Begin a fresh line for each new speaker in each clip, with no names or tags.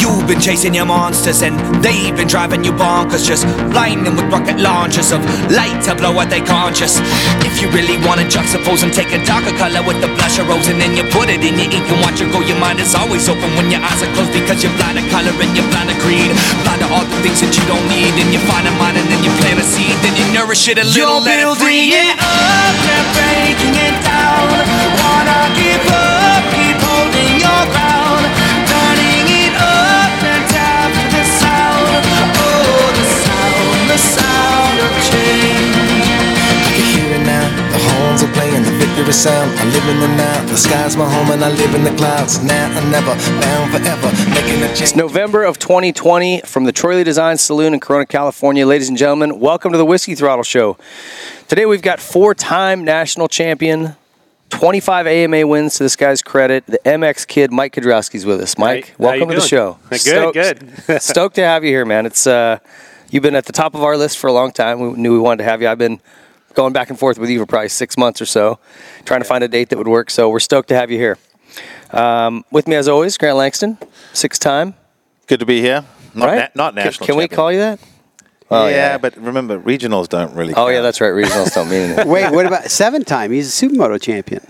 You've been chasing your monsters and they've been driving you bonkers. Just blinding them with rocket launchers of light to blow out their conscious. If you really wanna juxtapose and take a darker color with the blush of rose and then you put it in your ink and watch it go. Your mind is always open when your eyes are closed because you're blind to color and you're blind to greed. Blind to all the things that you don't need. And you find a mind and then you plant a seed. Then you nourish it a little,
You're
let it
building
breathe.
it up, they're breaking it down. Wanna give up, keep holding your ground. Turning it up and tap to the sound. Oh, the sound, the sound of change. I can hear it now. The horns are playing, the victory sound. I live in the now. The sky's my home and I live in the clouds. Now and never, bound forever, making a change.
It's November of 2020 from the Troy Lee Design Saloon in Corona, California. Ladies and gentlemen, welcome to the Whiskey Throttle Show. Today we've got four time national champion, 25 AMA wins to this guy's credit. The MX kid, Mike Kudrowski's with us. Mike,
How you
welcome to the
doing?
show.
Good, good.
stoked to have you here, man. It's uh, You've been at the top of our list for a long time. We knew we wanted to have you. I've been going back and forth with you for probably six months or so, trying to find a date that would work. So we're stoked to have you here. Um, with me, as always, Grant Langston, six time.
Good to be here. Not,
right?
na- not
Can-
national.
Can, we
champion.
call you that? Oh,
yeah,
yeah.
but remember, regionals don't really.
Oh yeah,
count.
that's right. Regionals don't mean anything.
Wait, what about seven time? He's a supermoto champion.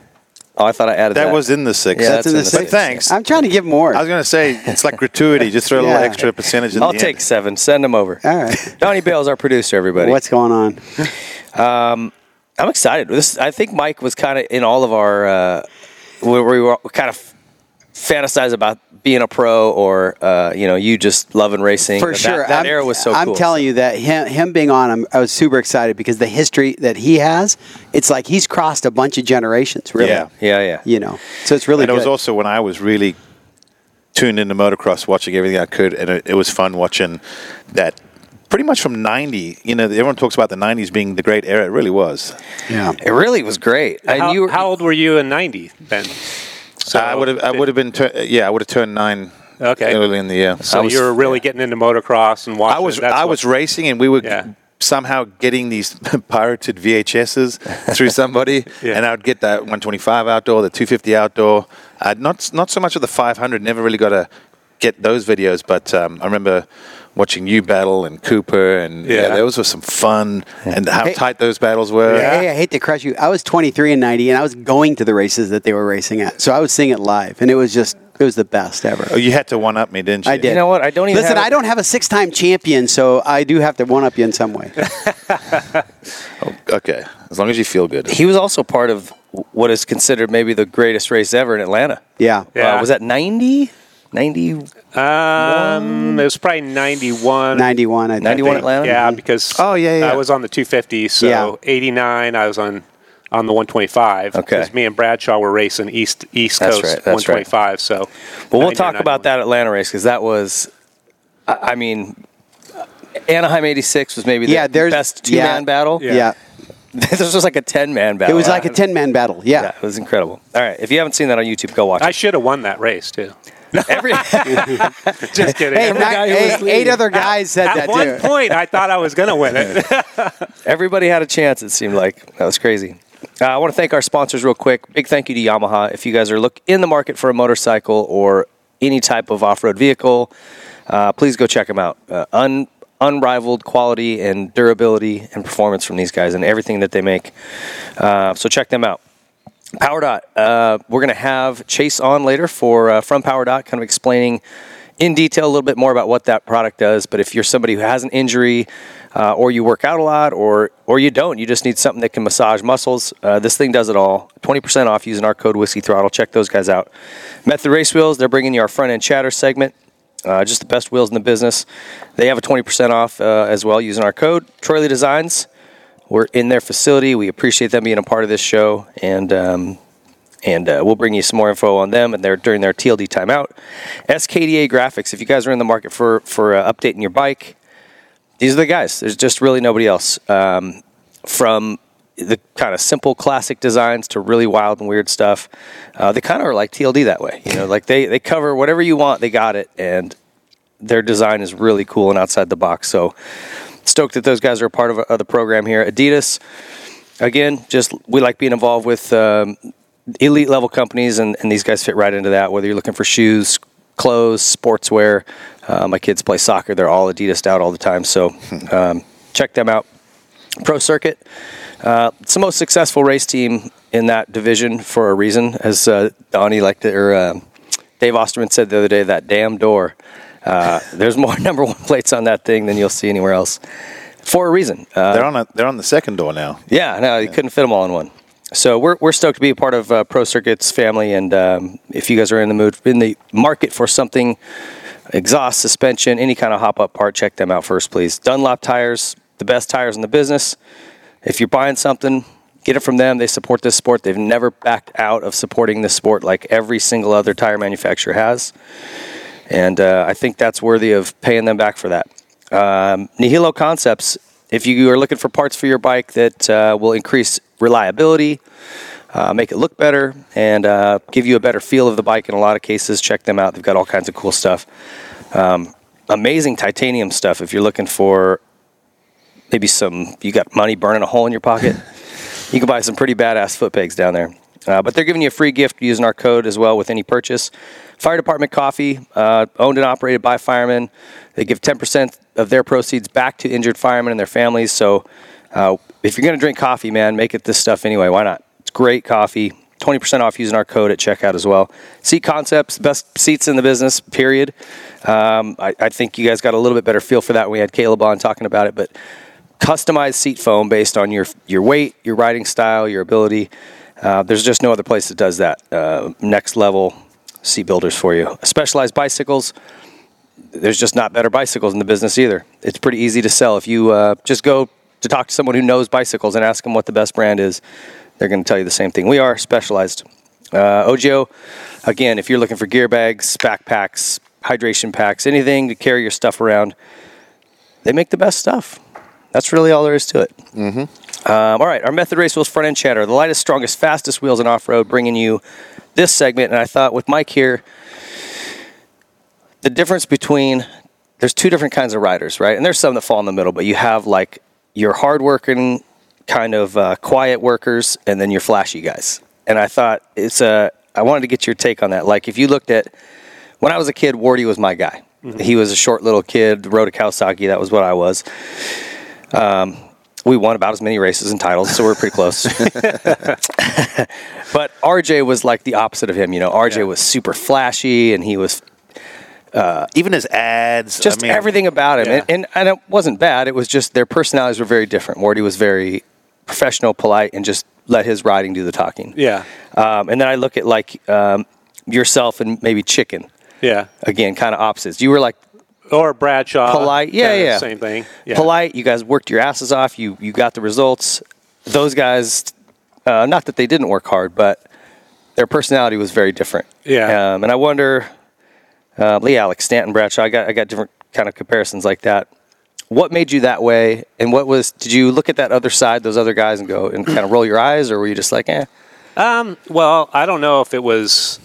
Oh, I thought I added that.
that was in the six.
Yeah,
That's in the
but
six.
thanks.
I'm trying to give more.
I was going to say it's like gratuity. Just throw a
Yeah.
little extra percentage. In
I'll
the
take
End.
seven. Send them over.
All right.
Donnie Bale's our producer. Everybody,
What's going on?
Um, I'm excited. This I think Mike was kind of in all of our uh, where we were kind of fantasize about being a pro or uh, you know you just loving racing.
For
That-
sure.
that,
I'm,
era was so.
I'm
cool.
telling you that him, him being on, I'm, I was super excited because the history that he has, it's like he's crossed a bunch of generations, really.
Yeah.
Yeah, yeah.
You know, so it's really
And it was
good.
also when I was really tuned into motocross, watching everything I could, and it, it was fun watching that. Pretty much from '90, you know, everyone talks about the '90s being the great era. It really was.
yeah.
It really was great. And
how,
you were,
how old were you in '90 then? So
I would have, I would have been, tur- yeah, I would have turned nine.
Okay.
Early in the year,
So you were really getting into motocross and watching.
I was
that's
I
what-
was racing, and we were
Yeah.
somehow getting these pirated VHSs through somebody,
Yeah.
and I would get that 125 outdoor, the 250 outdoor. Uh, not not so much of the 500. Never really got to get those videos, but um, I remember watching you battle and Cooper, and yeah,
Yeah.
those were some fun, and how
Hey.
tight those battles were.
Hey, I hate to crush you. I was 23 and 90, and I was going to the races that they were racing at. So I was seeing it live, and it was just, it was the best ever.
Oh, you had to one up me, didn't you?
I did.
You know what? I don't even
Listen,
have
I
it.
don't have a six-time champion, so I do have to one up you in some way.
Okay, as long as you feel good.
he was also part of what is considered maybe the greatest race ever in Atlanta.
Yeah.
Yeah.
Uh, was that 90? 90
Um, it was probably '91.
91, I think.
91 Atlanta?
Yeah, because
Oh, yeah, yeah.
I was on the 250. So
Yeah.
'89, I was on on the 125.
Okay.
Because me and Bradshaw were racing East East
That's
Coast
right, that's right.
125. So.
But we'll
90 or
talk about
91.
that Atlanta race because that was, I I mean, Anaheim '86 was maybe the
Yeah, there's
best two
yeah,
man battle.
Yeah.
Yeah.
this was like a ten man battle.
It was like a 10 man battle. Yeah.
Yeah, it was incredible. All right, if you haven't seen that on YouTube, go watch
I
it.
should have won that race too.
Every,
Just kidding.
Hey,
Every-
nine-
guy who was
hey,
leading.
eight other guys said
at
that
one
too.
point, I thought I was going to win it.
everybody had a chance. It seemed like that was crazy. Uh, I want to thank our sponsors real quick. Big thank you to Yamaha. If you guys are look in the market for a motorcycle or any type of off road vehicle, uh, please go check them out. Uh, un- unrivaled quality and durability and performance from these guys and everything that they make. Uh, so check them out. Power Dot. Uh, we're going to have Chase on later for uh, from Power Dot, kind of explaining in detail a little bit more about what that product does. But if you're somebody who has an injury, uh, or you work out a lot, or or you don't, you just need something that can massage muscles. Uh, this thing does it all. Twenty percent off using our code Whiskey Throttle. Check those guys out. Method Race Wheels. They're bringing you our front end chatter segment. Uh, just the best wheels in the business. They have a 20% off uh, as well using our code, Troy Lee Designs. We're in their facility. We appreciate them being a part of this show, and um, and uh, we'll bring you some more info on them and their during their TLD timeout. SKDA Graphics. If you guys are in the market for for uh, updating your bike, these are the guys. There's just really nobody else. Um, from the kind of simple classic designs to really wild and weird stuff, uh, they kind of are like TLD that way. You know, like they they cover whatever you want. They got it, and their design is really cool and outside the box. So stoked that those guys are a part of, of the program here. Adidas, again, just we like being involved with um, elite level companies, and, and these guys fit right into that. Whether you're looking for shoes, clothes, sportswear, Uh, my kids play soccer; they're all Adidas out all the time. So um, check them out. Pro Circuit. Uh, it's the most successful race team in that division for a reason, as uh, Donnie like to, or uh, Dave Osterman said the other day. That damn door. Uh, there's more number one plates on that thing than you'll see anywhere else, for a reason. Uh,
they're on a, they're on the second door now.
yeah, no, you couldn't fit them all in one. So we're, we're stoked to be a part of uh, Pro Circuits family, and um, if you guys are in the mood, in the market for something, exhaust, suspension, any kind of hop up part, check them out first, please. Dunlop tires, the best tires in the business. If you're buying something, get it from them. They support this sport. They've never backed out of supporting this sport like every single other tire manufacturer has, and uh, I think that's worthy of paying them back for that. Um, Nihilo Concepts. If you are looking for parts for your bike that uh, will increase reliability, uh, make it look better, and uh, give you a better feel of the bike in a lot of cases, check them out. They've got all kinds of cool stuff. Um, amazing titanium stuff. If you're looking for maybe some, you got money burning a hole in your pocket, you can buy some pretty badass foot pegs down there. Uh, but they're giving you a free gift using our code as well with any purchase. Fire Department Coffee, uh, owned and operated by firemen. They give 10% of their proceeds back to injured firemen and their families. So uh, if you're going to drink coffee, man, make it this stuff anyway. Why not? It's great coffee. 20% off using our code at checkout as well. Seat Concepts, best seats in the business, period. Um, I, I think you guys got a little bit better feel for that when we had Caleb on talking about it, but customized seat foam based on your your weight, your riding style, your ability. Uh, there's just no other place that does that. Uh, next level seat builders for you. Specialized bicycles. There's just not better bicycles in the business either. It's pretty easy to sell if you uh, just go to talk to someone who knows bicycles and ask them what the best brand is. They're going to tell you the same thing. We are specialized. Uh, Ojo, again, if you're looking for gear bags, backpacks, hydration packs, anything to carry your stuff around, they make the best stuff. That's really all there is to it. Um, all right, our Method Race Wheels front end chatter, the lightest, strongest, fastest wheels in off road, bringing you this segment. And I thought with Mike here, the difference between there's two different kinds of riders, right? And there's some that fall in the middle, but you have like your hardworking kind of uh, quiet workers, and then your flashy guys. And I thought it's a I wanted to get your take on that. Like if you looked at when I was a kid, Wardy was my guy. He was a short little kid, rode a Kawasaki. That was what I was Um, we won about as many races and titles, so we're pretty close. but RJ was like the opposite of him. You know, RJ was super flashy, and he was uh,
Even his ads, I
just
mean,
everything about him.
yeah.
And, and and it wasn't bad. It was just their personalities were very different. Wardy was very professional, polite, and just let his riding do the talking.
Yeah.
Um, and then I look at like um, yourself and maybe Chicken
Yeah.
again, kind of opposites. You were like
Or Bradshaw.
polite. Yeah,
kinda
yeah.
Same thing. Yeah.
Polite. You guys worked your asses off. You you got the results. Those guys, uh, not that they didn't work hard, but their personality was very different.
Yeah.
Um, and I wonder, uh, Lee Alex, Stanton Bradshaw. I got I got different kind of comparisons like that. What made you that way, and what was? Did you look at that other side, those other guys, and go and kind of roll your eyes, or were you just like, eh?
Well, I don't know if it was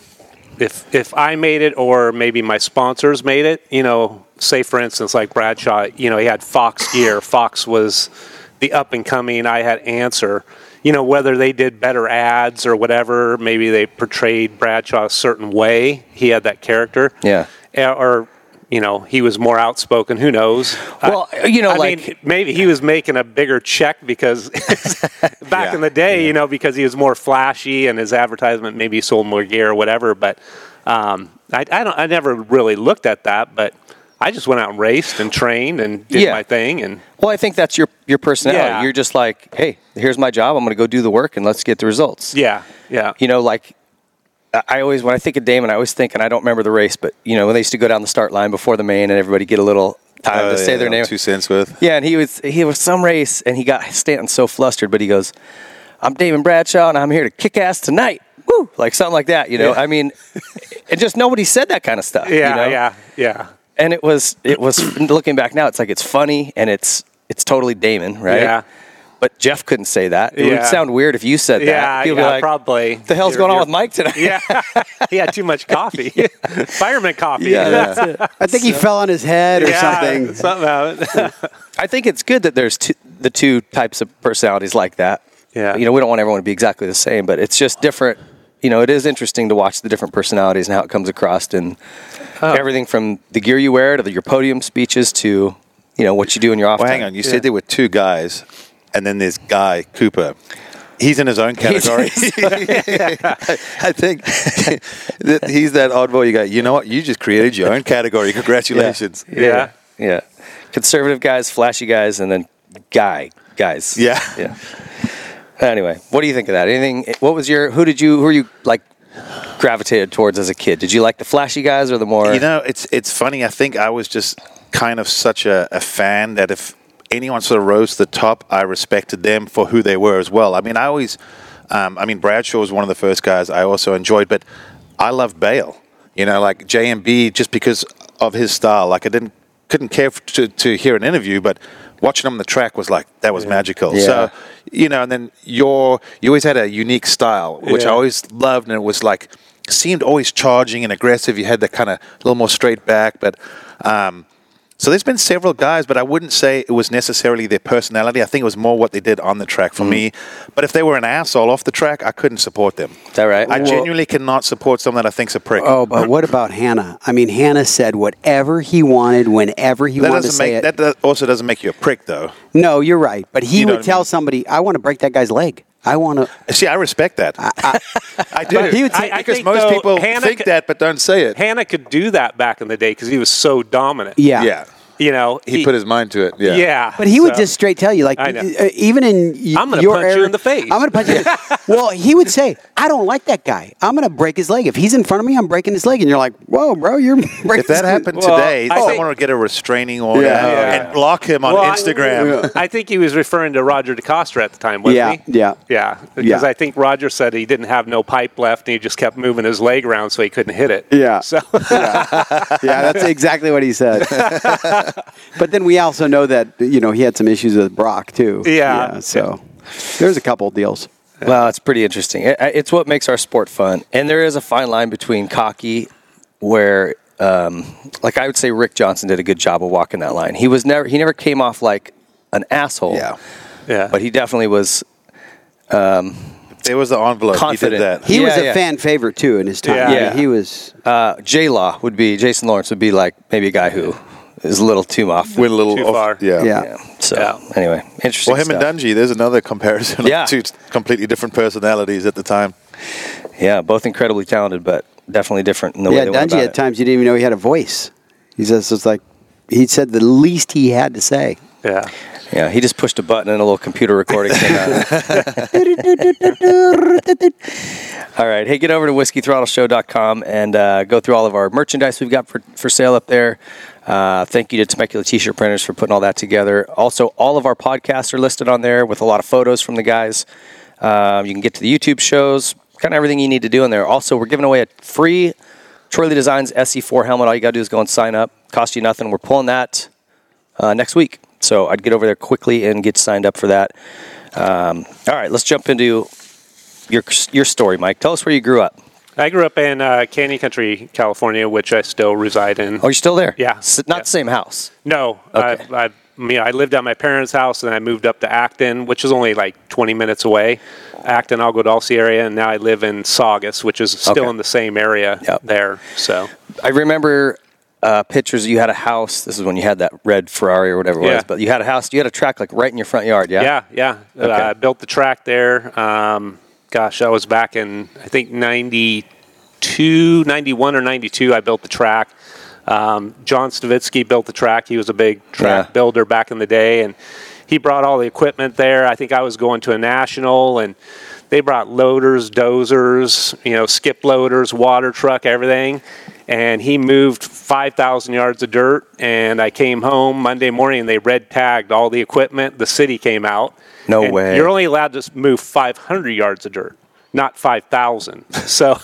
if if I made it or maybe my sponsors made it. You know, say for instance, like Bradshaw. You know, he had Fox gear. Fox was the up and coming. I had Answer. You know, whether they did better ads or whatever, maybe they portrayed Bradshaw a certain way. He had that character.
Yeah.
Eh, Or you know, he was more outspoken. Who knows?
Well, you know,
I
like-
mean, maybe he was making a bigger check because back in the day, you know, because he was more flashy and his advertisement maybe sold more gear or whatever. But um, I, I don't, I never really looked at that, but I just went out and raced and trained and did
Yeah.
my thing. And
Well, I think that's your your personality.
Yeah.
You're just like, hey, here's my job. I'm going to go do the work, and let's get the results.
yeah, yeah,
you know, like I- I always when I think of Damon, I always think, and I don't remember the race, but you know, when they used to go down the start line before the main, and everybody get a little time
Oh,
to say
yeah,
their name.
Two cents worth.
Yeah, and he was he was some race, and he got Stanton so flustered, but he goes, "I'm Damon Bradshaw, and I'm here to kick ass tonight." Woo! Like something like that, you know. I mean, and just nobody said that kind of stuff. you
yeah,
know?
yeah, yeah.
And it was it was looking back now, it's like it's funny and it's it's totally Damon, right?
Yeah.
But Jeff couldn't say that. It would
Yeah.
sound weird if you said that.
Yeah,
People would be
yeah,
like,
probably.
The hell's
You're-
going on
you're-
with Mike tonight?
Yeah, he had too much coffee. Fireman coffee.
Yeah, that's it.
I think he fell on his head or something.
Something.
I think it's good that there's two, the two types of personalities like that.
Yeah.
You know, we don't want everyone to be exactly the same, but it's just different you know, it is interesting to watch the different personalities and how it comes across and
Oh.
everything from the gear you wear to the, your podium speeches to, you know, what you do in your off
Well,
time.
hang on. You said there were two guys, and then there's Guy Cooper. He's in his own category. I think that he's that oddball. You go, you know what? You just created your own category. Congratulations.
Yeah. yeah.
Yeah. Conservative guys, flashy guys, and then guy guys.
Yeah.
Yeah. Anyway, what do you think of that? Anything? What was your? Who did you? Who are you like? Gravitated towards as a kid. Did you like the flashy guys or the more?
You know, it's it's funny. I think I was just kind of such a, a fan that if anyone sort of rose to the top, I respected them for who they were as well. I mean, I always, um, I mean, Bradshaw was one of the first guys I also enjoyed, but I loved Bale. You know, like JMB, just because of his style. Like I didn't couldn't care f- to to hear an interview, but watching him on the track was like that was magical.
Yeah.
So you know, and then your you always had a unique style, which I
Yeah.
always loved, and it was like seemed always charging and aggressive. You had that kind of little more straight back, but um, so there's been several guys, but I wouldn't say it was necessarily their personality. I think it was more what they did on the track for me. But if they were an asshole off the track, I couldn't support them. Is
that right?
I
Well-
genuinely cannot support someone that I think's a prick.
Oh, but what about Hannah? I mean, Hannah said whatever he wanted, whenever he
that
wanted to
doesn't
say
make
it.
that does- also doesn't make you a prick though.
no, you're right. But he
You know
would
what I
tell
mean.
somebody, "I want to break that guy's leg. I want to."
See, I respect that. I, do.
But he would
I-
say-
because
I think,
most
though,
people
Hannah
think
c-
that but don't say it.
Hannah could do that back in the day because he was so dominant.
Yeah.
yeah.
You know,
He, put his mind to it. Yeah.
Yeah.
But he would
so-
just straight tell you, like,
I know.
uh, even in y-
I'm gonna
your
punch you
area-
in the face.
I'm going to punch you. in the- well, he would say, "I don't like that guy. I'm going to break his leg. If he's in front of me, I'm breaking his leg." And you're like, "Whoa, bro, you're breaking."
If that
his-
happened
Well,
today,
I
someone
think-
would get a restraining order
Yeah.
and block him on
Well, I-
Instagram.
I, think he was referring to Roger DeCosta at the time, wasn't
Yeah,
he?
yeah.
Yeah. Because
Yeah.
I think Roger said he didn't have no pipe left and he just kept moving his leg around so he couldn't hit it.
Yeah.
So
yeah, that's exactly what he said. but then we also know that you know he had some issues with Brock too.
Yeah.
so there's a couple deals.
Well, it's pretty interesting. It, it's what makes our sport fun, and there is a fine line between cocky, where, um, like I would say, Rick Johnson did a good job of walking that line. He was never he never came off like an asshole.
Yeah.
yeah.
But he definitely was. um,
There was the envelope.
Confident.
He did that.
He was
Yeah,
a
yeah.
fan favorite too in his time.
Yeah.
I mean,
Yeah.
he was.
Uh, J Law would be Jason Lawrence would be like maybe a guy who is a little too off.
Went a little
Too
off-
far.
Yeah.
Yeah.
Yeah. So
Yeah.
anyway, interesting.
Well, him
stuff.
and Dungy, there's another comparison
Yeah.
of two completely different personalities at the time.
Yeah, both incredibly talented, but definitely different in the way
yeah,
they went
Dungy
about
at times you didn't even know he had a voice. He just was like, he said the least he had to say.
yeah.
it. Yeah, he just pushed a button and a little computer recording came out. all right, hey, get over to whiskeythrottleshow.com and uh, go through all of our merchandise we've got for, for sale up there. Uh, thank you to Temecula T-shirt printers for putting all that together. Also, all of our podcasts are listed on there with a lot of photos from the guys. Um, you can get to the YouTube shows, kind of everything you need to do in there. Also, we're giving away a free Troy Lee Designs SE4 helmet. All you got to do is go and sign up. Cost you nothing. We're pulling that uh, next week. So I'd get over there quickly and get signed up for that. Um, all right, let's jump into your your story, Mike. Tell us where you grew up.
I grew up in uh, Canyon Country, California, which I still reside in.
Oh, you're still there?
Yeah.
S- not
Yeah.
the same house.
No,
Okay.
I, I, you know, I lived at my parents' house, and I moved up to Acton, which is only like 20 minutes away. Acton, Algo Dulce area, and now I live in Saugus, which is still
Okay.
in the same area
Yep.
there. So
I remember uh, pictures. You had a house. This is when you had that red Ferrari or whatever it
Yeah.
was. But you had a house. You had a track like right in your front yard. Yeah.
yeah, yeah,
Okay.
Uh, I built the track there. Um, gosh, that was back in I think 92, 91 or 92. I built the track. Um, John Stavitsky built the track. He was a big track
Yeah.
builder back in the day, and he brought all the equipment there. I think I was going to a national, and they brought loaders, dozers, you know, skip loaders, water truck, everything. And he moved 5,000 yards of dirt, and I came home Monday morning, and they red tagged all the equipment. The city came out.
No
And
way.
You're only allowed to move 500 yards of dirt, not 5,000. So,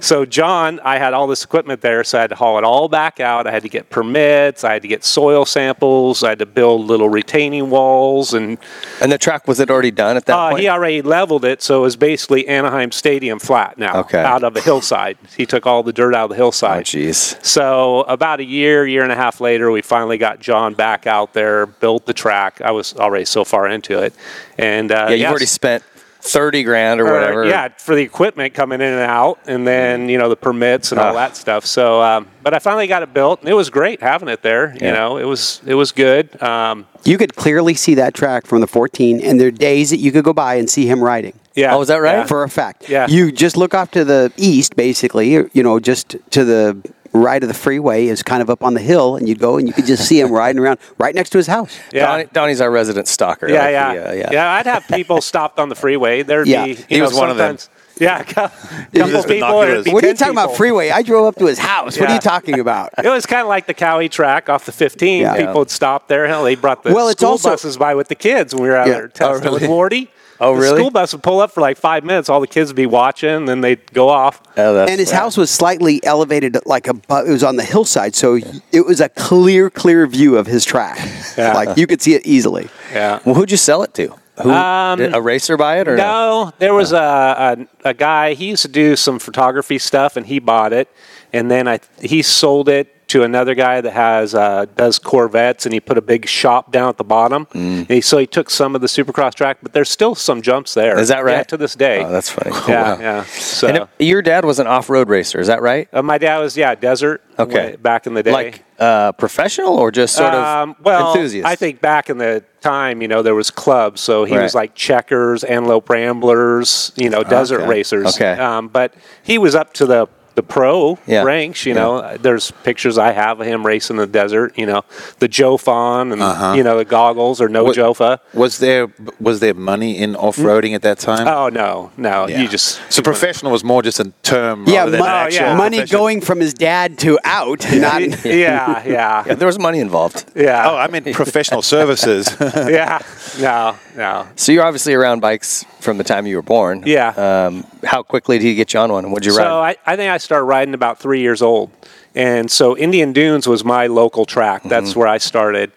so John, I had all this equipment there, so I had to haul it all back out. I had to get permits. I had to get soil samples. I had to build little retaining walls, and
And the track was it already done at that
uh,
point?
he already leveled it, so it was basically Anaheim Stadium flat now,
Okay.
out of a hillside. He took all the dirt out of the
Oh,
hillside.
jeez.
So about a year, year and a half later, we finally got John back out there, built the track. I was already so far into it, and uh,
Yeah, you've
yes.
already spent thirty grand or
or,
whatever.
Uh, yeah, for the equipment coming in and out, and then you know the permits and all
Ah.
that stuff. So, um, but I finally got it built, and it was great having it there. You
Yeah.
know, it was it was good. Um,
You could clearly see that track from the 14, and there are days that you could go by and see him riding.
yeah.
Oh, is that right?
Yeah.
For a fact.
Yeah.
You just look off to the east, basically, you you know, just to the right of the freeway is kind of up on the hill, and you'd go and you could just see him riding around right next to his house.
Yeah.
Donnie, Donnie's our resident stalker.
Yeah,
Like,
yeah,
he, uh,
yeah, I'd have people stopped on the freeway. There'd
Yeah.
be you
He
know,
was one of them.
sometimes- Yeah, a cou-
was
couple people.
binoculars.
it'd be
What are you
10
talking about,
people.
freeway? I drove up to his house. What are
Yeah.
you talking about?
It was kind of like the Cowie track off the 15.
Yeah.
People would stop there. Hell, they brought the
Well, it's
school
also-
buses by with the kids when we were out
Yeah.
there testing
Oh, really?
with Wardy.
Oh,
the
really?
school bus would pull up for like five minutes. All the kids would be watching, and then they'd go off.
Oh, that's
and his
right.
house was slightly elevated, like above. It was on the hillside, so it was a clear, clear view of his track.
Yeah.
Uh,
Like you could see it easily.
Yeah.
Well, who'd you sell it to? Who
Um,
did a racer buy it or Oh.
No, there was a, a a guy. He used to do some photography stuff, and he bought it, and then I he sold it to another guy that has uh, does Corvettes, and he put a big shop down at the bottom.
Mm.
And he, so he took some of the Supercross track, but there's still some jumps there.
Is that
Yeah,
right?
to this day.
Oh, that's funny.
Yeah,
Wow.
yeah. So.
And it- your dad was an off-road racer, is that right?
uh, my dad was yeah desert
Okay.
way back in the day Um,
Like uh, professional or just sort of
well,
enthusiast?
I think back in the time, you know, there was clubs, so he was
Right.
like checkers, antelope ramblers, you know, desert
Okay.
racers.
Okay.
um, but he was up to the the pro
Yeah.
ranks. You
Yeah.
know, there's pictures I have of him racing the desert. You know, the Jofon and
Uh-huh.
you know the goggles or no
What-
Jofa.
Was there was there money in off roading at that time?
Oh no, no,
Yeah.
you just
so professional was more just a term.
Yeah,
rather than
mon-
an actual
yeah.
money
profession.
going from his dad to out. Not
yeah, yeah,
Yeah, there was money involved.
Oh,
yeah,
I mean professional services.
yeah. No, no.
So you're obviously around bikes from the time you were born.
Yeah.
Um, how quickly did you get you on one and what'd you
So
ride?
I, I think I started riding about three years old, and so Indian Dunes was my local track. That's
Mm-hmm.
where I started.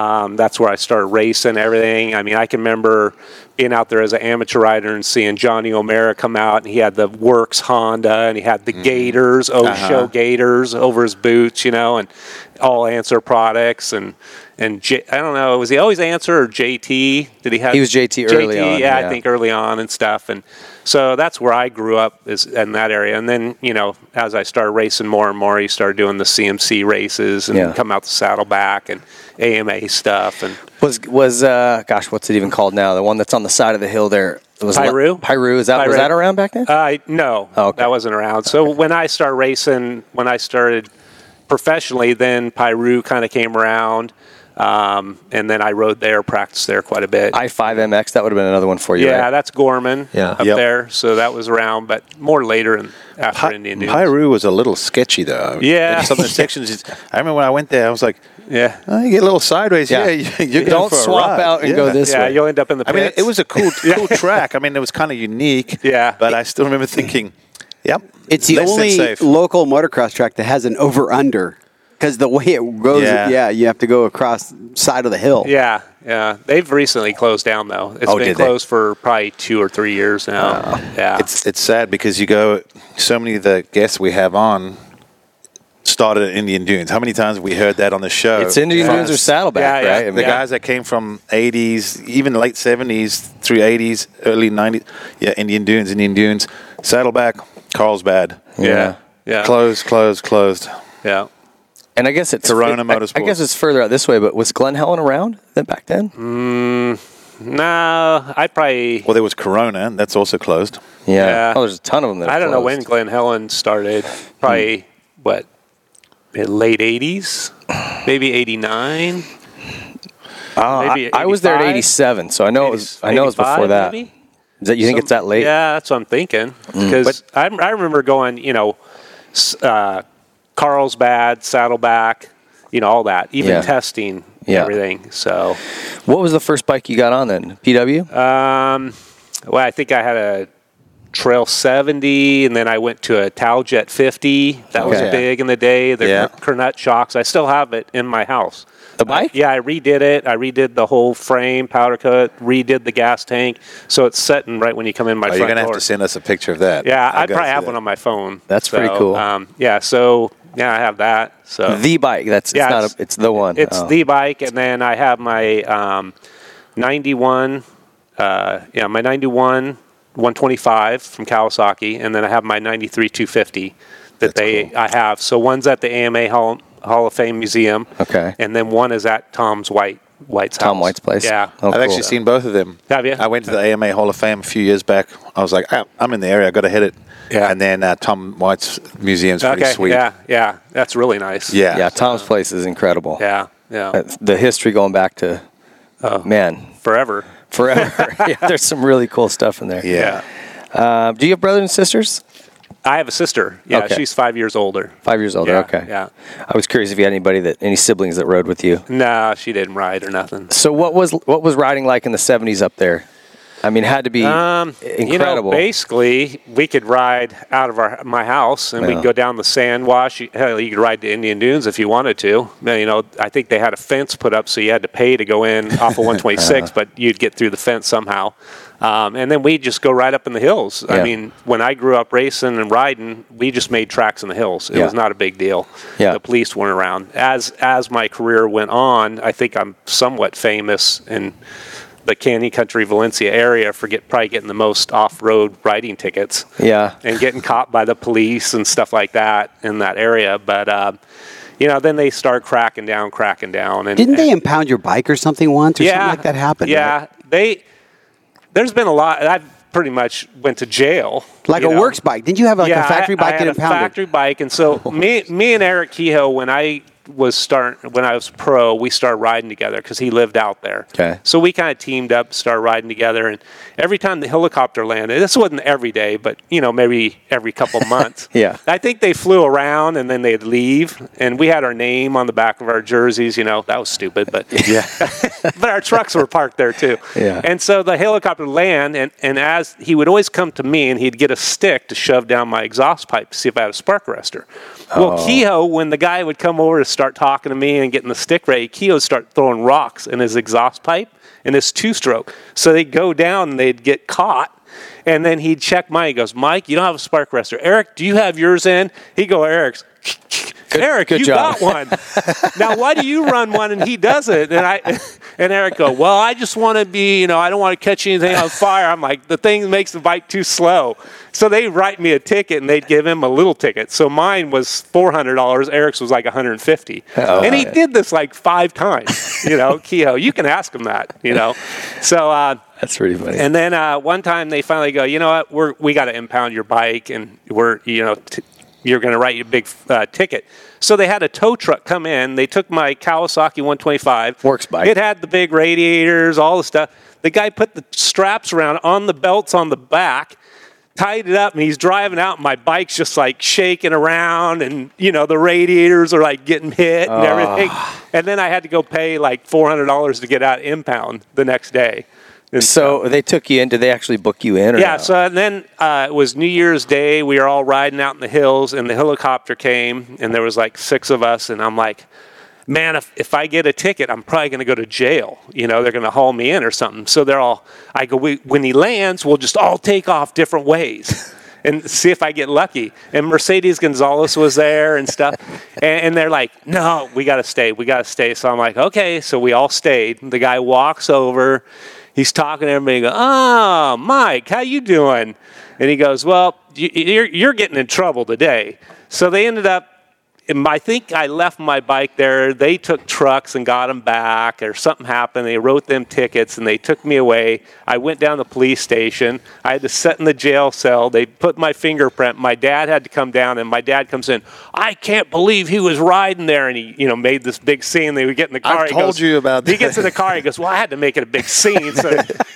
Um, that's where I started racing everything. I mean, I can remember being out there as an amateur rider and seeing Johnny O'Mara come out, and he had the Works Honda, and he had the
Mm-hmm.
Gators, Osho
Uh-huh.
Gators over his boots, you know, and all Answer products, and and J- I don't know, was he always Answer or JT? Did he have?
He was JT early on,
yeah, I
yeah.
think early on and stuff and so that's where i grew up is in that area and then you know as i started racing more and more you started doing the cmc races and
Yeah.
come out the saddleback and ama stuff and
was was uh, gosh, what's it even called now? The one that's on the side of the hill there. It was
Piru?
Pyru, is that Uh, was
Piru.
that around back then?
uh, no
Oh, okay.
that wasn't around so when i started racing when i started professionally then pyru kind of came around um, and then i rode there practiced there quite a bit
I five MX, that would have been another one for you.
yeah
right?
that's gorman
Yeah.
up
Yep.
there so that was around but more later and after indian Dunes.
Pyru was a little sketchy though.
Yeah.
In some of the sections. it's- I remember when I went there, I was like,
yeah
oh, you get a little sideways. Yeah, you- you're going
Don't
for a
swap
ride.
out and
Yeah.
go this
yeah
way.
you'll end up in the
I mean,
pits.
it was a cool, cool track. I mean, it was kind of unique.
Yeah.
but I still remember thinking, "Yep,
It's the
less than
only
safe.
local motocross track that has an over under because the way it goes,
Yeah.
yeah. you have to go across side of the hill.
Yeah, yeah. They've recently closed down though. It's
Oh,
been
did they?
closed for probably two or three years
Uh,
now. yeah.
It's it's sad because you go so many of the guests we have on started at Indian Dunes. How many times have we heard that on the show?
It's Indian
From
Dunes or Saddleback,
Yeah, yeah.
right? I mean,
The
Yeah.
guys that came from '80s, even late '70s through '80s, early '90s. Yeah, Indian Dunes, Indian Dunes, Saddleback, Carlsbad.
yeah. Yeah.
closed, closed, closed.
Yeah.
And I guess it's
Corona
it- I- I,
Motorsports.
guess it's further out this way, but was Glen Helen around then back then?
No, I Mm, probably
Well, there was Corona. That's also closed.
Yeah.
Yeah.
Oh, there's a ton of them. That
I
are
don't know when
closed.
Glenn Helen started. Probably what? mid- Late eighties, maybe eighty nine.
Oh, I,
maybe
I was there at
85?
'87, so I know it was. I know it was before that. Is that. You think it's that late? Mm.
Yeah, that's what I'm thinking. Because I, I remember going, you know, s- uh, Carlsbad, Saddleback, you know, all that, even
Yeah.
testing
Yeah.
everything. So,
What was the first bike you got on then? PW.
um, well, I think I had a Trail 70, and then I went to a Taljet 50. That was
Okay.
big in the day. The
Yeah.
Cornet shocks. I still have it in my house.
the bike.
Yeah, I redid it. I redid the whole frame, powder coat, redid the gas tank. So it's setting right when you come in my
Oh,
front
you're gonna
door.
have to send us a picture of that.
Yeah, I
I've gotta
probably
see
have
that.
one on my phone.
That's pretty cool.
Um, yeah, so yeah, I have that. So
The bike. That's
Yeah,
it's not.
it's-
a, it's the one.
it's
Oh.
the bike, and then I have my um, '91 uh, yeah, my 91 125 from Kawasaki, and then I have my 93 250 that they I have. So one's at the AMA Hall, Hall of Fame Museum.
Okay.
And then one is at Tom's White White's
Tom
house.
White's place?
Yeah.
Oh,
I've
cool.
actually seen both of them.
Have you?
I went to the AMA Hall of Fame a few years back. I was like, "Ah, I'm in the area. I got to hit it.
Yeah.
And then uh, Tom White's museum's pretty
Okay.
sweet.
Yeah. Yeah. That's really nice.
Yeah.
Yeah, Tom's place is incredible.
Yeah. Yeah. Oh.
That's- the history going back to man
Forever.
forever. yeah, there's some really cool stuff in there.
Yeah.
Uh, do you have brothers and sisters?
I have a sister. Yeah.
Okay.
She's five years older.
Five years older.
Yeah,
okay.
yeah.
I was curious if you had anybody that any siblings that rode with you.
Nah, she didn't ride or nothing.
So what was what was riding like in the '70s up there? I mean, it had to be
Um,
incredible.
You know, basically, we could ride out of our my house and we
Yeah.
could go down the sand wash. You- Hell, you could ride to Indian Dunes if you wanted to. Now, you know, I think they had a fence put up, so you had to pay to go in off of 126,
Uh-huh.
but you'd get through the fence somehow. Um, and then we just go right up in the hills.
Yeah.
I mean, when I grew up racing and riding, we just made tracks in the hills. It
Yeah.
was not a big deal.
Yeah.
The police weren't around. As as my career went on, I think I'm somewhat famous and the Canyon Country Valencia area for get, probably getting the most off road riding tickets
yeah.
and getting caught by the police and stuff like that in that area. But, uh, you know, then they start cracking down, cracking down. And,
Didn't they impound your bike or something once, or something like that happened?
Yeah.
right?
They, there's been a lot. I've pretty much went to jail.
like
you
a
know.
works bike. Didn't you have like
yeah,
a factory
I,
bike
I
that Oh,
had a
impounded?
factory bike, and so me, me and Eric Kehoe, when I was start when I was pro, we started riding together because he lived out there.
Okay.
So we kind of teamed up, started riding together, and every time the helicopter landed, this wasn't every day, but you know maybe every couple months.
Yeah.
I think they flew around and then they'd leave, and we had our name on the back of our jerseys. You know that was stupid, but yeah, but our trucks were parked there too.
Yeah.
And so the helicopter would land, and, and as he would always come to me, and he'd get a stick to shove down my exhaust pipe to see if I had a spark arrestor.
Oh.
Well, Kehoe, when the guy would come over to start talking to me and getting the stick ready, Kehoe would start throwing rocks in his exhaust pipe in his two stroke. So they'd go down and they'd get caught. And then he'd check mine. He goes, Mike, you don't have a spark arrestor. Eric, do you have yours in? He'd go, Eric's. Eric,
good
you
job."
got one. now, why do you run one and he doesn't? And I and Eric go, well, I just want to be, you know, I don't want to catch anything on fire. I'm like, the thing makes the bike too slow. So they write me a ticket and they'd give him a little ticket. So mine was four hundred dollars. Eric's was like 150, and he did this like five times. You know, Kehoe, you can ask him that. You know, so. Uh,
That's pretty funny.
and then uh, one time they finally go, you know what? We're we got to impound your bike, and we're you know t- you're going to write your big uh, ticket. So they had a tow truck come in. They took my Kawasaki 125
Works bike.
It had the big radiators, all the stuff. The guy put the straps around on the belts on the back. Tied it up and he's driving out. And my bike's just like shaking around, and you know the radiators are like getting hit and everything. And then I had to go pay like four hundred dollars to get out impound the next day. And
so they took you in. Did they actually book you in? Or
yeah,
no?
so and then uh, it was New Year's Day. We were all riding out in the hills, and the helicopter came, and there was like six of us, and I'm like, man, if, if I get a ticket, I'm probably going to go to jail. You know, they're going to haul me in or something. So they're all, I go, we, when he lands, we'll just all take off different ways. And see if I get lucky. And Mercedes Gonzalez was there and stuff. And, and they're like, no, we got to stay. We got to stay. So I'm like, okay. So we all stayed. The guy walks over he's talking to everybody. Go, oh, Mike, how you doing? And he goes, well, you, you're you're getting in trouble today. So they ended up. and I think I left my bike there. They took trucks and got them back, or something happened. They wrote them tickets and they took me away. I went down to the police station. I had to sit in the jail cell. They put my fingerprint. My dad had to come down, and my dad comes in. I can't believe he was riding there, and he, you know, made this big scene. They would get in the car.
I've
he
told
goes-
you about
He gets in the car. He goes, "Well, I had to make it a big scene." So,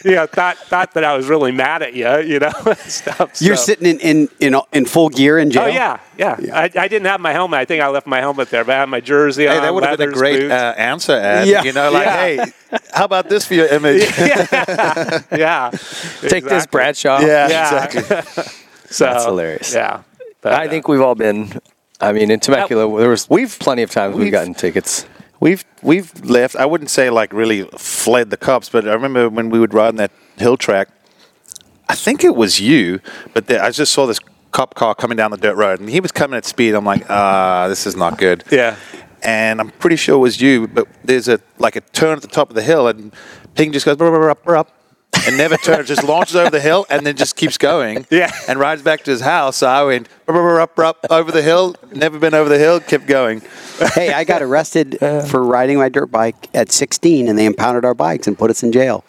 you know, thought thought that I was really mad at you, you know, and stuff.
You're
so.
sitting in, in in in full gear in jail.
Oh yeah, yeah. I, I didn't have my helmet. I think I left my helmet there, but I had my jersey.
Hey,
on,
that would have been a
leathers,
great
boots.
uh, answer ad.
Yeah.
You know, like,
Yeah.
hey, how about this for your image? Yeah,
yeah.
take this, Bradshaw.
Yeah.
exactly.
So,
That's hilarious.
Yeah. But,
I
uh,
think we've all been. I mean, in Temecula, there was we've plenty of times we've,
we've-
gotten tickets.
We've we've left. I wouldn't say like really fled the cops, but I remember when we would ride on that hill track. I think it was you, but there, I just saw this cop car coming down the dirt road, and he was coming at speed. I'm like, ah, this is not good.
Yeah.
and I'm pretty sure it was you, but there's a like a turn at the top of the hill, and Ping just goes, "Bruh, bruh, bruh, bruh." and never turns, just launches over the hill and then just keeps going.
Yeah.
And rides back to his house. So I went "Rup, rup, rup, rup," over the hill, never been over the hill, kept going.
hey, I got arrested for riding my dirt bike at 16, and they impounded our bikes and put us in jail.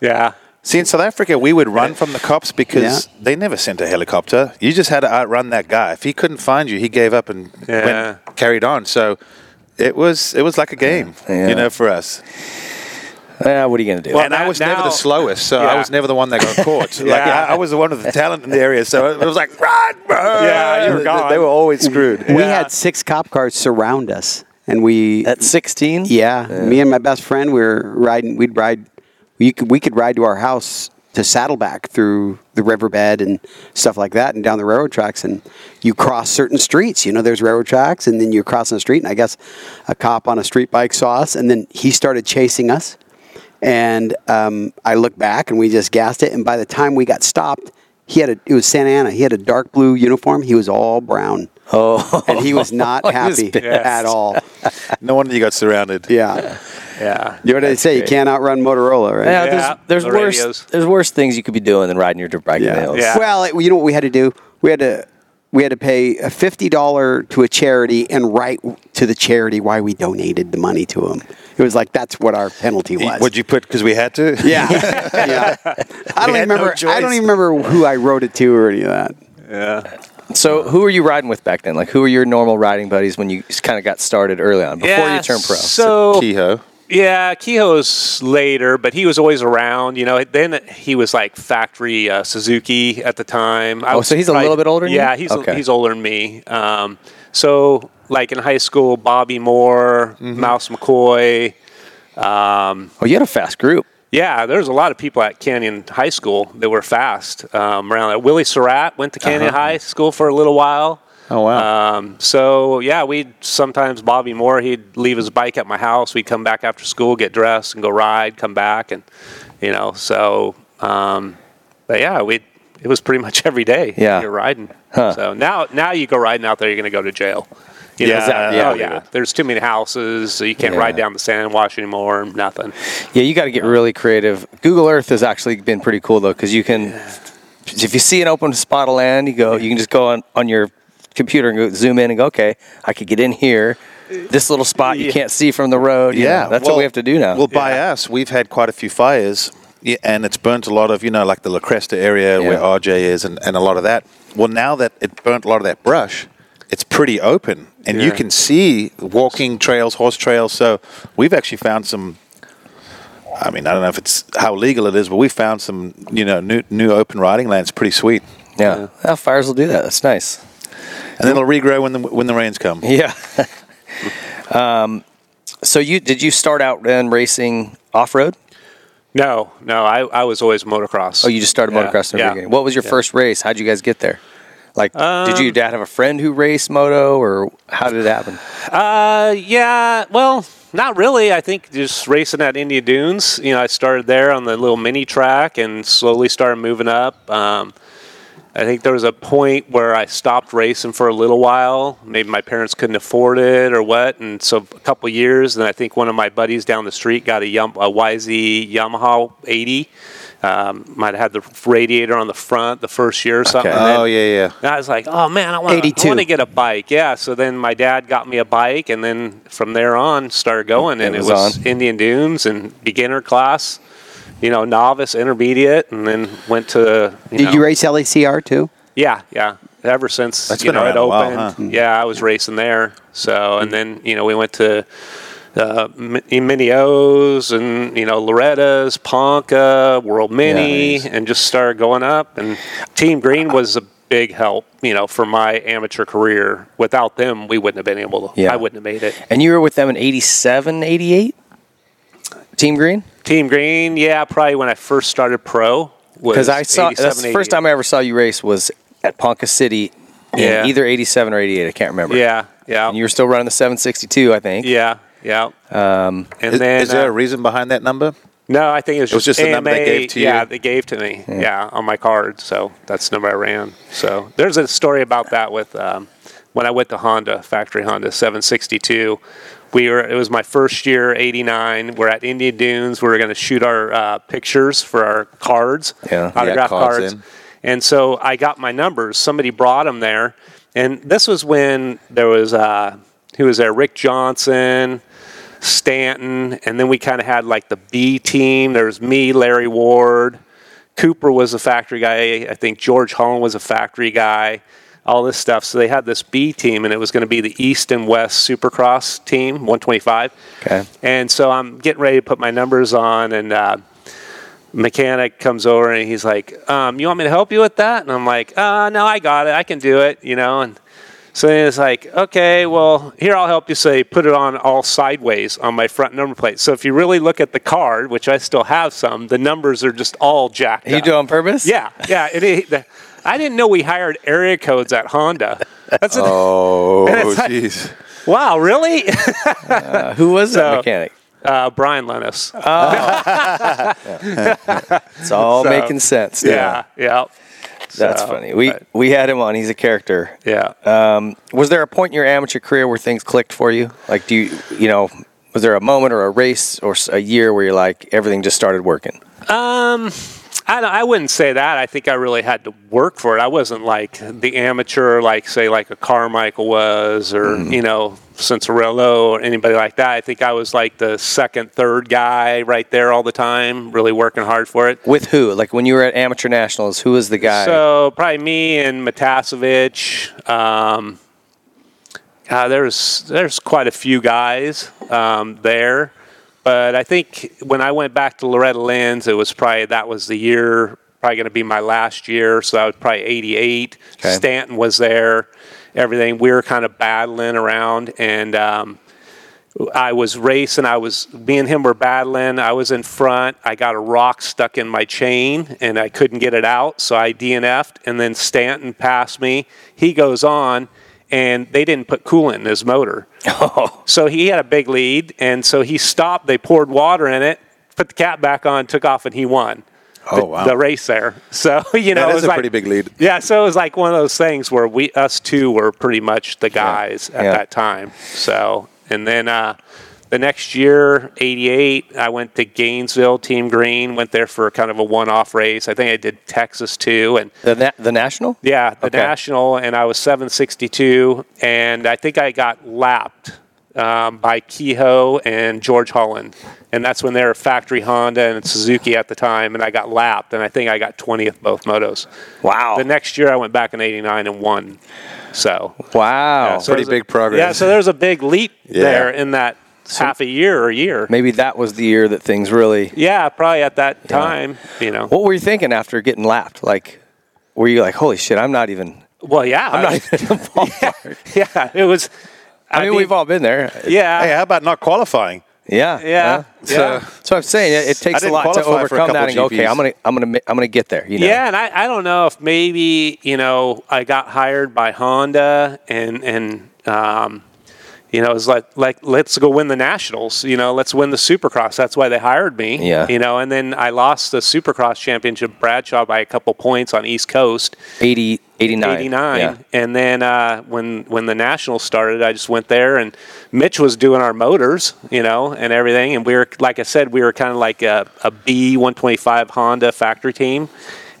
Yeah.
See, in South Africa, we would run from the cops because
Yeah.
they never sent a helicopter. You just had to outrun that guy. If he couldn't find you, he gave up and
Yeah.
went, carried on. So it was it was like a game,
Yeah.
you know, for us.
Eh, what are you going to do?
Well,
and
now-
I was never
now-
the slowest, so I
Yeah.
was never the one that got caught. Like
Yeah.
I, I was the one with the talent in the area, so it was like run, run.
Yeah, you were
They-
gone.
They were always screwed.
We
Yeah.
had six cop cars surround us, and we
At 16?
Yeah, me and my best friend, we were riding. We'd ride. We could, we could ride to our house to Saddleback through the riverbed and stuff like that, and down the railroad tracks. And you cross certain streets. You know, there's railroad tracks, and then you're crossing the street. And I guess a cop on a street bike saw us, and then he started chasing us. And um, I looked back, and we just gassed it. And by the time we got stopped, he had a. It was Santa Ana. He had a dark blue uniform. He was all brown. Oh, and he was not
He was
happy
pissed.
at all.
No wonder you got surrounded.
Yeah.
Yeah.
You know what they say? You
great.
can't outrun Motorola, right?
Yeah,
Yeah,
there's, there's
the
worse
radios.
there's worse things you could be doing than riding your dirt bike in the hills.
Yeah.
Well, it, you know what we had to do? We had to we had to pay a fifty dollar to a charity and write to the charity why we donated the money to them. It was like that's what our penalty was.
Would you put because we had to?
yeah, yeah.
We
I don't
had no
remember. I
choice.
don't even remember who I wrote it to or any of that.
Yeah.
So who were you riding with back then? Like who were your normal riding buddies when you kind of got started early on before
yeah,
you turned pro?
So
Kehoe.
Yeah, Kehoe's later, but he was always around. You know, then he was like factory uh, Suzuki at the time. I
Oh,
was
so he's a little bit older than you?
yeah, he's
Okay.
he's older than me. Um, so like in high school, Bobby Moore, Mouse McCoy.
Mm-hmm.
um,
oh, you had a fast group.
Yeah, there's a lot of people at Canyon High School that were fast um, around. That. Willie Surratt went to Canyon
Uh-huh.
High School for a little while.
Oh wow.
Um, so yeah, we'd sometimes Bobby Moore he'd leave his bike at my house. We'd come back after school, get dressed, and go ride. Come back, and you know, so um, but yeah, we it was pretty much every day.
Yeah.
you're riding. So now now you go riding out there, you're gonna go to jail. You
Yeah,
know,
yeah.
oh yeah. There's too many houses, so you can't
Yeah.
ride down the sand wash anymore. Nothing.
Yeah, you got to get really creative. Google Earth has actually been pretty cool though, because you can, if you see an open spot of land, you go, you can just go on, on your computer and go, zoom in and go, okay, I could get in here. This little spot you
Yeah.
can't see from the road. you know, that's what
well-
we have to do now.
Well, by us, we've had quite a few fires, yeah, and it's burnt a lot of, you know, like the La Cresta area
Yeah.
where RJ is and, and a lot of that. Well, now that it burnt a lot of that brush, it's pretty open, and you
Yeah.
can see walking trails, horse trails. So we've actually found some. I mean, I don't know if it's how legal it is, but we found some, you know, new new open riding lands, pretty sweet.
yeah, Well, fires will do that. That's nice.
And then it'll regrow when the when the rains come.
Yeah. um, so you did you start out then racing off road?
No, no, I, I was always motocross.
Oh, you just started
Yeah,
motocross in the
yeah.
beginning. What was your first race? How'd you guys get there? Like, did
Um,
your dad have a friend who raced moto, or how did it happen?
Uh, yeah. Well, not really. I think just racing at India Dunes. You know, I started there on the little mini track and slowly started moving up. Um, I think there was a point where I stopped racing for a little while. Maybe my parents couldn't afford it or what, and so a couple years. And I think one of my buddies down the street got a, Yum- a YZ Yamaha 80. Um, might have had the radiator on the front the first year or something. And then-
Oh yeah, yeah.
and I was like, oh man, I want
82.
to get a bike. Yeah. So then my dad got me a bike, and then from there on, started going. And
It
it
was
was,
on.
Indian Dunes and beginner class, you know, novice, intermediate, and then went to. You
Did
know,
you race LACR too?
Yeah, yeah. Ever since
That's
you
been
know it
around a while,
opened,
huh? Hmm.
yeah, I was racing there. So and then you know we went to uh, Mi- Mini O's and you know Loretta's, Ponca, World Mini,
nice.
and just started going up. And Team Green was a big help, you know, for my amateur career. Without them, we wouldn't have been able to.
Yeah.
I wouldn't have made it.
And you were with them in 87, 88? Team Green?
Team Green, yeah, probably when I first started pro.
Because I saw that's the first time I ever saw you race was at Ponca City in
Yeah.
either 87 or 88. I can't remember.
Yeah, yeah,
And you were still running the 762, I think.
yeah, yeah. Um, and
Is,
then
is there
uh,
a reason behind that number?
No, I think it was,
was just the number they
AMA,
gave to
Yeah,
you?
they gave to me. Yeah. on my card. So that's the number I ran. So there's a story about that with um, when I went to Honda, factory Honda 762. We were, it was my first year, 89. We're at Indian Dunes. We were going to shoot our uh, pictures for our cards,
Yeah. Yeah,
autograph
cards
cards.
in.
And so I got my numbers. Somebody brought them there. And this was when there was, uh, who was there? Rick Johnson, Stanton. And then we kind of had like the B team. There was me, Larry Ward. Cooper was a factory guy. I think George Holland was a factory guy. All this stuff. So they had this B team, and it was going to be the East and West Supercross team, 125.
Okay.
And so I'm getting ready to put my numbers on, and uh, mechanic comes over and he's like, um, "You want me to help you with that?" And I'm like, "Uh, no, I got it. I can do it." You know, and so then it's like, "Okay, well, here I'll help you." So he put it on all sideways on my front number plate. So if you really look at the card, which I still have some, the numbers are just all jacked.
You
up.
do it on purpose?
Yeah, yeah. It, it, the, I didn't know we hired area codes at Honda. That's a,
Oh,
And it's like-
jeez.
wow, really?
uh, Who was that
So-
mechanic? Oh.
Uh, Brian Lennis.
It's all
So-
making sense. now.
yeah, yeah.
That's
So,
funny. We
but-
we had him on. He's a character.
yeah.
Um, was there a point in your amateur career where things clicked for you? Like, do you you know, was there a moment or a race or s- a year where you're like everything just started working?
Um, I, don't- I wouldn't say that. I think I really had to work for it. I wasn't like the amateur, like say like a Carmichael was, or
Mm-hmm.
you know Cincerillo or anybody like that. I think I was like the second, third guy right there all the time, really working hard for it.
With who? Like when you were at amateur nationals, who was the guy?
So probably me and Matasevich. Um, God, there's there's quite a few guys um, there, but I think when I went back to Loretta Lynn's, it was probably that was the year probably going to be my last year. So that was probably '88.
Okay.
Stanton was there. Everything we were kind of battling around, and um, I was racing. I was me and him were battling. I was in front. I got a rock stuck in my chain, and I couldn't get it out, so I DNF'd. And then Stanton passed me. He goes on, and they didn't put coolant in his motor,
Oh.
so he had a big lead, and so he stopped. They poured water in it, put the cap back on, took off, and he won.
Oh,
the,
wow.
The race there, so you know
That
it
is
was
a
like-
pretty big lead.
Yeah, so it was like one of those things where we us two were pretty much the guys at
Yeah.
that time. So and then uh, the next year, eighty eight, I went to Gainesville Team Green, went there for kind of a one off race. I think I did Texas too and
the, na- the national?
yeah, the
Okay.
national, and I was 762, and I think I got lapped um, by Kehoe and George Holland, and that's when they were factory Honda and Suzuki at the time, and I got lapped, and I think I got 20th both motos.
Wow.
The next year, I went back in '89 and won. So
wow.
yeah, so
pretty
there's a-
big progress.
Yeah, so there's a big leap
Yeah.
there in that half a year or year.
Maybe that was the year that things really.
Yeah, probably at that time, you know.
What were you thinking after getting lapped? Like, were you like, holy shit, I'm not even.
Well, yeah,
I'm not even in the ballpark.
yeah, it was.
Uh, I mean, we've all been there.
yeah,
Hey, how about not qualifying?
Yeah,
Yeah, yeah.
So, so I'm saying it, it takes a
didn't
lot to
qualify for a
overcome
couple
that and go, okay,
GPs.
I'm gonna, I'm gonna, ma- I'm gonna get there. You know?
Yeah, and I, I don't know if maybe you know I got hired by Honda and and um, you know it was like like let's go win the nationals. You know, let's win the Supercross. That's why they hired me.
Yeah.
You know, and then I lost the Supercross championship Bradshaw by a couple points on East Coast
80, 89.
'89,
Yeah.
and then uh, when when the nationals started, I just went there, and Mitch was doing our motors, you know, and everything, and we were like I said, we were kind of like a, a B 125 Honda factory team,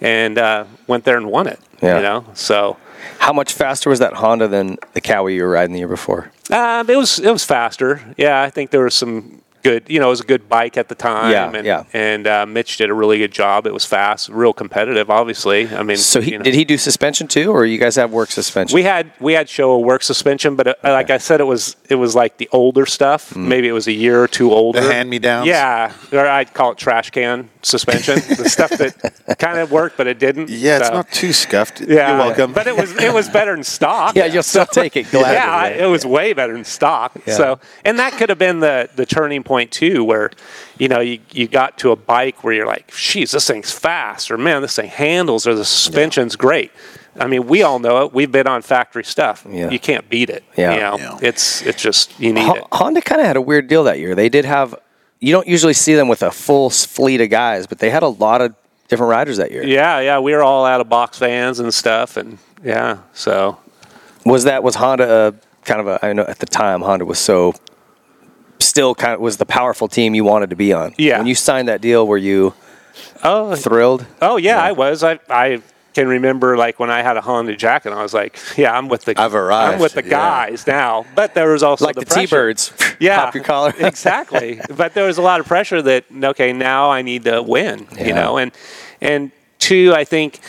and uh, went there and won it,
Yeah.
you know, so.
How much faster was that Honda than the Cowie you were riding the year before?
Um, it was it was faster. Yeah, I think there was some good. You know, it was a good bike at the time.
Yeah,
and,
yeah.
And uh, Mitch did a really good job. It was fast, real competitive. Obviously, I mean,
So he,
you know.
did he do suspension too, or you guys have work suspension?
We had we had show a work suspension, but uh like I said, it was it was like the older stuff. Maybe it was a year or two older.
hand-me-downs?
Yeah, or I'd call it trash can suspension. the stuff that kind of worked, but it didn't.
Yeah, it's
So,
not too scuffed.
Yeah,
You're welcome.
But it was it was better than stock.
yeah, you'll still take it. Gladly,
yeah, I,
right?
it was way better than stock. So, and that could have been the the turning point too, where you know you, you got to a bike where you're like, "Geez, this thing's fast," or "Man, this thing handles," or "The suspension's great." I mean, we all know it. We've been on factory stuff.
Yeah.
You can't beat it.
Yeah.
you know?
Yeah.
it's it's just you need
Hon-
it.
Honda kind of had a weird deal that year. They did have. You don't usually see them with a full s- fleet of guys, but they had a lot of different riders that year.
Yeah, yeah. We were all out of box vans and stuff, and yeah, so
was that was Honda uh, kind of a I know at the time Honda was so still kind of was the powerful team you wanted to be on.
Yeah.
When you signed that deal, were you
Oh,
thrilled?
oh yeah, I was. I, I can remember like when I had a Honda jacket, I was like, yeah, I'm with the
I've arrived,
I'm with the
yeah.
guys now. But there was also
like the,
pressure.
T-birds.
Yeah,
Pop your collar.
exactly. But there was a lot of pressure that okay, now I need to win.
Yeah.
You know, and and two, I think.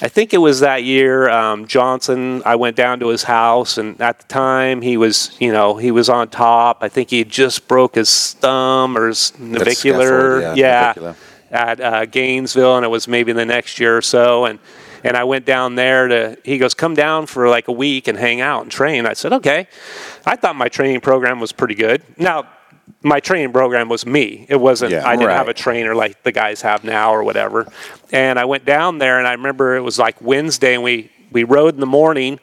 I think it was that year um, Johnson. I went down to his house, and at the time he was, you know, he was on top. I think he had just broke his thumb or his navicular,
scaphoid, yeah,
yeah,
navicular.
at uh, Gainesville, and it was maybe the next year or so. And and I went down there to. He goes, come down for like a week and hang out and train. I said, okay. I thought my training program was pretty good. Now, my training program was me. It wasn't.
Yeah,
I didn't
right.
have a trainer like the guys have now or whatever. And I went down there, and I remember it was like Wednesday, and we we rode in the morning,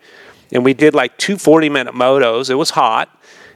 and we did like two 40 minute motos. It was hot.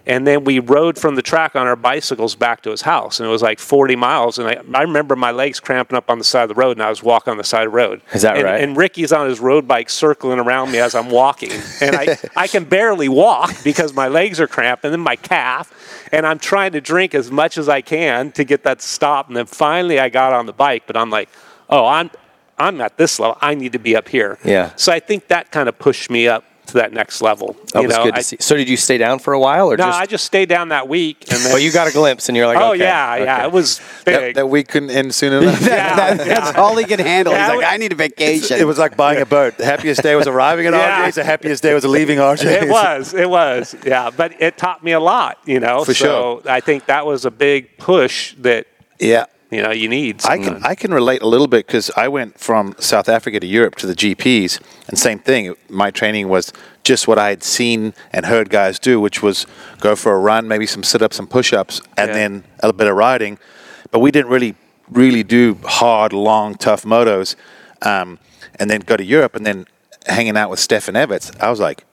And then we rode from the track on our bicycles back to his house, and it was like 40 miles. And I, I remember my legs cramping up on the side of the road, and I was walking on the side of the road.
Is that
And-
right?
And Ricky's on his road bike circling around me as I'm walking, and I, I can barely walk because my legs are cramped, and then my calf, and I'm trying to drink as much as I can to get that to stop, and then finally I got on the bike, but I'm like, oh, I'm I'm at this level, I need to be up here.
Yeah.
So I think that kind of pushed me up to that next level.
That
you
was
know,
good to
oh, I,
see. So did you stay down for a while or
No,
just?
I just stayed down that week, and then
well, you got a glimpse and you're like,
oh
okay,
yeah, yeah,
okay.
it was
That,
big.
that we couldn't end soon enough.
Yeah,
That's all he can handle.
Yeah,
He's
I
like,
would-
I need a vacation.
It was like buying a boat. The happiest day was arriving at
Yeah.
RJ's. The happiest day was leaving RJ's.
It was. It was. Yeah, but it taught me a lot. You know,
For
so I think that was a big push that
Yeah.
you know you need.
I can I can relate a little bit because I went from South Africa to Europe to the GPs, and same thing. My training was just what I had seen and heard guys do, which was go for a run, maybe some sit-ups and push-ups, and
Yeah.
then a little bit of riding. But we didn't really really do hard, long, tough motos, um, and then go to Europe, and then hanging out with Stefan Evans. I was like,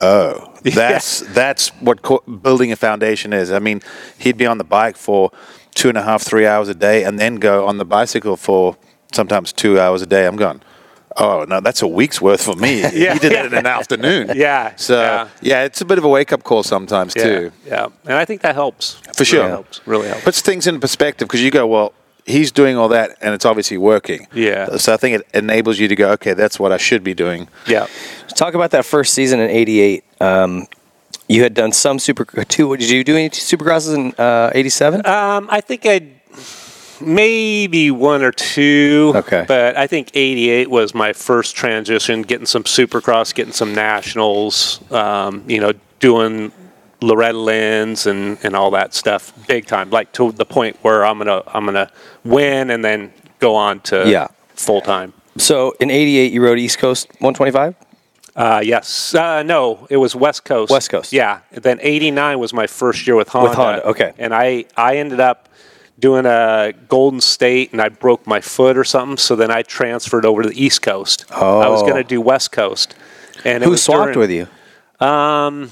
Oh, that's that's what co- building a foundation is. I mean, he'd be on the bike for two and a half, three hours a day, and then go on the bicycle for sometimes two hours a day. I'm going, oh no, that's a week's worth for me.
Yeah.
He did that in an afternoon.
Yeah,
So
yeah.
yeah. it's a bit of a wake up call sometimes
yeah,
too,
Yeah, and I think that helps
for sure.
Really helps. Really helps.
Puts things in perspective because you go, well, he's doing all that, and it's obviously working.
Yeah.
So I think it enables you to go, okay, that's what I should be doing.
yeah.
Talk about that first season in '88. Um, you had done some super two. Did you do any supercrosses in uh, '87?
Um, I think I maybe one or two.
Okay.
But I think '88 was my first transition, getting some Supercross, getting some nationals. Um, you know, doing Loretta Lynn's and and all that stuff, big time. Like to the point where I'm gonna I'm gonna win and then go on to
Yeah.
full time.
so in '88, you rode East Coast 125.
Uh, yes. Uh, no, it was West Coast.
West Coast.
Yeah. Then 89 was my first year with Honda.
Honda, okay.
And I, I ended up doing a Golden State and I broke my foot or something. So then I transferred over to the East Coast.
Oh.
I was going to do West Coast. And it
Who
was
swapped
during- Um,
with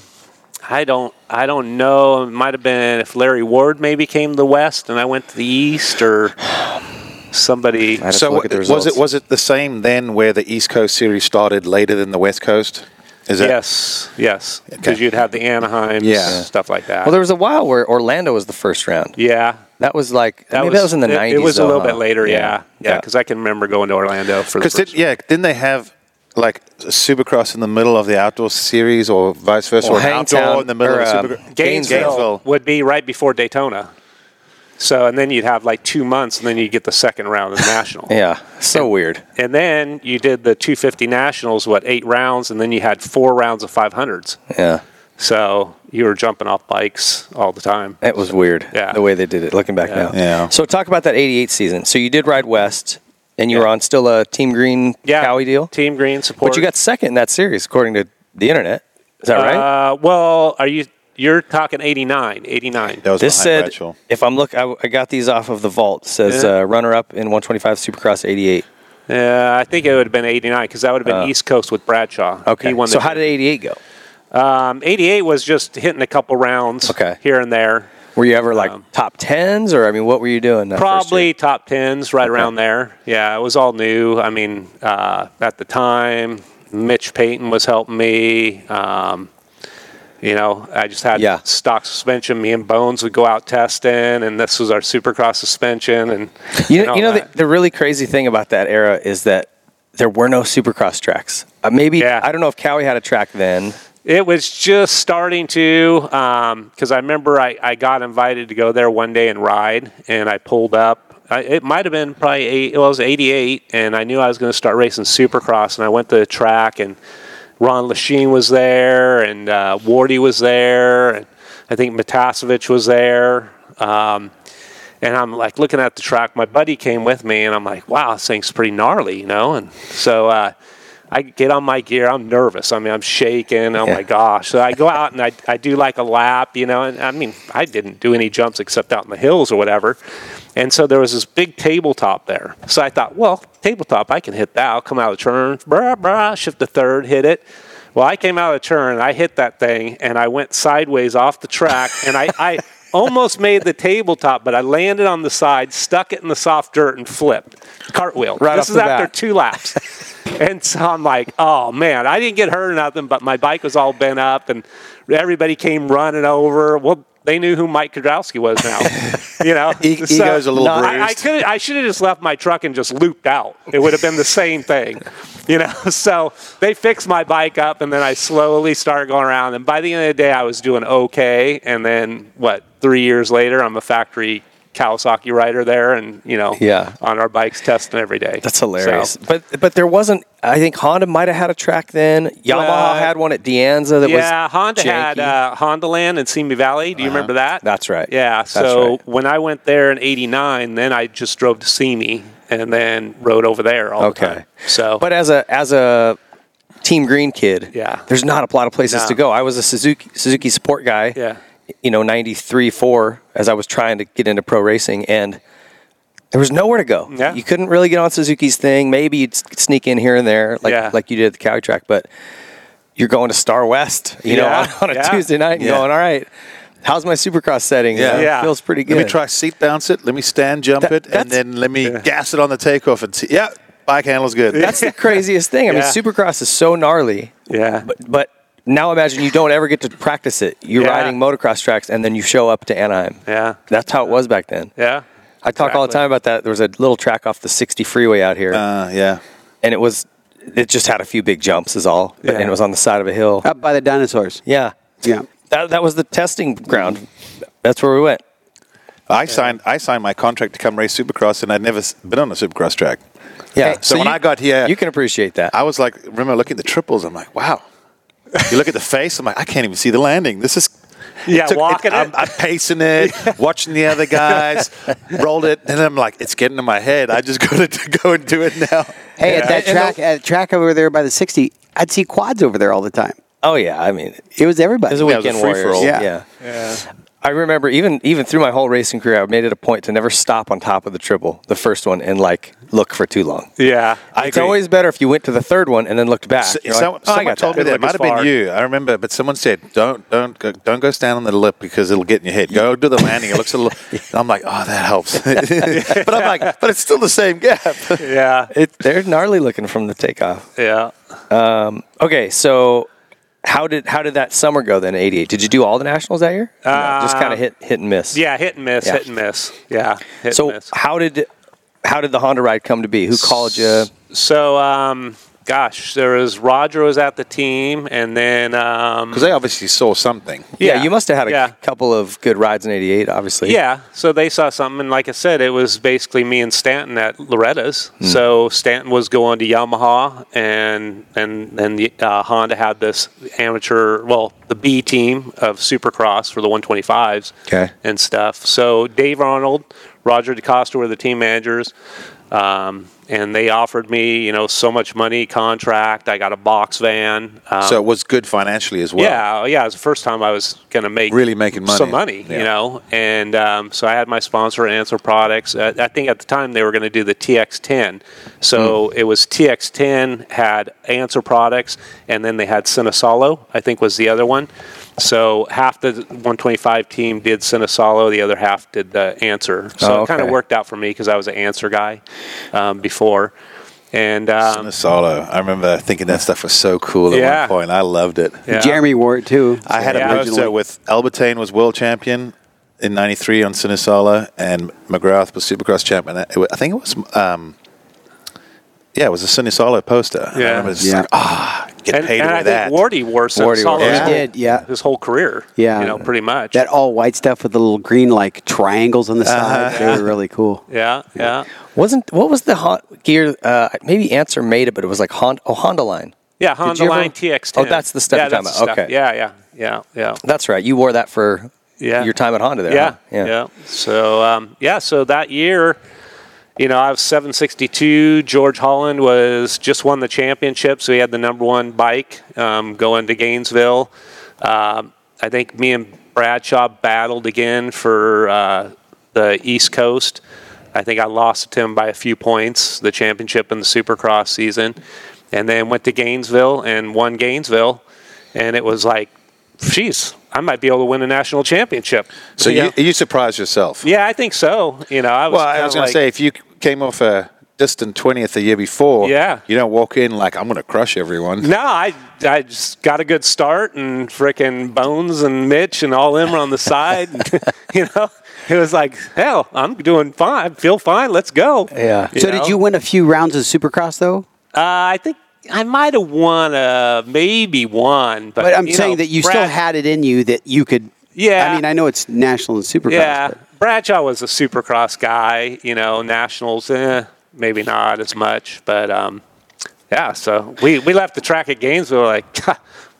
you?
I don't. I don't know. It might have been if Larry Ward maybe came to the West and I went to the East, or somebody.
I had to
So
look at the
was
results.
it was it the same then where the East Coast series started later than the West Coast? Is that
Yes, yes, because
Okay.
you'd have the Anaheim,
Yeah.
stuff like that.
Well, there was a while where Orlando was the first round.
yeah,
That was like maybe that was in the
it,
'90s.
It was a
though,
little
huh?
bit later, yeah, yeah,
Yeah.
because I can remember going to Orlando for the
Because
first.
did, yeah, didn't they have like a Supercross in the middle of the outdoor series, or vice versa,
Well,
or an
Hangtown
outdoor in the middle
or,
of
um,
the Supercross?
Gainesville, would be right before Daytona, so and then you'd have like two months, and then you get the second round of the national.
Yeah, so weird.
And then you did the 250 nationals, what eight rounds, and then you had four rounds of 500s.
Yeah,
So you were jumping off bikes all the time.
it was weird.
Yeah.
the way they did it. Looking back now.
Yeah.
So talk about that '88 season. So you did ride West, and you were on still a Team Green Cowie deal.
Team Green support.
But you got second in that series, according to the internet. Is that right?
Uh, well, are you? You're talking 89, 89.
That was
This
behind
said,
Bradshaw.
if I'm look, I, I got these off of the vault. Says
Yeah.
uh, runner up in 125 Supercross 88.
Yeah, I think it would have been 89 because that would have been East Coast with Bradshaw.
Uh, Okay.
He won
so
the-
how did 88 go?
um, 88 was just hitting a couple rounds
Okay.
here and there.
Were you ever like
Um,
top tens, or I mean, what were you doing? that first
Probably
year?
top 10s right around there. Yeah, it was all new. I mean, uh, at the time, Mitch Payton was helping me. Um, you know, I just had
Yeah.
stock suspension. Me and Bones would go out testing, and this was our Supercross suspension. And
You
and
know,
all
you know the,
that.
the really crazy thing about that era is that there were no supercross tracks. Uh, maybe,
Yeah.
I don't know if Cowie had a track then.
It was just starting to, because I remember I, I got invited to go there one day and ride, and I pulled up. I, it might have been probably eight, well, it was 88, and I knew I was going to start racing supercross, and I went to the track, and Ron Lachine was there, and uh, Wardy was there, and I think Matasevich was there. Um, and I'm like looking at the track. My buddy came with me, and I'm like, wow, this thing's pretty gnarly, you know? And so uh, I get on my gear. I'm nervous. I mean, I'm shaking. Oh my gosh. So I go out and I, I do like a lap, you know? And I mean, I didn't do any jumps except out in the hills or whatever. And so there was this big tabletop there. So I thought, well, tabletop, I can hit that. I'll come out of the turn, brah, brah, shift to third, hit it. Well, I came out of the turn, I hit that thing, and I went sideways off the track, and I, I almost made the tabletop, but I landed on the side, stuck it in the soft dirt, and flipped. Cartwheel.
Right
this
off
is
the
after
bat.
two laps. and so I'm like, oh man, I didn't get hurt or nothing, but my bike was all bent up, and everybody came running over. Well, they knew who Mike Kudrowski was now. you know,
E- ego's a little
I- I
bruised.
could I should have just left my truck and just looped out. It would have been the same thing. You know, so they fixed my bike up and then I slowly started going around and by the end of the day I was doing okay and then what, 3 years later I'm a factory Kawasaki rider there and you know
Yeah.
on our bikes testing every day.
That's hilarious.
So,
But but there wasn't. I think Honda might have had a track then. Yamaha
Well,
had one at Deanza that
yeah,
was
Honda
janky.
had uh, Honda Land in Simi Valley. Do you remember that?
Uh-huh. That's right.
Yeah.
That's
So
right.
when I went there in '89, then I just drove to Simi and then rode over there. All The
okay.
time. So,
but as a as a Team Green kid,
Yeah.
there's not a lot of places
No.
to go. I was a Suzuki Suzuki support guy.
Yeah.
you know, ninety three four as I was trying to get into pro racing and. There was nowhere to go.
Yeah.
You couldn't really get on Suzuki's thing. Maybe you'd s- sneak in here and there, like
Yeah.
like you did at the Cowie track. But you're going to Star West, you know,
Yeah,
on, on a
yeah.
Tuesday night and
Yeah.
going, all right, how's my supercross setting? You
Yeah.
know,
Yeah.
Feels pretty good.
Let me try seat bounce it. Let me stand jump
That-
it,
that's-
and then let me gas it on the takeoff and see. Yeah, bike handle's good.
That's the craziest thing. I mean,
Yeah.
supercross is so gnarly,
yeah.
but, but now imagine you don't ever get to practice it. You're
Yeah.
riding motocross tracks and then you show up to Anaheim.
Yeah.
That's how it was back then.
Yeah.
I talk all the
Exactly.
time about that. There was a little track off the 60 freeway out here,
uh, yeah.
and it was, it just had a few big jumps, is all.
Yeah.
And it was on the side of a hill.
Up by the dinosaurs.
Yeah.
Yeah.
That, that was the testing ground. That's where we went.
I signed I signed my contract to come race Supercross, and I'd never s- been on a Supercross track.
Yeah.
So when I got here-
you can appreciate that.
I was like, remember looking at the triples, I'm like, wow. You look at the face, I'm like, I can't even see the landing. This is.
Yeah,
took-
walking it.
I'm, I'm pacing it, watching the other guys, rolled it, and I'm like, it's getting in my head. I just got to go and do it now.
Hey, at that
And- and
track, at track over there by the sixty, I'd see quads over there all the time.
oh yeah, I mean,
It was everybody.
It
Yeah,
was a
it was a
weekend warrior.
free-for-all.
Yeah.
Yeah.
yeah. I remember even even through my whole racing career, I made it a point to never stop on top of the triple, the first one, and like look for too long.
Yeah.
it's always better if you went to the third one and then looked back.
So,
You're like,
some-
"Oh, I
someone
got
told me that it
Didn't look
might
as
have been
far.
you. I remember, but someone said, "Don't, don't, go, don't go stand on the lip because it'll get in your head. Go do the landing. It looks a little." And I'm like, "Oh, that helps," but I'm like, "But it's still the same gap."
Yeah.
It, they're gnarly looking from the takeoff. Um,
Yeah.
Okay, so how did how did that summer go then? in '88? Did you do all the nationals that year? No, just kind of hit hit and miss.
Uh, Yeah. Hit and miss.
Yeah.
Hit and miss. Yeah. Hit
So
and miss.
how did how did the Honda ride come to be? Who called you?
So, um, gosh, there was Roger was at the team, and then um,
Because they obviously saw something.
Yeah,
Yeah.
you must have had a
Yeah.
couple of good rides in '88, obviously.
Yeah, so they saw something, and like I said, it was basically me and Stanton at Loretta's.
Hmm.
So Stanton was going to Yamaha, and and and the, uh, Honda had this amateur, well, the B team of Supercross for the 125s
Okay.
and stuff. So Dave Arnold, Roger DeCosta were the team managers. Um, and they offered me, you know, so much money, contract. I got a box van. Um,
so it was good financially as well.
yeah, yeah. It was the first time I was going to make
Really making money.
some money,
Yeah.
you know. And um, so I had my sponsor, Answer Products. Uh, I think at the time they were going to do the TX10, so it was TX10 had Answer Products, and then they had Cinesolo, I think was the other one. So half the 125 team did Cinesolo, the other half did the Answer. So
Oh,
it kind
okay.
of worked out for me because I was an Answer guy um, before. And um,
Cinesolo. I remember thinking that stuff was so cool at
Yeah.
one point. I loved it.
Yeah.
Jeremy wore it too.
I had
Yeah.
a poster with Albertine was world champion in '93 on Cinesala, and McGrath was Supercross champion. It wa- I think it was, um, yeah, it was a Cinesala poster. I
Yeah.
remember just
Yeah.
like, ah, get
and,
paid
and
with
I
that.
think Wardy wore some
Wardy wore
solid
it.
gold
He
did, yeah.
his whole career.
Yeah.
you know, pretty much.
That all white stuff with the little green like triangles on the side. They were really cool.
yeah, yeah,
Wasn't what was the Hon- gear? Uh, maybe Answer made it, but it was like Honda, oh, Honda line.
yeah.
Did
Honda
you ever-
Line TX10.
Oh, that's the stuff
Yeah,
you're talking
that's
about.
the stuff.
Okay.
Yeah, yeah, yeah, yeah.
That's right. You wore that for
Yeah.
your time at Honda there.
Yeah,
huh?
yeah, So um, yeah, so that year, you know, I was 762. George Holland was just won the championship, so he had the number one bike um, going to Gainesville. Um, I think me and Bradshaw battled again for uh, the East Coast. I think I lost to him by a few points, the championship in the Supercross season, and then went to Gainesville and won Gainesville, and it was like, geez, I might be able to win a national championship.
So
You know?
you, you surprised yourself.
Yeah, I think so. You know, I was.
Well, I was going
to
to say if you came off uh, a distant twentieth the year before,
Yeah.
you don't walk in like I'm going to crush everyone.
No, I I just got a good start, and frickin' Bones and Mitch and all them were on the side. and, you know, it was like hell. I'm doing fine. Feel fine. Let's go.
Yeah.
So did
know?
you win a few rounds of Supercross though?
Uh, I think I might have won uh, maybe one, but,
But I'm
you
saying
know,
that you still
Brad-
had it in you that you could.
Yeah.
I mean, I know it's national and Supercross.
Yeah,
but-
Bradshaw was a Supercross guy. You know, Nationals, eh, maybe not as much, but um, yeah. So we we left the track at Gainesville like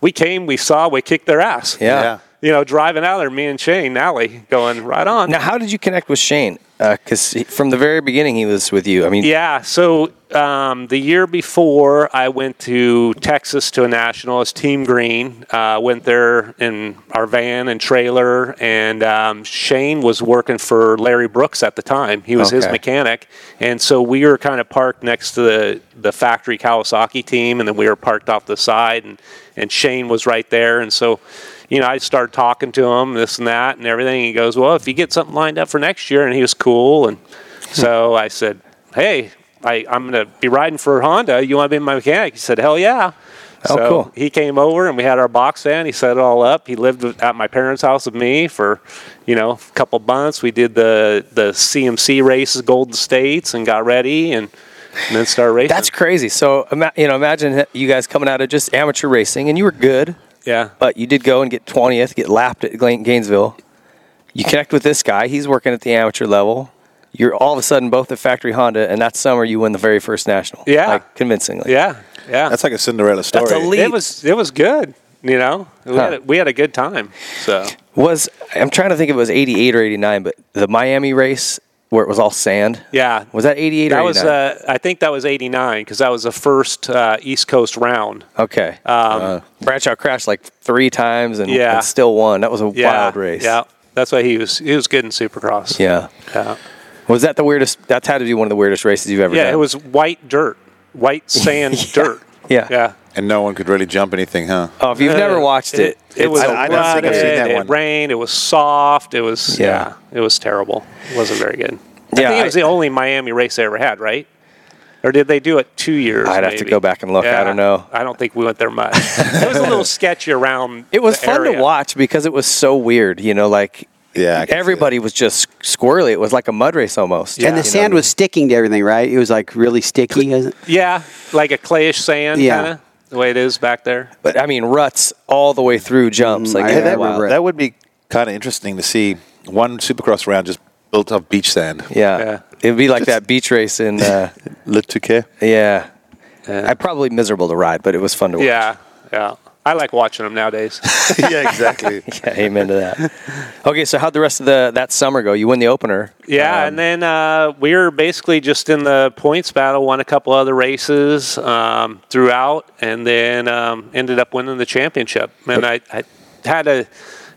we came, we saw, we kicked their ass.
Yeah.
Yeah.
You know, driving out there, me and Shane Alley going right on.
Now, how did you connect with Shane? Because from the very beginning, he was with you. I mean,
Yeah. So um, the year before, I went to Texas to a national as Team Green. Uh, went there in our van and trailer, and um, Shane was working for Larry Brooks at the time. He was his
Okay.
mechanic, and so we were kind of parked next to the the factory Kawasaki team, and then we were parked off the side, and and Shane was right there, and so. You know, I started talking to him, this and that, and everything. He goes, "Well, if you get something lined up for next year," and he was cool, and so I said, "Hey, I, I'm going to be riding for Honda. You want to be my mechanic?" He said, "Hell yeah!"
Oh,
so
cool.
He came over and we had our box van. He set it all up. He lived at my parents' house with me for, you know, a couple months. We did the the CMC races, Golden States, and got ready and, and then started racing.
that's crazy. So, ima- you know, imagine you guys coming out of just amateur racing, and you were good,
yeah.
but you did go and get 20th, get lapped at Gla- Gainesville. You connect with this guy. He's working at the amateur level. You're all of a sudden both at Factory Honda, and that summer you win the very first national.
Yeah.
Like, convincingly.
yeah, yeah.
That's like a Cinderella story.
That's elite.
it was it was good. You know, we, had
Huh.
a, we had a good time. So
Was, I'm trying to think if it was 88 or 89, but the Miami race where it was all sand.
yeah,
Was that 88
that
or
was
89?
uh, I think that was '89 because that was the first uh, East Coast round.
Okay. Um,
Uh,
Bradshaw crashed like three times and,
Yeah.
and still won. That was a
Yeah,
wild race.
Yeah, that's why he was he was good in Supercross.
Yeah.
yeah,
Was that the weirdest? That's had to be one of the weirdest races you've ever
Yeah,
done.
It was white dirt, white sand dirt.
Yeah.
yeah.
and no one could really jump anything, huh?
Oh, if you've never watched it,
It, was
I-
I,
I don't think I've seen that
it
one.
rained. It was soft. It was
Yeah.
yeah. It was terrible. It wasn't very good.
Yeah,
I think
I-
it was the only Miami race they ever had, right? Or did they do it two years?
I'd have to
maybe?
go back and look. I don't know.
I don't think we went there much. it was a little sketchy around.
it was
the
fun to
area.
watch because it was so weird. You know, like
Yeah, I can see
everybody was just squirrely. It was like a mud race almost.
And the sand was sticking to everything, right? It was like really sticky. isn't it?
Yeah, like a clayish sand,
Yeah.
kind of the way it is back there.
But I mean, ruts all the way through jumps. Like
I-
Yeah,
yeah,
I
that,
remember
would,
it.
that would be kind of interesting to see one Supercross round just built up beach sand.
Yeah.
it'd be like that beach race in. Uh,
Le Touquet.
yeah.
Yeah.
I probably miserable to ride, but it was fun to watch.
Yeah, yeah. I like watching them nowadays.
yeah, exactly.
Yeah, amen to that. Okay, so how'd the rest of the that summer go? You win the opener.
Yeah, and then uh, we were basically just in the points battle, won a couple other races um, throughout, and then um, ended up winning the championship. And I, I had a,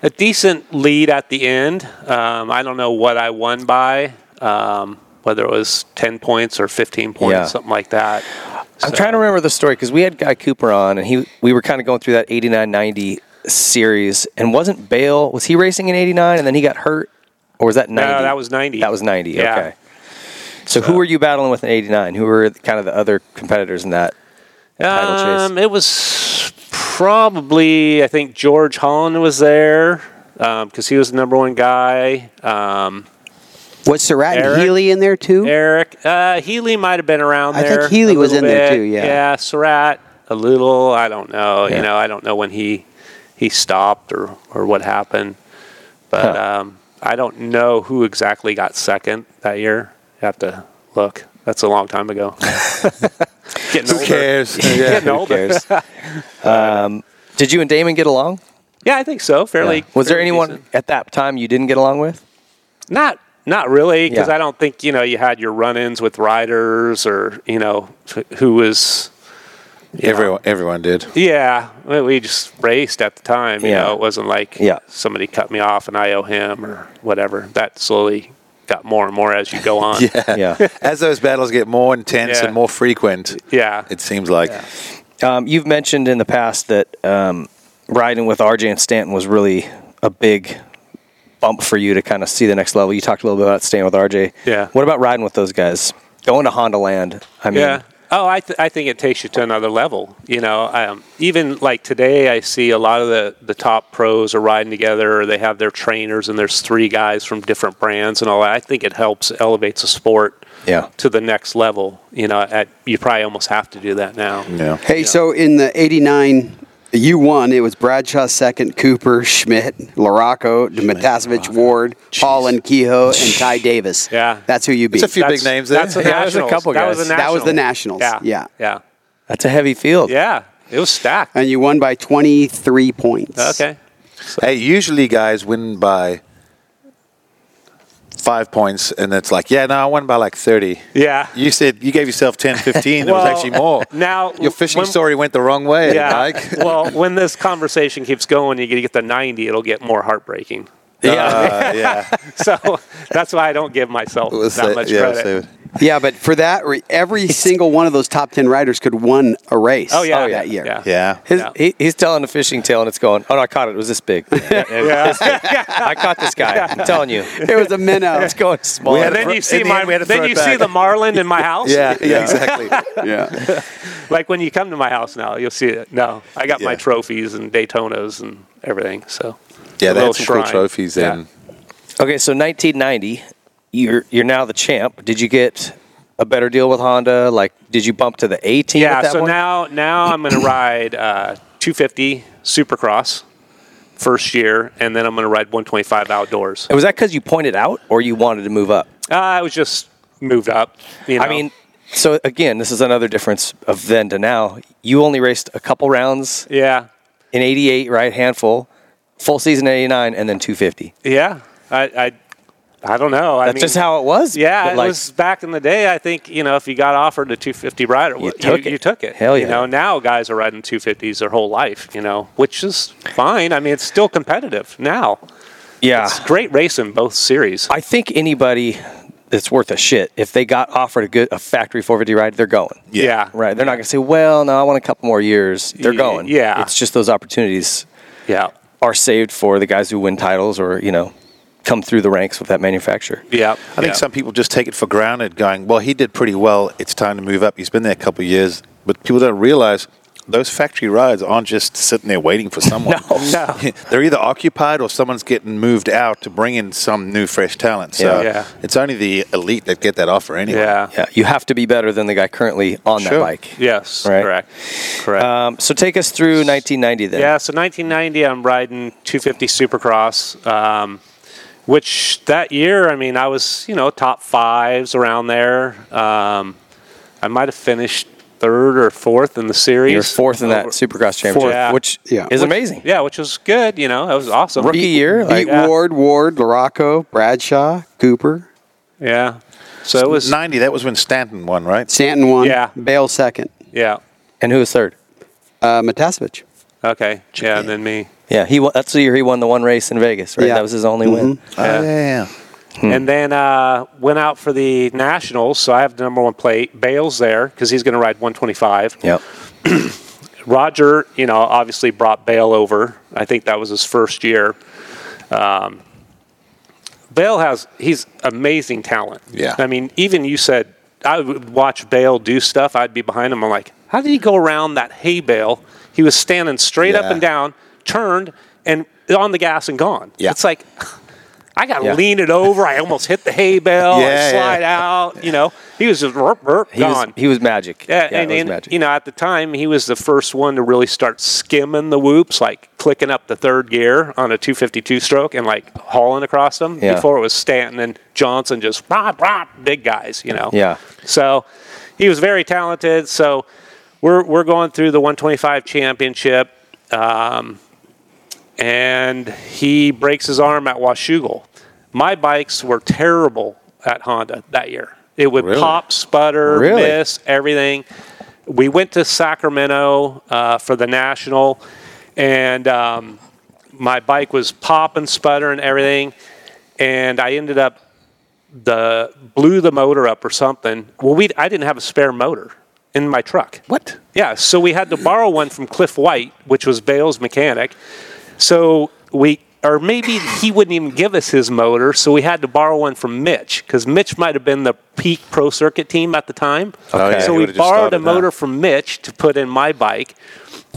a decent lead at the end. Um, I don't know what I won by, um, whether it was 10 points or 15 points,
Yeah.
something like that.
I'm trying to remember the story because we had Guy Cooper on, and he we were kind of going through that 89 90 series. And wasn't Bale was he racing in 89 and then he got hurt, or was that 90?
No, that was 90.
That was 90.
Yeah.
Okay. So, who were you battling with in '89? Who were the- kind of the other competitors in that title chase?
Um, it was probably I think George Holland was there because he was the number one guy. Um,
Was Surratt
Eric?
and Healy in there too?
Eric uh, Healy might have been around
I
there.
think Healy
a
was
little
in there
bit.
too, yeah.
yeah, Surratt a little. I don't know.
Yeah.
You know, I don't know when he he stopped or or what happened. But um, I don't know who exactly got second that year. You have to look. That's a long time ago. Getting
Who
older.
cares?
Getting
Who
older.
cares? um, did you and Damon get along?
Yeah, I think so. Fairly.
Was there
fairly
anyone
decent.
at that time you didn't get along with?
Not not really, because
Yeah.
I don't think you know you had your run-ins with riders or you know wh- who was. you know.
Everyone, everyone did.
Yeah, we- we just raced at the time. You
Yeah.
know, it wasn't like
Yeah.
somebody cut me off and I owe him or whatever. That slowly got more and more as you go on.
Yeah.
Yeah.
As those battles get more intense
Yeah.
and more frequent,
yeah.
it seems like.
Um, you've mentioned in the past that um, riding with RJ and Stanton was really a big bump for you to kind of see the next level. You talked a little bit about staying with RJ.
Yeah.
What about riding with those guys? Going to Honda Land. I mean,
yeah. Oh, I, th- I think it takes you to another level. You know, um, even like today, I see a lot of the, the top pros are riding together, or they have their trainers, and there's three guys from different brands and all that. I think it helps elevates the sport
Yeah.
to the next level. You know, at, you probably almost have to do that now.
Yeah.
Hey, so in the '89, you won. It was Bradshaw second, Cooper, Schmidt, Larocco, Matasevich, Ward, Holland, Kehoe, and Ty Davis.
Yeah.
that's who you beat.
It's a few big names there.
That's the
Yeah, there's a
Nationals.
couple
that
guys.
Was the
that was the
Nationals.
Nationals. Yeah.
Yeah. Yeah.
that's a heavy field.
Yeah. It was stacked.
and you won by 23 points.
Okay.
Hey, usually guys win by five points, and it's like, yeah, no, I won by like 30.
Yeah.
You said you gave yourself 10, 15. There
Well,
was actually more.
Now
Your fishing
when-
story went the wrong way, eh,
Yeah.
Mike.
well, when this conversation keeps going, you get to 90, it'll get more heartbreaking.
Yeah. Uh, yeah.
So that's why I don't give myself
We'll
that
say-
much
yeah, we'll
credit.
say it.
Yeah, but for that, re- every single one of those top 10 riders could won a race.
Oh yeah,
that year.
Yeah.
Yeah.
His,
Yeah.
He, he's telling a fishing tale and it's going, oh, no, I caught it. It was this big. I caught this guy. I'm telling you.
It was a minnow.
It's going small.
We had
And then
In
you see
the
my
end, we had to
then
throw it
you see
back.
the Marlin in my house.
Yeah, yeah, exactly.
yeah.
Like when you come to my house now, you'll see it. No, I got my
Yeah.
trophies and Daytonas and everything. So
Yeah, they had
little
some cool
shrine.
trophies
Yeah.
then.
Okay, so 1990, you're you're now the champ. Did you get a better deal with Honda? Like, did you bump to the A team?
yeah.
at that
So
point?
now now I'm going to ride uh, 250 Supercross first year, and then I'm going to ride 125 outdoors.
was that because you pointed out, or you wanted to move up?
Uh, I was just moved up. You know?
I mean, so again, this is another difference of then to now. You only raced a couple rounds
yeah,
in '88, right? Handful, full season in '89, and then 250.
yeah. I I, I don't know. I
That's
mean,
just how it was.
Yeah,
but
it
like,
was back in the day. I think you know if you got offered a 250 rider, you,
took it.
you took it.
Hell yeah.
You know now guys are riding 250s their whole life. You know, which is fine. I mean, it's still competitive now.
yeah.
It's great racing both series.
I think anybody that's worth a shit, if they got offered a good a factory 450 ride, they're going.
yeah.
Right. They're not going to say, well, no, I want a couple more years. They're
Y-
going.
yeah.
It's just those opportunities
Yeah.
are saved for the guys who win titles or, you know, come through the ranks with that manufacturer.
Yeah.
I think some people just take it for granted, going, well, he did pretty well. It's time to move up. He's been there a couple of years. But people don't realize those factory rides aren't just sitting there waiting for someone.
No.
They're either occupied or someone's getting moved out to bring in some new, fresh talent. So
Yeah.
Yeah.
it's only the elite that get that offer anyway.
Yeah.
Yeah. You have to be better than the guy currently on that
Sure.
bike.
Yes.
Right.
Correct. Correct.
Um, so take us through 1990 then.
Yeah, so 1990, I'm riding 250 Supercross, um, which that year, I mean, I was, you know, top fives around there. Um, I might have finished third or fourth in the series.
You're fourth in that
Over-
Supercross championship,
Yeah.
which
Yeah.
is
Which-
amazing.
Yeah, which was good, you know, that was awesome.
Rookie year.
Beat
Like,
Yeah.
Ward, Ward, Larocco, Bradshaw, Cooper,
Yeah. So it was,
90, that was when Stanton won, right?
Stanton one,
Yeah.
Bale second,
yeah.
and who was third?
uh, Matasevich.
Okay. Yeah, and then me.
Yeah. He won, that's the year he won the one race in Vegas, right?
Yeah.
That was his only win. Hmm.
Oh,
Yeah.
yeah, yeah.
And then uh, went out for the Nationals, so I have the number one plate. Bale's there because he's going to ride 125.
Yep.
Roger, you know, obviously brought Bale over. I think that was his first year. Um, Bale has he's amazing talent.
Yeah.
I mean, even you said I would watch Bale do stuff. I'd be behind him. I'm like, how did he go around that hay bale? He was standing straight up
Yeah.
and down, turned and on the gas and gone.
Yeah.
It's like I got to
Yeah.
lean it over. I almost hit the hay bale.
Yeah,
I Oh, slide out. You know, he was just burp, burp,
He
gone.
was, he was magic.
Yeah,
it
and,
was
and,
magic.
you know, at the time, he was the first one to really start skimming the whoops, like clicking up the third gear on a 252 stroke and like hauling across them.
Yeah.
Before it was Stanton and Johnson, just rah, rah, big guys, you know.
Yeah.
So he was very talented. So we're we're going through the 125 championship, um, and he breaks his arm at Washougal. My bikes were terrible at Honda that year. It would
Really?
pop, sputter,
Really?
miss, everything. We went to Sacramento uh, for the national, and um, my bike was popping, sputtering, everything. And I ended up the blew the motor up or something. Well, we I didn't have a spare motor in my truck.
What?
Yeah, so we had to borrow one from Cliff White, which was Bale's mechanic. So we, or maybe he wouldn't even give us his motor, so we had to borrow one from Mitch because Mitch might have been the peak pro circuit team at the time.
Oh, yeah, he
so we
would've just
borrowed a
started that.
motor from Mitch to put in my bike.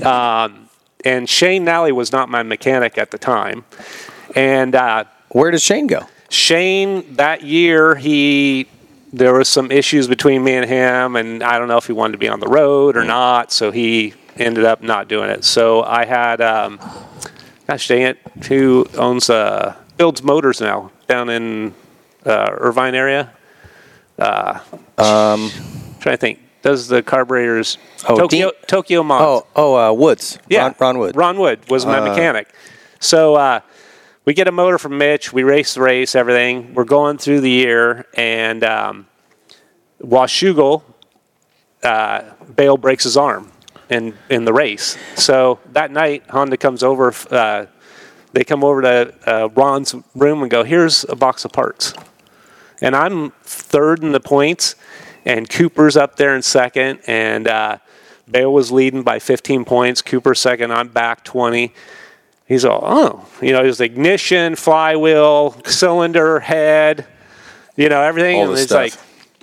Um, and Shane Nally was not my mechanic at the time. And uh,
Where does Shane go?
Shane that year he there was some issues between me and him and I don't know if he wanted to be on the road
Hmm.
or not so he ended up not doing it so I had um, gosh dang it who owns uh, builds motors now down in uh, Irvine area uh, um, trying to think does the carburetors
Oh,
Tokyo
Dean-
Tokyo Mons
Oh, oh, uh, Woods.
yeah,
Ron, Ron Woods. Uh,
Ron Wood was my mechanic. So uh, we get a motor from Mitch. We race the race, everything. We're going through the year, and um, Washougal, uh, Bale breaks his arm in, in the race. So that night, Honda comes over. f- Uh, they come over to uh, Ron's room and go, "Here's a box of parts." and I'm third in the points, and Cooper's up there in second, and uh, Bale was leading by 15 points. Cooper second, I'm back 20. He's all, oh, you know, his ignition, flywheel, cylinder, head, you know, everything.
All
and
this
it's
stuff.
like,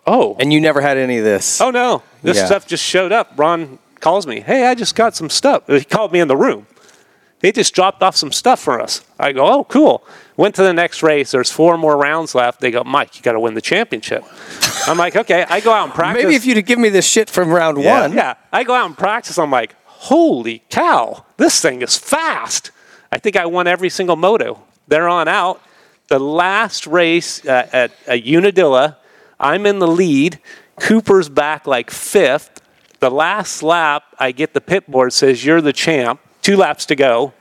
oh,
And you never had any of this.
oh no, this
Yeah.
stuff just showed up. Ron calls me, hey, I just got some stuff. He called me in the room. They just dropped off some stuff for us. I go, oh, cool. Went to the next race. There's four more rounds left. They go, Mike, you got to win the championship. I'm like, okay. I go out and practice.
Maybe if you'd have given me this shit from round
Yeah.
one.
Yeah, I go out and practice. I'm like, holy cow, this thing is fast. I think I won every single moto. They're on out. The last race uh, at, at Unadilla, I'm in the lead. Cooper's back like fifth. The last lap, I get the pit board says you're the champ. Two laps to go.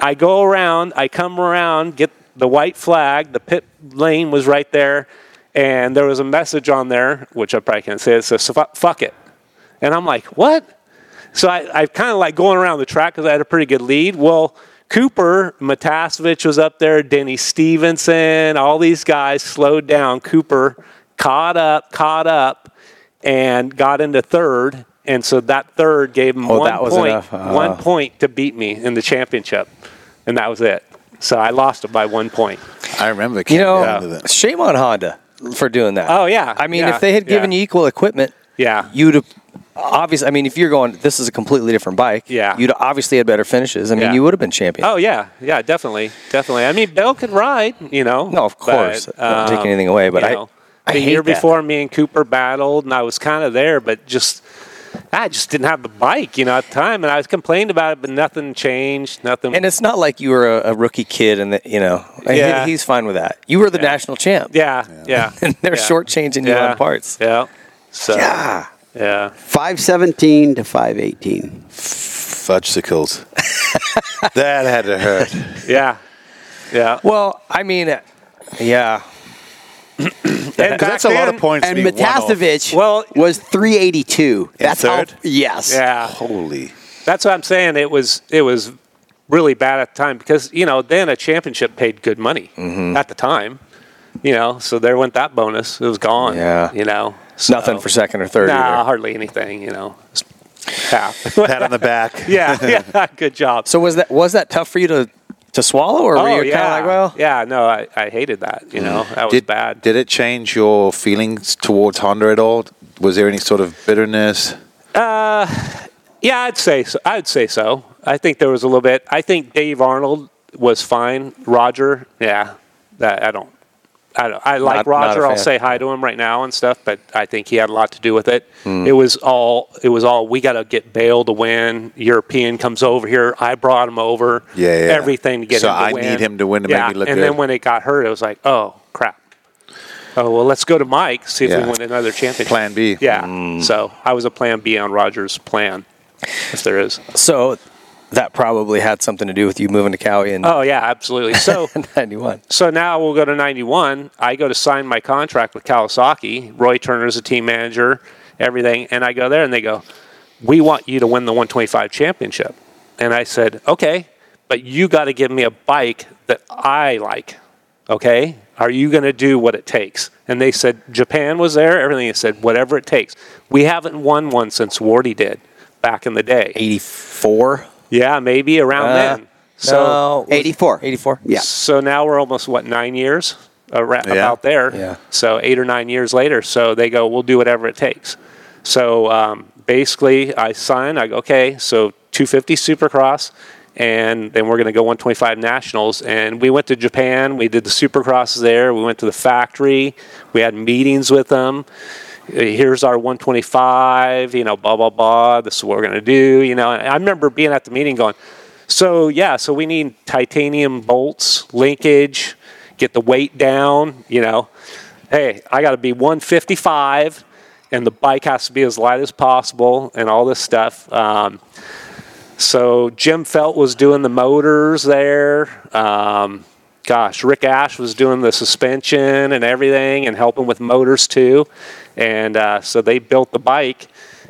I go around, I come around, get the white flag. The pit lane was right there, and there was a message on there, which I probably can't say. It says "Fu- "fuck it," and I'm like, "What?" So I, I kind of like going around the track because I had a pretty good lead. Well, Cooper Matasevich was up there, Denny Stevenson, all these guys slowed down. Cooper caught up, caught up, and got into third. And so that third gave him
Oh,
one
that was
point-
enough. Uh.
one point to beat me in the championship, and that was it. So I lost it by one point.
I remember.
You
Came
know,
down to that.
shame on Honda for doing that.
Oh, yeah.
I mean,
Yeah.
if they had given
Yeah.
you equal equipment,
Yeah.
you'd have obviously. I mean, if you're going, this is a completely different bike.
Yeah.
you'd obviously had better finishes. I mean,
Yeah.
you would have been champion.
Oh yeah, yeah, definitely, definitely. I mean, Bell could ride, you know. um,
No, of course. Don't take anything away, but
you
I- I
the
hate
year
that.
before, me and Cooper battled, and I was kind of there, but just I just didn't have the bike, you know, at the time, and I was complaining about it, but nothing changed, nothing.
And it's not like you were a, a rookie kid, and that you know, and he-
Yeah.
he's fine with that. You were the national champ.
yeah, yeah,
and they're
yeah,
shortchanging you on parts.
Yeah, so
Ah,
yeah.
517 to 518.
fudgesicles. that had to hurt.
Yeah. Yeah.
well, I mean, uh, yeah.
And back
That's a lot
then-
of points.
And
to be one off.
Matasevich
Well-
was 382. That's
third?
How, yes.
Yeah.
Holy.
That's what I'm saying. It was it was really bad at the time because you know then a championship paid good money
Mm-hmm.
at the time. You know, so there went that bonus. It was gone.
Yeah.
You know,
Nothing for second or third.
Nah,
either.
hardly anything. You know, It's half.
Pat on the back.
yeah, yeah. Good job. Oh,
So was that was that tough for you to to swallow, or were you kind of like, well,
yeah, no, I, I hated that. You know, that was
did,
bad.
Did it change your feelings towards Honda at all? Was there any sort of bitterness?
Uh, Yeah, I'd say so. I'd say so. I think there was a little bit. I think Dave Arnold was fine. Roger, yeah, that I don't. I, don't, I
Not- not
like
a
Roger. I'll
fan.
say hi to him right now and stuff, but I think he had a lot to do with it.
Hmm.
It was all. It was all. We got to get Bale to win. European comes over here. I brought him over.
Yeah, yeah.
Everything to get
So
him. to
I
win.
need him to win to make
yeah.
me look
And
good.
then when it got hurt, it was like, oh crap. Oh well, let's go to Mike see if
Yeah.
we win another championship.
Plan B. Hmm.
Yeah. So I was a plan B on Roger's plan, if there is.
so that probably had something to do with you moving to Cali in
Oh yeah, absolutely. So
'91.
so now we'll go to 91. I go to sign my contract with Kawasaki. Roy Turner's a team manager, everything, and I go there and they go, "We want you to win the 125 championship." And I said, "Okay, but you got to give me a bike that I like." Okay? Are you going to do what it takes? And they said Japan was there, everything. They said whatever it takes. We haven't won one since Wardy did back in the day.
'84.
Yeah, maybe around
Uh,
then. So
84.
84.
Yeah.
so now we're almost what nine years Uh, Ara
Yeah.
about there.
Yeah.
So eight or nine years later. So they go, we'll do whatever it takes. So um, basically, I sign. I go, okay. So 250 Supercross, and then we're going to go 125 Nationals. And we went to Japan. We did the Supercrosses there. We went to the factory. We had meetings with them here's our 125, you know, blah, blah, blah. This is what we're going to do, you know. And I remember being at the meeting going, so yeah, so we need titanium bolts, linkage, get the weight down, you know. Hey, I got to be 155, and the bike has to be as light as possible, and all this stuff. Um, so Jim Felt was doing the motors there. Um, gosh, Rick Ash was doing the suspension and everything, and helping with motors too. And uh, so they built the bike,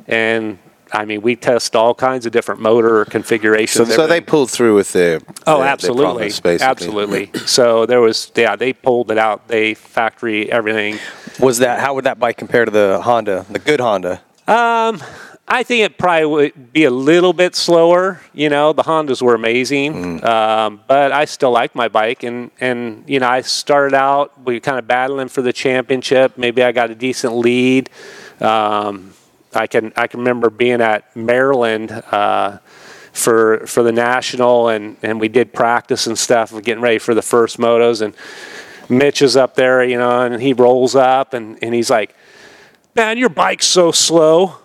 and I mean, we test all kinds of different motor
So,
configurations.
so they
everything.
pulled through with their
Oh,
their- their
absolutely,
promise, basically.
absolutely. So there was, yeah, they pulled it out. They factory everything.
Was that how would that bike compare to the Honda, the good Honda?
Um, I think it probably would be a little bit slower. You know, the Hondas were amazing, um, but I still like my bike. And, and, you know, I started out, we were kind of battling for the championship. Maybe I got a decent lead. Um, I, can, I can remember being at Maryland uh, for, for the National, and, and we did practice and stuff, We're getting ready for the first motos. And Mitch is up there, you know, and he rolls up and, and he's like, man, your bike's so slow.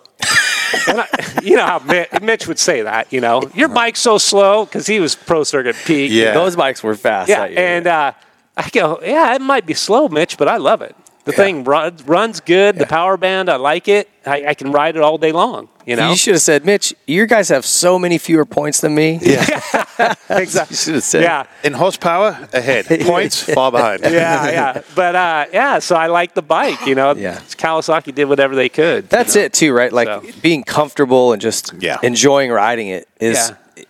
and I, you know how Mi- Mitch would say that, you know, your
Uh-huh.
bike's so slow because he was pro circuit peak.
Yeah.
Those bikes were fast.
Yeah.
that year.
And uh, I go, yeah, it might be slow, Mitch, but I love it. The thing run, runs good. The power band, I like it. I, I can ride it all day long, you know?
you should have said, Mitch, you guys have so many fewer points than me. Yeah,
exactly.
you should have said.
Yeah.
In horsepower, ahead. Points, far behind.
Yeah, yeah. But uh, yeah, so I like the bike, you know?
Yeah.
Kawasaki did whatever they could.
That's it too, right? Like
So.
being comfortable and just
Yeah.
enjoying riding it is e,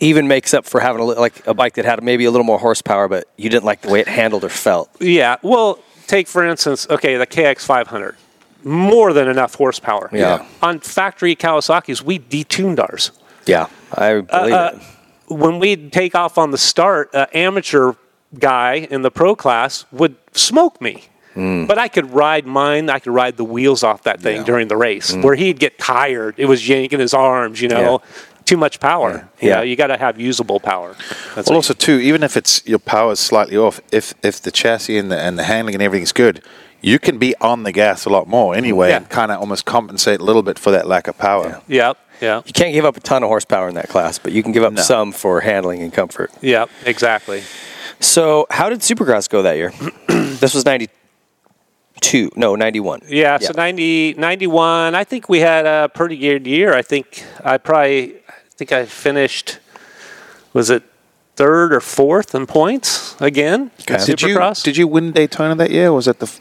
even makes up for having a, li- like a bike that had maybe a little more horsepower, but you didn't like the way it handled or felt.
Yeah. Well, take for instance, okay, the KX 500, more than enough horsepower.
Yeah.
On factory Kawasaki's, we detuned ours.
Yeah, Uh, I believe it.
Uh, When we'd take off on the start, an amateur guy in the pro class would smoke me.
Hmm.
But I could ride mine. I could ride the wheels off that thing during the race,
Hmm.
where he'd get tired. It was yanking his arms, you know, too much power. You
Yeah.
know, you got to have usable power. That's
Well, also too, even if it's your power is slightly off, if if the chassis and the, and the handling and everything's good, you can be on the gas a lot more anyway,
Yeah.
and kind of almost compensate a little bit for that lack of power.
yeah, yeah,
You can't give up a ton of horsepower in that class, but you can give up some for handling and comfort.
yeah, exactly.
So, how did Supercross go that year? this was 92. No, 91.
Yeah, so 90, 91, I think we had a pretty good year. I think I probably, I think I finished, was it third or fourth in points again? in
Did you
Supercross?
did you win Daytona that year? Or was that the f-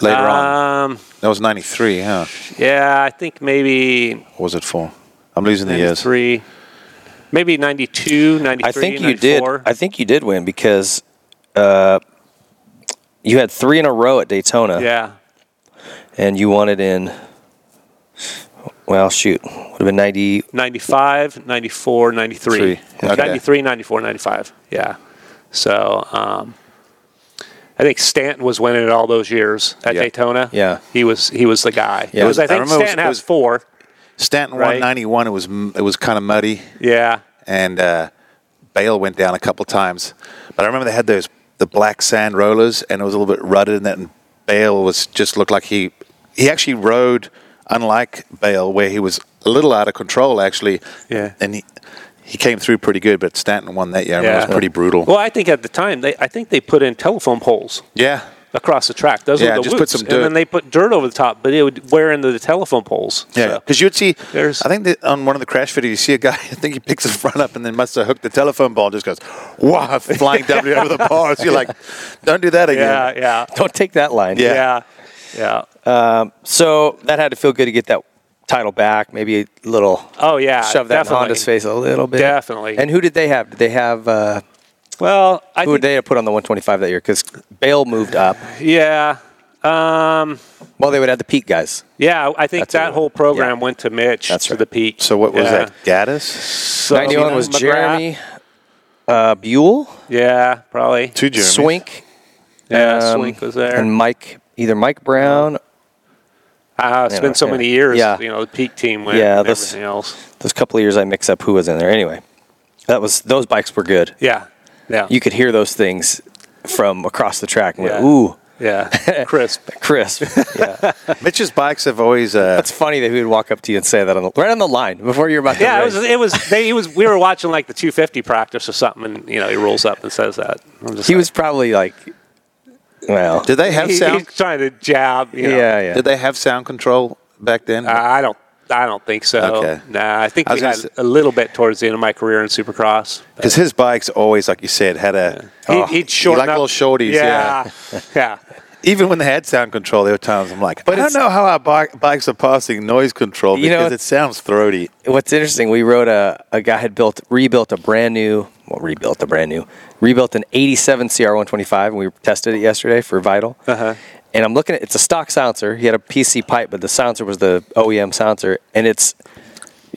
later on?
Um,
That was ninety three, huh?
yeah, I think maybe
Or was it four? I'm losing the years.
three, maybe 92, 93,
I think you did.
94.
I think you did win because uh, you had three Uh, in a row at Daytona,
yeah.
and you won it in. Well, shoot, would have been ninety.
95, 94, 93.
Three. Okay.
93, 94, 95. Yeah. So um, I think Stanton was winning it all those years at
Yeah.
Daytona.
Yeah.
He was he was the guy.
Yeah.
It was, I
I
think
remember it was-
Stanton
it
has
was-
four.
Stanton
Right.
191. It was m- it was kind of muddy,
Yeah.
and uh, Bale went down a couple times. But I remember they had those the black sand rollers, and it was a little bit rutted in it. And Bale was just looked like he he actually rode unlike Bale, where he was a little out of control actually.
Yeah.
and he he came through pretty good, but Stanton won that year. I remember It
Yeah.
was pretty brutal.
Well, I think at the time, they I think they put in telephone poles
yeah.
across the track. Those
Yeah,
were the
just put
loops.
some dirt.
And then they put dirt over the top, but it would wear into the telephone poles.
Yeah,
So-
because you'd see.
There's-
I think that on one of the crash videos, you see a guy. I think he picks his front up and then must have hooked the telephone ball. Just goes, wow, flying down over the bars. You're like, don't do that again.
yeah, yeah,
Don't take that line. Um,
Yeah.
yeah, yeah.
So that had to feel good to get that title back. Maybe a little.
Oh yeah,
shove that in
definitely.
Honda's face a little bit.
Definitely.
And who did they have? Did they have? Uh,
Well, I
who
think,
did they have put on the 125 that year? Because Bale moved up.
yeah, um,
Well, they would have the peak guys.
yeah. I think
That's
that
it.
whole program
Yeah.
went to Mitch
That's
to
right.
the peak.
So what was
Yeah.
that? Gaddis,
So,
91 was
McGrath,
Jeremy uh, Buell,
Yeah, probably.
two Jeremy
Swink,
Yeah,
um,
Swink was there.
and Mike. Either Mike Brown.
Ah, it's been so
yeah.
many years.
Yeah.
you know, the peak team went.
Yeah,
and
this-
everything else.
Those couple of years I mix up who was in there. Anyway, that was those bikes were good.
Yeah, yeah,
You could hear those things from across the track. And
Yeah.
went, Ooh,
yeah. Crisp.
crisp. yeah.
Mitch's bikes have always. Uh,
It's funny that he would walk up to you and say that on the, right on the line before you're about to.
Yeah, it
race.
was. It was. They, he was. We were watching like the 250 practice or something, and you know, he rolls up and says that. I'm just
he
like-
was probably like, well,
did they have
He,
sound?
he's trying to jab. You know.
yeah, yeah.
Did they have sound control back then?
Uh, I don't. I don't think so.
Okay.
Nah, I think
I
I
was
we had
gonna say-
a little bit towards the end of my career in Supercross.
Because his bikes always, like you said, had a.
Uh, He,
Oh,
he'd shorten
liked
up.
little shorties. Yeah.
yeah, yeah.
Even when they had sound control, there were times I'm like, I don't
it's-
know how our bi- bikes are passing noise control
You
because
know,
it sounds throaty.
what's interesting, we rode a, a guy had built, rebuilt a brand new, well, rebuilt a brand new, rebuilt an 87 CR125, and we tested it yesterday for Vital. Uh-huh. And I'm looking at, it's a stock silencer. He had a PC pipe, but the silencer was the OEM silencer. And it's,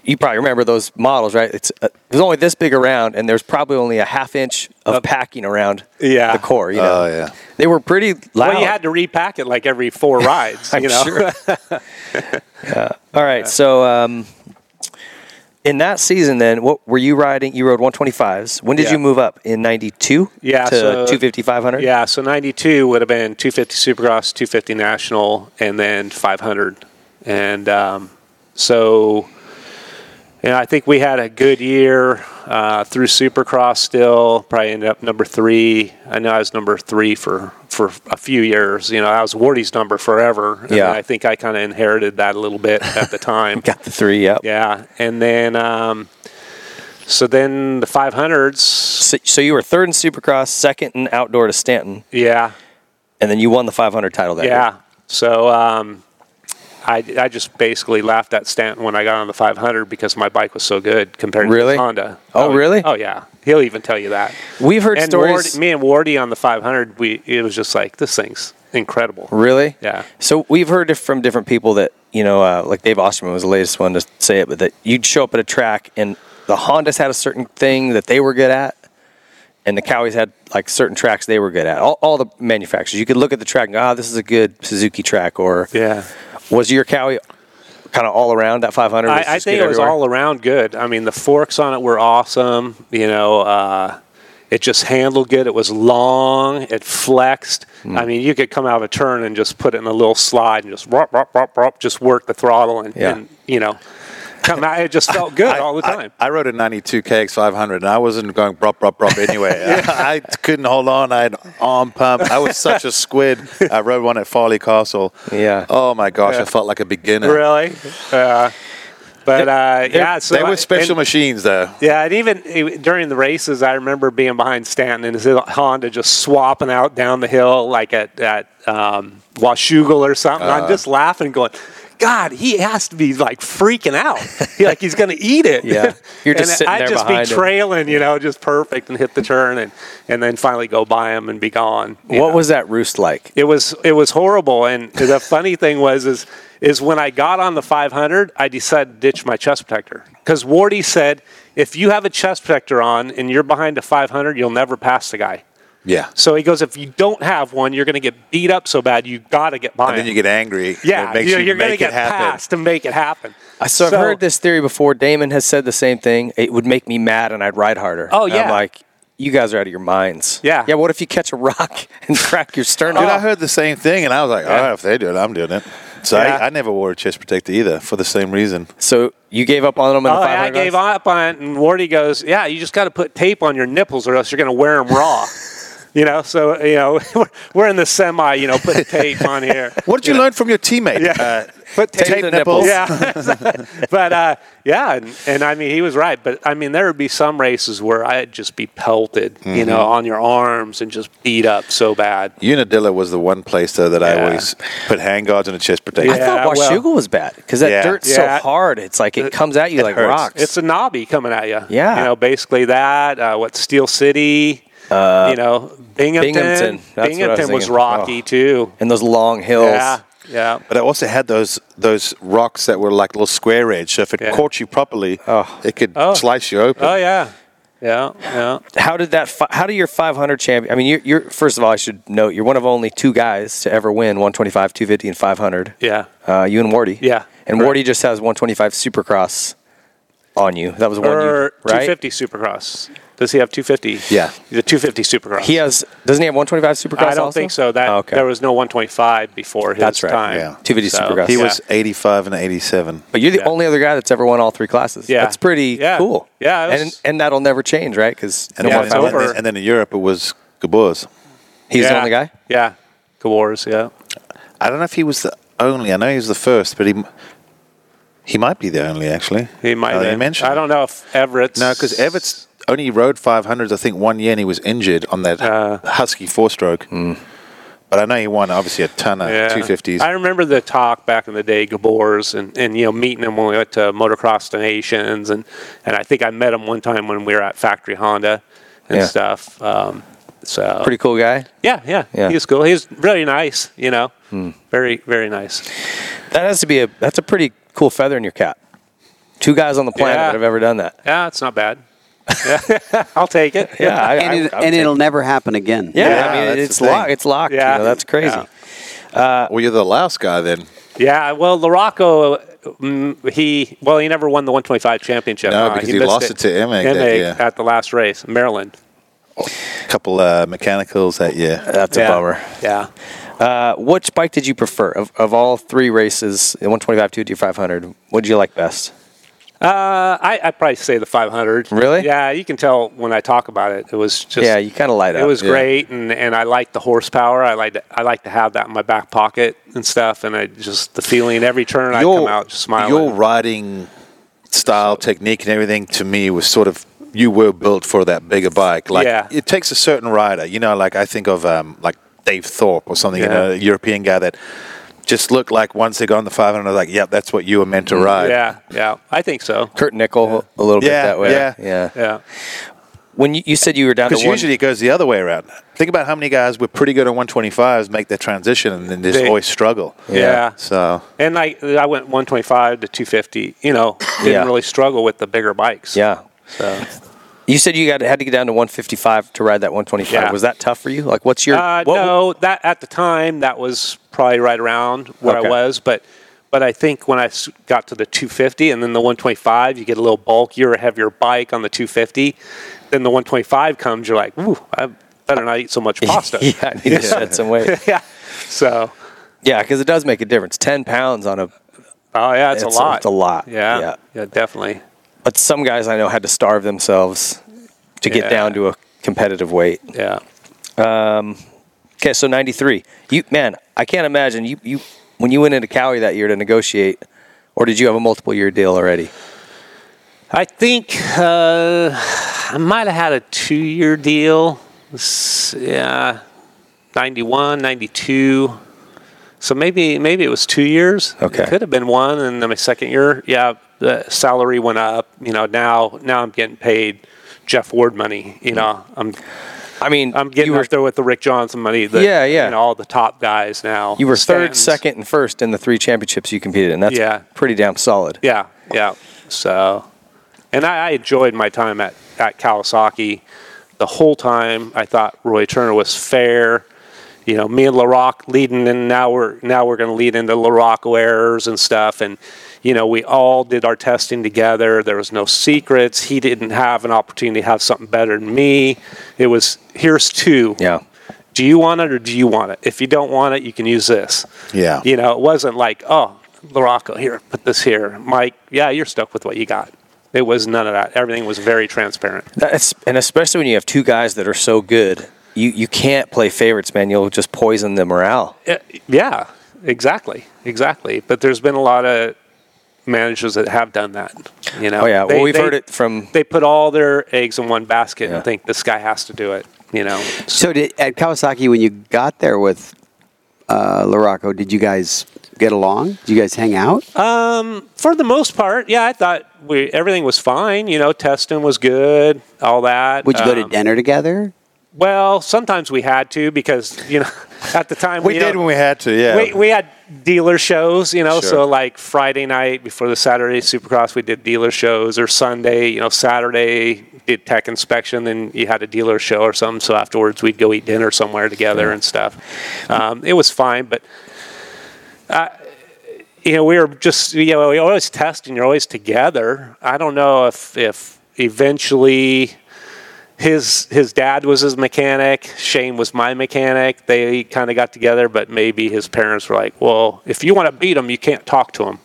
you probably remember those models, right? It's uh, it was only this big around, and there's probably only a half inch of packing around
Yeah.
the core. You know,
Oh yeah.
they were pretty loud.
Well, you had to repack it like every four rides.
I'm
you know.
sure. Yeah. All right. So um, in that season, then what were you riding? You rode 125s. When did
Yeah.
you move up in '92?
Yeah,
to
so-
250, 500.
Yeah. So '92 would have been 250 Supercross, 250 National, and then 500. And um, so, you know, I think we had a good year uh, through Supercross. Still, probably ended up number three. I know I was number three for for a few years. You know, I was Wardy's number forever. And
Yeah.
I think I kind of inherited that a little bit at the time.
got the three. Yep.
Yeah, and then um, so then the 500s.
So, so you were third in Supercross, second in outdoor to Stanton,
Yeah,
and then you won the 500 title that year.
yeah. So um, I I just basically laughed at Stanton when I got on the 500 because my bike was so good compared to
Really?
his Honda.
Oh, really?
Oh yeah, he'll even tell you that.
We've heard
and
stories.
Wardy, me and Wardy on the 500, we it was just like this thing's incredible.
Really?
Yeah.
So we've heard it from different people that you know, uh, like Dave Osterman was the latest one to say it, but that you'd show up at a track and the Hondas had a certain thing that they were good at, and the Cowies had like certain tracks they were good at. All, all the manufacturers, you could look at the track and go, ah, this is a good Suzuki track, or
Yeah.
was your Cowie kind of all around that 500?
I, I think it was all around good. I mean, the forks on it were awesome. You know, uh, it just handled good. It was long. It flexed.
Hmm.
I mean, you could come out of a turn and just put it in a little slide and just rop, rop, rop, rop, just work the throttle and,
Yeah.
and you know, come out. It just felt good all the time.
I, I rode a 92 KX500 and I wasn't going brop, brop, brop anyway. I, I couldn't hold on. I had an arm pump. I was such a squid. I rode one at Farley Castle.
Yeah.
Oh my gosh, I felt like a beginner.
really? Uh, but uh, yeah, so
they
I-
were special
and-
machines though.
Yeah, and even eh, during the races, I remember being behind Stanton and his Honda just swapping
Uh,
out down the hill like at, at um, Washougal or something. I'm just laughing, going, God, he has to be like freaking out. He, like he's going to eat it.
Yeah. You're just
and
sitting
I'd
there
just
behind
be
him.
trailing, you know, just perfect and hit the turn and, and then finally go by him and be gone. you
What
know.
was that roost like?
It was it was horrible, and the funny thing was is is when I got on the 500, I decided to ditch my chest protector because Wardy said if you have a chest protector on and you're behind a 500, you'll never pass the guy.
Yeah.
So he goes, if you don't have one, you're going to get beat up so bad you got to get
And
behind.
then you get angry.
yeah,
It makes
you're,
you
going to
make it
get
happen.
passed to make it happen.
So, I've heard this theory before. Damon has said the same thing. It would make me mad, and I'd ride harder.
Oh,
And I'm
yeah.
like, you guys are out of your minds.
Yeah.
Yeah. What if you catch a rock and crack your sternum?
Dude, I heard the same thing, and I was like, all right, if they do it, I'm doing it. So
Yeah.
I, I never wore a chest protector either for the same reason.
So you gave up on them in
Oh,
the
yeah,
500
I gave
runs?
up on it, and Wardy goes, "Yeah, you just got to put tape on your nipples, or else you're going to wear them raw." you know, so you know we're, we're in the semi, you know, put tape on here.
What did you learn from your teammate?
Yeah.
Uh,
Put tape
tape
to the
nipples.
nipples.
Yeah, but uh, yeah, and, and I mean he was right. But I mean there would be some races where I'd just be pelted, you know, on your arms and just beat up so bad.
Unadilla was the one place though that I
Yeah.
always put hand guards and a chest protector.
I thought
Yeah, well-
Washougal was bad because that
Yeah.
dirt's
Yeah.
so hard. It's like it comes at you like
hurts.
rocks.
It's a knobby coming at you.
Yeah.
you know, basically that. Uh, what Steel City? you know, Binghamton.
Uh, Binghamton. That's what I was
Binghamton was
thinking.
rocky too.
and those long hills.
Yeah, yeah.
But I also had those those rocks that were like little square edge. So if it
Yeah.
caught you properly,
Oh.
it could
Oh.
slice you open.
Oh yeah, yeah, yeah.
How did that? Fi- how do your 500 champion? I mean, you're, you're first of all, I should note you're one of only two guys to ever win 125, 250, and 500.
Yeah.
Uh, you and Wardy.
Yeah,
And
correct.
Wardy just has 125 Supercross on you. That was one. you-
Or
Oh. right?
250 Supercross. Does he have 250?
Yeah.
the 250 Supercross.
He has. Doesn't he have 125 Supercross?
I don't
also?
think so. That
Oh, okay.
there was no 125 before his
That's right.
time.
Yeah.
250 Supercross.
He
yeah.
was 85 and 87.
But you're the
Yeah.
only other guy that's ever won all three classes.
Yeah.
That's pretty
Yeah.
cool.
Yeah, it was-
And and that'll never change, right? Because
And,
Yeah,
then,
it's
and,
over.
then, and then in Europe, it was Gabor's.
he's
yeah.
the only guy.
Yeah, Gawars. Yeah,
I don't know if he was the only. I know he was the first, but he m- he might be the only, actually.
he might.
Now that you
have-
mention
I
it.
don't know if Everett's.
No, because Everett's only rode 500s, I think, one year, and he was injured on that
Uh.
Husky four stroke. But I know he won, obviously, a ton
Uh,
of
Hmm. Yeah.
250s.
I remember the talk back in the day, Gabor's, and, and you know meeting him when we went to Motocross the Nations, and and I think I met him one time when we were at Factory Honda and
Yeah.
stuff. Um, so
Pretty cool guy.
Yeah, yeah,
Yeah. Hmm.
He was cool. He was really nice, you know. Very, very nice.
That has to be a. That's a pretty cool feather in your cap. Two guys on the planet
Yeah.
that have ever done that.
Yeah, it's not bad. Yeah. I'll take it.
Yeah, I, I-
and it,
I would
and
take-
it'll never happen again.
Yeah,
Yeah,
I
that's
mean
the
it's
thing.
locked. It's locked.
Yeah.
You know, that's crazy.
Yeah.
Uh,
well, you're the last guy then.
Yeah, well, Larocco, mm, he well, he never won the 125 championship.
No,
huh?
because he
missed
lost it to Emig that
Emig
year.
at the last race, Maryland.
couple uh, mechanicals that year.
That's a
Yeah.
bummer.
Yeah,
Uh, which bike did you prefer of, of all three races, the 125, 250, 500? What did you like best?
uh, I I probably say the 500.
Really?
Yeah, you can tell when I talk about it. It was just
yeah, you kind of light up.
It was
yeah.
great, and, and I liked the horsepower. I like I like to have that in my back pocket and stuff. And I just the feeling every turn I come out just smiling.
Your riding style, technique, and everything to me was sort of you were built for that bigger bike. Like
Yeah.
it takes a certain rider, you know. Like I think of um, like Dave Thorpe or something, you
Yeah.
know, a European guy that just looked like once they got on the 500, like, yep, that's what you were meant to ride.
Mm, Yeah, yeah, I think so.
Kurt Nickel a little bit
Yeah,
that way.
yeah.
yeah.
Yeah,
When you, you said you were down to
Because
one,
usually it goes the other way around. Think about how many guys were pretty good on 125s, make that transition, and then just
They-
always struggle.
yeah.
So
And I I went 125 to 250. You know, didn't
Yeah.
really struggle with the bigger bikes.
yeah.
So,
You said you got had to get down to 155 to ride that 125.
Yeah.
Was that tough for you? Like, what's your?
uh,
what-
no, that at the time that was probably right around where
Okay.
I was, but. But I think when I s- got to the 250 and then the 125, you get a little bulkier, heavier bike on the 250. Then the 125 comes, you're like, ooh, I better not eat so much pasta.
yeah, I need to shed some weight.
yeah. So,
Yeah, because it does make a difference. 10 pounds on a,
oh yeah, it's,
It's-
a lot.
it's a lot.
Yeah.
Yeah.
Yeah, definitely.
but some guys I know had to starve themselves to get
Yeah.
down to a competitive weight. Um,
Yeah.
Okay, so 93. You man, I can't imagine you you when you went into Cali that year to negotiate, or did you have a multiple year deal already?
I think uh, I might have had a two-year deal. S- Yeah, 91, 92, So maybe maybe it was two years.
Okay.
It could have been one, and then my second year, yeah, the salary went up. You know, now now I'm getting paid Jeff Ward money. You know, I'm
I mean,
I'm getting
you were
up there with the Rick Johnson money. The,
Yeah, yeah.
You know, all the top guys now.
you were third,
Stans.
second, and first in the three championships you competed in. That's
Yeah.
pretty damn solid.
Yeah, yeah. So, and I, I enjoyed my time at, at Kawasaki the whole time. I thought Roy Turner was fair. You know, me and LaRock leading, and now we're now we're going to lead into LaRocco errors and stuff. And you know, we all did our testing together. There was no secrets. He didn't have an opportunity to have something better than me. It was here's two.
Yeah.
Do you want it or do you want it? If you don't want it, you can use this.
Yeah.
You know, it wasn't like, oh, LaRocco, here, put this here. Mike, yeah, you're stuck with what you got. It was none of that. Everything was very transparent.
That's, and especially when you have two guys that are so good, you, you can't play favorites, man. You'll just poison the morale.
Uh, yeah, exactly. Exactly. But there's been a lot of managers that have done that. You know,
Oh, yeah.
They-
well, we've
they-
heard it from.
They put all their eggs in one basket
Yeah.
and think this guy has to do it. You know,
So did, at Kawasaki, when you got there with uh, Larocco, did you guys get along? Did you guys hang out?
Um,
for the most part, yeah, I thought we everything was fine. You know, testing was good, all that.
Would you go to
Um,
dinner together?
Well, sometimes we had to because you know at the time
We
you
did
know,
when we had to, yeah.
we, we had dealer shows, you know,
Sure.
so like Friday night before the Saturday Supercross, we did dealer shows, or Sunday, you know, Saturday did tech inspection, then you had a dealer show or something. So afterwards, we'd go eat dinner somewhere together and stuff. Um, it was fine, but. Uh, you know, we were just you know we always test and you're always together. I don't know if if eventually his his dad was his mechanic. Shane was my mechanic. They kind of got together, but maybe his parents were like, "Well, if you want to beat him, you can't talk to him,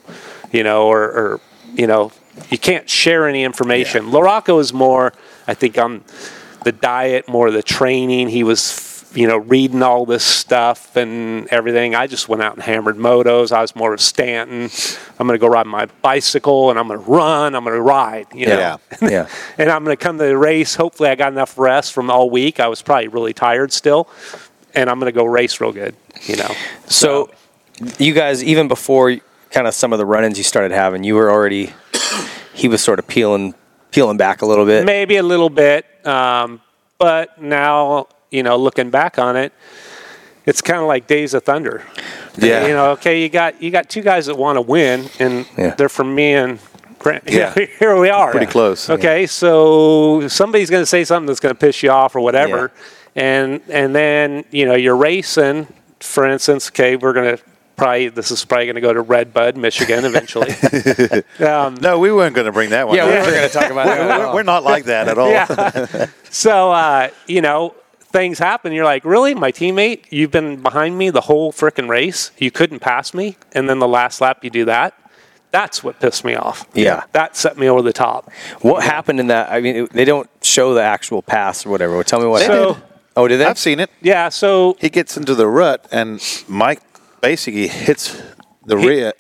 you know, or, or you know, you can't share any information." Larocco is more, I think, on the diet, more the training. He was, you know, reading all this stuff and everything. I just went out and hammered motos. I was more of Stanton. I'm going to go ride my bicycle and I'm going to run. I'm going to ride. You know?
Yeah.
Yeah.
and I'm going to come to the race. Hopefully, I got enough rest from all week. I was probably really tired still, and I'm going to go race real good. You know,
So, you guys, even before kind of some of the run-ins you started having, you were already he was sort of peeling peeling back a little bit.
maybe a little bit, um, but now you know, looking back on it, it's kind of like Days of Thunder.
Yeah.
you know, okay, you got you got two guys that want to win, and
Yeah.
they're from me and. Grant,
Yeah.
here we are.
Pretty close, yeah.
Okay, so somebody's going to say something that's going to piss you off or whatever, and and then you know you're racing. For instance, okay, we're going to probably this is probably going to go to Red Bud, Michigan, eventually. um,
No, we weren't going to bring that one.
yeah,
up.
we were going to talk about
We're-
that.
we're, we're not like that at all.
yeah. so uh, you know, things happen. You're like, really, my teammate? You've been behind me the whole frickin' race. You couldn't pass me, and then the last lap you do that. That's what pissed me off.
Yeah.
that set me over the top.
What happened in that? I mean, it- they don't show the actual pass or whatever. Tell me what.
They
happened.
did.
Oh, did they?
I've seen it.
Yeah, so
He gets into the rut, and Mike basically hits the rear,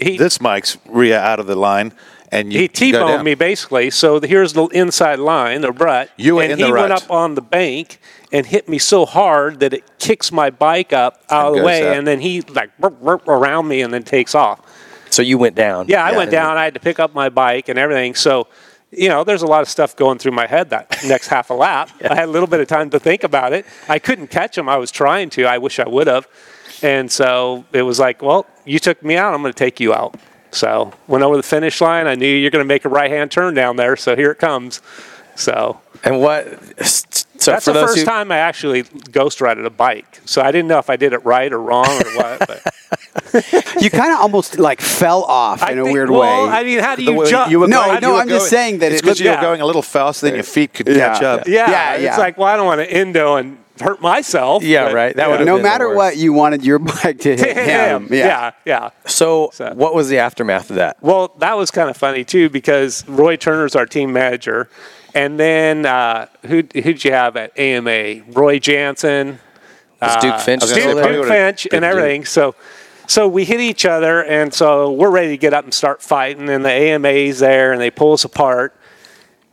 he
this Mike's rear out of the line, and you
he
you go
T-boned
down.
me basically. So the, here's the inside line, the rut.
You were
and
in
he
the
went
rut.
up on the bank and hit me so hard that it kicks my bike up out of
goes
the way,
up.
and then he like burp, burp around me and then takes off.
so you went down.
Yeah, I
Yeah.
went down. I had to pick up my bike and everything. So, you know, there's a lot of stuff going through my head that next half a lap. I had a little bit of time to think about it. I couldn't catch him. I was trying to. I wish I would have. And so it was like, well, you took me out. I'm going to take you out. So went over the finish line. I knew you're going to make a right hand turn down there. So here it comes. So
And what? So
that's
for
the
those
first
who,
time I actually ghost rided a bike. So I didn't know if I did it right or wrong or what. But
You kind of almost like fell off
I
in a
think-
weird
well,
way.
I mean, how do
The
you
way
jump?
you were
No,
going-
no,
you were
I'm
going-
just saying that
it's
it
because
looked-
you were
yeah.
going a little faster than your feet could
Yeah.
catch up.
Yeah,
Yeah,
it's
yeah.
like, well, I don't want to endo and hurt myself.
Yeah,
but-
right. That would've
no
been the
matter
worst.
what, you wanted your bike to hit
Damn.
him.
Yeah. yeah,
So,
So-
what was the aftermath of that?
Well, that was kind of funny too because Roy Turner's our team manager, and then uh, who who'd you have at AMA? Roy Jansen, Uh,
Was Duke Finch?
Uh, was gonna say
still
Duke,
there?
probably
Duke
would've
Finch,
been
and
Duke.
everything. So. So we hit each other, and so we're ready to get up and start fighting. And the AMA's there, and they pull us apart.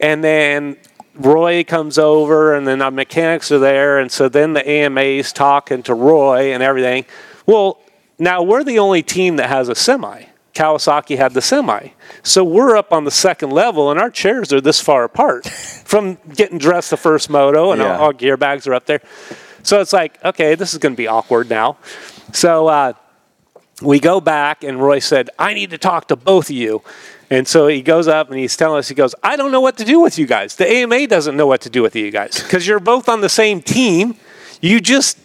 And then Roy comes over, and then our mechanics are there. And so then the AMA's talking to Roy and everything. Well, Now we're the only team that has a semi. Kawasaki had the semi. So we're up on the second level and our chairs are this far apart from getting dressed the first moto and
Yeah.
all, all gear bags are up there. So it's like, okay, this is going to be awkward now. So uh, we go back and Roy said, I need to talk to both of you. And so he goes up and he's telling us, he goes, I don't know what to do with you guys. The AMA doesn't know what to do with you guys because you're both on the same team. You just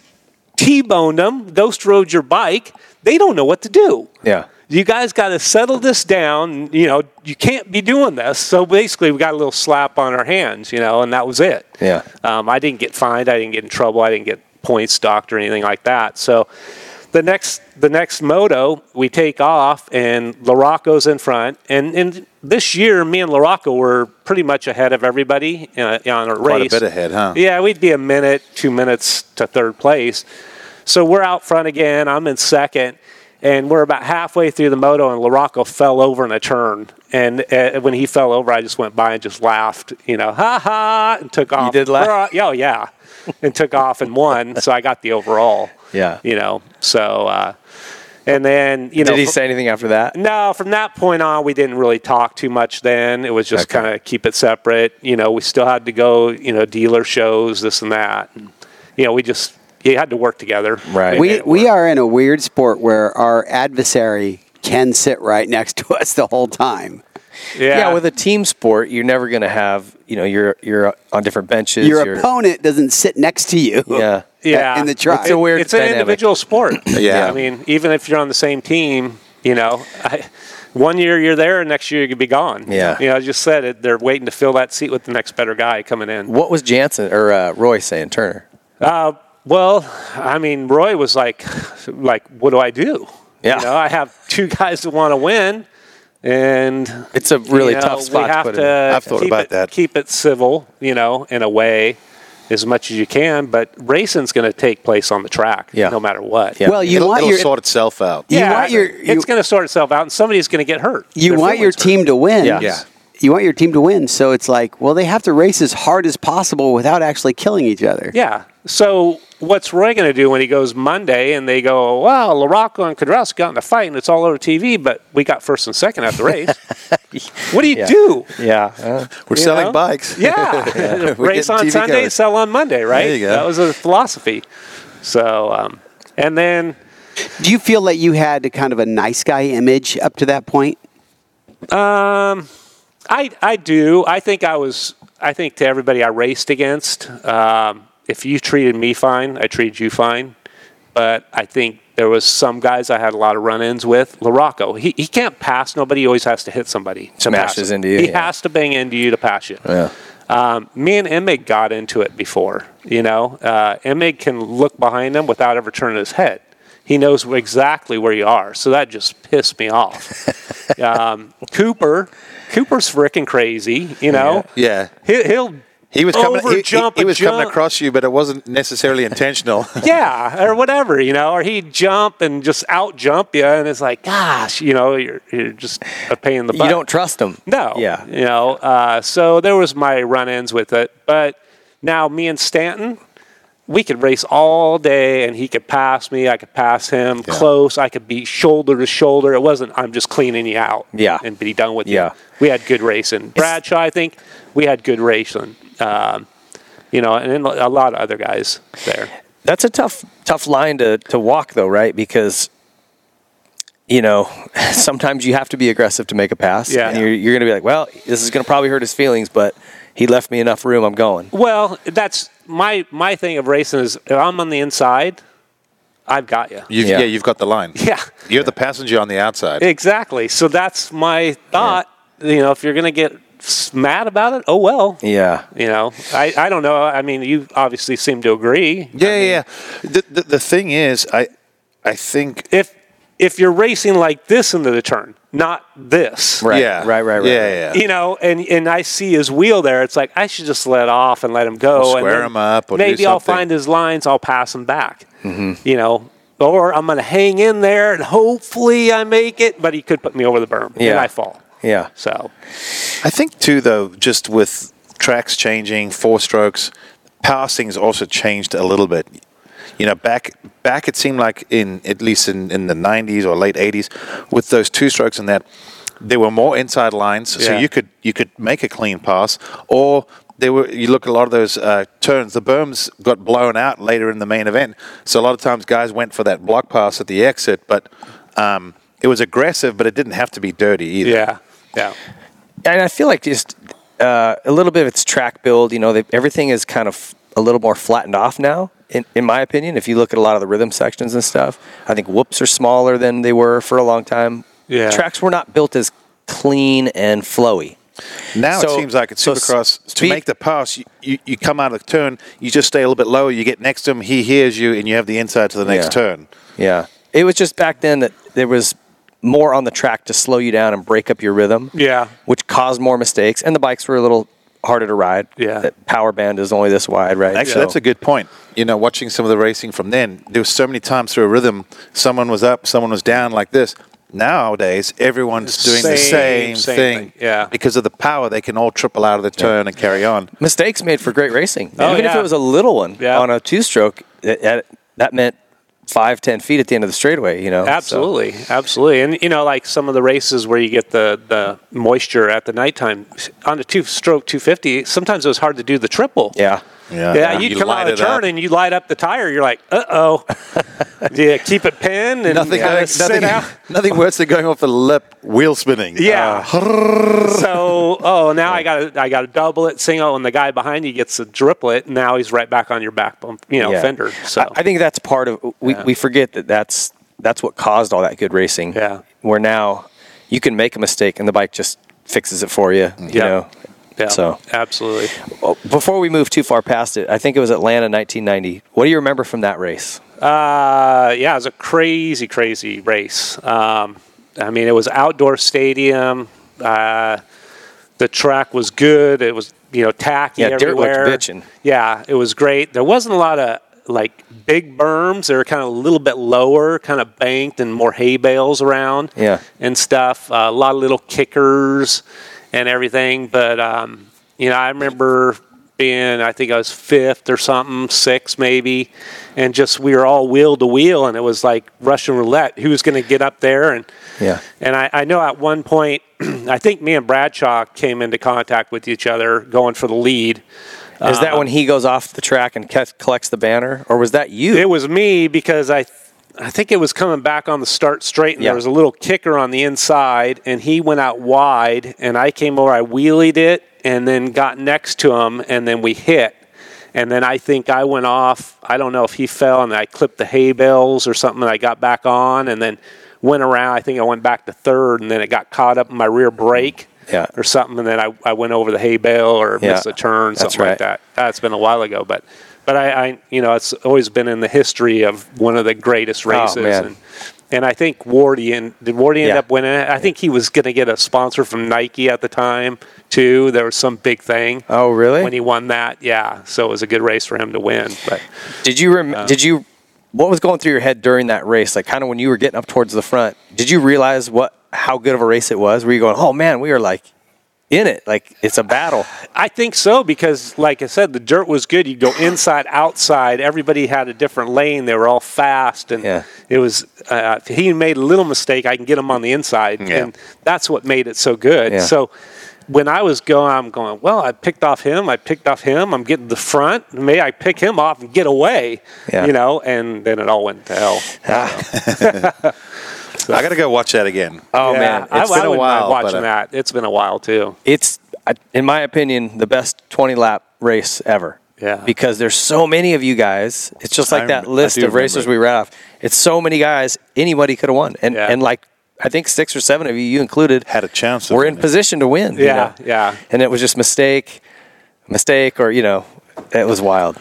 T-boned them, ghost rode your bike. They don't know what to do.
Yeah.
You guys got to settle this down. You know, you can't be doing this. So basically, we got a little slap on our hands, you know, and that was it.
Yeah.
Um, I didn't get fined. I didn't get in trouble. I didn't get points docked or anything like that. So the next the next moto, we take off and Larocco's in front. And and this year, me and Larocco were pretty much ahead of everybody in a, on a
Quite a
race.
bit ahead, huh?
Yeah, we'd be a minute, two minutes to third place. So we're out front again. I'm in second, and we're about halfway through the moto, and Larocco fell over in a turn. And uh, when he fell over, I just went by and just laughed, you know, ha ha, and took off.
did laugh?
Bruh, Yeah, oh, yeah, and took off and won. So I got the overall.
Yeah.
you know. So, uh, and then you know,
Did he
fr-
say anything after that?
no, from that point on, we didn't really talk too much then. It was just
Okay.
kind of keep it separate. You know, we still had to go, you know, dealer shows, this and that. And, you know, we just, you had to work together.
Right.
Make
We
it
we
work.
are in a weird sport where our adversary can sit right next to us the whole time.
Yeah.
Yeah. with a team sport, you're never going to have, you know, you're you're on different benches.
Your
you're-
opponent doesn't sit next to you.
Yeah.
yeah.
in the truck.
It's a weird
It's an
dynamic.
individual sport.
Yeah.
I mean, even if you're on the same team, you know, I, one year you're there, next year you could be gone.
Yeah.
You know, I just said it, they're waiting to fill that seat with the next better guy coming in.
What was Jansen or uh, Roy saying, Turner?
Uh, well, I mean, Roy was like, like, what do I do?
Yeah.
You know, I have two guys that want to win, and
It's a really
you know,
tough spot
We have
to put
to,
in.
I've thought
keep
about
it,
that.
Keep it civil, you know, in a way, as much as you can. But racing's going to take place on the track,
Yeah.
no matter what.
Yeah.
Well, you
it'll
want
it'll
your
sort itself out.
you
Yeah,
want your you,
it's going to sort itself out, and somebody's going to get hurt.
you
Their
want your
feelings hurt.
team to win.
Yeah.
Yeah.
You want your team to win, so it's like, well, they have to race as hard as possible without actually killing each other.
Yeah. So what's Roy going to do when he goes Monday and they go, wow, LaRocco and Cadrus got in a fight and it's all over TV, but we got first and second at the race. what do you do?
Yeah. Uh,
We're
You
selling
know?
bikes.
Yeah.
We're
race
getting
on
TV
Sunday,
coverage.
sell on Monday, right?
There you go.
That was a philosophy. So, um, and then,
Do you feel that you had kind of a nice guy image up to that point?
um, I, I do. I think I was, I think to everybody I raced against, um, if you treated me fine, I treated you fine. But I think there was some guys I had a lot of run-ins with. LaRocco, he, he can't pass nobody. He always has to hit somebody. to
Smashes
pass him.
into you,
He
yeah.
has to bang into you to pass you.
yeah.
Um, me and Emig got into it before. You know, uh, Emig can look behind him without ever turning his head. He knows exactly where you are. So that just pissed me off. um, Cooper, Cooper's freaking crazy. You know,
Yeah.
He, oh, he'll
He was coming. He, he-
Overjump
he
a
was coming
jump.
across you, but it wasn't necessarily intentional.
yeah, or whatever, you know, or he'd jump and just out jump you, and it's like, gosh, you know, you're you're just a pain in the butt. Oh.
You don't trust them.
No.
Yeah.
You know, uh, so there was my run-ins with it, but now me and Stanton, we could race all day, and he could pass me, I could pass him close, I could be shoulder to shoulder. It wasn't I'm just cleaning you out,
Yeah.
and be done with
Yeah.
you. We had good racing. Bradshaw, I think, we had good racing. Um, you know, and then a lot of other guys there.
That's a tough tough line to to walk though, right? Because you know, sometimes you have to be aggressive to make a pass.
Yeah.
And you're, you're going to be like, well, this is going to probably hurt his feelings, but he left me enough room. I'm going.
Well, that's my my thing of racing is if I'm on the inside, I've got you.
You've,
Yeah.
yeah. you've got the line.
Yeah.
You're the passenger on the outside.
Exactly. So that's my thought. You know, if you're going to get s- mad about it, oh well.
Yeah.
You know, I, I don't know. I mean, you obviously seem to agree.
yeah, yeah. The, the, the thing is, I I think.
If if you're racing like this into the turn, not this,
Right.
Yeah.
Right, right, right.
Yeah, yeah.
you know, and and I see his wheel there. It's like I should just let off and let him go.
Or
and
square
then
him up or do
maybe I'll
something.
find his lines. I'll pass him back.
Mm-hmm.
You know, or I'm going to hang in there and hopefully I make it. But he could put me over the berm and
Yeah.
I fall.
Yeah.
So
I think too, though, just with tracks changing, four strokes, passing's also changed a little bit. you know, back back it seemed like in at least in, in the 90s or late 80s with those two strokes and that there were more inside lines, so
Yeah.
you could you could make a clean pass or. There were you look at a lot of those uh, turns. The berms got blown out later in the main event, so a lot of times guys went for that block pass at the exit. But um, it was aggressive, but it didn't have to be dirty either.
Yeah. Yeah.
and I feel like just uh, a little bit of its track build. You know, they, everything is kind of a little more flattened off now. In, in my opinion, if you look at a lot of the rhythm sections and stuff, I think whoops are smaller than they were for a long time.
Yeah.
tracks were not built as clean and flowy.
Now
So-
it seems like at
so
Supercross,
speed-
to make the pass, you, you, you come out of the turn, you just stay a little bit lower, you get next to him, he hears you, and you have the inside to the next
Yeah.
turn.
Yeah, it was just back then that there was more on the track to slow you down and break up your rhythm.
Yeah.
which caused more mistakes, and the bikes were a little harder to ride.
Yeah.
that power band is only this wide, right?
Actually,
So-
that's a good point. You know, watching some of the racing from then, there was so many times through a rhythm, someone was up, someone was down like this. Nowadays, everyone's doing the
Same-
same,
same
thing.
thing, yeah.
Because of the power, they can all triple out of the turn and carry on.
mistakes made for great racing.
Oh,
Even if
yeah.
it was a little one
Yeah.
on a two stroke, that meant five, ten feet at the end of the straightaway,
Oh,
you know? so-
Absolutely, absolutely, and you know, like some of the races where you get the the moisture at the nighttime on the two stroke two fifty. Sometimes it was hard to do the triple.
yeah.
Yeah,
Yeah, you'd come
light
out of
it
the
up.
turn and you light up the tire. You're like, uh oh. yeah, keep it pinned and
Nothing,
kinda sit
nothing,
out.
nothing worse than going off the lip wheel spinning.
Yeah.
Uh,
so, oh, now I got to I got to double it, single, and the guy behind you gets a triplet. And now he's right back on your back bump, you know,
yeah.
fender. So,
I, I think that's part of, we,
Yeah.
we forget that that's, that's what caused all that good racing.
Yeah.
Where now you can make a mistake and the bike just fixes it for you, you
Yeah.
know?
yeah,
so-
absolutely.
Oh, Before we move too far past it, I think it was Atlanta 1990. What do you remember from that race?
Uh, yeah, it was a crazy, crazy race. Um, I mean, it was outdoor stadium. Uh, the track was good. It was you know tacky
Yeah, dirt looked
everywhere.
bitchin'.
Yeah, it was great. There wasn't a lot of like big berms. They were kind of a little bit lower, kind of banked, and more hay bales around.
Yeah.
and stuff. Uh, a lot of little kickers and everything. But um, you know, I remember being I think I was fifth or something, sixth maybe, and just we were all wheel to wheel, and it was like Russian roulette. Who was going to get up there and
Yeah.
and I, I know at one point, I think me and Bradshaw came into contact with each other going for the lead. Um,
Is that when he goes off the track and ca- collects the banner? Or was that you?
It was me because I, I think it was coming back on the start straight, and
Yeah.
there was a little kicker on the inside, and he went out wide, and I came over, I wheelied it, and then got next to him, and then we hit. And then I think I went off. I don't know if he fell, and I clipped the hay bales or something, and I got back on, and then went around. I think I went back to third, and then it got caught up in my rear brake.
Yeah.
Or something, and then I, I went over the hay bale or
Yeah.
missed a turn,
That's
something
right.
like that that. That's been a while ago, but but I, I you know it's always been in the history of one of the greatest races.
Oh, man.
and, and I think Wardy and did Wardy end
Yeah.
up winning? it? I think he was going to get a sponsor from Nike at the time too. There was some big thing.
Oh, really?
When he won that, yeah. So it was a good race for him to win. But
Did you rem-
Uh.
did you what was going through your head during that race? Like kind of when you were getting up towards the front, did you realize what how good of a race it was? Were you going, "Oh man, we are like in it. Like it's a battle."
I think so because, like I said, the dirt was good. You go inside, outside. Everybody had a different lane. They were all fast, and
Yeah.
it was. Uh, if he made a little mistake, I can get him on the inside,
Yeah.
and that's what made it so good.
Yeah.
So when I was going, I'm going. Well, I picked off him. I picked off him. I'm getting the front. May I pick him off and get away?
Yeah. Ah,
You know, and then it all went to hell.
uh,
I got to go watch that again.
Oh
Yeah,
man,
I,
it's
I
been a
wouldn't mind
while, but,
watching
uh,
that. It's been a while too.
it's I- in my opinion the best 20 lap race ever.
Yeah.
Because there's so many of you guys. It's just like
I
that
rem- I
list
do
of racers
remember it.
we read off. It's so many guys, anybody could have won. And
Yeah.
and like I think 6 or 7 of you you included
Had a chance of
We're in
winning.
position to win. you
Yeah,
know?
yeah.
And it was just mistake mistake or you know, it was wild.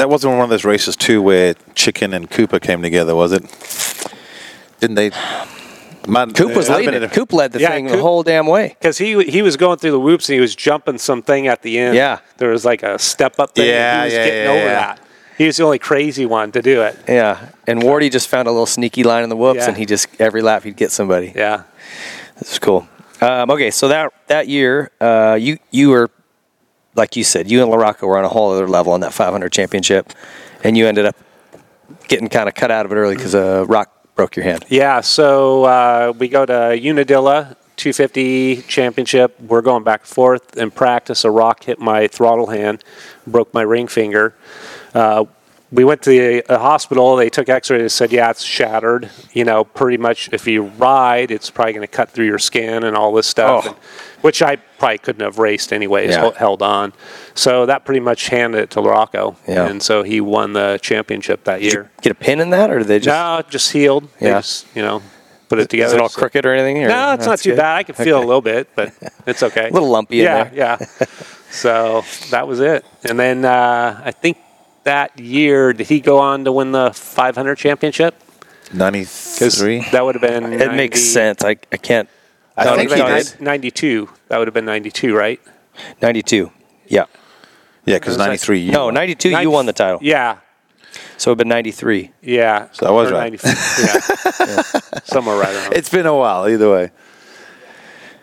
That wasn't one of those races too where Chicken and Cooper came together, was it? Didn't they? My,
Coop was
I've been
leading.
in a-
it. Coop led the
Yeah,
thing the
Coop-
whole damn way.
Because he he was going through the whoops and he was jumping something at the end.
Yeah.
there was like a step up thing. and
Yeah,
he was
yeah,
getting
yeah,
over
yeah.
that. He was the only crazy one to do it.
Yeah, and Wardy just found a little sneaky line in the whoops,
Yeah.
and he just every lap he'd get somebody.
Yeah,
It's cool. Um, okay, so that that year, uh, you you were like you said, you and LaRocca were on a whole other level on that 500 championship, and you ended up getting kind of cut out of it early because a rock broke your hand.
Yeah, so uh, we go to Unadilla 250 championship. We're going back and forth in practice. A rock hit my throttle hand, broke my ring finger. Uh, we went to the uh, hospital. They took X-rays. They said, "Yeah, it's shattered. You know, pretty much. If you ride, it's probably going to cut through your skin and all this stuff."
Oh.
And- which I probably couldn't have raced anyways.
Yeah.
hel- Held on, so that pretty much handed it to Rocco,
Yeah.
and so he won the championship that
Did
year.
you get a pin in that, or did they just?
No, it just healed. They
Yeah.
just, you know, put it together.
Is it all
So-
crooked or anything? or-
No, it's not
that's
too
good?
bad. I can feel
Okay.
a little bit, but it's okay. a
little lumpy in
Yeah,
there.
yeah. So that was it. And then uh, I think that year, did he go on to win the 500 championship? 'Cause
93?
that would have been.
It makes sense. I, I can't.
I
That
think
would
he
have been
did.
nin- 92. That would have been 92, right?
92. Yeah.
Yeah, because 93. you
No,
won.
92, you
90
won the title.
Yeah.
So it would have been 93.
Yeah. So
that was right.
Yeah. Somewhere right around.
It's been a while, either way.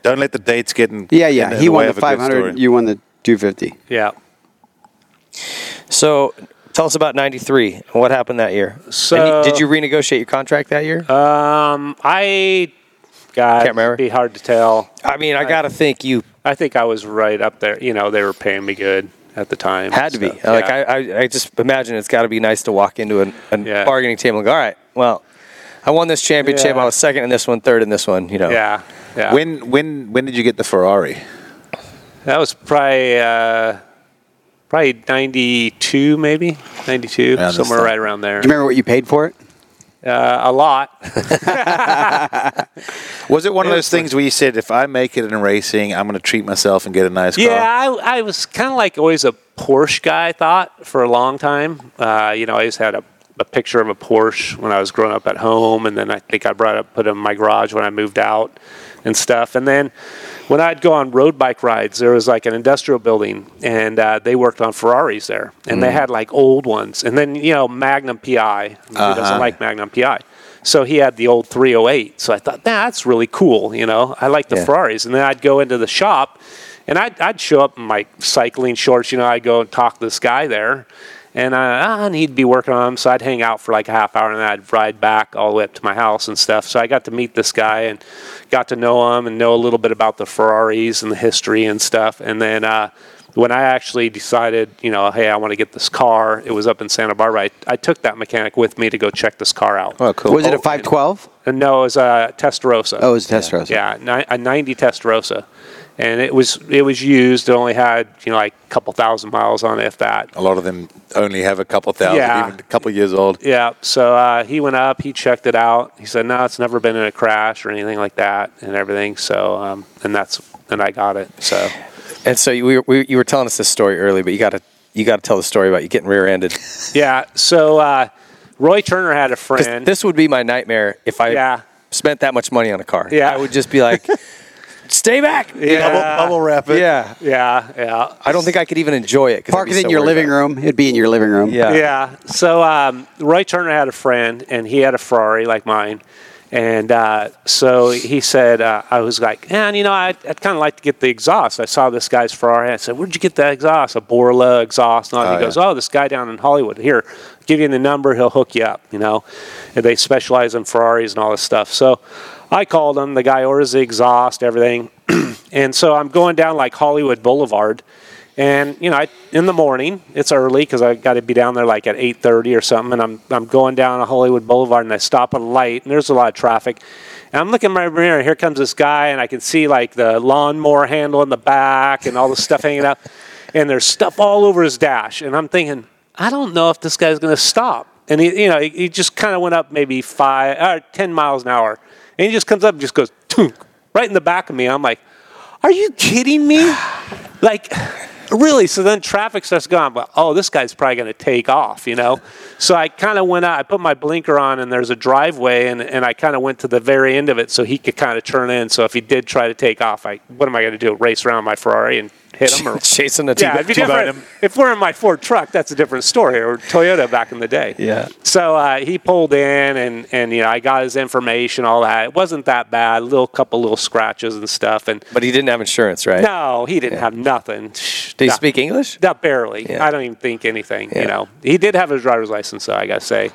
Don't let the dates get in.
Yeah,
in
yeah.
the
He
way
won the
of a good
500.
story.
You won the 250.
yeah.
So tell us about 93 and what happened that year. And you-
So-
did you renegotiate your contract that year?
Um, I. God,
Can't remember.
it'd be hard to tell.
I mean, I got to think you
I think I was right up there. You know, they were paying me good at the time.
had to be.
So,
Like,
yeah.
I, I, I just imagine it's got to be nice to walk into an, an
Yeah.
bargaining table and go, all right, well, I won this championship.
Yeah.
I was second in this one, third in this one, you know.
yeah, yeah.
When, when, when did you get the Ferrari?
that was probably uh, probably ninety two, maybe ninety two,
Around this
somewhere
time.
right around there.
Do you remember what you paid for it?
Uh, a lot.
Was it one of
It
those
was like-
things where you said, if I make it in racing, I'm going to treat myself and get a nice car?
Yeah, I, I was kind of like always a Porsche guy. I thought for a long time. Uh, you know, I always had a, a picture of a Porsche when I was growing up at home, and then I think I brought up put it in my garage when I moved out and stuff. And then when I'd go on road bike rides, there was like an industrial building, and uh, they worked on Ferraris there, and they had like old ones, and then you know Magnum PI. Who doesn't like Magnum PI? So he had the old 308. So I thought, nah, that's really cool. You know, I like the
Yeah.
Ferraris. And then I'd go into the shop and I'd, I'd show up in my cycling shorts. You know, I'd go and talk to this guy there and, I, and he'd be working on them. So I'd hang out for like a half hour and then I'd ride back all the way up to my house and stuff. So I got to meet this guy and got to know him and know a little bit about the Ferraris and the history and stuff. And then, uh, when I actually decided, you know, hey, I want to get this car, it was up in Santa Barbara. I, I took that mechanic with me to go check this car out.
Oh, cool.
Was it a 512?
And no, it was a Testarossa.
Oh, it was a Testarossa.
Yeah, ni- a 90 Testarossa. And it was it was used. It only had you know like a couple thousand miles on it, if that.
A lot of them only have a couple thousand,
Yeah.
even a couple years old.
Yeah. So uh, he went up. He checked it out. He said, "No, it's never been in a crash or anything like that, and everything." So um, and that's and I got it. So
And so you, we, we, you were telling us this story early, but you got to you got to tell the story about you getting rear-ended.
yeah. So uh, Roy Turner had a
'Cause
friend.
This would be my nightmare if I
Yeah.
spent that much money on a car.
Yeah.
I would just be like, stay back.
yeah,
wrap
Yeah.
yeah, yeah.
I don't think I could even enjoy it. 'cause I'd
Park
be
it in
so
your
worried
living
about
room. It'd be in your living room.
it. Yeah.
yeah. So um, Roy Turner had a friend, and he had a Ferrari like mine. And uh, so he said, uh, I was like, man, you know, I'd, I'd kind of like to get the exhaust. I saw this guy's Ferrari. And I said, where'd you get that exhaust? A Borla exhaust. And all.
Oh,
he goes,
yeah.
oh, this guy down in Hollywood. Here, I'll give you the number. He'll hook you up, you know. And they specialize in Ferraris and all this stuff. So I called him. The guy orders the exhaust, everything. and so I'm going down like Hollywood Boulevard, and you know, I, in the morning it's early because I got to be down there like at eight thirty or something, and I'm I'm going down Hollywood Boulevard, and I stop at a light, and there's a lot of traffic. And I'm looking in my mirror, and here comes this guy, and I can see like the lawnmower handle in the back, and all the stuff hanging out, and there's stuff all over his dash, and I'm thinking, I don't know if this guy's going to stop. And he, you know, he, he just kind of went up maybe five or ten miles an hour, and he just comes up and just goes, "Tunk," right in the back of me. I'm like, are you kidding me? Like, really? So then traffic starts going, but oh, this guy's probably going to take off, you know? So I kind of went out, I put my blinker on, and there's a driveway, and, and I kind of went to the very end of it so he could kind of turn in. So if he did try to take off, I, what am I going to do? Race around my Ferrari and hit him? Or,
Chasing the
yeah, it'd be different. If we're in my Ford truck, that's a different story, or Toyota back in the day.
Yeah.
So uh, he pulled in, and and you know I got his information, all that. It wasn't that bad. A little couple little scratches and stuff, and
But he didn't have insurance, right?
no, he didn't have nothing.
Did he
Nah.
speak English?
Not barely.
Yeah.
I don't even think anything.
Yeah.
You know, he did have his driver's license, though. I gotta say,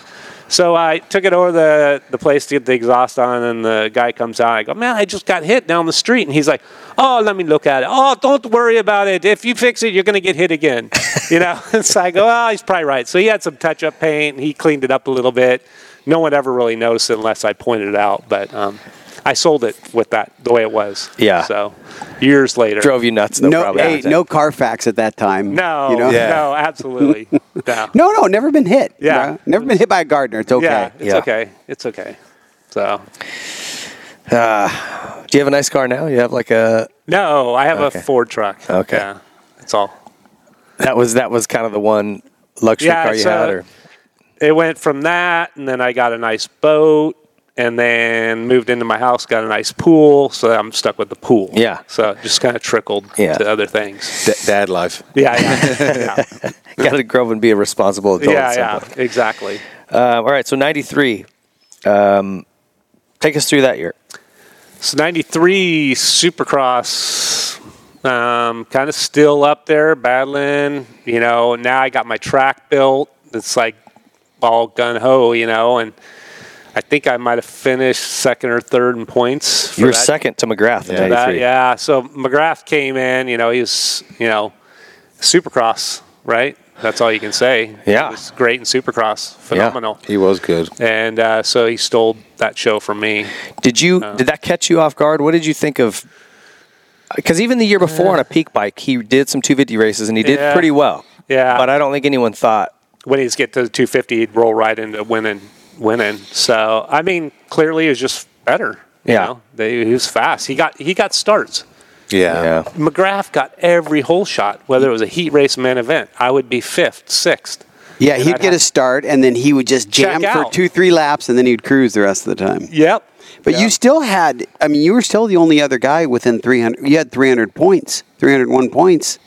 So I took it over the, the place to get the exhaust on, and the guy comes out. I go, man, I just got hit down the street. And he's like, oh, let me look at it. Oh, don't worry about it. If you fix it, you're going to get hit again. You know? and so I go, oh, he's probably right. So he had some touch up paint. He cleaned it up a little bit. No one ever really noticed it unless I pointed it out. But um, I sold it with that, the way it was.
Yeah.
So years later.
Drove you nuts. though,
No, hey,
probably.
no Carfax at that time.
No,
you know?
Yeah.
Oh, no, absolutely. No.
No, no, never been hit.
Yeah.
bro. never been hit by a gardener. It's okay.
Yeah, it's
Yeah.
okay. It's okay. So
Do you have a nice car now? You have Uh, like a
no, I have
Okay.
a Ford truck.
Okay.
yeah, that's all.
that was that was kind of the one luxury
Yeah, uh,
car you
so-
had, or
It went from that, and then I got a nice boat, and then moved into my house, got a nice pool. So I'm stuck with the pool.
Yeah.
So it just kind of trickled
Yeah.
to other things.
D- dad life.
Yeah, yeah, yeah,
got to grow up and be a responsible adult.
yeah,
at some
yeah,
point.
exactly.
Um, all right, so '93. Um, take us through that year.
So 93 Supercross, um, kind of still up there battling. You know, now I got my track built. It's like all gun ho, you know, and I think I might have finished second or third in points. For
You were
that-
second to McGrath in
for that,
'93.
yeah. So McGrath came in, you know, he's, you know, Supercross, right? That's all you can say.
Yeah.
He was great in Supercross. Phenomenal.
He was good.
And uh, so he stole that show from me.
Did you? Did that catch you off guard? What did you think of? Because even the year before on a peak bike, he did some 250 races and he did
Yeah.
pretty well.
Yeah.
But I don't think anyone thought.
when he's get to the 250, he'd roll right into winning, winning. So I mean, clearly he was just better. you
Yeah.
know? They, he was fast. He got he got starts.
Yeah.
McGrath got every hole shot, whether it was a heat race, man event. I would be fifth, sixth.
Yeah, he'd
I'd
get
have-
a start, and then he would just
Check
jam for
out.
two, three laps, and then he'd cruise the rest of the time.
Yep.
But
Yeah.
you still had, I mean, you were still the only other guy within 300. You had 300 points, 301 points.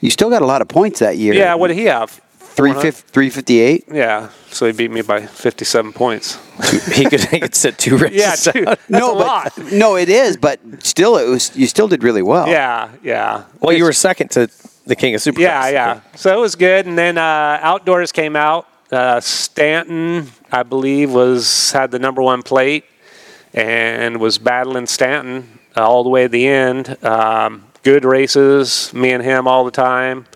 You still got a lot of points that year.
Yeah. What did he have?
350, 358.
Yeah. So he beat me by 57 points.
He could, he could sit two races.
Yeah. Dude, that's
No,
a
but
lot.
no, it is, but still, it was. You still did really well.
Yeah. Yeah.
Well, you were second to the King of Supercross.
Yeah, yeah. So it was good. And then uh, outdoors came out. Uh, Stanton, I believe, was had the number one plate and was battling Stanton uh, all the way to the end. Um, good races, me and him all the time.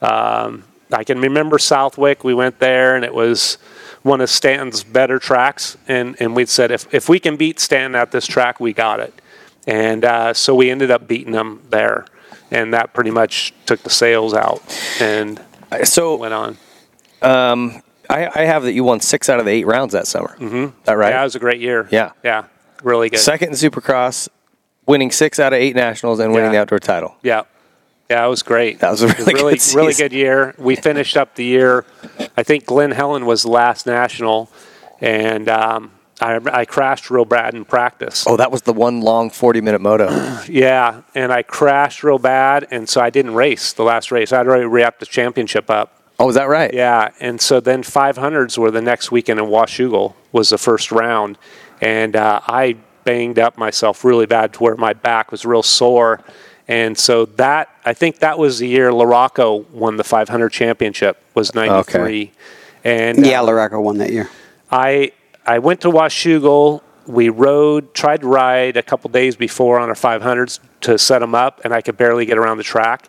Um, I can remember Southwick. We went there, and it was one of Stanton's better tracks. And, and we said, if, if we can beat Stanton at this track, we got it. And uh, so we ended up beating him there. And that pretty much took the sales out and
So Uh,
went on.
Um, I, I have that you won six out of the eight rounds that summer. Mm-hmm. Is that right?
Yeah, it was a great year.
Yeah.
Yeah. Really good.
Second in Supercross, winning six out of eight nationals and winning
Yeah.
the outdoor title.
Yeah. Yeah, it was great.
That was a
It
really
really,
good
really
season.
good year. We finished up the year. I think Glenn Helen was the last national, and um, I, I crashed real bad in practice.
Oh, that was the one long 40 minute moto.
Yeah, and I crashed real bad, and so I didn't race the last race. I'd already wrapped the championship up.
Oh, is that right?
Yeah, and so then 500s were the next weekend in Washougal was the first round, and uh, I banged up myself really bad to where my back was real sore, and so that I think that was the year Larocco won the 500 championship was '93, and uh,
yeah, Larocco won that year.
I I went to Washougal. We rode, tried to ride a couple days before on our 500s to set them up, and I could barely get around the track.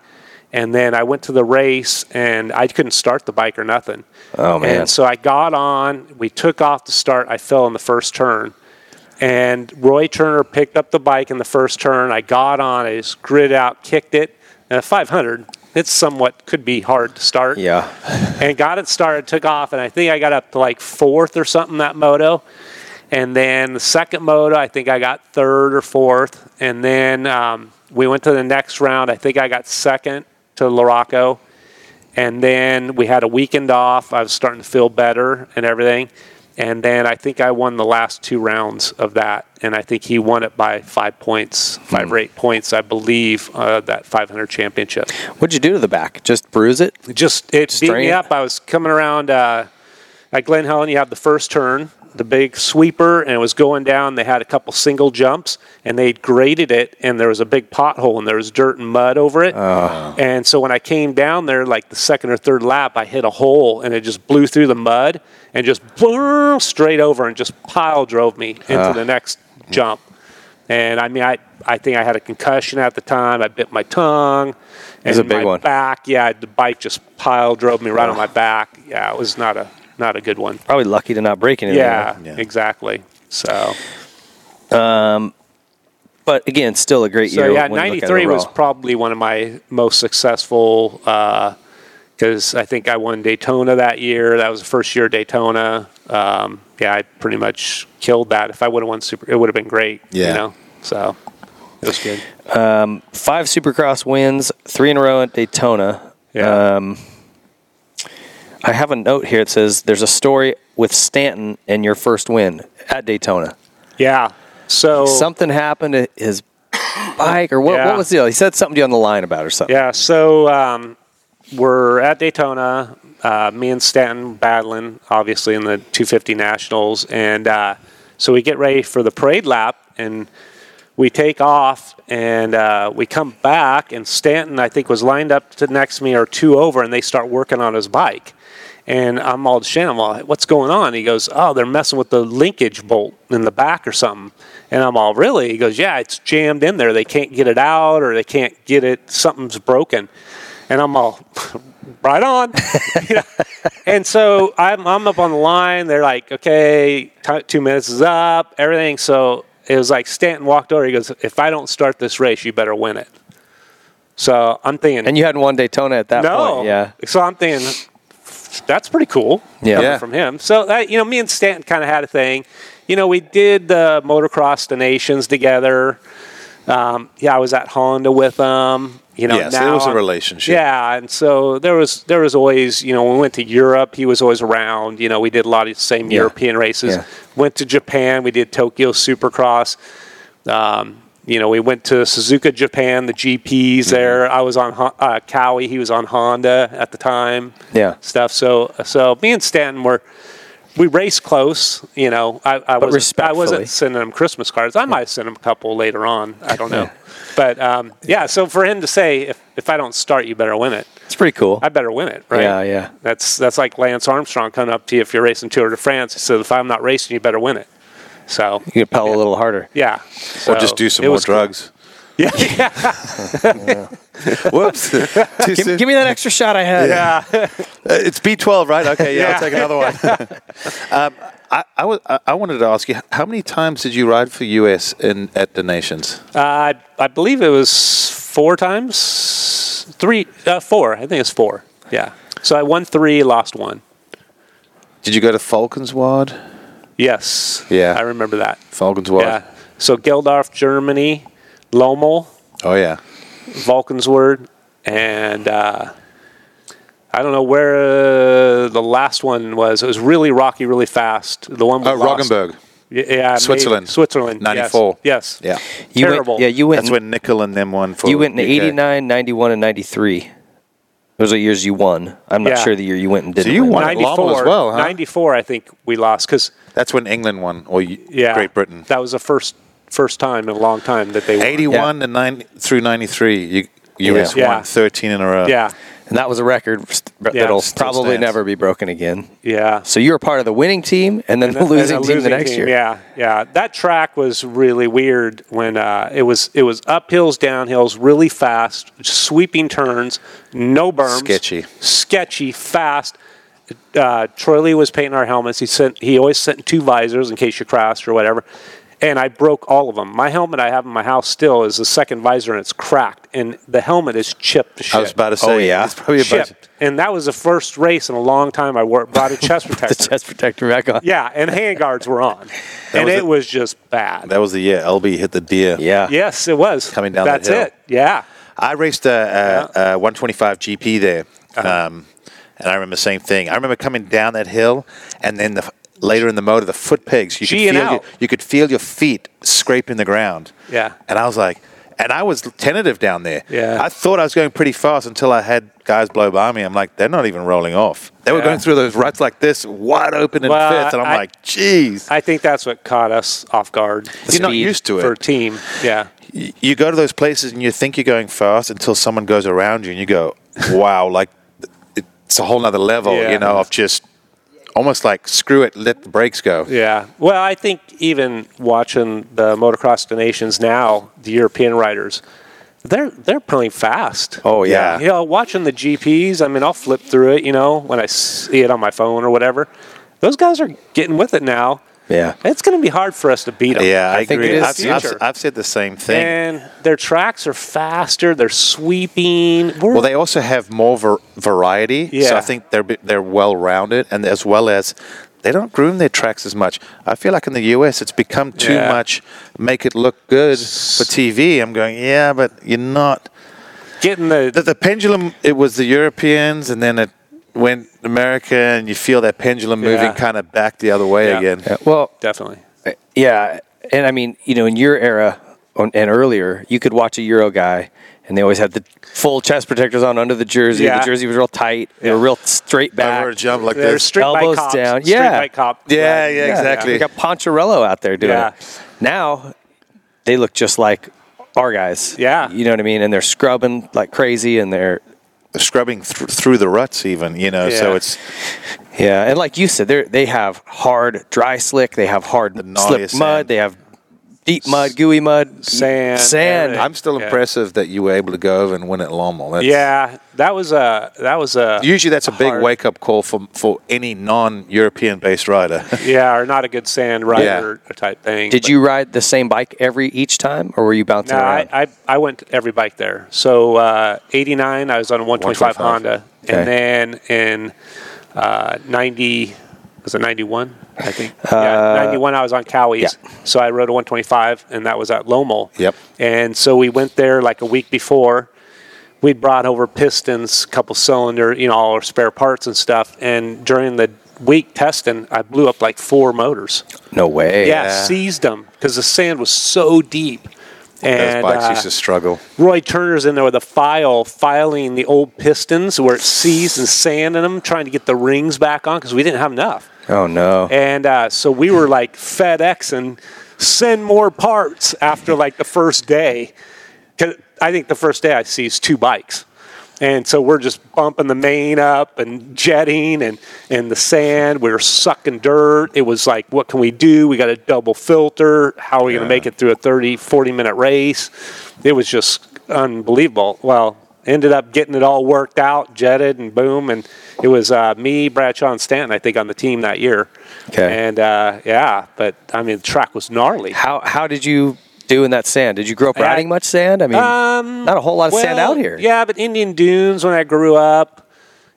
And then I went to the race, and I couldn't start the bike or nothing.
Oh, man.
And so I got on. We took off to start. I fell in the first turn, and Roy Turner picked up the bike in the first turn. I got on. I just grid out, kicked it. And a 500, it's somewhat could be hard to start
Yeah.
and got it started, took off, and I think I got up to like fourth or something that moto. And then the second moto, I think I got third or fourth. And then um, we went to the next round. I think I got second to Larocco. And then we had a weekend off. I was starting to feel better and everything. And then I think I won the last two rounds of that. And I think he won it by five points, five or eight points, I believe, uh, that 500 championship
What'd you do to the back? Just bruise it?
just it beat
drain
me
it?
up. I was coming around uh, at Glen Helen. You have the first turn, the big sweeper, and it was going down. They had a couple single jumps, and they graded it, and there was a big pothole, and there was dirt and mud over it. And so when I came down there, like the second or third lap, I hit a hole, and it just blew through the mud and just blur, straight over, and just pile drove me into the next jump. And I mean, I, I think I had a concussion at the time. I bit my tongue. It
was a big
my
one.
Back, yeah, the bike just pile drove me right on my back. Yeah, it was not a not a good one.
Probably lucky to not break anything.
Yeah,
Yeah.
exactly. So,
Um, But again, still a great
so
year.
yeah,
when you look at it
'93 was
overall.
probably one of my most successful because I think I won Daytona that year. That was the first year at Daytona. Um, yeah, I pretty much killed that. If I would have won Super, it would have been great.
Yeah.
you know, so it was good.
Um, five Supercross wins, three in a row at Daytona.
Yeah.
Um, I have a note here. It says there's a story with Stanton and your first win at Daytona.
Yeah. So
Something happened to his bike, or what?
Yeah.
What was the deal? He said something to you on the line about it or something.
Yeah, so um, we're at Daytona. Uh, me and Stanton battling, obviously, in the 250 Nationals. And uh, so we get ready for the parade lap and we take off and uh, we come back. And Stanton, I think, was lined up to next to me or two over and they start working on his bike. And I'm all to Shannon, well, what's going on? He goes, oh, they're messing with the linkage bolt in the back or something. And I'm all, really? He goes, yeah, it's jammed in there. They can't get it out or they can't get it. Something's broken. And I'm all, right on. You know? and so I'm, I'm up on the line. They're like, okay, ti two minutes is up, everything. So it was like Stanton walked over. He goes, if I don't start this race, you better win it. So I'm thinking,
And you hadn't won Daytona at that
no.
point. Yeah.
So I'm thinking that's pretty cool.
Yeah.
coming
Yeah.
From him. So that you know, me and Stanton kind of had a thing. You know, we did the motocross the nations together. Um, yeah, I was at Honda with them. You know,
Yeah, so there
now
was a
I'm-
relationship.
Yeah, and so there was there was always you know when we went to Europe, he was always around. You know, we did a lot of the same European races.
Yeah.
Went to Japan, we did Tokyo Supercross. Um, you know, we went to Suzuka, Japan, the GPs
Mm-hmm.
there. I was on Hon- uh, Cowie, he was on Honda at the time.
Yeah.
Stuff. So, so me and Stanton were, we raced close. You know, I, I, wasn't, I
respectfully.
wasn't sending him Christmas cards. I might send him a couple later on. I don't know. But um, yeah, so for him to say, if, if I don't start, you better win it.
It's pretty cool.
I better win it, right?
Yeah, yeah.
That's that's like Lance Armstrong coming up to you if you're racing Tour de France. He said, if I'm not racing, you better win it. So
you could pedal a little harder.
yeah.
Or
So
just do some
it
more
was cool.
drugs.
Yeah, yeah,
Whoops. Too soon.
Give, give me that extra shot I had.
yeah.
Uh, It's B12, right? Okay, yeah,
Yeah.
I'll take another one. um, I, I, was, I I wanted to ask you, how many times did you ride for US in, at the Nations?
Uh, I, I believe it was four times, three, uh, four. I think it's four. Yeah. So I won three, lost one.
Did you go to Falcons Ward?
Yes.
Yeah.
I remember that.
Falcons Ward.
Yeah. So Geldorf, Germany, Lommel,
Oh, yeah.
Vulcansword, and uh, I don't know where uh, the last one was. It was really rocky, really fast. The one we
Oh,
lost.
Roggenburg.
Y- Yeah. maybe-
Switzerland.
Switzerland. yes.
94.
Yes.
Yeah.
You
Terrible.
Went, yeah, you went.
That's when Nickel and them won for
you went in
UK.
89, 91, and 93. Those are years you won. I'm not
Yeah.
sure the year you went and did
So you won. Lommel as
94
well, huh?
94 I think we lost cuz
That's when England won, or y-
yeah
Great Britain.
That was the first first time in a long time that they won.
81 and nine, through 93, you, US
Yeah.
won 13 in a row.
Yeah.
And that was a record st-
Yeah,
that'll
still
probably
stands.
never be broken again.
Yeah.
So you were part of the winning team and then the
And a
losing team the
losing
next
team,
year.
Yeah, yeah. That track was really weird when uh, it was it was uphills, downhills, really fast, sweeping turns, no berms,
Sketchy.
sketchy, fast. Uh, Troy Lee was painting our helmets. He sent he always sent two visors in case you crashed or whatever. And I broke all of them. My helmet I have in my house still is the second visor, and it's cracked, and the helmet is chipped to shit.
I was about to say,
yeah.
it's probably about
chipped. And that was the first race in a long time I wore bought a chest protector.
The chest protector back on.
Yeah, and handguards were on, and
was
it
a-
was just bad.
That was the year LB hit the deer.
Yeah.
yes, it was
Coming down that
That's
hill.
it. Yeah,
I raced a, a, a 125 GP there,
Uh-huh.
um, and I remember the same thing. I remember coming down that hill, and then the, later in the motor, the foot pegs you could
Gee and
feel
out.
Your, you could feel your feet scraping the ground.
Yeah.
and I was like, And I was tentative down there.
Yeah.
I thought I was going pretty fast until I had guys blow by me. I'm like, they're not even rolling off. They were
Yeah.
going through those ruts like this, wide open in
Well,
fifth. And I'm
I-
like, jeez.
I think that's what caught us off guard
You're not
speed
used to it.
for a team. Yeah.
Y- you go to those places and you think you're going fast until someone goes around you and you go, wow, like it's a whole nother level,
Yeah.
you know, of just almost like screw it, let the brakes go.
Yeah. Well, I think even watching the motocross donations now, the European riders, they're they're playing fast.
Oh, yeah.
You know, watching the GPS. I mean, I'll flip through it. You know, when I see it on my phone or whatever. Those guys are getting with it now.
Yeah.
It's going to be hard for us to beat them.
Yeah, I,
think
agree.
it is
I've, I've,
future.
I've said the same thing.
And their tracks are faster. They're sweeping. We're,
Well, they also have more var- variety, so
Yeah.
I think they're bi- they're well rounded, and as well as they don't groom their tracks as much. I feel like in the U.S. it's become too
Yeah.
much make it look good for TV. I'm going, yeah, but you're not.
getting the,
The, the pendulum. It was the Europeans, and then it went America, and you feel that pendulum
Yeah.
moving kind of back the other way
Yeah.
again.
Yeah, well,
definitely.
Yeah, and I mean, you know, in your era on, and earlier, you could watch a Euro guy, and they always had the full chest protectors on under the jersey.
Yeah.
The jersey was real tight. They were
Yeah.
real straight back.
Over a jump like
They're
this.
street
elbows
bike cops.
down.
Street
Yeah.
bike cop.
yeah,
riding.
yeah, exactly.
We got Poncherello out there doing
Yeah.
it. Now they look just like our guys.
Yeah.
you know what I mean. And they're scrubbing like crazy, and they're
Scrubbing thr- through the ruts, even you know. So
Yeah.
it's
yeah, and like you said, they they have hard dry slick. They have hard slip
gnarliest
mud.
sand.
They have deep mud, gooey mud,
Sand,
sand.
everything.
I'm still
Yeah.
impressive that you were able to go over and win at Lommel. That's-
Yeah, that was a that was a
Usually, that's a big
hard-
wake up call for for any non European based rider.
yeah, or not a good sand rider type thing.
Did you ride the same bike every each time, or were you bouncing
No, I,
around?
I I went every bike there. So uh, eighty nine, I was on a one twenty five
125.
Honda,
Okay.
and then in uh, ninety was it ninety one? I think yeah, ninety one. I was on Cowie's,
Uh, yeah.
so I rode a one twenty five, and that was at Lomal.
Yep.
And so we went there like a week before. We brought over pistons, couple cylinder, you know, all our spare parts and stuff. And during the week testing, I blew up like four motors.
no way.
Yeah, seized them because the sand was so deep.
Those
And
bikes
uh,
used to struggle.
Roy Turner's in there with a file filing the old pistons where it's seized and sand in them, trying to get the rings back on because we didn't have enough.
Oh no.
And uh, so we were like FedEx and send more parts after like the first day. 'Cause I think the first day I seized two bikes. And so we're just bumping the main up and jetting and, and the sand. We were sucking dirt. It was like, what can we do? We got a double filter. How are we going to make it through a 30, 40 minute race? It was just unbelievable. Well, ended up getting it all worked out, jetted, and boom. And it was uh, me, Bradshaw, and Stanton, I think, on the team that year.
Okay.
And uh, yeah, but I mean, the track was gnarly.
How how did you do in that sand? Did you grow up
I-
riding much sand? I mean,
Um,
not a whole lot of sand
well,
out here.
Yeah, but Indian Dunes when I grew up,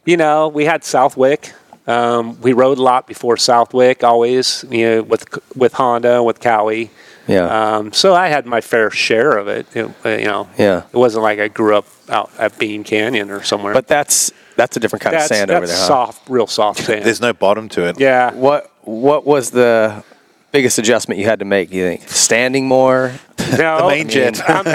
you know, we had Southwick. Um, we rode a lot before Southwick, always, you know, with with Honda, with Cowie.
Yeah.
Um, so I had my fair share of it. it uh, you know,
Yeah.
It wasn't like I grew up out at Bean Canyon or somewhere.
but that's that's a different kind
that's,
of sand
that's
over there. huh?
soft, real soft sand.
There's no bottom to it.
yeah.
What what was the biggest adjustment you had to make? You think standing more?
No,
The main jet.
oh, I'm-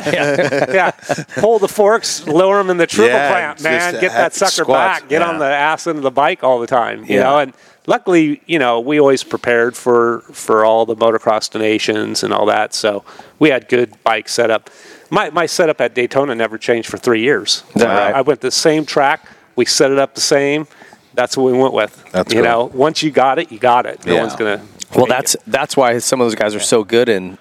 yeah, pull the forks, lower them in the triple
Yeah,
clamp,
just
man.
a-
Get that sucker
squats,
back. Get
yeah.
on the ass end of the bike all the time. You
Yeah.
know, and luckily, you know, we always prepared for for all the motocross donations and all that, so we had good bike setup. My my setup at Daytona never changed for three years. Uh,
that right?
I went the same track. We set it up the same. That's what we went with.
That's
you
cool.
know, once you got it, you got it. No
Yeah.
one's gonna.
Well,
make
that's
it.
that's why some of those guys are so good in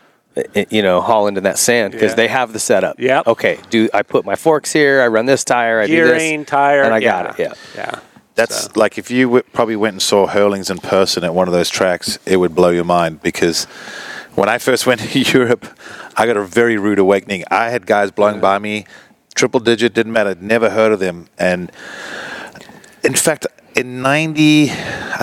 i- you know Holland in that sand because
Yeah.
they have the setup.
Yep.
Okay. Do I put my forks here? I run this tire. I do
gearing,
this
tire,
and I
yeah,
got it. Yeah.
yeah.
That's like if you w- probably went and saw Hurlings in person at one of those tracks, it would blow your mind because when I first went to Europe, I got a very rude awakening. I had guys blowing by me, triple digit, didn't matter, never heard of them. And in fact, in 90, I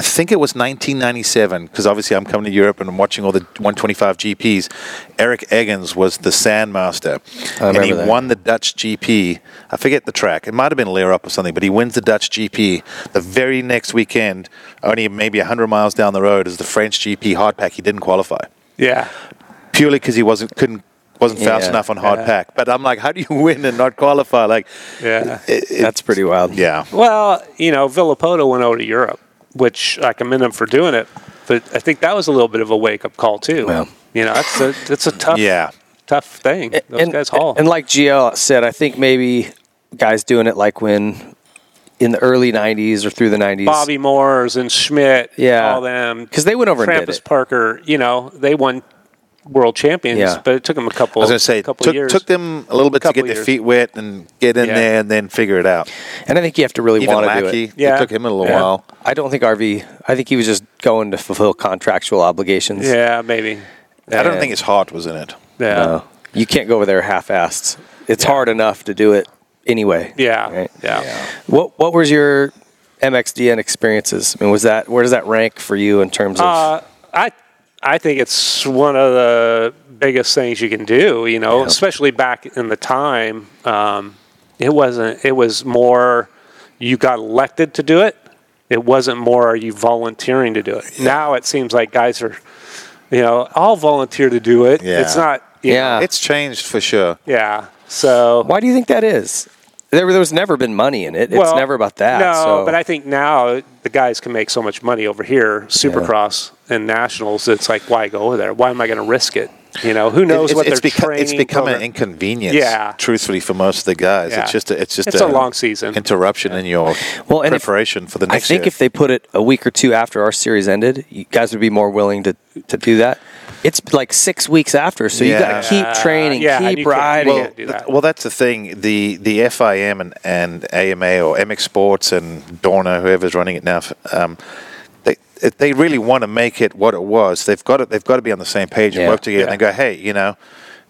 think it was 1997, because obviously I'm coming to Europe and I'm watching all the 125 GPs. Eric Eggins was the Sandmaster.
I
and he
remember that.
won the Dutch GP. I forget the track. It might have been Leerup or something, but he wins the Dutch GP. The very next weekend, only maybe 100 miles down the road, is the French GP hard pack. He didn't qualify
Yeah.
purely because he wasn't couldn't wasn't fast
Yeah,
enough on hard
yeah.
pack. But I'm like, how do you win and not qualify? Like,
Yeah.
it- it-
That's pretty wild.
yeah.
Well, you know, Villapoto went over to Europe, which I commend him for doing it. But I think that was a little bit of a wake up call too.
Well.
You know, that's a that's a tough
Yeah.
tough thing. Those guys haul.
and like GL said, I think maybe guys doing it like when in the early '90s or through the '90s.
Bobby Moores and Schmidt,
Yeah.
all them,
'Cause they went over and did
Trampus
it.
Parker, you know, they won world champions,
Yeah.
but it took them a couple.
I was going to say,
couple
took,
years.
took them a little bit to
Couple
get
years.
their feet wet and get in
Yeah.
there and then figure it out.
and I think you have to really
Even
want to do
Lackey,
it.
it
Yeah.
took him a little
Yeah.
while.
I don't think RV. I think he was just going to fulfill contractual obligations.
yeah, maybe.
I don't
And-
think his heart was in it.
Yeah,
No. you can't go over there half-assed. It's hard enough to do it anyway.
yeah,
Right?
yeah.
What What was your MXDN experiences? I mean, was that where does that rank for you in terms of?
Uh, I I think it's one of the biggest things you can do. You know, especially back in the time, um, it wasn't. It was more you got elected to do it. It wasn't more are you volunteering to do it. Now it seems like guys are, you know, I'll volunteer to do it.
Yeah.
It's not. you
Yeah.
know,
It's changed for sure.
yeah. So
why do you think that is? There, there was never been money in it. It's
Well,
never about that.
No,
so.
but I think now the guys can make so much money over here, Supercross and Nationals. It's like, why go over there? Why am I going to risk it? You know, who knows
it's,
what
it's
they're
become,
training?
it's become
for?
an inconvenience.
Yeah.
truthfully for most of the guys,
Yeah.
it's just a, it's just
It's a long season.
interruption in your
Well, and if-
preparation for the
I
next.
think
year.
if they put it a week or two after our series ended, you guys would be more willing to, to do that. It's like six weeks after, so you got to
Yeah.
keep training,
Yeah, and you
keep
can't-
riding.
well,
can't do that.
th- well, that's the thing. The the FIM and, and AMA or MX Sports and Dorna, whoever's running it now, f- um, they if they really want to make it what it was. They've got to they've got to be on the same page and
Yeah.
work together and go, hey, you know,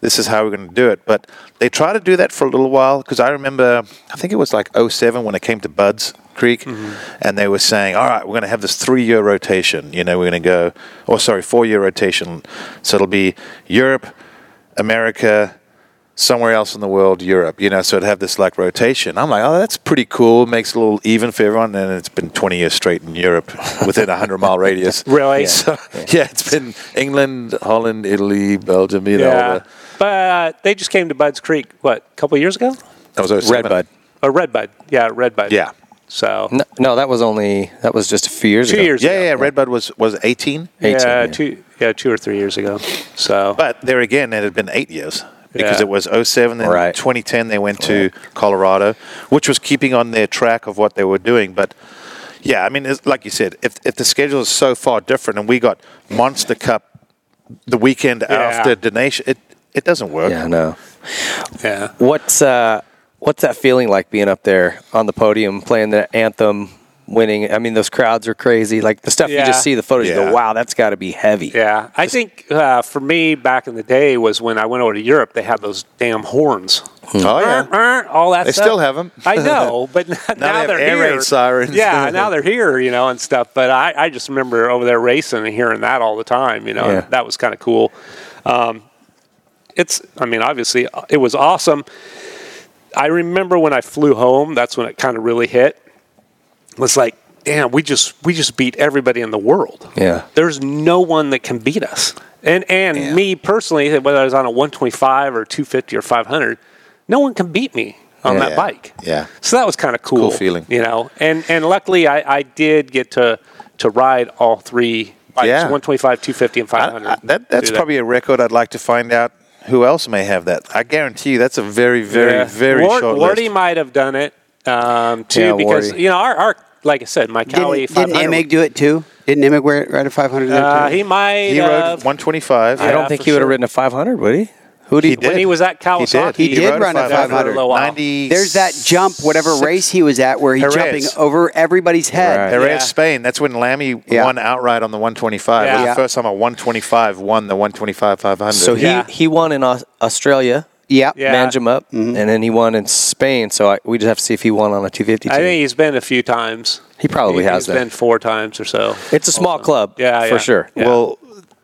this is how we're going to do it. But they try to do that for a little while because I remember I think it was like 07 when it came to Buds Creek, and they were saying, all right, we're going to have this three year rotation. You know, we're going to go, or sorry, four year rotation. So it'll be Europe. America, somewhere else in the world, Europe, you know, so it'd have this like rotation. I'm like, oh, that's pretty cool. Makes it a little even for everyone. And it's been 20 years straight in Europe within a 100 mile radius.
Really?
Yeah. So, yeah. it's been England, Holland, Italy, Belgium, you know. uh, all
yeah,
the-
but they just came to Bud's Creek what a couple years ago?
That was 07.
Red Bud.
Or Red Bud? Yeah, Red Bud.
Yeah.
So
No, no, that was only that was just a few years
two
ago.
years.
Yeah, yeah,
ago.
yeah. Red Bud was, was 18.
yeah,
18, yeah.
two, yeah, two or three years ago. So
But there again, it had been eight years because
Yeah.
it was 07 and
Right.
2010 they went to Colorado, which was keeping on their track of what they were doing. But yeah, I mean, it's, like you said, if, if the schedule is so far different and we got Monster Cup the weekend after donation, it, it doesn't work.
Yeah, no.
yeah,
What's uh, what's that feeling like being up there on the podium playing the anthem, winning? I mean, those crowds are crazy. Like the stuff you
Yeah.
just see the photos, you
Yeah.
go, "Wow, that's got to be heavy."
yeah. I think uh, for me back in the day was when I went over to Europe. They had those damn horns.
Oh, yeah.
Err, err, all that
They
stuff.
still have 'em.
I know, but now,
they have
are
air
here.
raid sirens.
Yeah, now they're here, you know, and stuff. But I, I just remember over there racing and hearing that all the time, you know.
Yeah.
That was kind of cool. Um, it's, I mean, obviously, uh, it was awesome. I remember when I flew home, that's when it kind of really hit. It was like, damn, we just we just beat everybody in the world.
Yeah.
There's no one that can beat us. And and me personally, whether I was on a 125 or 250 or 500, no one can beat me on that
Yeah.
bike.
Yeah.
So that was kind of cool.
Cool feeling.
You know, and and luckily I, I did get to to ride all three bikes,
Yeah.
125, 250,
I-
and 500.
I- that, that's
Do that.
probably a record I'd like to find out who else may have that. I guarantee you that's a very, very,
Yeah.
very
Ward-
short
Wardy
list.
might have done it um, too,
Yeah,
because
Wardy.
you know our, our like I said, my Cali
Didn't, didn't
500
Emig do it too? Didn't Emig wear it right at 500? there,
Uh,
too?
he might.
He
have-
rode 125.
I
Yeah,
don't think
for
he would have
sure.
ridden a 500, would he? Who did he?
did.
when he was at
He
Kawasaki.
did.
He did
rode
run a 500.
for a little while.
There's that jump, whatever
96.
race he was at, where he's
Jerez.
jumping over everybody's head.
Right.
Jerez,
Yeah.
Spain. That's when Lammy
Yeah.
won outright on the 125. It was
Yeah.
the first time a 125 won the 125 500.
So he
Yeah.
he won in Aus- Australia,
Yep.
Yeah.
manage him up,
Mm-hmm.
and then he won in Spain. So I, we just have to see if he won on a 250.
I
team.
think he's been a few times.
He probably
He-
has
he's
that.
been four times or so.
it's a small club,
Yeah,
for
yeah.
sure.
Yeah.
Well,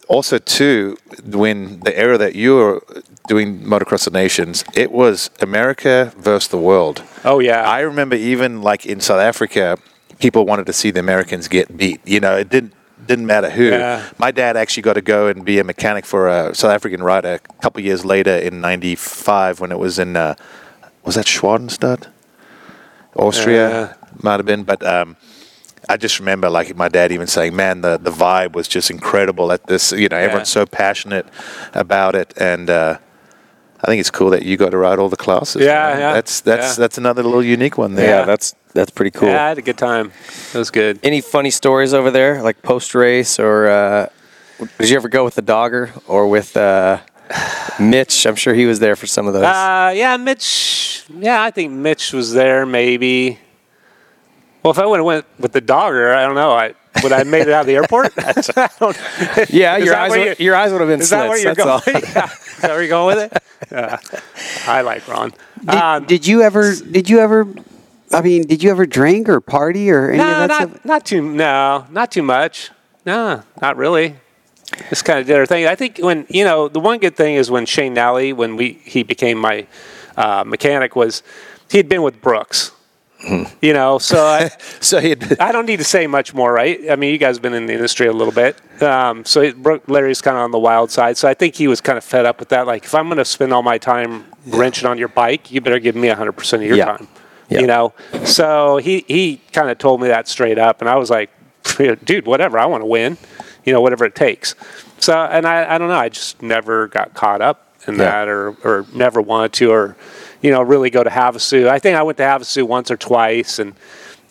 also too, when the era that you were doing motocross of nations, it was America versus the world.
Oh, yeah.
I remember even like in South Africa, people wanted to see the Americans get beat. You know, it didn't didn't matter who.
Yeah.
My dad actually got to go and be a mechanic for a South African rider a couple years later in '95 when it was in uh, was that Schwadenstadt, Austria, might have been, but. Um, I just remember, like my dad even saying, "Man, the, the vibe was just incredible at this. You know, everyone's so passionate about it, and uh, I think it's cool that you got to ride all the classes.
Yeah,
man.
yeah,
That's that's
yeah.
that's another little unique one there.
Yeah,
Yeah.
that's that's pretty cool.
Yeah, I had a good time. That was good.
Any funny stories over there, like post race, or uh, did you ever go with the dogger or with uh, Mitch? I'm sure he was there for some of those.
Uh, yeah, Mitch. Yeah, I think Mitch was there maybe. Well, if I would have went with the dogger, I don't know. I would I have made it out of the airport. I don't,
yeah,
is
your
that
eyes,
where
would,
you-
your eyes would have been
is that where
slits.
you're
That's all.
going? yeah. Is that where you're going with it? Yeah. I like Ron.
Did,
Um,
did you ever? Did you ever? I mean, did you ever drink or party or any of
No,
that
not,
stuff?
not too. No, not too much. No, not really. Just kind of did our thing. I think when you know the one good thing is when Shane Nally, when we he became my uh, mechanic, was he'd been with Brooks. You know, so I,
So he had,
I don't need to say much more, right? I mean, you guys have been in the industry a little bit. Um, so it- Brooke Larry's kind of on the wild side. So I think he was kind of fed up with that. Like, if I'm going to spend all my time wrenching on your bike, you better give me 100% of your
Yeah.
time.
Yeah.
You know? So he, he kind of told me that straight up. And I was like, dude, whatever. I want to win, you know, whatever it takes. So, and I, I don't know. I just never got caught up in
Yeah.
that or, or never wanted to or, you know, really go to Havasu. I think I went to Havasu once or twice and,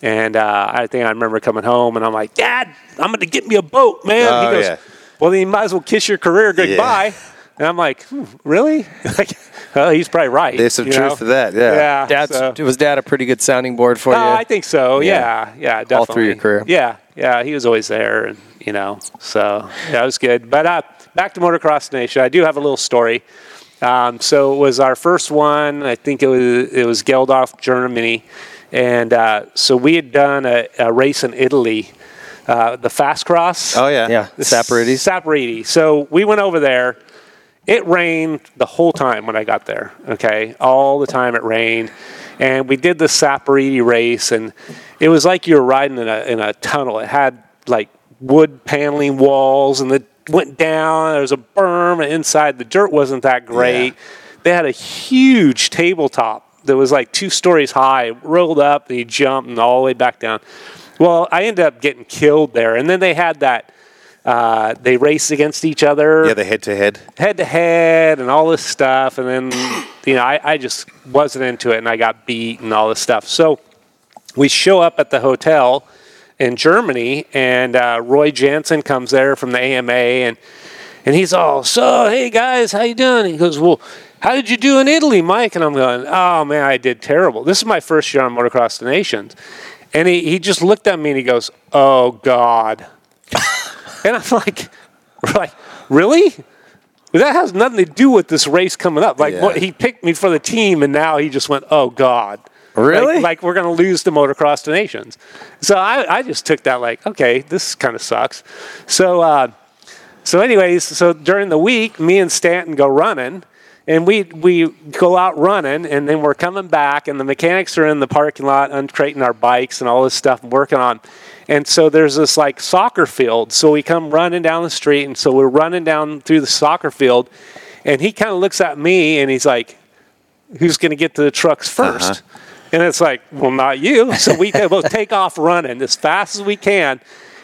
and uh, I think I remember coming home and I'm like, Dad, I'm going to get me a boat, man.
Oh,
he goes,
yeah.
Well, then you might as well kiss your career goodbye. And I'm like, hmm, Really? like, well, he's probably right.
There's some
you
truth
know?
to that, yeah.
Yeah.
Dad's,
so-
Was dad a pretty good sounding board for you?
Uh, I think so. Yeah. Yeah. definitely.
All through your career.
Yeah. Yeah. He was always there, and you know, so yeah, it was good. But uh, back to Motocross Nation. I do have a little story. Um, so it was our first one. I think it was it was Geldorf, Germany, and uh, so we had done a, a race in Italy, uh, the Fast Cross.
oh yeah,
yeah, Saparides.
Sapariti. So we went over there. It rained the whole time when I got there. Okay, all the time it rained, and we did the Sapariti race, and it was like you were riding in a in a tunnel. It had like wood paneling walls, and it went down. There was a berm and inside. The dirt wasn't that great. They had a huge tabletop that was like two stories high, It rolled up, and you jumped, and all the way back down. Well, I ended up getting killed there, and then they had that uh, they race against each other
Yeah, the head to head.
head to head and all this stuff. And then, you know, I, I just wasn't into it and I got beat and all this stuff. So we show up at the hotel in Germany and uh, Roy Jansen comes there from the AMA and, and he's all, so, hey guys, how you doing? He goes, well, how did you do in Italy, Mike? And I'm going, oh man, I did terrible. This is my first year on Motocross the Nations. And he, he just looked at me and he goes, oh God. and I'm like, like, really? But that has nothing to do with this race coming up. Like
Yeah.
what he picked me for the team, and now he just went, "Oh God,
Really?
Like, like, we're going to lose the motocross to nations." So I, I just took that like, okay, this kind of sucks. So, uh, so anyways, so during the week, me and Stanton go running, and we we go out running, and then we're coming back, and the mechanics are in the parking lot uncrating our bikes and all this stuff, and working on. And so there's this like soccer field. So we come running down the street, and so we're running down through the soccer field, and he kind of looks at me, and he's like, "Who's going to get to the trucks 1st And it's like, "Well, not you." So we will take off running as fast as we can,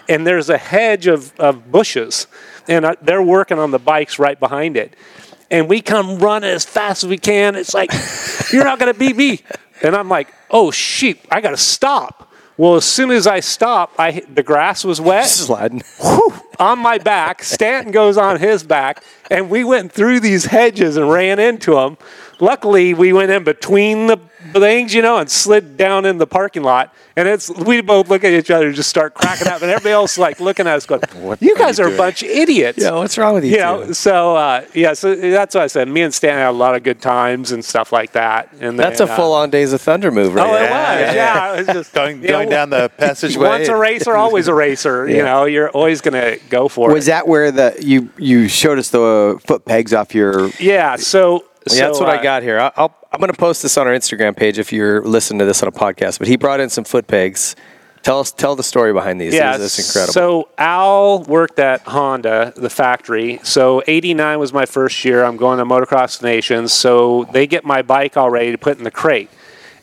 and there's a hedge of, of bushes, and uh, they're working on the bikes right behind it. And we come running as fast as we can. It's like, "You're not going to beat me," and I'm like, "Oh shoot, I got to stop." Well, as soon as I stop, I hit- the grass was wet
Sliding.
on my back. Stanton goes on his back, and we went through these hedges and ran into them. Luckily, we went in between the things, you know, and slid down in the parking lot. And it's we both look at each other and just start cracking up, and everybody else like looking at us going,
What
"You
are
guys
you
are a
doing?"
bunch of idiots."
Yeah, what's wrong with you?
you know,
two?
so uh, yeah, so that's what I said. Me and Stan had a lot of good times and stuff like that. And
that's
then,
a full on Days of Thunder move,
Uh,
right?
oh, it
there.
Yeah,
was.
yeah.
Yeah, it was just
Going
you know,
going down the passageway.
Once a racer, always a racer. You know, you're always going to go for it.
Was that where the you you showed us the uh, foot pegs off your?
Yeah, so,
Yeah, that's
so,
what
uh,
I got here. I- I'll, I'm going to post this on our Instagram page if you're listening to this on a podcast. But he brought in some foot pegs Tell us, tell the story behind these.
Yeah,
this is incredible.
So Al worked at Honda, the factory. So '89 was my first year. I'm going to Motocross Nations. So they get my bike all ready to put in the crate,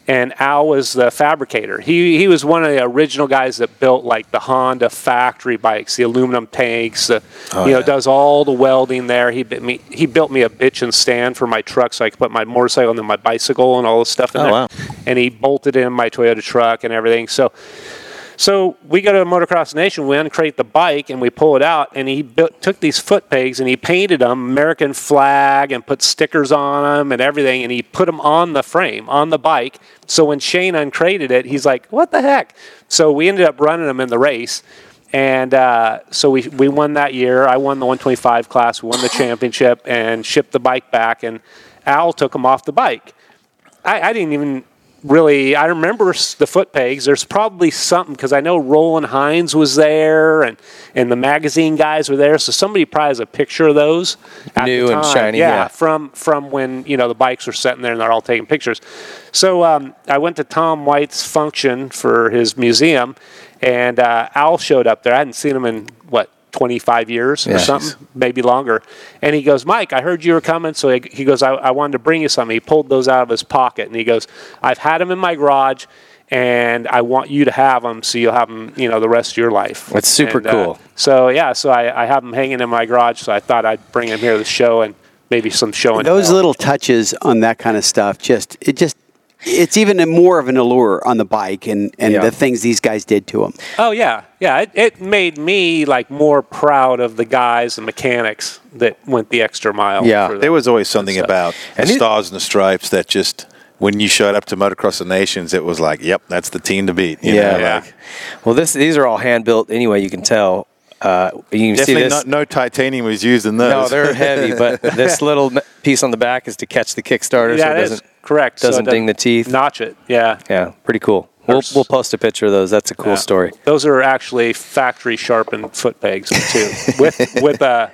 and Al was the fabricator. He he was one of the original guys that built like the Honda factory bikes, the aluminum tanks. The,
Oh,
you know, does all the welding there. He bit me. He built me a bitch and stand for my truck, so I could put my motorcycle and then my bicycle and all this stuff in
Oh,
there.
wow.
And he bolted in my Toyota truck and everything. So. So we go to a motocross nation. We uncrate the bike and we pull it out. And he built, took these foot pegs and he painted them American flag and put stickers on them and everything. And he put them on the frame on the bike. So when Shane uncrated it, he's like, "What the heck?" So we ended up running them in the race. And uh, so we, we won that year. I won the 125 class. We won the championship and shipped the bike back. And Al took them off the bike. I, I didn't even really. I remember s- the foot pegs. There's probably something because I know Roland Hines was there and and the magazine guys were there. So somebody probably has a picture of those. at the
New and
time.
shiny, yeah.
from from when you know the bikes were sitting there and they're all taking pictures. So um, I went to Tom White's function for his museum, and uh, Al showed up there. I hadn't seen him in what. 25 years
Yeah.
or something, maybe longer. And he goes, Mike, I heard you were coming. So he he goes, I, I wanted to bring you something. He pulled those out of his pocket and he goes, I've had them in my garage and I want you to have them so you'll have them, you know, the rest of your life.
That's super
And, uh,
cool.
so, yeah, so I, I have them hanging in my garage. So I thought I'd bring them here to the show and maybe some showing.
Those little touches on that kind of stuff, just it just it's even a more of an allure on the bike and and
Yeah.
the things these guys did to him.
Oh yeah, yeah. It, it made me like more proud of the guys and mechanics that went the extra mile.
Yeah.
for the-
There was always something
stuff.
about
And
the
it-
stars and the stripes that just when you showed up to Motocross the Nations, it was like, yep, that's the team to beat. you know,
yeah.
like,
well, this these are all hand built anyway. You can tell. Uh, you can see
definitely
this.
not, no titanium was used in those.
no, they're heavy, but this little m- piece on the back is to catch the Kickstarter, so
yeah,
it
that is
doesn't.
correct. So it
doesn't ding the teeth.
Notch it. Yeah.
Yeah, pretty cool. We'll,
There's-
we'll post a picture of those. That's a cool
Yeah.
story.
Those are actually factory sharpened foot pegs too, with with a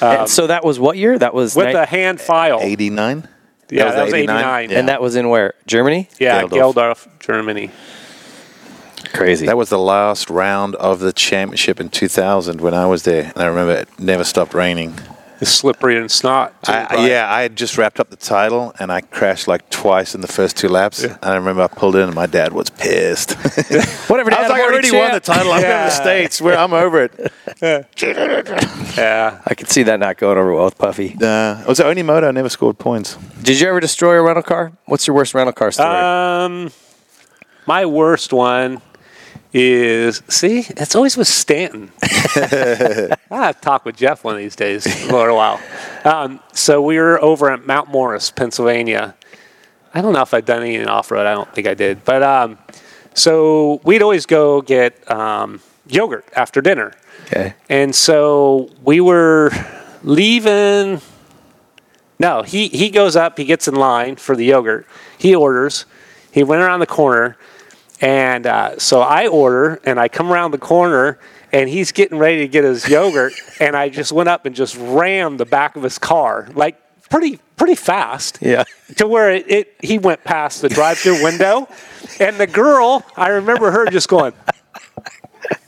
um,
And so that was what year? That was
with
ni-
a hand file.
eighty nine.
yeah, that was eighty nine.
Yeah.
and that was in where Germany.
Yeah,
Geldorf.
Geldorf, Germany.
Crazy.
That was the last round of the championship in 2000 when I was there, and I remember it never stopped raining.
It's slippery and snot. too,
I, I-
probably.
yeah, I had just wrapped up the title, and I crashed like twice in the first two laps. And I remember I pulled in, and my dad was pissed.
Whatever.
I was
Dad,
like, I
I'm already
already won the
champ.
title. I'm in
Yeah.
the states. Where I'm over it.
yeah.
I could see that not going over well with Puffy.
Uh, it was the only moto I never scored points.
Did you ever destroy a rental car? What's your worst rental car story?
Um, my worst one is see, it's always with Stanton. I have to talk with Jeff one of these days for a while. Um, so we were over at Mount Morris, Pennsylvania. I don't know if I've done any off road. I don't think I did, but um, so we'd always go get um, yogurt after dinner.
okay.
And so we were leaving. No, he, he goes up, he gets in line for the yogurt. He orders. He went around the corner. And uh, so I order, and I come around the corner, and he's getting ready to get his yogurt. and I just went up and just rammed the back of his car, like pretty, pretty fast
Yeah.
to where it, it he went past the drive-through window, and the girl, I remember her just going,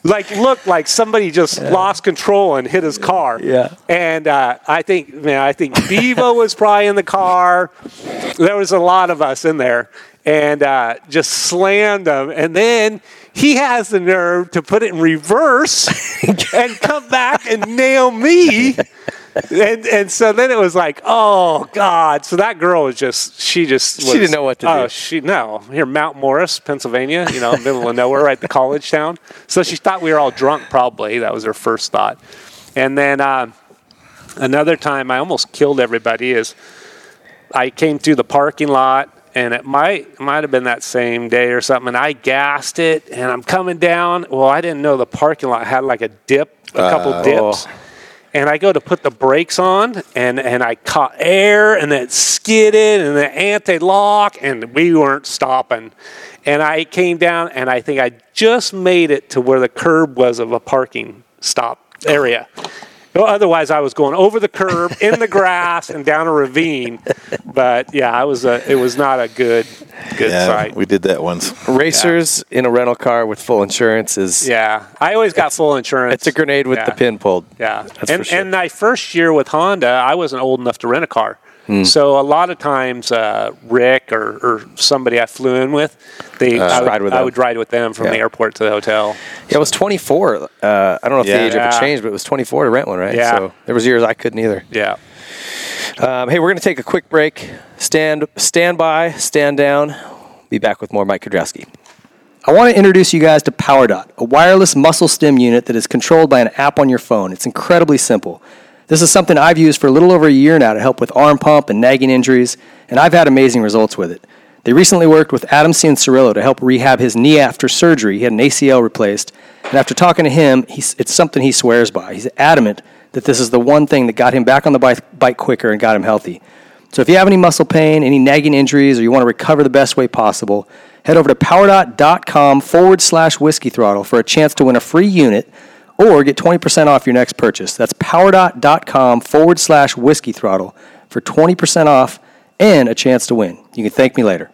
like looked like somebody just lost control and hit his car.
Yeah.
and uh, I think man, I think Bevo was probably in the car. There was a lot of us in there, and uh, just slammed him, and then. He has the nerve to put it in reverse and come back and nail me and and so then it was like, oh God! So that girl was just she just was,
didn't know what to
oh,
do.
She no here Mount Morris, Pennsylvania, you know, middle of nowhere, right, the college town. So she thought we were all drunk. Probably that was her first thought. And then um another time, I almost killed everybody. Is I came through the parking lot. And it might might have been that same day or something. And I gassed it, and I'm coming down. Well, I didn't know the parking lot had like a dip, a couple dips and I go to put the brakes on, and, and I caught air, and then it skidded, and then anti lock, and we weren't stopping. And I came down, and I think I just made it to where the curb was of a parking stop area. Well, otherwise, I was going over the curb, in the grass, and down a ravine. But yeah, I was a, it was not a good, good good
yeah,
sight.
We did that once.
Racers in a rental car with full insurance is
Yeah, I always got full insurance.
it's a grenade with the
Yeah.
pin pulled.
Yeah,
That's
and
for sure.
and my first year with Honda, I wasn't old enough to rent a car.
Hmm.
So a lot of times, uh, Rick or, or somebody I flew in with, they I, would,
Uh, ride with
I
them.
would ride with them from
Yeah.
the airport to the hotel.
Yeah, it was 24. Uh, I don't know if the
Yeah.
age of
Yeah.
it changed, but it was 24 to rent one, right?
Yeah.
So there was years I couldn't either.
Yeah,
Um, hey, we're going to take a quick break. Stand, stand by, stand down. Be back with more Mike Kudrowski. I want to introduce you guys to PowerDot, a wireless muscle stim unit that is controlled by an app on your phone. It's incredibly simple. This is something I've used for a little over a year now to help with arm pump and nagging injuries, and I've had amazing results with it. They recently worked with Adam Cianciarillo to help rehab his knee after surgery. He had an ACL replaced, and after talking to him, he's, it's something he swears by. He's adamant that this is the one thing that got him back on the bike, bike quicker and got him healthy. So if you have any muscle pain, any nagging injuries, or you want to recover the best way possible, head over to powerdot.com forward slash whiskey throttle for a chance to win a free unit or get 20% off your next purchase. That's powerdot.com forward slash whiskey throttle for 20% off and a chance to win. You can thank me later.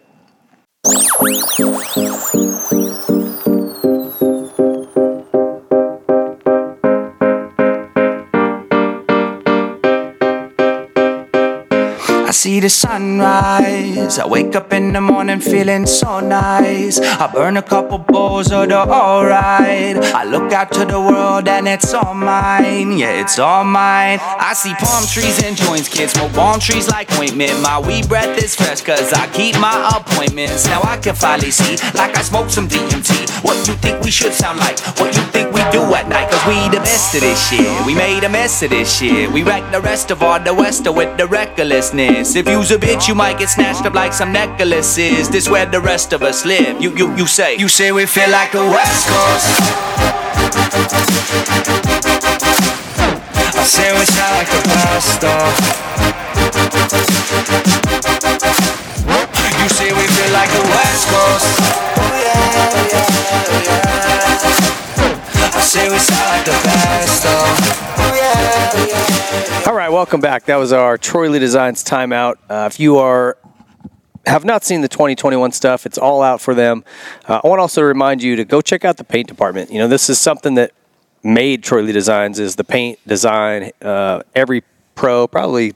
I see the sunrise. I wake up in the morning feeling so nice. I burn a couple bowls of the alright. I look out to the world and it's all mine. Yeah, it's all mine. I see palm trees and joints, kids. Smoke palm trees like ointment. My weed breath is fresh cause I keep my appointments. Now I can finally see, like I smoked some DMT. What you think we should sound like? What you think we do at night? Cause we the best of this shit. We made a mess of this shit. We wrecked the rest of all the Wester with the recklessness. If you's a bitch, you might get snatched up like some necklaces. This where the rest of us live. You you you say you say we feel like the West Coast. I say we sound like the past You say we feel like the West Coast. I say we sound like the past
All right, welcome back. That was our Troy Lee Designs timeout. Uh, if you are have not seen the 2021 stuff, it's all out for them. Uh, I want to also remind you to go check out the paint department. You know, this is something that made Troy Lee Designs is the paint design. Uh, every pro probably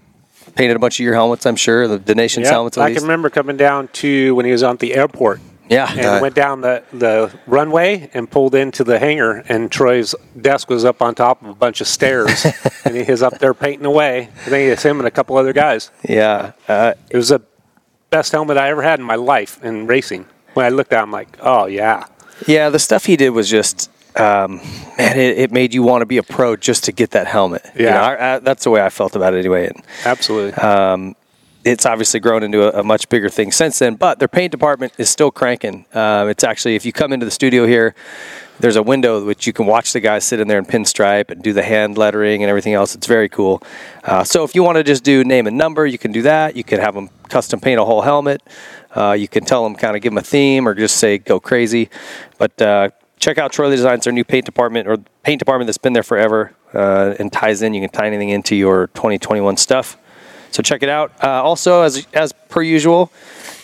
painted a bunch of your helmets, I'm sure, the, the nation's
yeah.
helmets at
I
least.
can remember coming down to when he was on the airport.
Yeah.
and
Yeah.
went down the, the runway and pulled into the hangar, and Troy's desk was up on top of a bunch of stairs, and he was up there painting away. I think it's him and a couple other guys.
yeah. Uh,
It was the best helmet I ever had in my life in racing. When I looked at it, I'm like, oh, yeah.
yeah, the stuff he did was just, um, man, it, it made you want to be a pro just to get that helmet. You
Yeah.
know, I, I, that's the way I felt about it anyway. And, um,
Absolutely.
it's obviously grown into a, a much bigger thing since then. But their paint department is still cranking. Uh, it's actually, if you come into the studio here, there's a window which you can watch the guys sit in there and pinstripe and do the hand lettering and everything else. It's very cool. Uh, so if you want to just do name and number, you can do that. You can have them custom paint a whole helmet. Uh, you can tell them kind of give them a theme or just say go crazy. But uh, check out Troy Lee Designs, their new paint department or paint department that's been there forever uh, and ties in. You can tie anything into your 2021 stuff. So check it out. Uh, also, as as per usual,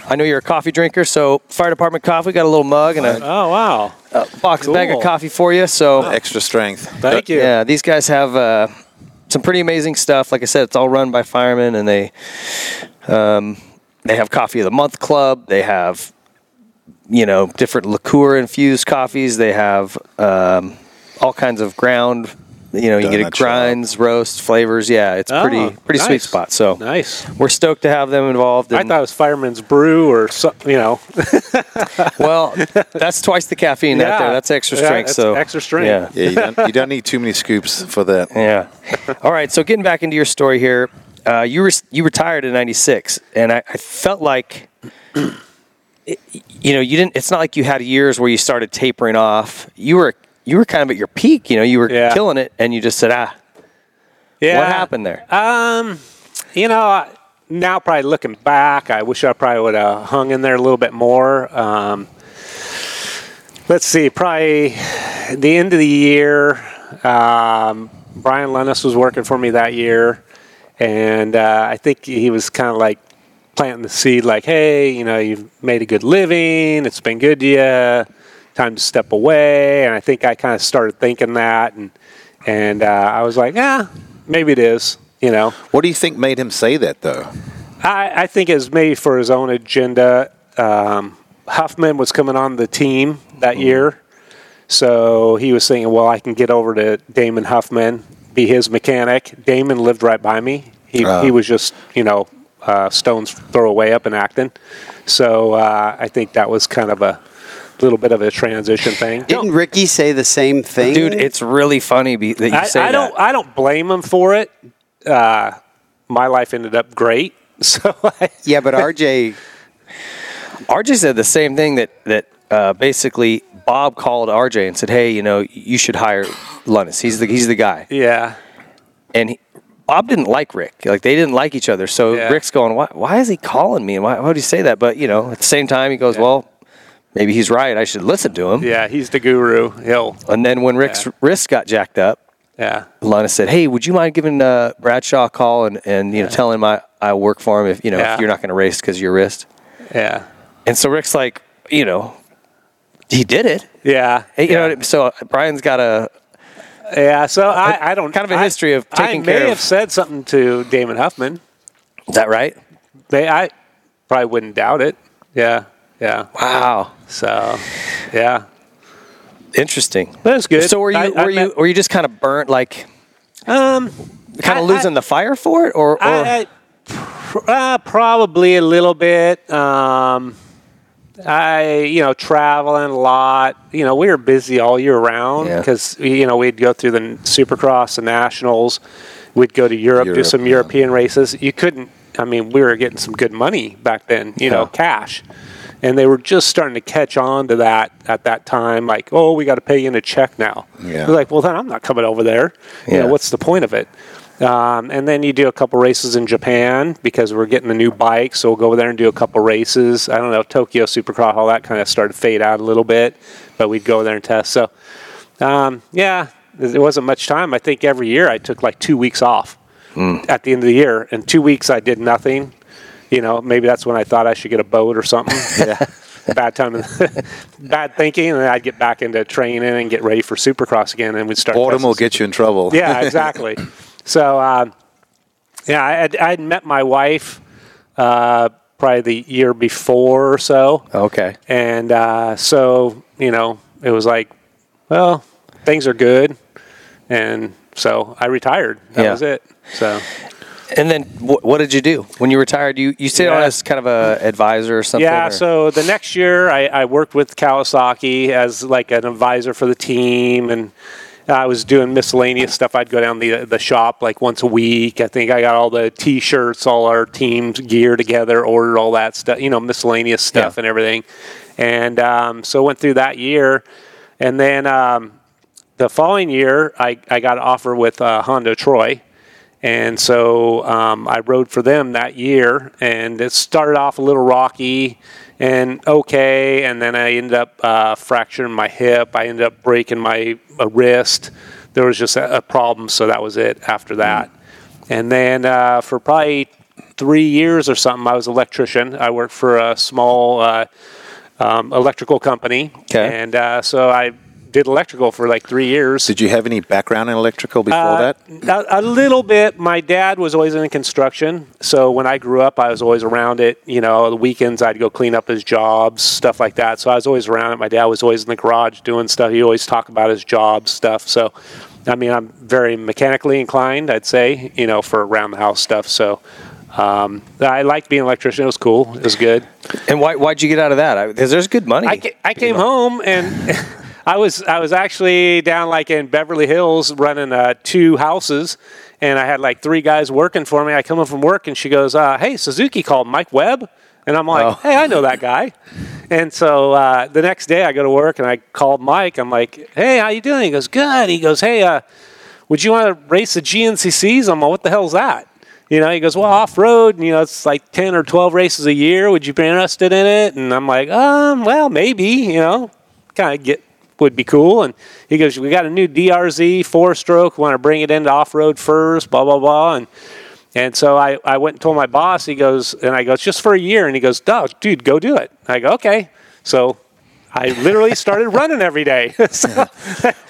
I know you're a coffee drinker, so fire department coffee got a little mug and a
oh, wow.
box bag of
cool.
coffee for you. So
Extra strength.
Thank you.
yeah, these guys have uh, some pretty amazing stuff. Like I said, it's all run by firemen, and they um, they have coffee of the month club. They have you know different liqueur infused coffees. They have um, all kinds of ground. You know, you get
Donut
it
shop.
grinds, roasts, flavors. Yeah, it's
Oh,
pretty pretty sweet
nice.
spot. So
Nice.
we're stoked to have them involved.
I
and-
thought it was Fireman's Brew or something, you know.
Well, that's twice the caffeine out
Yeah.
there. That's extra
Yeah,
strength.
that's
so
extra strength.
Yeah.
Yeah, you don't, you don't need too many scoops for that.
Yeah. All right. So getting back into your story here, uh, you were you retired in '96, and I, I felt like, you know, you didn't. It's not like you had years where you started tapering off. You were you were kind of at your peak. You know, you were
Yeah.
killing it, and you just said, ah,
Yeah.
what happened there?
Um, You know, I- now probably looking back, I wish I probably would have hung in there a little bit more. Um, let's see, probably at the end of the year, um, Brian Lennis was working for me that year, and uh, I think he was kind of like planting the seed like, hey, you know, you've made a good living, it's been good to you, time to step away. And I think I kind of started thinking that, and and uh, I was like, yeah, maybe it is, you know.
What do you think made him say that, though?
I, I think it was maybe for his own agenda. Um, Huffman was coming on the team that year, so he was thinking, "Well, I can get over to Damon Huffman, be his mechanic." Damon lived right by me. He
Ah.
he was just you know uh, stones throw away up in Acton, so uh, I think that was kind of a little bit of a transition thing.
Didn't Ricky say the same thing?
Dude, it's really funny be, that you
I,
say
I don't.
that.
I don't blame him for it. Uh, my life ended up great, so I,
yeah, but RJ,
RJ said the same thing that that uh, basically Bob called RJ and said, "Hey, you know, you should hire Lunis. He's the he's the guy."
yeah.
and he, Bob didn't like Rick. Like they didn't like each other. So
Yeah.
Rick's going, why, why is he calling me? Why, why would he say that? But you know, at the same time, he goes, well, maybe he's right. I should listen to him.
Yeah, he's the guru. He'll.
And then when Rick's
Yeah.
wrist got jacked up,
Yeah.
Lana said, "Hey, would you mind giving uh, Bradshaw a call and, and you know telling him I, I work for him if you know
Yeah.
if you're not going to race because of your wrist?"
Yeah.
And so Rick's like, you know, he did it.
Yeah.
Hey, You
yeah.
know, what I mean? so Brian's got a
yeah. So I, I don't
kind of a
I-
history of taking
I
care
may
of-
have said something to Damon Huffman.
is that right?
They, I probably wouldn't doubt it. Yeah. Yeah.
Wow,
So, yeah.
interesting.
That's good.
So were you
I- I
were you
met-
were you just kind of burnt like
Um,
kind
I-
of losing the fire for it, or, or
I, I, pr- uh, probably a little bit. Um, I, you know, traveling a lot. You know, we were busy all year round
Yeah.
because you know we'd go through the Supercross, the Nationals. We'd go to Europe, do
Europe,
some
yeah.
European races. You couldn't. I mean, we were getting some good money back then. You know,
Yeah.
cash. And they were just starting to catch on to that at that time. Like, oh, we got to pay in a check now.
Yeah.
They're like, well, then I'm not coming over there. You know,
Yeah.
what's the point of it? Um, and then you do a couple races in Japan because we're getting the new bike, so we'll go over there and do a couple races. I don't know Tokyo Supercross, all that kind of started to fade out a little bit, but we'd go there and test. So, um, yeah, there wasn't much time. I think every year I took like two weeks off
Hmm,
at the end of the year, and two weeks I did nothing. You know, maybe that's when I thought I should get a boat or something. Yeah. bad time, bad thinking, and then I'd get back into training and get ready for Supercross again, and we'd start.
Boredom
testing
will get you in trouble.
yeah, exactly. so, um, yeah, I had, I had met my wife uh, probably the year before or so.
Oh.
okay,
And uh, so, you know, it was like, well, things are good. And so I retired. That
Yeah.
was it. So,
and then wh- what did you do when you retired? You you stayed on
Yeah.
as kind of a advisor or something.
yeah,
or-
so the next year I, I worked with Kawasaki as like an advisor for the team and I was doing miscellaneous stuff. I'd go down the the shop like once a week. I think I got all the T-shirts, all our team's gear together, ordered all that stuff, you know, miscellaneous stuff
Yeah.
and everything. And um, so went through that year, and then um, the following year I, I got an offer with uh, Honda Troy, and so um, I rode for them that year, and it started off a little rocky and okay, and then I ended up uh, fracturing my hip. I ended up breaking my uh, wrist. There was just a, a problem, so that was it after that. And then uh, for probably three years or something, I was an electrician. I worked for a small uh, um, electrical company,
Okay.
and uh, so I did electrical for like three years.
Did you have any background in electrical before
Uh,
that?
A, a little bit. My dad was always in construction, so when I grew up, I was always around it. You know, the weekends I'd go clean up his jobs, stuff like that. So I was always around it. My dad was always in the garage doing stuff. He always talked about his job stuff. So, I mean, I'm very mechanically inclined, I'd say. You know, for around the house stuff. So. Um, I liked being an electrician. It was cool. It was good.
and why why'd you get out of that? Because there's good money.
I, ca- I came home and I was I was actually down like in Beverly Hills running uh, two houses, and I had like three guys working for me. I come home from work and she goes, uh, "Hey, Suzuki called Mike Webb," and I'm like, "Hey, I know that guy." And so uh, the next day I go to work and I called Mike. I'm like, "Hey, how you doing?" He goes, "Good." He goes, "Hey, uh, would you want to race the GNCCs? I'm like, what the hell's that? You know, he goes, well, off road, you know, it's like 10 or 12 races a year. Would you be interested in it? And I'm like, um, well, maybe, you know, kind of get, would be cool. And he goes, we got a new DRZ four stroke. Want to bring it into off road first, blah, blah, blah. And And so I, I went and told my boss, he goes, and I go, it's just for a year. And he goes, Duh, dude, go do it. I go, okay. So I literally started running every day. so,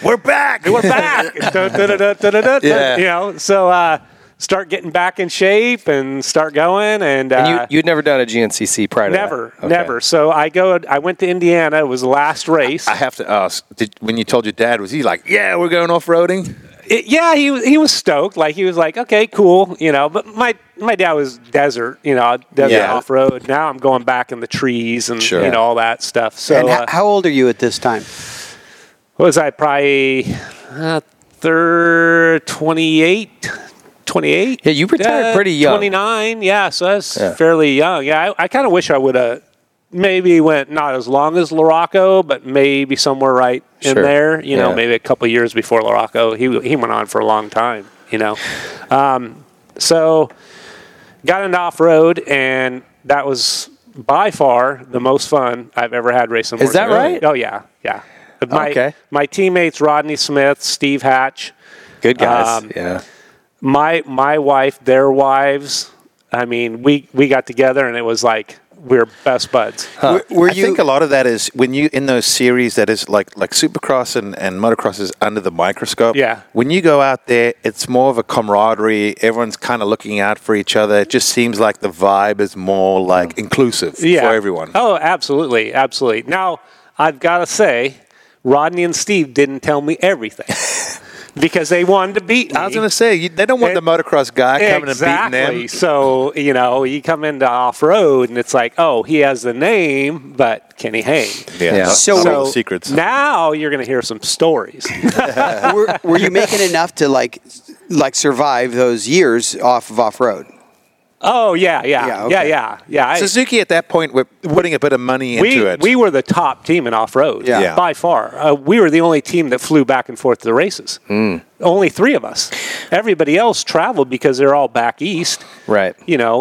We're back.
we're back. Dun, dun, dun, dun, dun, dun, dun,
Yeah.
You know, so uh, start getting back in shape and start going. And, uh,
And you, you'd never done a GNCC prior to
never,
that? Okay.
never. So I go, I went to Indiana. It was the last race.
I have to ask: did, When you told your dad, was he like, "Yeah, we're going off roading"?
it- yeah, he was he was stoked. Like he was like, okay, cool, you know. But my my dad was desert, you know, desert
Yeah.
off road. Now I'm going back in the trees and
Sure.
you know all that stuff. So
and ho-
uh,
how old are you at this time?
what was I probably uh, third 28, 28?
Yeah, you retired pretty young.
Twenty nine, Uh, yeah. So that's
Yeah.
fairly young. Yeah, I, I kind of wish I would have maybe went not as long as Larocco, but maybe somewhere right in
Sure.
there. You know,
Yeah.
maybe a couple years before Larocco. He he went on for a long time. You know, um, so got into off road, and that was by far the most fun I've ever had racing.
Is that
motorcycles.
right?
Oh yeah, yeah. My,
Okay.
My teammates Rodney Smith, Steve Hatch
Good guys.
Um,
yeah.
my my wife, their wives. I mean, we we got together and it was like we were best buds.
Were, were
I
you?
think a lot of that is when you in those series that is like like Supercross and, and motocross is under the microscope.
Yeah.
When you go out there, it's more of a camaraderie. Everyone's kind of looking out for each other. It just seems like the vibe is more
Mm.
like inclusive for everyone.
Oh, absolutely, absolutely. Now I've got to say, Rodney and Steve didn't tell me everything because they wanted to beat me.
I was going to say you, they don't want
It-
the motocross guy coming and
exactly.
beating them.
So you know, you come into off road and it's like, oh, he has the name, but can he hang?
Yeah.
Yeah.
not-
So-
not all
So
the secrets.
Now you're going to hear some stories.
were, were you making enough to like s- like survive those years off of off road?
oh yeah, yeah,
Yeah,
yeah,
okay.
yeah, yeah. I-
Suzuki at that point were putting a bit of money into
we,
it.
we were the top team in off road
Yeah. Yeah.
by far. Uh, we were the only team that flew back and forth to the races.
Hmm.
Only three of us. Everybody else traveled because they're all back east.
Right.
You know,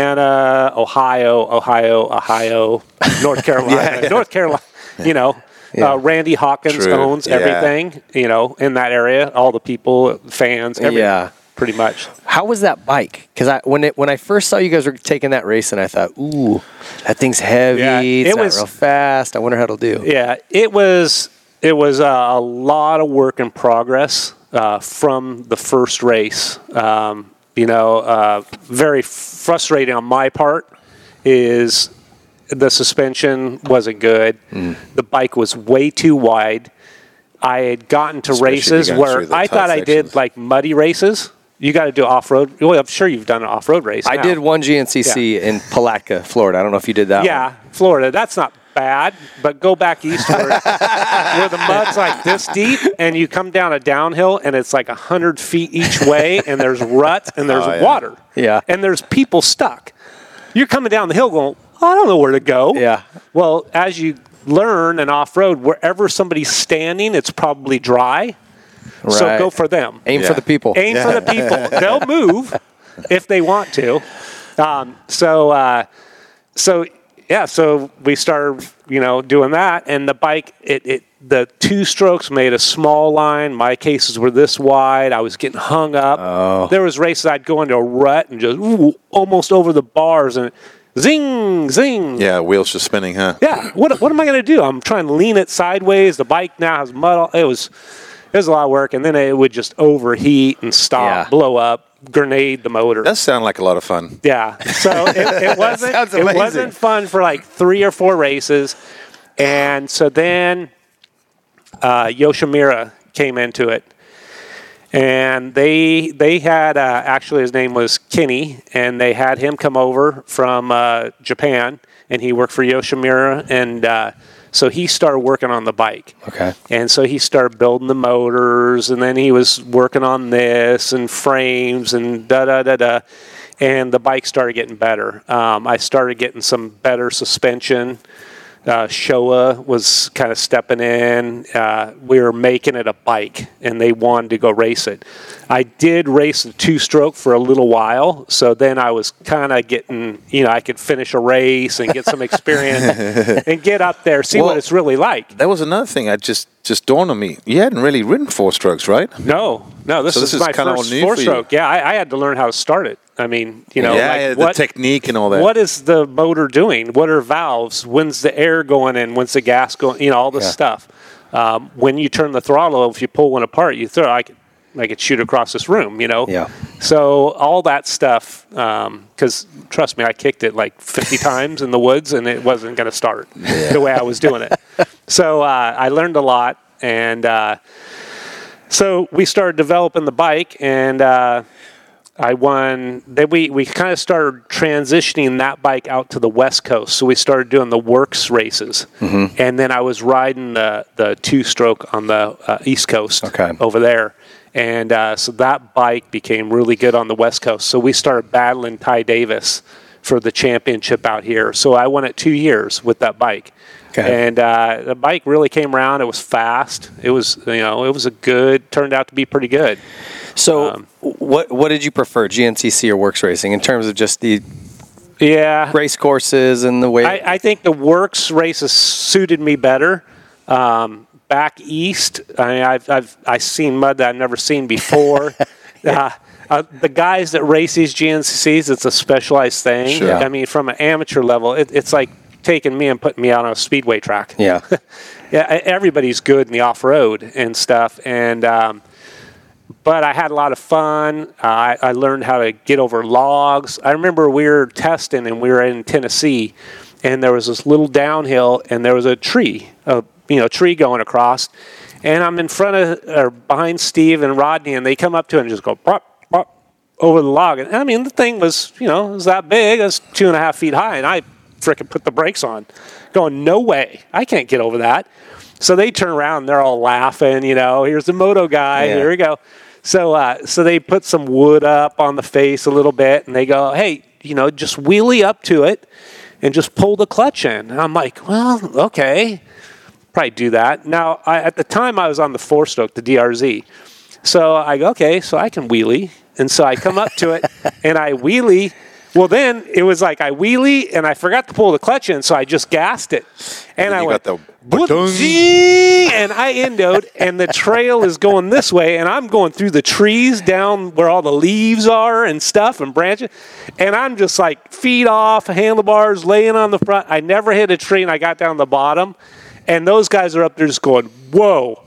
Indiana, Ohio, Ohio, Ohio, North Carolina, North Carolina. You know, uh, Randy Hawkins
True.
owns
Yeah.
everything. You know, in that area, all the people, fans, everything,
Yeah.
pretty much.
How was that bike? Because I when it when I first saw you guys were taking that race, and I thought, ooh, that thing's heavy.
Yeah,
it's
it
not
was-
real fast. I wonder how it'll do.
Yeah, it was it was uh, a lot of work in progress uh, from the first race. Um, you know, uh, very frustrating on my part is the suspension wasn't good.
Hmm.
The bike was way too wide. I had gotten to
Especially if you
races
got through
where
the
I
tight
thought I did
sections.
like muddy races. You got to do off road. Well, I'm sure you've done an off road race.
I
now.
did one GNCC in Palatka, Florida. I don't know if you did that.
Yeah,
one.
Florida. That's not bad, but go back eastward where the mud's like this deep, and you come down a downhill, and it's like hundred feet each way, and there's ruts, and there's
Oh, yeah.
water,
Yeah.
and there's people stuck. You're coming down the hill, going, I don't know where to go.
Yeah.
Well, as you learn and off road, wherever somebody's standing, it's probably dry. So
Right.
go for them.
Aim for
Yeah.
the people.
Aim for the people. They'll move if they want to. Um, so, uh, so yeah, so we started, you know, doing that, and the bike, it, it, the two strokes made a small line. My cases were this wide. I was getting hung up. There was races I'd go into a rut and just ooh, almost over the bars and zing, zing.
yeah, wheels just spinning, huh?
Yeah. What what am I going to do? I'm trying to lean it sideways. The bike now has mud. All, it was it was a lot of work, and then it would just overheat and stop,
Yeah.
blow up, grenade the motor.
Does sound like a lot of fun.
yeah. So it, it wasn't
Sounds
it
amazing.
wasn't fun for like three or four races, and so then uh, Yoshimura came into it. And they they had uh, actually his name was Kenny, and they had him come over from uh, Japan, and he worked for Yoshimura, and uh, so he started working on the bike.
Okay.
And so he started building the motors, and then he was working on this and frames and da da da da, and the bike started getting better. Um, I started getting some better suspension uh, Showa was kind of stepping in. Uh, we were making it a bike, and they wanted to go race it. I did race the two stroke for a little while, so then I was kind of getting, you know, I could finish a race and get some experience and get up there, see
Well-
what it's really like.
That was another thing I just just dawned on me. You hadn't really ridden four strokes, right?
No, no, this,
So
is,
this is
my
kinda all
first
new for
four
you.
stroke. Yeah, I, I had to learn how to start it. I mean, you know,
yeah,
like,
yeah, the
what,
technique and all that.
what is the motor doing? What are valves? When's the air going in? When's the gas going? You know, all this
Yeah.
stuff. Um, when you turn the throttle, if you pull one apart, you throw. I could, I could shoot across this room. You know.
Yeah.
So all that stuff, because trust me, I kicked it like 50 times in the woods, and it wasn't going to start the way I was doing it. so uh, I learned a lot, and uh, so we started developing the bike, and uh, I won. Then we we kind of started transitioning that bike out to the West Coast. So we started doing the works races,
Mm-hmm.
and then I was riding the the two stroke on the uh, East Coast
Okay.
over there, and uh, so that bike became really good on the West Coast. So we started battling Ty Davis for the championship out here. So I won it two years with that bike.
Okay.
And uh, the bike really came around. It was fast. It was, you know, it was a good. Turned out to be pretty good. Um,
So, what what did you prefer, GNCC or Works Racing, in terms of just the
Yeah.
race courses and the way?
I, I think the works races suited me better. Um, back east, I mean, I've, I've I've seen mud that I've never seen before. uh, uh, the guys that race these GNCCs, it's a specialized thing.
Sure.
I mean, from an amateur level, it, it's like taking me and putting me out on a speedway track.
yeah,
Yeah, e- everybody's good in the off road and stuff, and um, but I had a lot of fun. I, I learned how to get over logs. I remember we were testing and we were in Tennessee, and there was this little downhill, and there was a tree, a you know tree going across, and I'm in front of or behind Steve and Rodney, and they come up to it and just go prop prop over the log, and I mean the thing was you know it was that big, it was two and a half feet high, and I frickin' put the brakes on, going no way, I can't get over that. So they turn around, and they're all laughing, you know. Here's the moto guy.
Yeah.
Here we go. So, uh, so they put some wood up on the face a little bit, and they go, "Hey, you know, just wheelie up to it, and just pull the clutch in." And I'm like, "Well, okay, probably do that." Now, I, at the time, I was on the four stroke, the DRZ. So I go, "Okay, so I can wheelie," and so I come up to it and I wheelie. Well, then it was like I wheelie and I forgot to pull the clutch in, so I just gassed it, and,
then
I
you
went
got the
"Whoop,
ba-dung."
zing," and I endowed, and the trail is going this way, and I'm going through the trees down where all the leaves are and stuff and branches, and I'm just like feet off, handlebars, laying on the front. I never hit a tree, and I got down the bottom, and those guys are up there just going, "Whoa."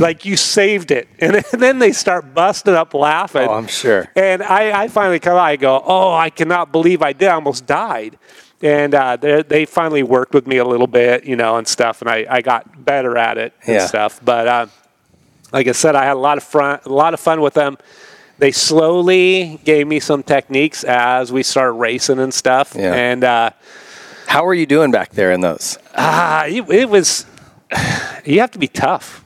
Like you saved it, and then they start busting up laughing.
Oh, I'm sure.
And I, I finally come out, I go, oh, I cannot believe I did. I almost died. And uh, they they finally worked with me a little bit, you know, and stuff. And I, I got better at it and
Yeah.
stuff. But uh, like I said, I had a lot of fun, a lot of fun with them. They slowly gave me some techniques as we started racing and stuff.
Yeah.
And uh,
how are you doing back there in those?
ah, it, it was, you have to be tough.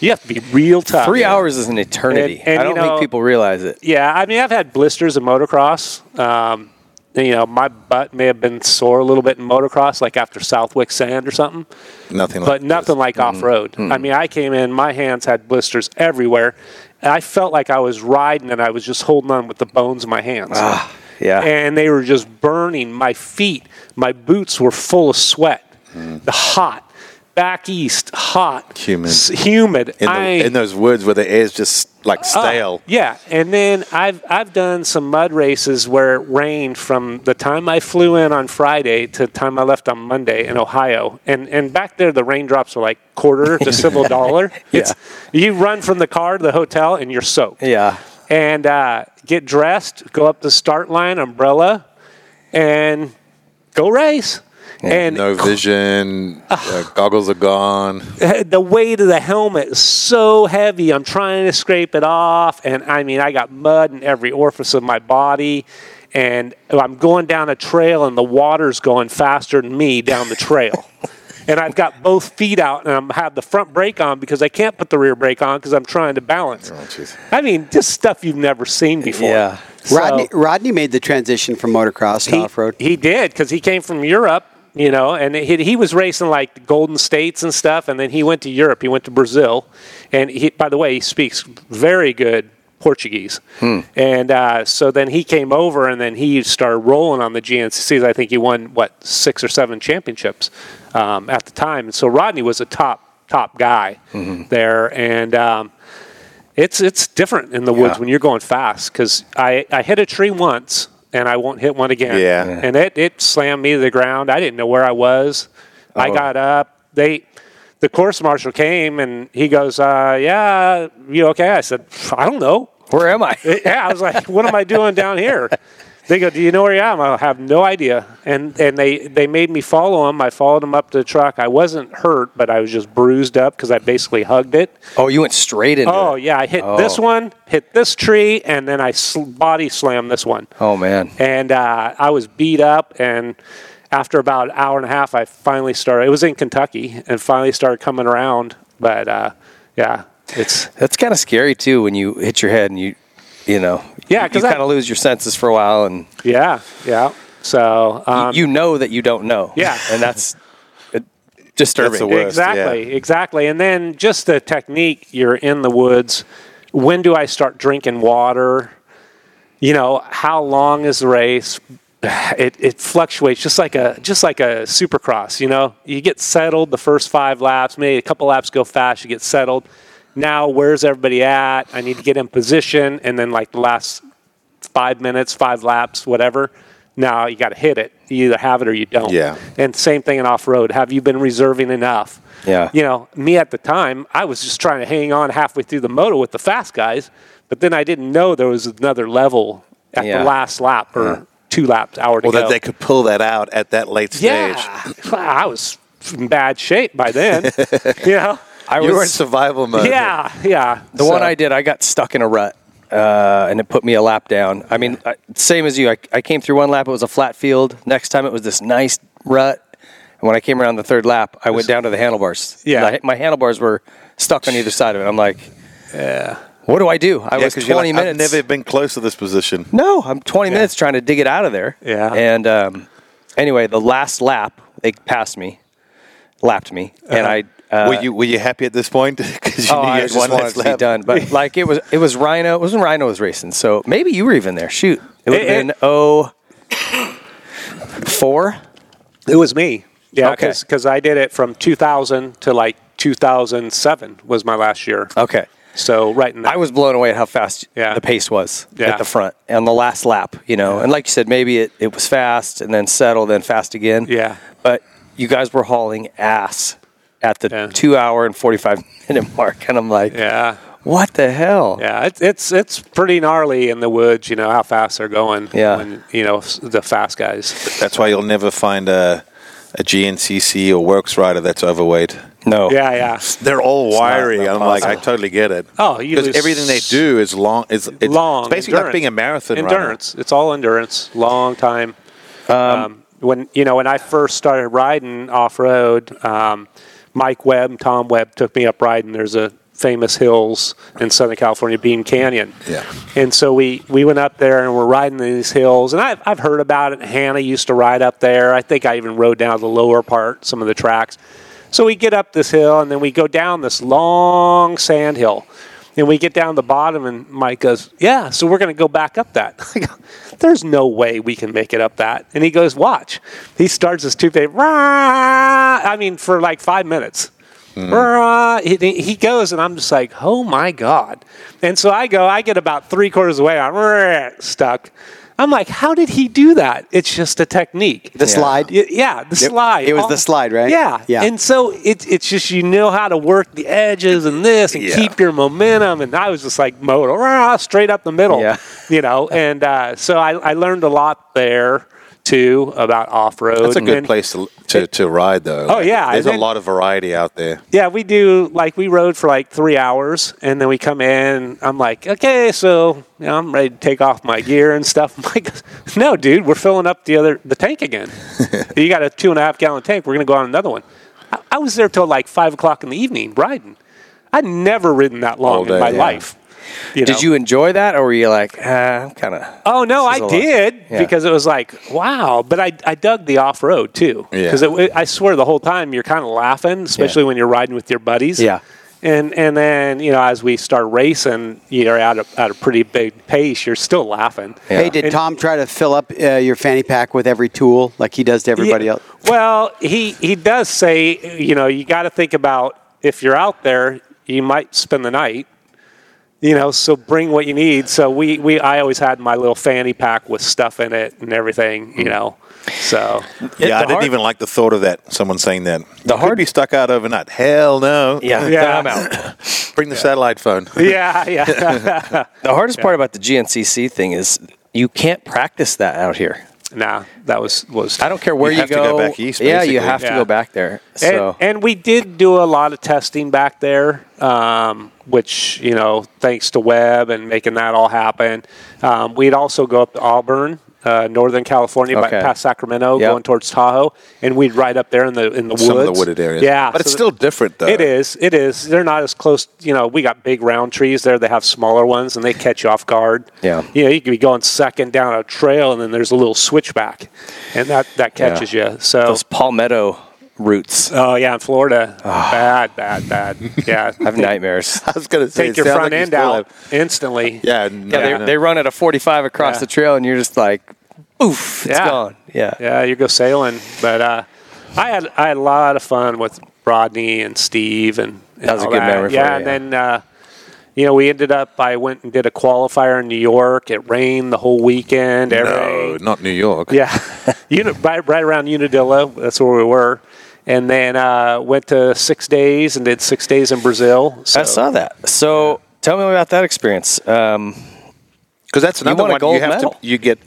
You have to be real tough.
Three
Yeah.
hours is an eternity.
And- and,
I
you
don't
know-
think people realize it.
Yeah, I mean, I've had blisters in motocross. Um, you know, my butt may have been sore a little bit in motocross, like after Southwick sand or something,
Nothing like
but nothing
this. Mm-hmm.
like off road. I mean, I came in, my hands had blisters everywhere. And I felt like I was riding and I was just holding on with the bones of my hands.
Ah,
Yeah,
And they were just burning my feet. My boots were full of sweat.
Mm.
The hot, back east, hot,
Humid.
s- humid.
in, the,
I-
in those woods where the air's just like
Oh,
stale.
yeah, and then I've I've done some mud races where it rained from the time I flew in on Friday to the time I left on Monday in Ohio, and and back there the raindrops were like quarter to civil dollar. It's you run from the car to the hotel and you're soaked.
yeah.
And uh, get dressed, go up the start line, umbrella, and go race. and
No vision, uh, goggles are gone.
the weight of the helmet is so heavy. I'm trying to scrape it off, and I mean, I got mud in every orifice of my body, and I'm going down a trail, and the water's going faster than me down the trail. and I've got both feet out, and I have the front brake on because I can't put the rear brake on because I'm trying to balance.
jeez.
I mean, just stuff you've never seen before.
Yeah.
So-
Rodney, Rodney made the transition from motocross to
he-
off road.
He, did because he came from Europe, you know, and he, he was racing like the Golden States and stuff, and then he went to Europe. He went to Brazil, and he, by the way, he speaks very good Portuguese. And uh, so then he came over, and then he started rolling on the GNCCs. I think he won what six or seven championships um,
Mm-hmm.
at the time. And so Rodney was a top top guy there, and. Um, It's it's different in the woods
Yeah.
when you're going fast because I, I hit a tree once and I won't hit one again.
Yeah. Yeah.
And it, it slammed me to the ground. I didn't know where I was. I
Oh.
got up. They the course marshal came and he goes, uh, yeah, you okay? I said, I don't know.
Where am I?
Yeah, I was like, what am I doing down here? They go, do you know where you am? I have no idea. And and they they made me follow him. I followed him up to the truck. I wasn't hurt, but I was just bruised up because I basically hugged it.
Oh, you went straight into.
Oh
it.
yeah, I hit this
Oh.
one, hit this tree, and then I sl- body slammed this one.
Oh man.
And uh, I was beat up, and after about an hour and a half, I finally started. It was in Kentucky, and finally started coming around. But uh, yeah, it's
That's kind of scary too when you hit your head and you, you know,
Yeah,
you,
'cause I-
kind of lose your senses for a while and
yeah, yeah. So um,
you know that you don't know.
Yeah.
and that's it- disturbing.
That's the worst.
exactly, exactly. And then just the technique. You're in the woods. When do I start drinking water? You know, how long is the race? It, it fluctuates just like a just like a supercross. You know, you get settled the first five laps. Maybe a couple laps go fast. You get settled. Now, where's everybody at? I need to get in position, and then like the last five minutes, five laps, whatever. Now you got to hit it. You either have it or you don't.
Yeah.
And same thing in off road. Have you been reserving enough?
Uh.
Yeah.
You know, me at the time, I was just trying to hang on halfway through the moto with the fast guys, but then I didn't know there was another level at
Yeah.
the last lap or two laps, hour to
Uh. Well,
go.
that they could pull that out at that late stage.
yeah. I was in bad shape by then. you know?
I
You were in
was
survival mode.
Yeah. Yeah.
the one I did. I got stuck in a rut. Uh, and it put me a lap down. I mean, I, same as you. I, I came through one lap. It was a flat field. Next time, it was this nice rut. And when I came around the third lap, I went down to the handlebars.
Yeah.
my, my handlebars were stuck on either side of it. I'm like, yeah. What do I do? I
Yeah,
was
'cause
20
you're like,
minutes.
I've never been close to this position.
No, I'm 20 minutes trying to dig it out of there.
Yeah.
And um, anyway, the last lap, they passed me, lapped me, and
Uh-huh.
I. Uh,
were you were you happy at this point? Because you
Oh,
knew you
I
had
just wanted
less
to be
lap.
done, but like it was, it was Rhino. It was when Rhino was racing, so maybe you were even there. Shoot, it would have
It-
been
it-
oh four.
It was me. Yeah,
Okay.
because I did it from 2000 to like 2007 was my last year.
Okay,
So right in that.
I was blown away at how fast
Yeah.
the pace was
Yeah.
at the front on the last lap. You know, and like you said, maybe it, it was fast and then settled, then fast again.
Yeah.
but you guys were hauling ass at the
Yeah.
two hour and 45 minute mark. And I'm like,
Yeah.
what the hell?
Yeah, it's it's it's pretty gnarly in the woods. You know how fast they're going.
Yeah.
when, you know s- the fast guys.
That's why you'll never find a a GNCC or works rider that's overweight.
No.
Yeah, yeah.
Oh. They're all wiry.
not
I'm like, I totally get it.
Oh, you
because
lose
everything they do is long. Is it's
long
It's basically
endurance.
like being a marathon runner.
endurance. It's all endurance. Long time. Um, when you know when I first started riding off road, um, Mike Webb, and Tom Webb took me up riding. There's a famous hills in Southern California, Bean Canyon.
Yeah.
And so we we went up there and we're riding these hills. And I've I've heard about it. Hannah used to ride up there. I think I even rode down the lower part, some of the tracks. So we get up this hill and then we go down this long sand hill. And we get down the bottom and Mike goes, Yeah, so we're gonna go back up that. I go, There's no way we can make it up that. And he goes, Watch. He starts his two page I mean for like five minutes. Rah. He, he goes, and I'm just like, oh my God. And so I go, I get about three quarters away, I'm rah, stuck. I'm like, how did he do that? It's just a technique.
The slide.
Y- yeah, the slide.
it was the slide, right?
Yeah.
Yeah.
And so it, it's just you know how to work the edges and this and
Yeah.
keep your momentum. And I was just like, motor, rah, straight up the middle,
Yeah.
you know. And uh, so I, I learned a lot there too about off road.
That's a good place to, to, to ride, though.
Oh, yeah,
There's a
and then-
lot of variety out there.
Yeah, we do. Like we rode for like three hours, and then we come in. I'm like, okay, so you know, I'm ready to take off my gear and stuff. I'm like, no, dude, we're filling up the other the tank again. you got a two and a half gallon tank. We're gonna go on another one. I, I was there till like five o'clock in the evening riding. I'd never ridden that long
day,
in my
yeah.
life. You know?
Did you enjoy that or were you like, ah, I'm kind of.
Oh no,
is a
I
lot.
did
Yeah.
because it was like wow, but I, I dug the off road too
Yeah.
because I swear the whole time you're kind of laughing, especially when you're riding with your buddies.
Yeah.
and and then you know as we start racing, you're at a, at a pretty big pace. You're still laughing.
Hey, did
And-
Tom try to fill up uh, your fanny pack with every tool like he does to everybody
Yeah.
else?
Well, he he does say you know you got to think about if you're out there, you might spend the night. you know, so bring what you need. So we, we I always had my little fanny pack with stuff in it and everything, you know.
yeah, I
So
Hmm. the
didn't
hard-
even like the thought of that. Someone saying that the
hard-
hard be stuck out overnight. Hell no.
Yeah,
Yeah.
then I'm out.
Bring the satellite phone.
yeah, yeah.
The hardest part about the GNCC thing is you can't practice that out here.
nah, that was was
I don't care where you,
You have to go back east,
Yeah, you
basically.
have to
Yeah.
go back there.
and,
So
and we did do a lot of testing back there, um, which you know, thanks to Webb and making that all happen. Um, we'd also go up to Auburn, uh, Northern California, by,
Okay.
past Sacramento,
Yep.
going towards Tahoe, and we'd ride up there in the in the
Some
woods.
of the wooded areas.
Yeah,
but it's
so
still different though.
It is. It is. They're not as close. You know, we got big round trees there. They have smaller ones, and they catch you off guard.
Yeah.
You know, you could be going second down a trail, and then there's a little switchback, and that that catches you. So
those palmetto roots. Ah.
Oh yeah, in Florida, bad, bad, bad. Yeah,
I have nightmares.
I was going to say,
take
it
your
sounds
front
like you
end
still
out
have-
instantly.
Yeah,
Yeah,
no,
They,
no.
they run at a 45 across
Yeah.
the trail, and you're just like, oof, it's
Yeah.
gone. Yeah.
yeah, you go sailing. But uh, I had I had a lot of fun with Rodney and Steve, and, and
That was a
all
good memory for
Yeah,
you,
and
yeah.
then uh, you know we ended up. I went and did a qualifier in New York. It rained the whole weekend.
no,
Everything.
not New York.
Yeah, Uni- right, right around Unadilla. That's where we were. And then uh, went to six days and did six days in Brazil. So,
I saw that. So tell me about that experience. Um,
because that's another
won a
one
gold
you have
medal.
to you get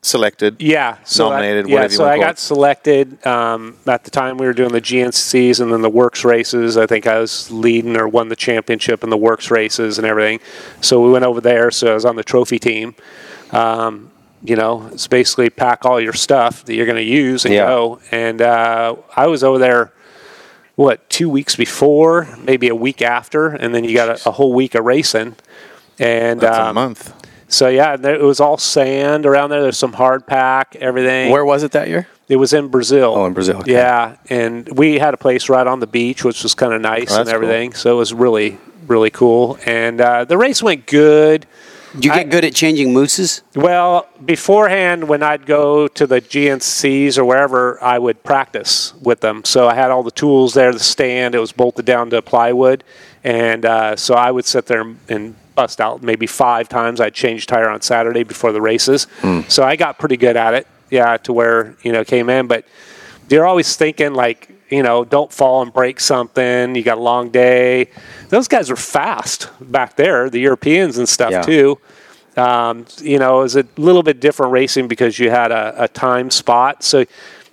selected.
Yeah, so
Nominated,
I, yeah,
whatever you
so
wanna
I
call
got
it.
selected um, at the time we were doing the GNCs and then the works races. I think I was leading or won the championship in the works races and everything. So we went over there. So I was on the trophy team. Um, you know, it's basically pack all your stuff that you're going to use and
Yeah.
go. And uh, I was over there what two weeks before, maybe a week after, and then you got a, a whole week of racing. And
That's a
um,
month.
so yeah, there, it was all sand around there. There's some hard pack, everything.
where was it that year?
It was in Brazil.
Oh, in Brazil, okay.
Yeah, and we had a place right on the beach, which was kind of nice
Oh,
and
that's cool.
everything. So it was really, really cool. And uh, the race went good.
Did you get good at changing mooses?
Well, beforehand, when I'd go to the GNCs or wherever, I would practice with them. So I had all the tools there, the stand, it was bolted down to plywood. And uh, so I would sit there and bust out maybe five times. I'd change tire on Saturday before the races.
Hmm.
So I got pretty good at it, yeah, to where, you know, came in. But you're always thinking, like, you know, don't fall and break something. You got a long day. Those guys were fast back there, the Europeans and stuff,
Yeah.
too um, you know, it was a little bit different racing because you had a, a time spot. So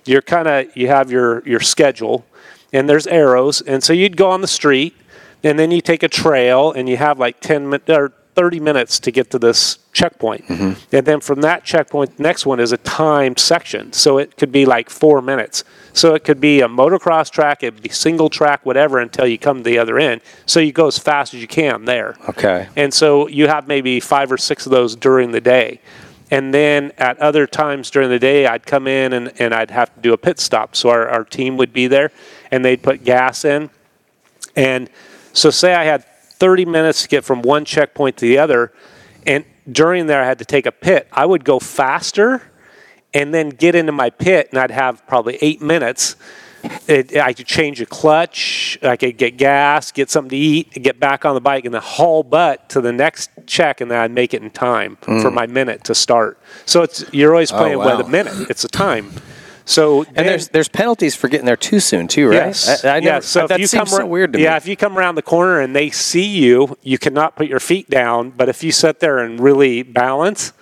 you're kind of you have your your schedule, and there's arrows, and so you'd go on the street, and then you take a trail, and you have like ten min- or thirty minutes to get to this checkpoint, and then from that checkpoint, the next one is a time section. So it could be like four minutes. So it could be a motocross track, it'd be single track, whatever, until you come to the other end. So you go as fast as you can there.
Okay.
And so you have maybe five or six of those during the day. And then at other times during the day, I'd come in and, and I'd have to do a pit stop. So our, our team would be there and they'd put gas in. And so, say I had 30 minutes to get from one checkpoint to the other, and during there I had to take a pit, I would go faster and then get into my pit, and I'd have probably eight minutes. It, I could change a clutch, I could get gas, get something to eat, and get back on the bike, and then haul butt to the next check, and then I'd make it in time for my minute to start. So it's you're always playing
wow.
with a minute; it's a time. So
And there's there's penalties for getting there too soon too, right?
Yes.
I, I never,
yeah, so if
that
you
seems
come
so
ar-
weird to
yeah,
me.
if you come around the corner and they see you, you cannot put your feet down. But if you sit there and really balance,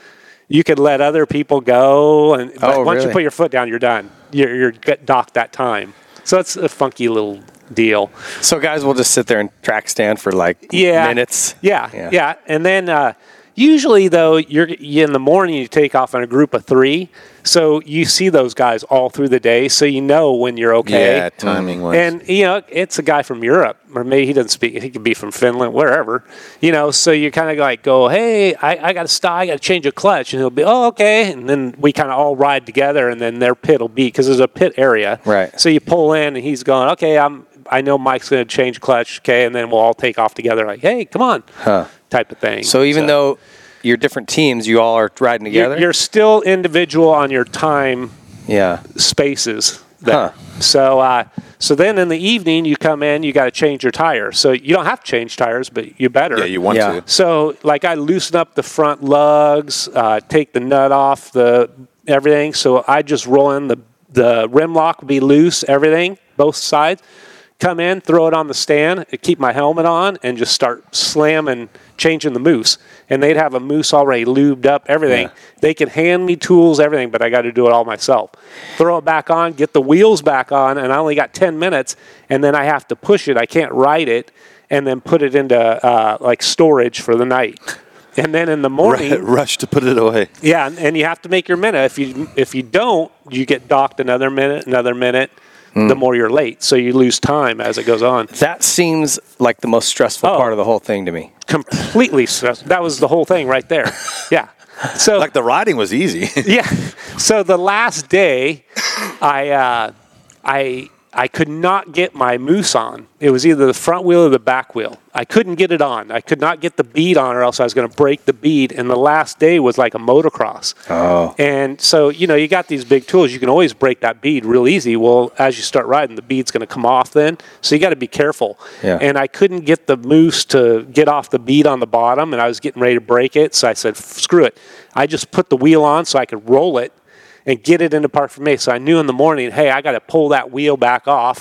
you could let other people go. And but
Oh,
once
really?
you put your foot down, you're done. You're, you're get docked that time. So it's a funky little deal.
So guys will just sit there and track stand for like
Yeah.
minutes.
Yeah,
Yeah.
yeah. And then uh, usually though, you're you- in the morning you take off in a group of three, so you see those guys all through the day, so you know when you're okay.
Yeah, timing wise.
And you know, it's a guy from Europe, or maybe he doesn't speak. He could be from Finland, wherever. You know, so you kind of like go, "Hey, I, I got to stop. I got to change a clutch," and he'll be, "Oh, okay." And then we kind of all ride together, and then their pit will be because there's a pit area.
Right.
So you pull in, and he's going, "Okay, I'm. I know Mike's going to change clutch. Okay, and then we'll all take off together. Like, hey, come on, type of thing.
So even though you're different teams, you all are riding together.
you're, you're still individual on your time
yeah.
spaces there.
Huh.
So uh, So then in the evening, you come in, you got to change your tires. So you don't have to change tires, but you better.
Yeah, you want
Yeah.
to.
So, like, I loosen up the front lugs, uh, take the nut off the everything. So I just roll in the the rim lock will be loose, everything, both sides. Come in, throw it on the stand, keep my helmet on, and just start slamming, changing the moose. And they'd have a moose already lubed up, everything. They could hand me tools, everything, but I got to do it all myself. Throw it back on, get the wheels back on, and I only got 10 minutes, and then I have to push it. I can't ride it and then put it into uh, like storage for the night. And then in the morning,
Rush to put it away.
yeah, and, and you have to make your minute. If you if you don't, you get docked another minute, another minute.
Hmm.
The more you're late, so you lose time as it goes on.
That seems like the most stressful
Oh.
part of the whole thing to me.
Completely stress. That was the whole thing right there. Yeah. So
Like the riding was easy.
yeah. So the last day, I uh, I I could not get my moose on. It was either the front wheel or the back wheel. I couldn't get it on. I could not get the bead on, or else I was going to break the bead. And the last day was like a motocross. Oh. And so you know you got these big tools. You can always break that bead real easy. Well, as you start riding, the bead's going to come off then. So you got to be careful.
Yeah.
And I couldn't get the moose to get off the bead on the bottom, and I was getting ready to break it. So I said, screw it. I just put the wheel on so I could roll it and get it into park for me. So I knew in the morning, hey, I got to pull that wheel back off,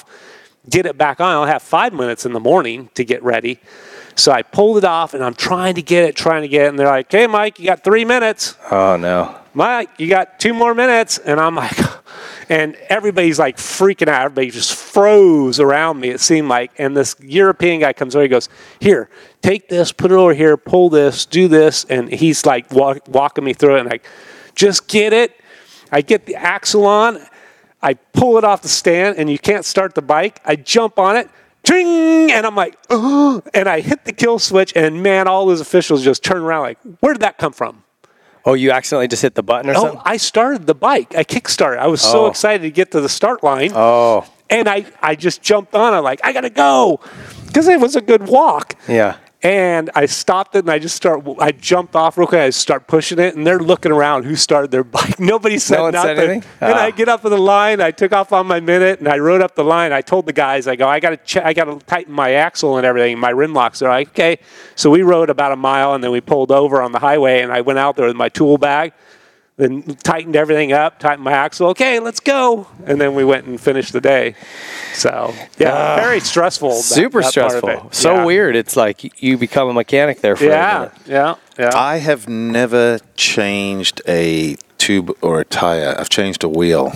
get it back on. I'll have five minutes in the morning to get ready. So I pulled it off and I'm trying to get it, trying to get it. And they're like, hey, Mike, you got three minutes.
Oh no.
Mike, you got two more minutes. And I'm like, and everybody's like freaking out. Everybody just froze around me, it seemed like. And this European guy comes over, he goes, Here, take this, put it over here, pull this, do this. And he's like walk, walking me through it and like, just get it. I get the axle on, I pull it off the stand, and you can't start the bike. I jump on it, ting, and I'm like, oh, and I hit the kill switch, and man, all those officials just turn around like, where did that come from?
Oh, you accidentally just hit the button or
Oh,
something?
I started the bike. I kickstarted. I was so
Oh.
excited to get to the start line.
Oh,
And I, I just jumped on. I'm like, I got to go. Because it was a good walk.
yeah.
And I stopped it and I just start. I jumped off real quick. I start pushing it, and they're looking around who started their bike. Nobody said
one said
nothing.
anything?
And
Ah.
I get up in the line. I took off on my minute, and I rode up the line. I told the guys, I go, I got to, ch- I got to tighten my axle and everything, my rim locks. They're like, okay. So we rode about a mile, and then we pulled over on the highway, and I went out there with my tool bag, then tightened everything up, tightened my axle. Okay, let's go. And then we went and finished the day. So yeah, very stressful. that-
Ah. Super
that part of
stressful.
it.
So
Yeah.
weird. It's like you become a mechanic there for a
Yeah,
minute.
yeah, yeah.
I have never changed a tube or a tire. I've changed a wheel.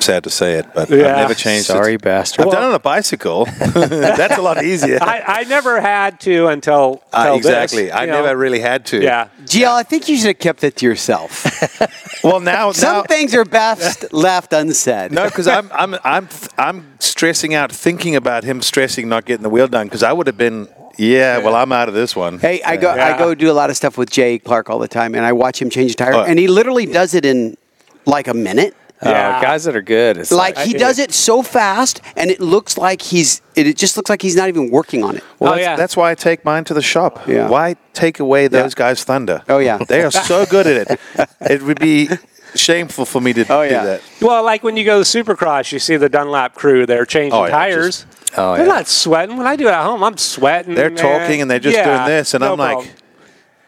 Sad to say it, but
Yeah.
I've never changed. it.
Sorry, bastard.
I've done it on a bicycle. That's a lot easier.
I, I never had to until,
Uh,
until
exactly.
This,
I
you know?
never really had to.
Yeah,
GL, I think you should have kept it to yourself.
Well, now,
Some
now
things are best left unsaid.
No, because I'm I'm I'm I'm stressing out thinking about him stressing not getting the wheel done because I would have been yeah well I'm out of this one.
Hey, I go
Yeah.
I go do a lot of stuff with Jay Clark all the time, and I watch him change a tire,
Oh.
and he literally does it in like a minute.
Uh,
Yeah.
Oh,
guys that are good. It's like,
Like he does it so fast, and it looks like he's it, it just looks like he's not even working on it.
Well,
Oh,
that's,
yeah.
that's why I take mine to the shop.
Yeah.
Why take away those
Yeah.
guys' thunder?
Oh, yeah.
they are so good at it. It would be shameful for me to
Oh, yeah.
do that.
well, like when you go to Supercross, you see the Dunlop crew. They're changing
Oh, yeah,
tires.
oh,
they're
yeah.
not sweating. When I do it at home, I'm sweating.
They're
man.
talking and they're just
Yeah,
doing this, and
no
I'm like,
problem.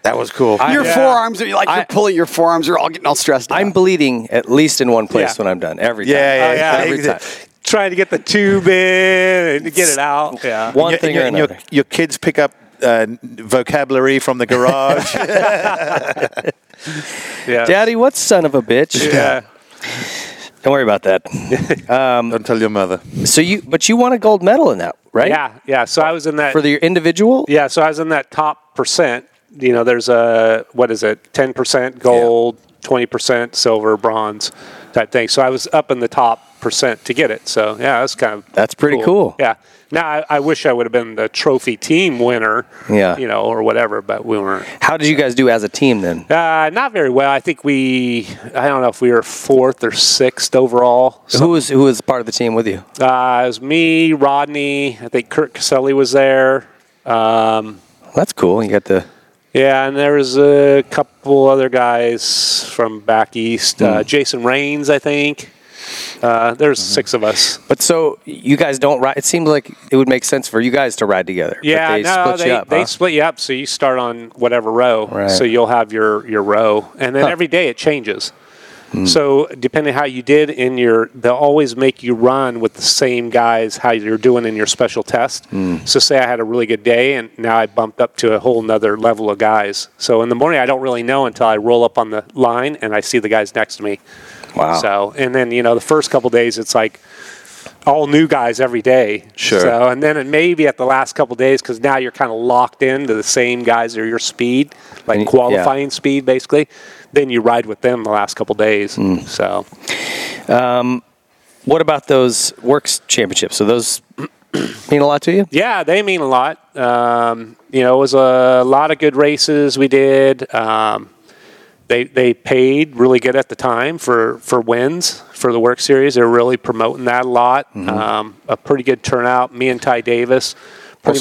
that was cool.
your
Yeah.
forearms are like
I-
you're pulling your forearms are all getting all stressed. out.
I'm bleeding at least in one place
Yeah.
when I'm done. Every time.
yeah, yeah,
Oh, yeah.
Every
Every time.
time.
trying to get the tube in and to get it out. Yeah.
One
Your-
thing
your,
or
and your-
another.
your kids pick up uh, vocabulary from the garage.
Yeah.
Daddy, what son of a bitch?
Yeah.
Don't worry about that. Um,
Don't tell your mother.
So you, but you won a gold medal in that, right?
Yeah. Yeah. So I was in that
For the individual.
Yeah, so I was in that top percent. You know, there's a what is it, ten percent gold, twenty percent silver, bronze type thing. So I was up in the top percent to get it. So yeah, that's kind of
That's pretty cool.
Yeah. Now I, I wish I would have been the trophy team winner.
Yeah.
You know, or whatever, but we weren't.
How did you guys do as a team then?
Uh, not very well. I think we. I don't know if we were fourth or sixth overall.
Who was who was part of the team with you?
Uh, it was me, Rodney. I think Kurt Caselli was there. Um,
That's cool. You got the
Yeah, and there was a uh,
Hmm.
couple other guys from back east. Uh, Jason Rains, I think. Uh, there's six of us.
But so you guys don't ride. It seems like it would make sense for you guys to ride together. but
Yeah,
they
no,
split
they,
you up.
they
huh?
split you up, so you start on whatever row.
Right.
So you'll have your your row, and then every day it changes.
Hmm.
So depending how you did in your, they'll always make you run with the same guys how you're doing in your special test.
Hmm.
So say I had a really good day, and now I bumped up to a whole nother level of guys. So in the morning I don't really know until I roll up on the line and I see the guys next to me.
Wow.
So and then you know the first couple days it's like all new guys every day.
Sure.
So, and then it maybe at the last couple days because now you're kind of locked into the same guys that are your speed, like
And y-
qualifying speed, basically. Then you ride with them the last couple days. So,
Mm. Um, What about those works championships? So those mean a lot to you?
yeah, they mean a lot. Um, you know, it was a lot of good races we did. Um, they they paid really good at the time for for wins for the work series. They're really promoting that a lot.
Mm-hmm.
Um, a pretty good turnout. Me and Ty Davis. Pretty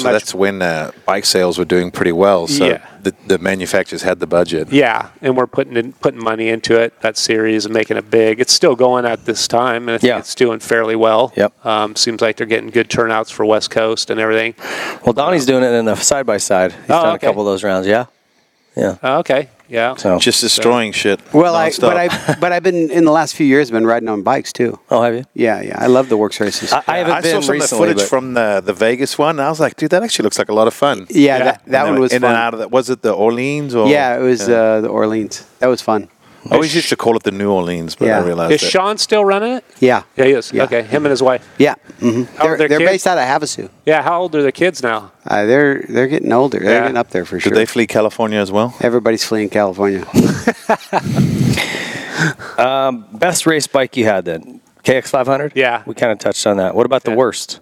Oh,
Also, that's when uh, bike sales were doing pretty well, so
Yeah.
the, the manufacturers had the budget.
Yeah, and we're putting in, putting money into it that series and making it big. It's still going at this time, and I think
Yeah.
it's doing fairly well.
Yep.
Um, seems like they're getting good turnouts for West Coast and everything.
Well, Donnie's doing it in the side by side. He's
Oh,
done
okay.
a couple of those rounds. Yeah. Yeah.
oh,
Uh, okay, yeah.
So.
Just destroying shit.
Well, I,
nonstop.
but I but I've been in the last few years. been riding on bikes too.
oh, have you?
Yeah, yeah. I love the works races.
I, I haven't
I saw
been
some
recently.
of the footage
but-
from the, the Vegas one. And I was like, dude, that actually looks like a lot of fun.
yeah, that,
And
that
they
one
were
was
in
fun.
and out of that. Was it the Orleans or?
yeah, it was Uh, the Orleans. That was fun.
I
Oh,
always used to call it the New Orleans, but
Yeah.
I realized
Is
that-
Sean still running it?
Yeah,
Yeah, he is.
Yeah.
Okay, him and his wife.
yeah. hmm They're,
they're
they're
kids?
based out of Havasu.
Yeah, how old are the kids now?
Uh, they're they're getting older. They're
Yeah.
getting up there for
Did
sure.
they flee California as well?
Everybody's fleeing California.
um, Best race bike you had then? KX 500?
Yeah.
We kind of touched on that. What about the
Yeah.
worst?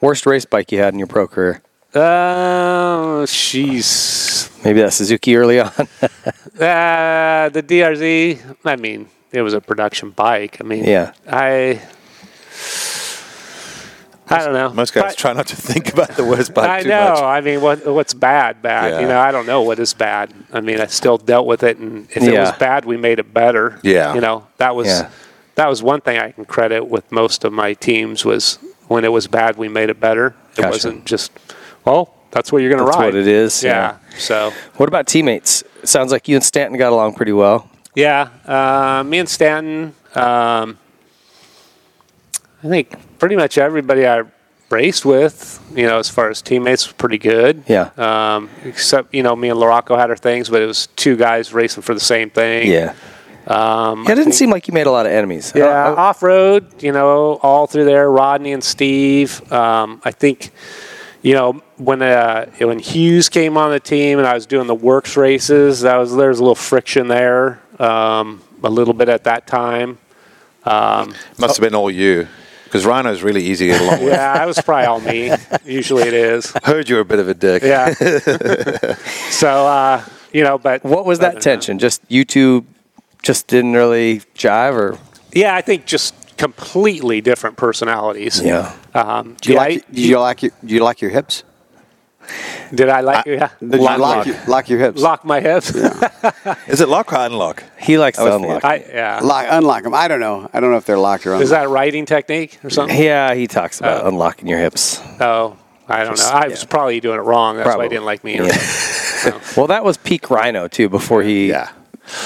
Worst race bike you had in your pro career?
Uh, she's
Maybe that Suzuki early on.
uh, the DRZ. I mean, it was a production bike. I mean,
Yeah.
I. I don't know.
Most guys
But-
try not to think about the worst bike
I
too
know.
much.
I mean, what what's bad, bad. You
Yeah.
know, I don't know what is bad. I mean, I still dealt with it, and if it was
Yeah.
bad, we made it better.
Yeah.
You know, that was
Yeah.
that was one thing I can credit with most of my teams was when it was bad, we made it better. It
Gotcha.
wasn't just, well, that's what you're going to
That's
ride.
what it is,
Yeah. So.
what about teammates? Sounds like you and Stanton got along pretty well.
Yeah, uh, me and Stanton. Um, I think pretty much everybody I raced with, you know, as far as teammates, was pretty good.
Yeah.
Um, except you know, me and Larocco had our things, but it was two guys racing for the same thing.
Yeah. Um, it didn't seem like you made a lot of enemies. I don't-
Yeah,
I-
off road, you know, all through there. Rodney and Steve. Um, I think, you know, when uh, when Hughes came on the team and I was doing the works races, that was there was a little friction there, um, a little bit at that time. Um,
Must have been all you, because Rhino's really easy to get along with.
Yeah, that was probably all me. Usually it is.
Heard you were a bit of a dick.
Yeah. so uh, you know, but
what was that tension? Just you two just didn't really jive or?
yeah, I think just completely different personalities. Um,
Do you
yeah,
like? Do you like your? Do you like your hips?
did I like? yeah.
Did you
Lock-
lock,
lock.
your, lock your hips?
Lock my hips.
Is it lock or unlock?
He likes to
was
unlock.
I, yeah.
Lock, unlock them. I don't know. I don't know if they're locked or unlocked.
Is that a writing technique or something?
yeah, he talks about unlocking your hips.
Oh, I don't know. I was probably doing it wrong. That's why I
Probably.
didn't like me.
Yeah.
Oh.
Well, that was peak Rhino too before he
Yeah.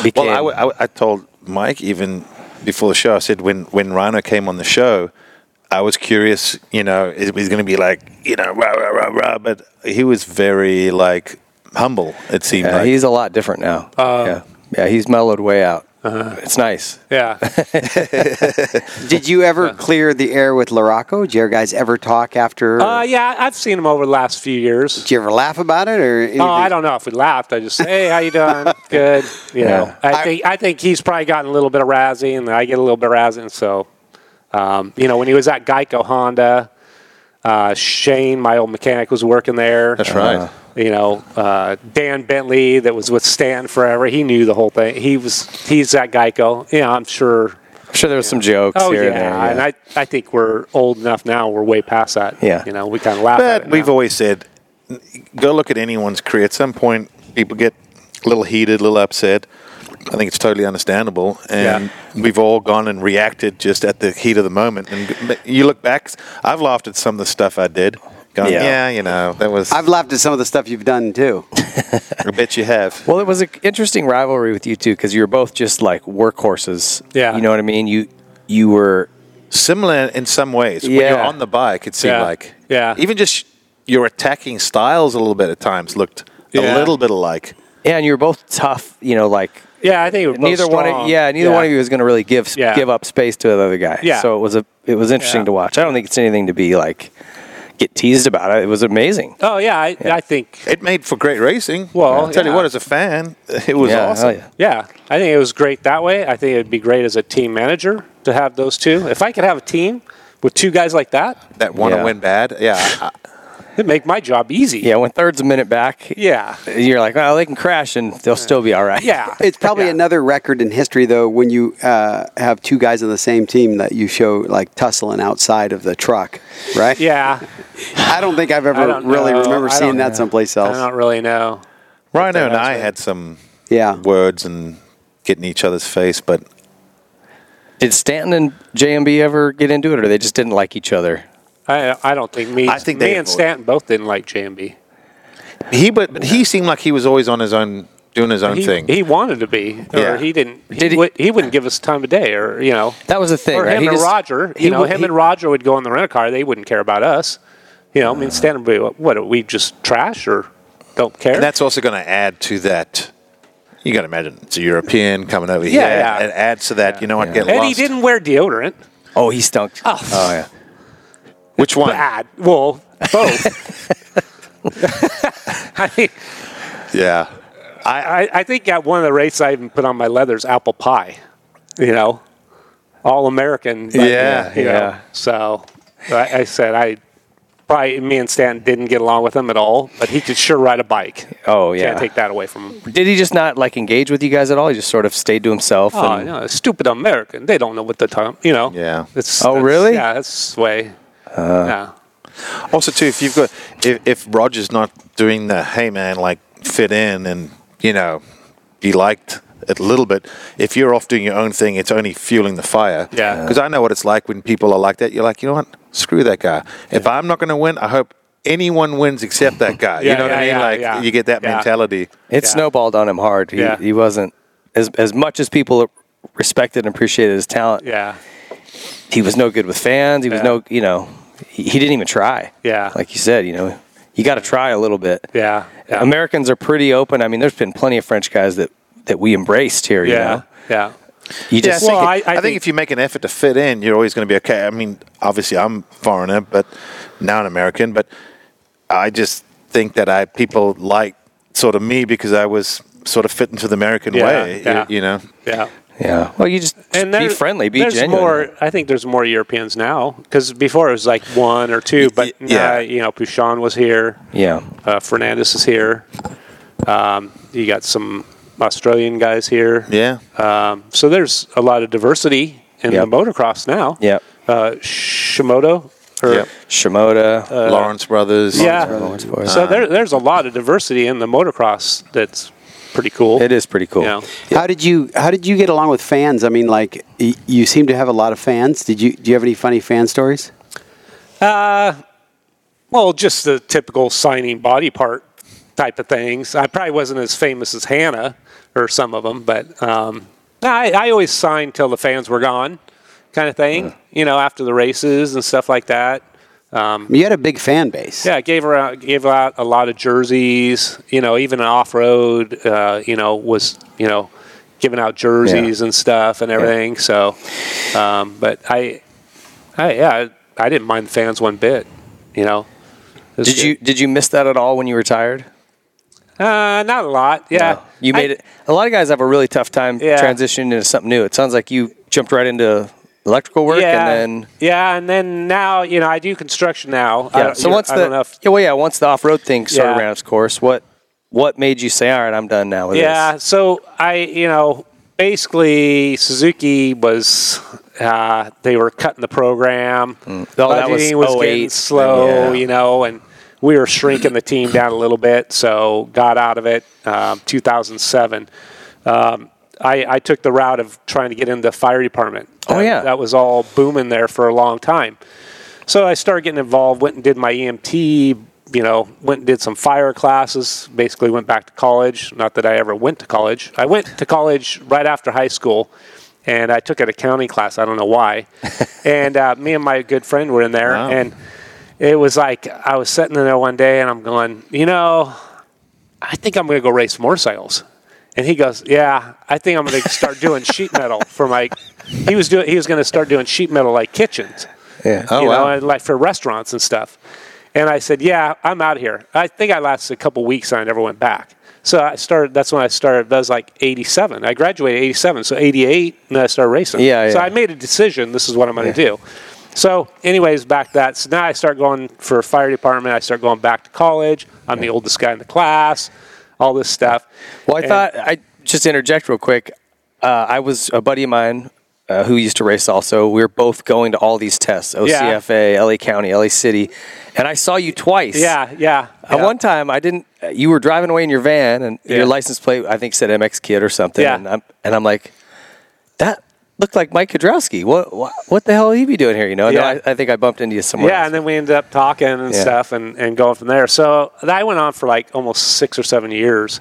became.
Well, I w- I, w- I told Mike even before the show. I said when when Rhino came on the show, I was curious. You know, is he's going to be like you know rah rah rah rah, but he was very like humble. It seemed
Yeah,
like
he's a lot different now. yeah, yeah, he's mellowed way out.
Uh-huh.
It's nice.
Yeah.
Did you ever clear the air with Larocco? Did your guys ever talk after?
Uh, yeah, I've seen him over the last few years.
Did you ever laugh about it or? Anything?
Oh, I don't know if we laughed. I just say, hey, how you doing? Good. You know, I think I think he's probably gotten a little bit of razzing, and I get a little bit of razzing. So, um, you know, when he was at Geico Honda, uh, Shane, my old mechanic, was working there.
that's right.
Uh-huh.
you know uh, Dan Bentley that was with Stan forever. He knew the whole thing. He was he's that Geico. Yeah, I'm sure.
I'm sure there was some jokes
Oh
here
yeah,
and there.
and I I think we're old enough now. We're way past that.
Yeah.
you know we kind of laugh. at
But
it
we've
now.
always said, go look at anyone's career. At some point, people get a little heated, a little upset. I think it's totally understandable, and
Yeah.
we've all gone and reacted just at the heat of the moment. And you look back, I've laughed at some of the stuff I did. Going,
Yeah.
yeah. you know, that was.
I've laughed at some of the stuff you've done too.
I bet you have.
Well, it was an interesting rivalry with you two because you were both just like workhorses.
Yeah.
you know what I mean. You you were
Similar in some ways. When you're
Yeah.
on the bike, it seemed
Yeah.
like.
Yeah.
Even just your attacking styles a little bit at times looked
Yeah.
a little bit alike.
yeah, and you were both tough. You know, like
Yeah, I think it was
neither one. Of, yeah, neither one of you was going to really give
Yeah.
give up space to the other guy.
Yeah.
so it was a it was interesting to
Yeah.
watch. I don't think it's anything to be like get teased about. It, it was amazing.
Oh yeah, I, I think
It made for great racing.
Well,
I'll tell
yeah.
you what, as a fan, it was
yeah,
awesome.
hell yeah.
Yeah, I think it was great that way. I think it'd be great as a team manager to have those two. If I could have a team with two guys like that,
That one
Yeah.
went bad. Yeah. I-
it'd make my job easy.
Yeah, when third's a minute back,
Yeah.
you're like, oh, they can crash and they'll still be all right.
Yeah.
It's probably another record in history, though, when you uh, have two guys on the same team that you show like tussling outside of the truck, right?
Yeah.
I don't think I've ever
I don't
really
know.
remember
I
seeing
don't
that
know.
someplace
I
else.
don't really know.
Rhino and I
right.
had some
Yeah.
words and getting each other's face, but
Did Stanton and JMB ever get into it, or they just didn't like each other?
I I don't think me.
I think
me
they
and
avoid-
Stanton both didn't like JMB.
he but, but he seemed like he was always on his own, doing his own
He,
thing.
he wanted to be, or
Yeah.
he didn't. He,
Did he-
would, he wouldn't give us time of day, or you know,
That was the thing,
or
right?
him
He
and
just-
Roger.
he
You know,
would-
him
he-
and Roger would go on the rental car. They wouldn't care about us. You know, I mean, Stanton would be what, what? Are we just trash or don't care?
and that's also going to add to that. You got to imagine it's a European coming over here.
yeah.
It adds to that. You know what? Get
and
lost.
he didn't wear deodorant.
Oh, he stunk.
Oh.
yeah.
Which one?
bad. Well, both. I, mean,
Yeah. I, I
I, I think at one of the races I even put on my leathers apple pie, you know, all American. but,
Yeah,
you know,
yeah.
So I, I said I probably me and Stan didn't get along with him at all, but he could sure ride a bike.
Oh, yeah.
Can't take that away from him.
Did he just not like engage with you guys at all? He just sort of stayed to himself.
Oh,
and,
no, stupid American. They don't know what the time. You know.
Yeah.
It's
Oh,
that's-
really?
Yeah, that's the way. yeah.
also too. If you've got if, if Roger's not doing the hey man like fit in and you know be liked a little bit. If you're off doing your own thing, it's only fueling the fire.
Yeah.
Because I know what it's like when people are like that. You're like, you know what? Screw that guy. If I'm not going to win, I hope anyone wins except that guy.
Yeah,
you know what
yeah,
I mean?
yeah,
like
yeah.
you get that
Yeah.
mentality.
It
Yeah.
snowballed on him hard. He,
Yeah.
he wasn't as as much as people respected and appreciated his talent.
Yeah.
He was no good with fans. He was
Yeah.
no, you know, he, he didn't even try.
Yeah.
like you said, you know, you got to try a little bit.
Yeah. Yeah.
Americans are pretty open. I mean, there's been plenty of French guys that that we embraced here. You
Yeah.
know,
Yeah.
Yeah,
you
I
just
think,
Well,
it-
I- I
I think
think-
if you make an effort to fit in, you're always going to be okay. I mean, obviously, I'm foreigner, but now an American. But I just think that I people like sort of me because I was sort of fit into the American
Yeah,
way.
yeah.
You, you know,
Yeah.
yeah. Well, you just
and
be
there-
friendly, be
there's
genuine.
More, I think there's more Europeans now because before it was like one or two, but
y- yeah.
nah, you know, Pouchon was here,
yeah,
uh, Fernandez is here. Um, you got some Australian guys here.
yeah.
Um, so there's a lot of diversity in
Yep.
the motocross now.
Yep.
Uh, Shimoto. Or,
Yep.
Shimoda.
Lawrence Brothers.
Uh, Yeah.
Lawrence Brothers.
so there, there's a lot of diversity in the motocross that's pretty cool.
it is pretty cool.
You know?
How did you How did you get along with fans? I mean, like y- you seem to have a lot of fans. Did you Do you have any funny fan stories?
Uh, Well, just the typical signing body part type of things. I probably wasn't as famous as Hannah or some of them, but um, I, I always signed till the fans were gone, kind of thing. You know, after the races and stuff like that. Um,
You had a big fan base.
Yeah, gave her out, gave out a lot of jerseys. You know, even off road. Uh, you know, was you know giving out jerseys and stuff and everything. So, um, but I, I yeah, I, I didn't mind the fans one bit. You know, It was
Did
good.
you did you miss that at all when you retired?
Uh, not a lot. Yeah,
No. You made
I-
it. A lot of guys have a really tough time
Yeah.
transitioning into something new. It sounds like you jumped right into electrical work
Yeah,
and then
yeah, and then now you know I do construction now. I
yeah.
don't-
So
you-
once
I
the
don't know if-
yeah, well, yeah, once the off road thing sort of
Yeah.
ran its course, what what made you say, all right, I'm done now with
yeah,
this?
so I you know basically Suzuki was uh, they were cutting the program.
Oh, that was
Budgeting
08.
getting slow,
Yeah.
you know, and we were shrinking the team down a little bit. So got out of it um, 2007. I, I took the route of trying to get into the fire department.
Oh,
That-
yeah.
that was all booming there for a long time. So I started getting involved. Went and did my EMT. You know, went and did some fire classes. Basically, went back to college. Not that I ever went to college. I went to college right after high school, and I took an accounting class. I don't know why. and uh, me and my good friend were in there,
Wow.
and it was like I was sitting in there one day, and I'm going, you know, I think I'm going to go race motorcycles. And he goes, yeah, I think I'm going to start doing sheet metal for my. He was doing. He was going to start doing sheet metal like kitchens
Yeah. Oh
you know,
wow.
and like for restaurants and stuff. And I said, "Yeah, I'm out of here." I think I lasted a couple weeks, and I never went back. So I started. That's when I started. That was like '87. I graduated '87, so '88, and I started racing.
Yeah,
So
yeah.
I made a decision. This is what I'm going to do. So, anyways, back to that. So now I start going for fire department. I start going back to college. I'm the oldest guy in the class. All this stuff.
Well, I
And-
thought I just interject real quick. Uh, I was a buddy of mine uh, who used to race also. We were both going to all these tests: OCFA, LA County, LA City, and I saw you twice.
Yeah, yeah.
At
yeah.
one time, I didn't. uh, You were driving away in your van, and
Yeah.
your license plate, I think, said MX Kid or something.
Yeah.
And I'm, and I'm like, that looked like Mike Kudrowski. What, what, what the hell are you be doing here? You know. And
Yeah.
then I, I think I bumped into you somewhere.
Yeah,
else.
and then we ended up talking and
Yeah.
stuff and, and going from there. So that went on for like almost six or seven years.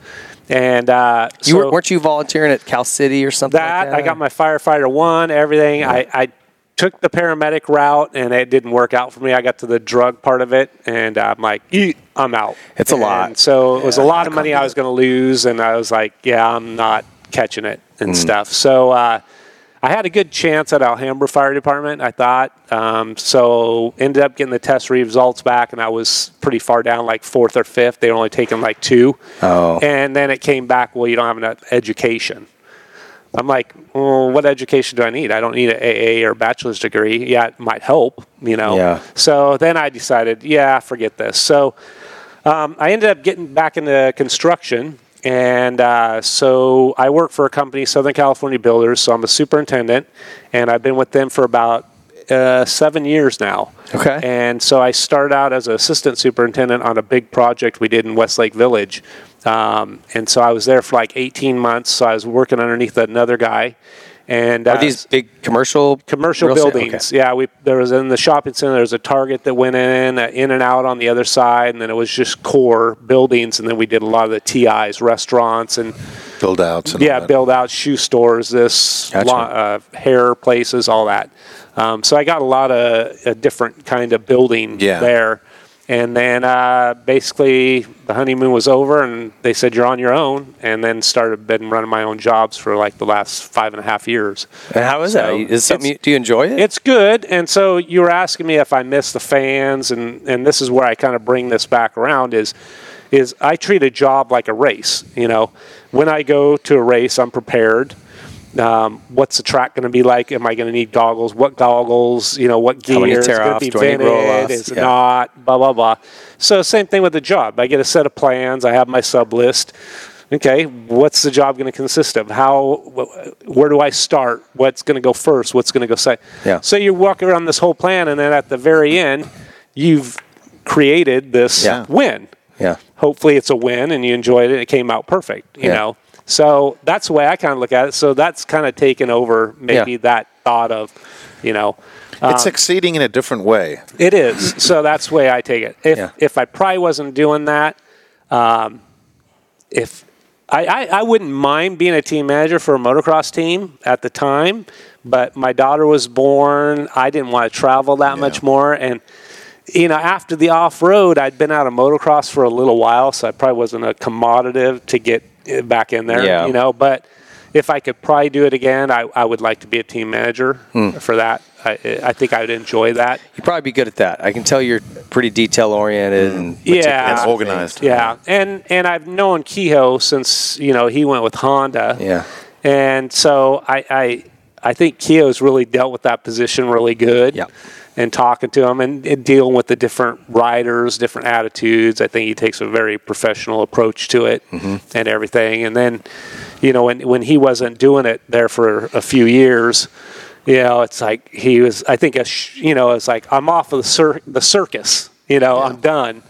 And uh,
you
so
were, weren't you volunteering at Cal City or something?
that,
like that
I got my firefighter one, everything. I, I took the paramedic route and it didn't work out for me. I got to the drug part of it and I'm like, "Eek, I'm out.
It's a lot.
And so it was a lot of money I was going to lose. And I was like, yeah, I'm not catching it and
Mm.
stuff. So uh, I had a good chance at Alhambra Fire Department, I thought. Um, so ended up getting the test results back and I was pretty far down, like fourth or fifth. They were only taking like two.
Oh.
And then it came back, well, you don't have enough education. I'm like, well, what education do I need? I don't need an AA or bachelor's degree. Yeah, it might help, you know.
Yeah.
So then I decided, yeah, forget this. So um, I ended up getting back into construction. And uh, so I work for a company, Southern California Builders. So I'm a superintendent, and I've been with them for about uh, seven years now.
Okay.
And so I started out as an assistant superintendent on a big project we did in Westlake Village. Um, and so I was there for like 18 months. So I was working underneath another guy. And uh,
Are these big commercial
commercial
real estate? Okay.
buildings. Yeah, we there was in the shopping center. There was a Target that went in, uh, in and out on the other side, and then it was just core buildings. And then we did a lot of the TIs, restaurants, and
Build outs. And
yeah,
all that.
build out shoe stores, this
Gotcha.
lawn- uh, hair places, all that. Um, so I got a lot of a different kind of building
Yeah.
there. And then uh, basically the honeymoon was over, and they said you're on your own. And then started been running my own jobs for like the last five and a half years.
And how is that?
So
Is it something? You,
it's-
do you enjoy it?
It's good. And so you were asking me if I miss the fans, and and this is where I kind of bring this back around is is I treat a job like a race. You know, when I go to a race, I'm prepared. Um, what's the track going to be like? Am I going to need goggles? What goggles? You know, what gear?
How many
Is it gonna
tear-offs?
be
Do I need
vented?
roll-offs?
Is it
Yeah.
not? Blah blah blah. So same thing with the job. I get a set of plans. I have my sub list. Okay, what's the job going to consist of? How? Wh- where do I start? What's going to go first? What's going to go second?
Yeah.
So you walk around this whole plan, and then at the very end, you've created this
Yeah.
win
yeah.
hopefully it's a win and you enjoyed it. It came out perfect, you
Yeah.
know. So that's the way I kind of look at it. So that's kind of taken over maybe
Yeah.
that thought of, you know, um,
It's succeeding in a different way.
it is. so that's the way I take it. If
Yeah.
if I probably wasn't doing that, um, if I, I, I wouldn't mind being a team manager for a motocross team at the time, but my daughter was born. I didn't want to travel that much more. And, you know, after the off road, I'd been out of motocross for a little while, so I probably wasn't a commoditive to get eh, back in there,
Yeah.
you know. But if I could probably do it again, I, I would like to be a team manager
Hmm.
for that. I, I think I would enjoy that.
You'd probably be good at that. I can tell you're pretty detail oriented. and
Yeah.
and organized.
Yeah, and and I've known Kehoe since you know he went with Honda.
Yeah.
and so I I, I think Kehoe's really dealt with that position really good.
Yep.
and talking to him and, and dealing with the different riders, different attitudes. I think he takes a very professional approach to it and everything. And then you know when when he wasn't doing it there for a few years. You know, it's like he was. I think, a sh- you know, it's like I'm off of the, cir- the circus. You know, I'm done.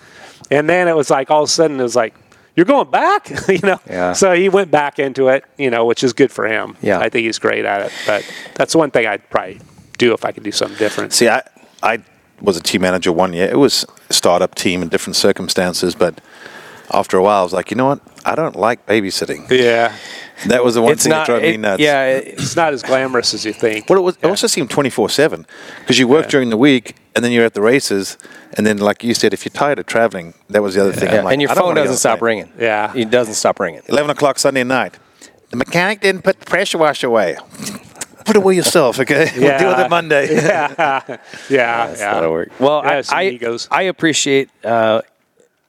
And then it was like all of a sudden it was like, you're going back, you know.
Yeah.
So he went back into it, you know, which is good for him.
Yeah.
I think he's great at it. But that's one thing I'd probably do if I could do something different.
See, I I was a team manager one year. It was a startup team in different circumstances, but after a while, I was like, you know what? I don't like babysitting.
yeah,
That was the one thing that drove me
it-
nuts.
Yeah, it-
it's not as glamorous as you think.
Well, it, was,
Yeah.
it also seemed 24 7 because you work during the week and then you're at the races. And then, like you said, if you're tired of traveling, that was the other thing. I'm like,
and your
I don't
phone
wanna go
doesn't stop
play.
ringing.
Yeah.
it doesn't stop ringing.
11 o'clock Sunday night. The mechanic didn't put the pressure washer away. put it away yourself, okay? We'll deal with it Monday.
yeah, yeah, yeah.
That'll work. Well,
Yeah,
I,
some
I,
egos.
I appreciate uh,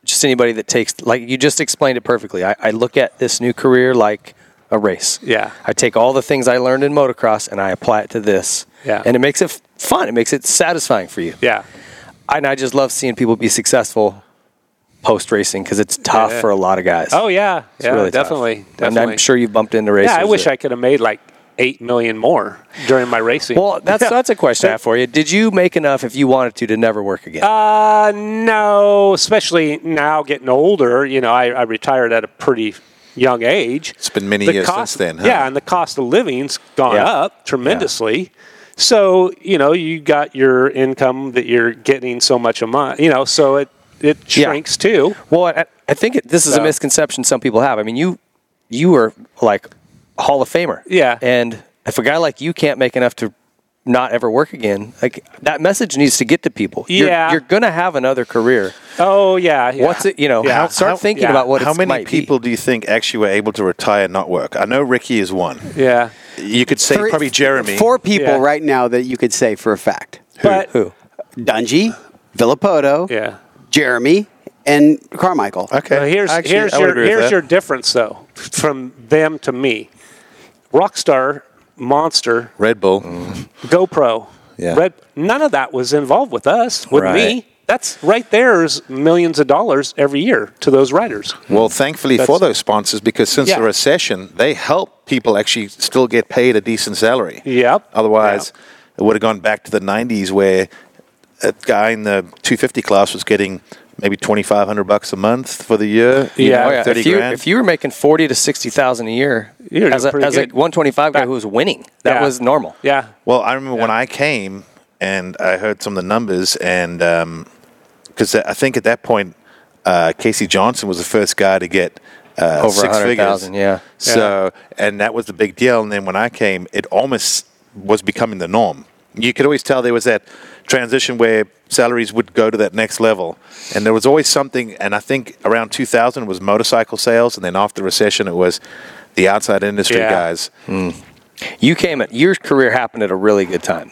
just anybody that takes, like, you just explained it perfectly. I, I look at this new career like a race.
Yeah.
I take all the things I learned in motocross and I apply it to this.
Yeah.
And it makes it f- fun, it makes it satisfying for you.
Yeah,
And I just love seeing people be successful post racing because it's tough
Yeah.
for a lot of guys.
Oh yeah,
It's
yeah,
really tough.
definitely,
And
definitely.
I'm sure you've bumped into racers.
Yeah, I wish
that-
I could have made like eight million more during my racing.
Well, that's that's a question I have for you. Did you make enough if you wanted to to never work again?
Uh, no, especially now getting older. You know, I, I retired at a pretty young age.
It's been many years since then, huh?
Yeah, and the cost of living's gone
Yeah.
up tremendously. So you know, you got your income that you're getting so much a month. You know, so it it
Yeah.
shrinks too.
Well, I, I think it, this is a
So-
misconception some people have. I mean, you you are like Hall of Famer.
Yeah.
And if a guy like you can't make enough to not ever work again, like that message needs to get to people. You're-
Yeah.
You're, gonna have another career.
Oh yeah, yeah.
What's it? You know,
Yeah.
how- start
How-
thinking
yeah.
about what
How
it's-
many
might be.
people do you think actually were able to retire and not work? I know Ricky is one.
Yeah.
You could say
Three-
probably Jeremy.
Four people
Yeah.
right now that you could say for a fact:
But
Who?
Dungy, Villapoto,
yeah.
Jeremy, and Carmichael.
Okay.
Well, here's
Actually,
here's
I would
your
agree with
here's
that.
your difference though from them to me. Rockstar, Monster, Mm-hmm.
Red Bull.
GoPro,
Yeah.
Red, none of that was involved with us with
Right.
me. That's right there is millions of dollars every year to those riders.
Well, thankfully
That's-
for those sponsors, because since
Yeah.
the recession, they help people actually still get paid a decent salary.
Yep.
Otherwise,
Yep.
it would have gone back to the 90s where a guy in the 250 class was getting maybe 2500 bucks a month for the year. you
Yeah.
know,
Oh, yeah.
30
If you
grand.
if you were making forty to sixty thousand a year
You're
as a,
pretty
as a
good.
one twenty five guy who was winning, that
Yeah.
was normal.
Yeah.
Well, I remember when I came and I heard some of the numbers, and because I think at that point, uh, Casey Johnson was the first guy to get uh,
Over
six figures.
100,000, yeah.
So, and that was the big deal. And then when I came, it almost was becoming the norm. You could always tell there was that transition where salaries would go to that next level, and there was always something. And I think around 2000 was motorcycle sales, and then after the recession, it was the outside industry
Yeah.
guys.
You came at your career happened at a really good time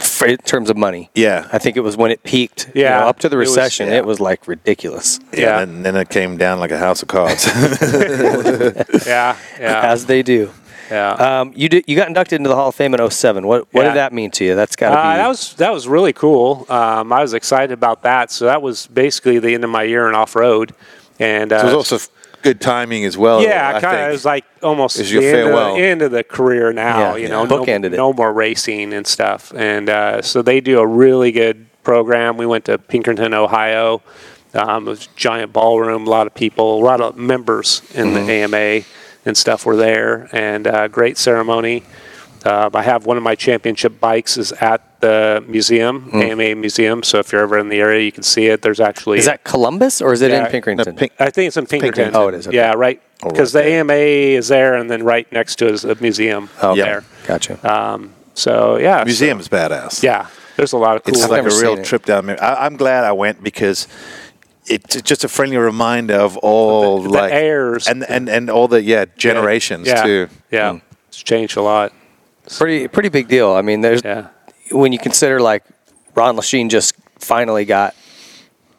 for, in terms of money.
Yeah.
I think it was when it peaked. you
Yeah.
know, up to the
It was-
recession,
yeah.
it was like ridiculous.
Yeah.
and then, then it came down like a house of cards.
Yeah. Yeah.
as they do.
yeah.
Um, you did, you got inducted into the Hall of Fame in 07. What what
Yeah.
did that mean to you? That's got to
Uh,
be
that was that was really cool. Um, I was excited about that. So that was basically the end of my year in off road, and uh,
It was also f- good timing as well.
yeah,
I
kind of. It
think.
was like almost
It's your
the end of,
farewell.
end of the career now.
Yeah,
you
yeah.
know,
Bookended
no,
it.
no more racing and stuff. And uh, so they do a really good program. We went to Pinkerton, Ohio. Um, it was a giant ballroom, a lot of people, a lot of members in
Mm-hmm.
the AMA and stuff were there, and uh, great ceremony. Uh, I have one of my championship bikes is at the museum,
Mm.
AMA museum. So if you're ever in the area, you can see it. There's actually
Is that Columbus or is it
Yeah.
in Pinkerton?
No, Pink-
I think it's in Pinkerton.
Pinkerton. Oh, it is, okay.
Yeah, right. Because
right
the AMA is there, and then right next to it is the museum
oh,
Yeah.
there. Um,
Gotcha.
So yeah,
museum is badass.
So, yeah, there's a lot of cool.
it's like
never
a real
seen it.
trip down. memory- I, I'm glad I went because it's just a friendly reminder of all
The- the
like
heirs.
and and and all the yeah generations
yeah,
too.
Hmm.
Yeah, it's changed a lot.
pretty pretty big deal. I mean, there's
Yeah,
when you consider like Ron Lachine just finally got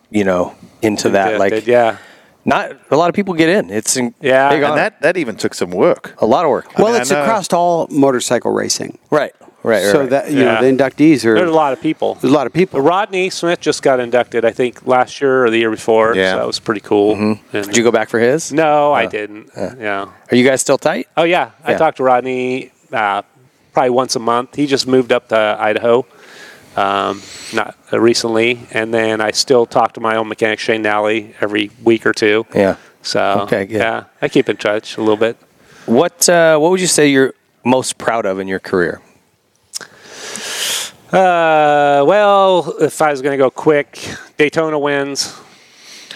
you know into that. Like
Did- yeah,
not a lot of people get in. It's in,
Yeah.
big
And
honor.
And that that even took some work.
a lot of work.
Well,
mean, I
it's
know-
across all motorcycle racing,
right, right, right.
so
right.
that you
Yeah.
know the inductees are
there's a lot of people.
there's a lot of people.
Rodney Smith just got inducted, I think, last year or the year before.
Yeah.
so that was pretty cool. And-
Mm-hmm. did you go back for his? Uh,
No, I didn't. yeah.
Are you guys still tight?
Oh yeah, I
Yeah.
talked to Rodney uh, probably once a month. He just moved up to Idaho, um, not uh, recently, and then I still talk to my own mechanic Shane Nally every week or two.
Yeah.
So
Okay, good.
yeah, I keep in touch a little bit.
What uh, What would you say you're most proud of in your career?
Uh, well, if I was going to go quick, Daytona wins.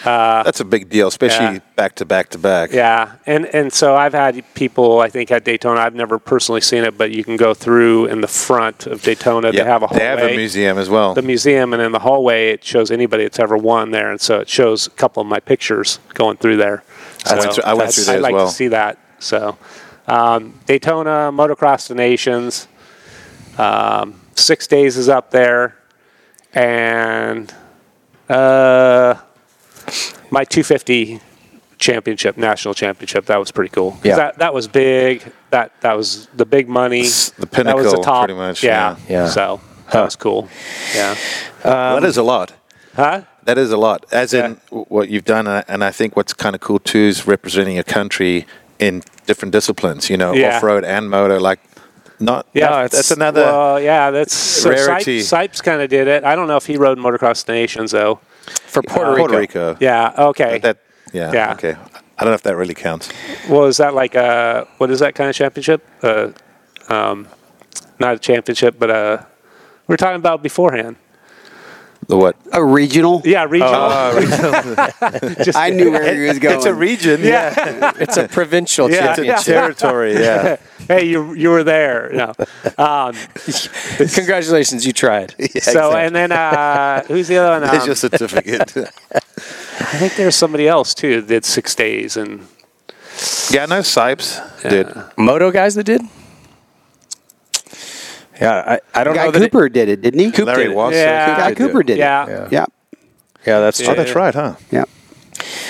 That's a big deal, especially
Uh, Yeah.
back to back to back.
Yeah, and and so I've had people I think at Daytona. I've never personally seen it, but you can go through in the front of Daytona.
Yeah,
They have a hallway.
museum as well.
The museum, and in the hallway, it shows anybody that's ever won there, and so it shows a couple of my pictures going through there.
I went through- I went
that's-
through there
I'd
as
like
well.
to see that. So um, Daytona, Motocross the Nations, um, six days is up there, and uh, my 250 championship, national championship. That was pretty cool. 'Cause
Yeah.
That, that was big. That that was the big money.
The
That was the
pinnacle,
top.
pretty much,
Yeah.
yeah. Yeah.
So that was cool. Yeah.
that is a lot.
Huh?
That is a lot. As in
Yeah.
w- what you've done, and I- and I think what's kind of cool too is representing your country in different disciplines. You know,
Yeah.
off road and moto. Like, not
Yeah,
no, that's another.
Well, yeah, that's so
Rarity.
Sipes, Sipes kind of did it. I don't know if he rode motocross the nations though.
For Puerto Rico,
Uh, Puerto Rico.
Yeah. Okay.
That. Yeah.
Yeah.
Okay. I don't know if that really counts.
well, is that like a what is that kind of championship? Uh, um, not a championship, but uh, we were talking about beforehand.
The what? Oh, uh,
A regional?
Yeah, regional.
I knew where he was going.
It's a region. Yeah.
it's a provincial
Yeah.
It's a territory. Yeah.
hey, you you were there. No. Um,
championship. Congratulations, you tried.
so and then uh, who's the other one?
There's
Um,
your certificate.
I think there's somebody else too that did six days and
yeah, I know Sipes did.
Moto guys that did. Yeah, I, I don't know
Guy
that it-
Cooper did it, didn't he?
Coop
Larry
did it.
Wasser.
Yeah.
Guy
did it.
Cooper did
yeah.
it.
yeah.
Yeah.
Yeah, that's true.
Oh, that's right, huh?
Yeah.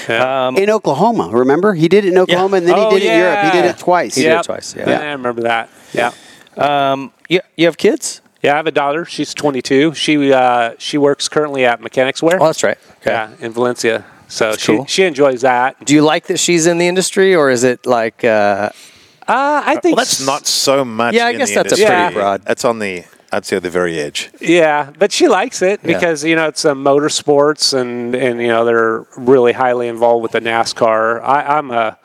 Yeah.
in Oklahoma, remember? He did it in Oklahoma and then
Oh,
he did it in Europe. He did
yeah.
it twice.
He did it
Yep.
twice, yeah.
I remember that. Yeah.
Um, you, you have kids?
Yeah, I have a daughter. She's 22. She uh, she works currently at Mechanics Wear.
Oh, that's right. Okay.
Yeah, in Valencia. So she,
cool.
she enjoys that.
Do you like that she's in the industry, or is it like uh,
Uh, I think
Well, that's not so much.
Yeah, I
in
guess
the
that's a
industry.
pretty
broad-
That's on the. I'd say at the very edge.
Yeah, but she likes it because you know it's uh, motorsports and and you know they're really highly involved with the NASCAR. I, I'm a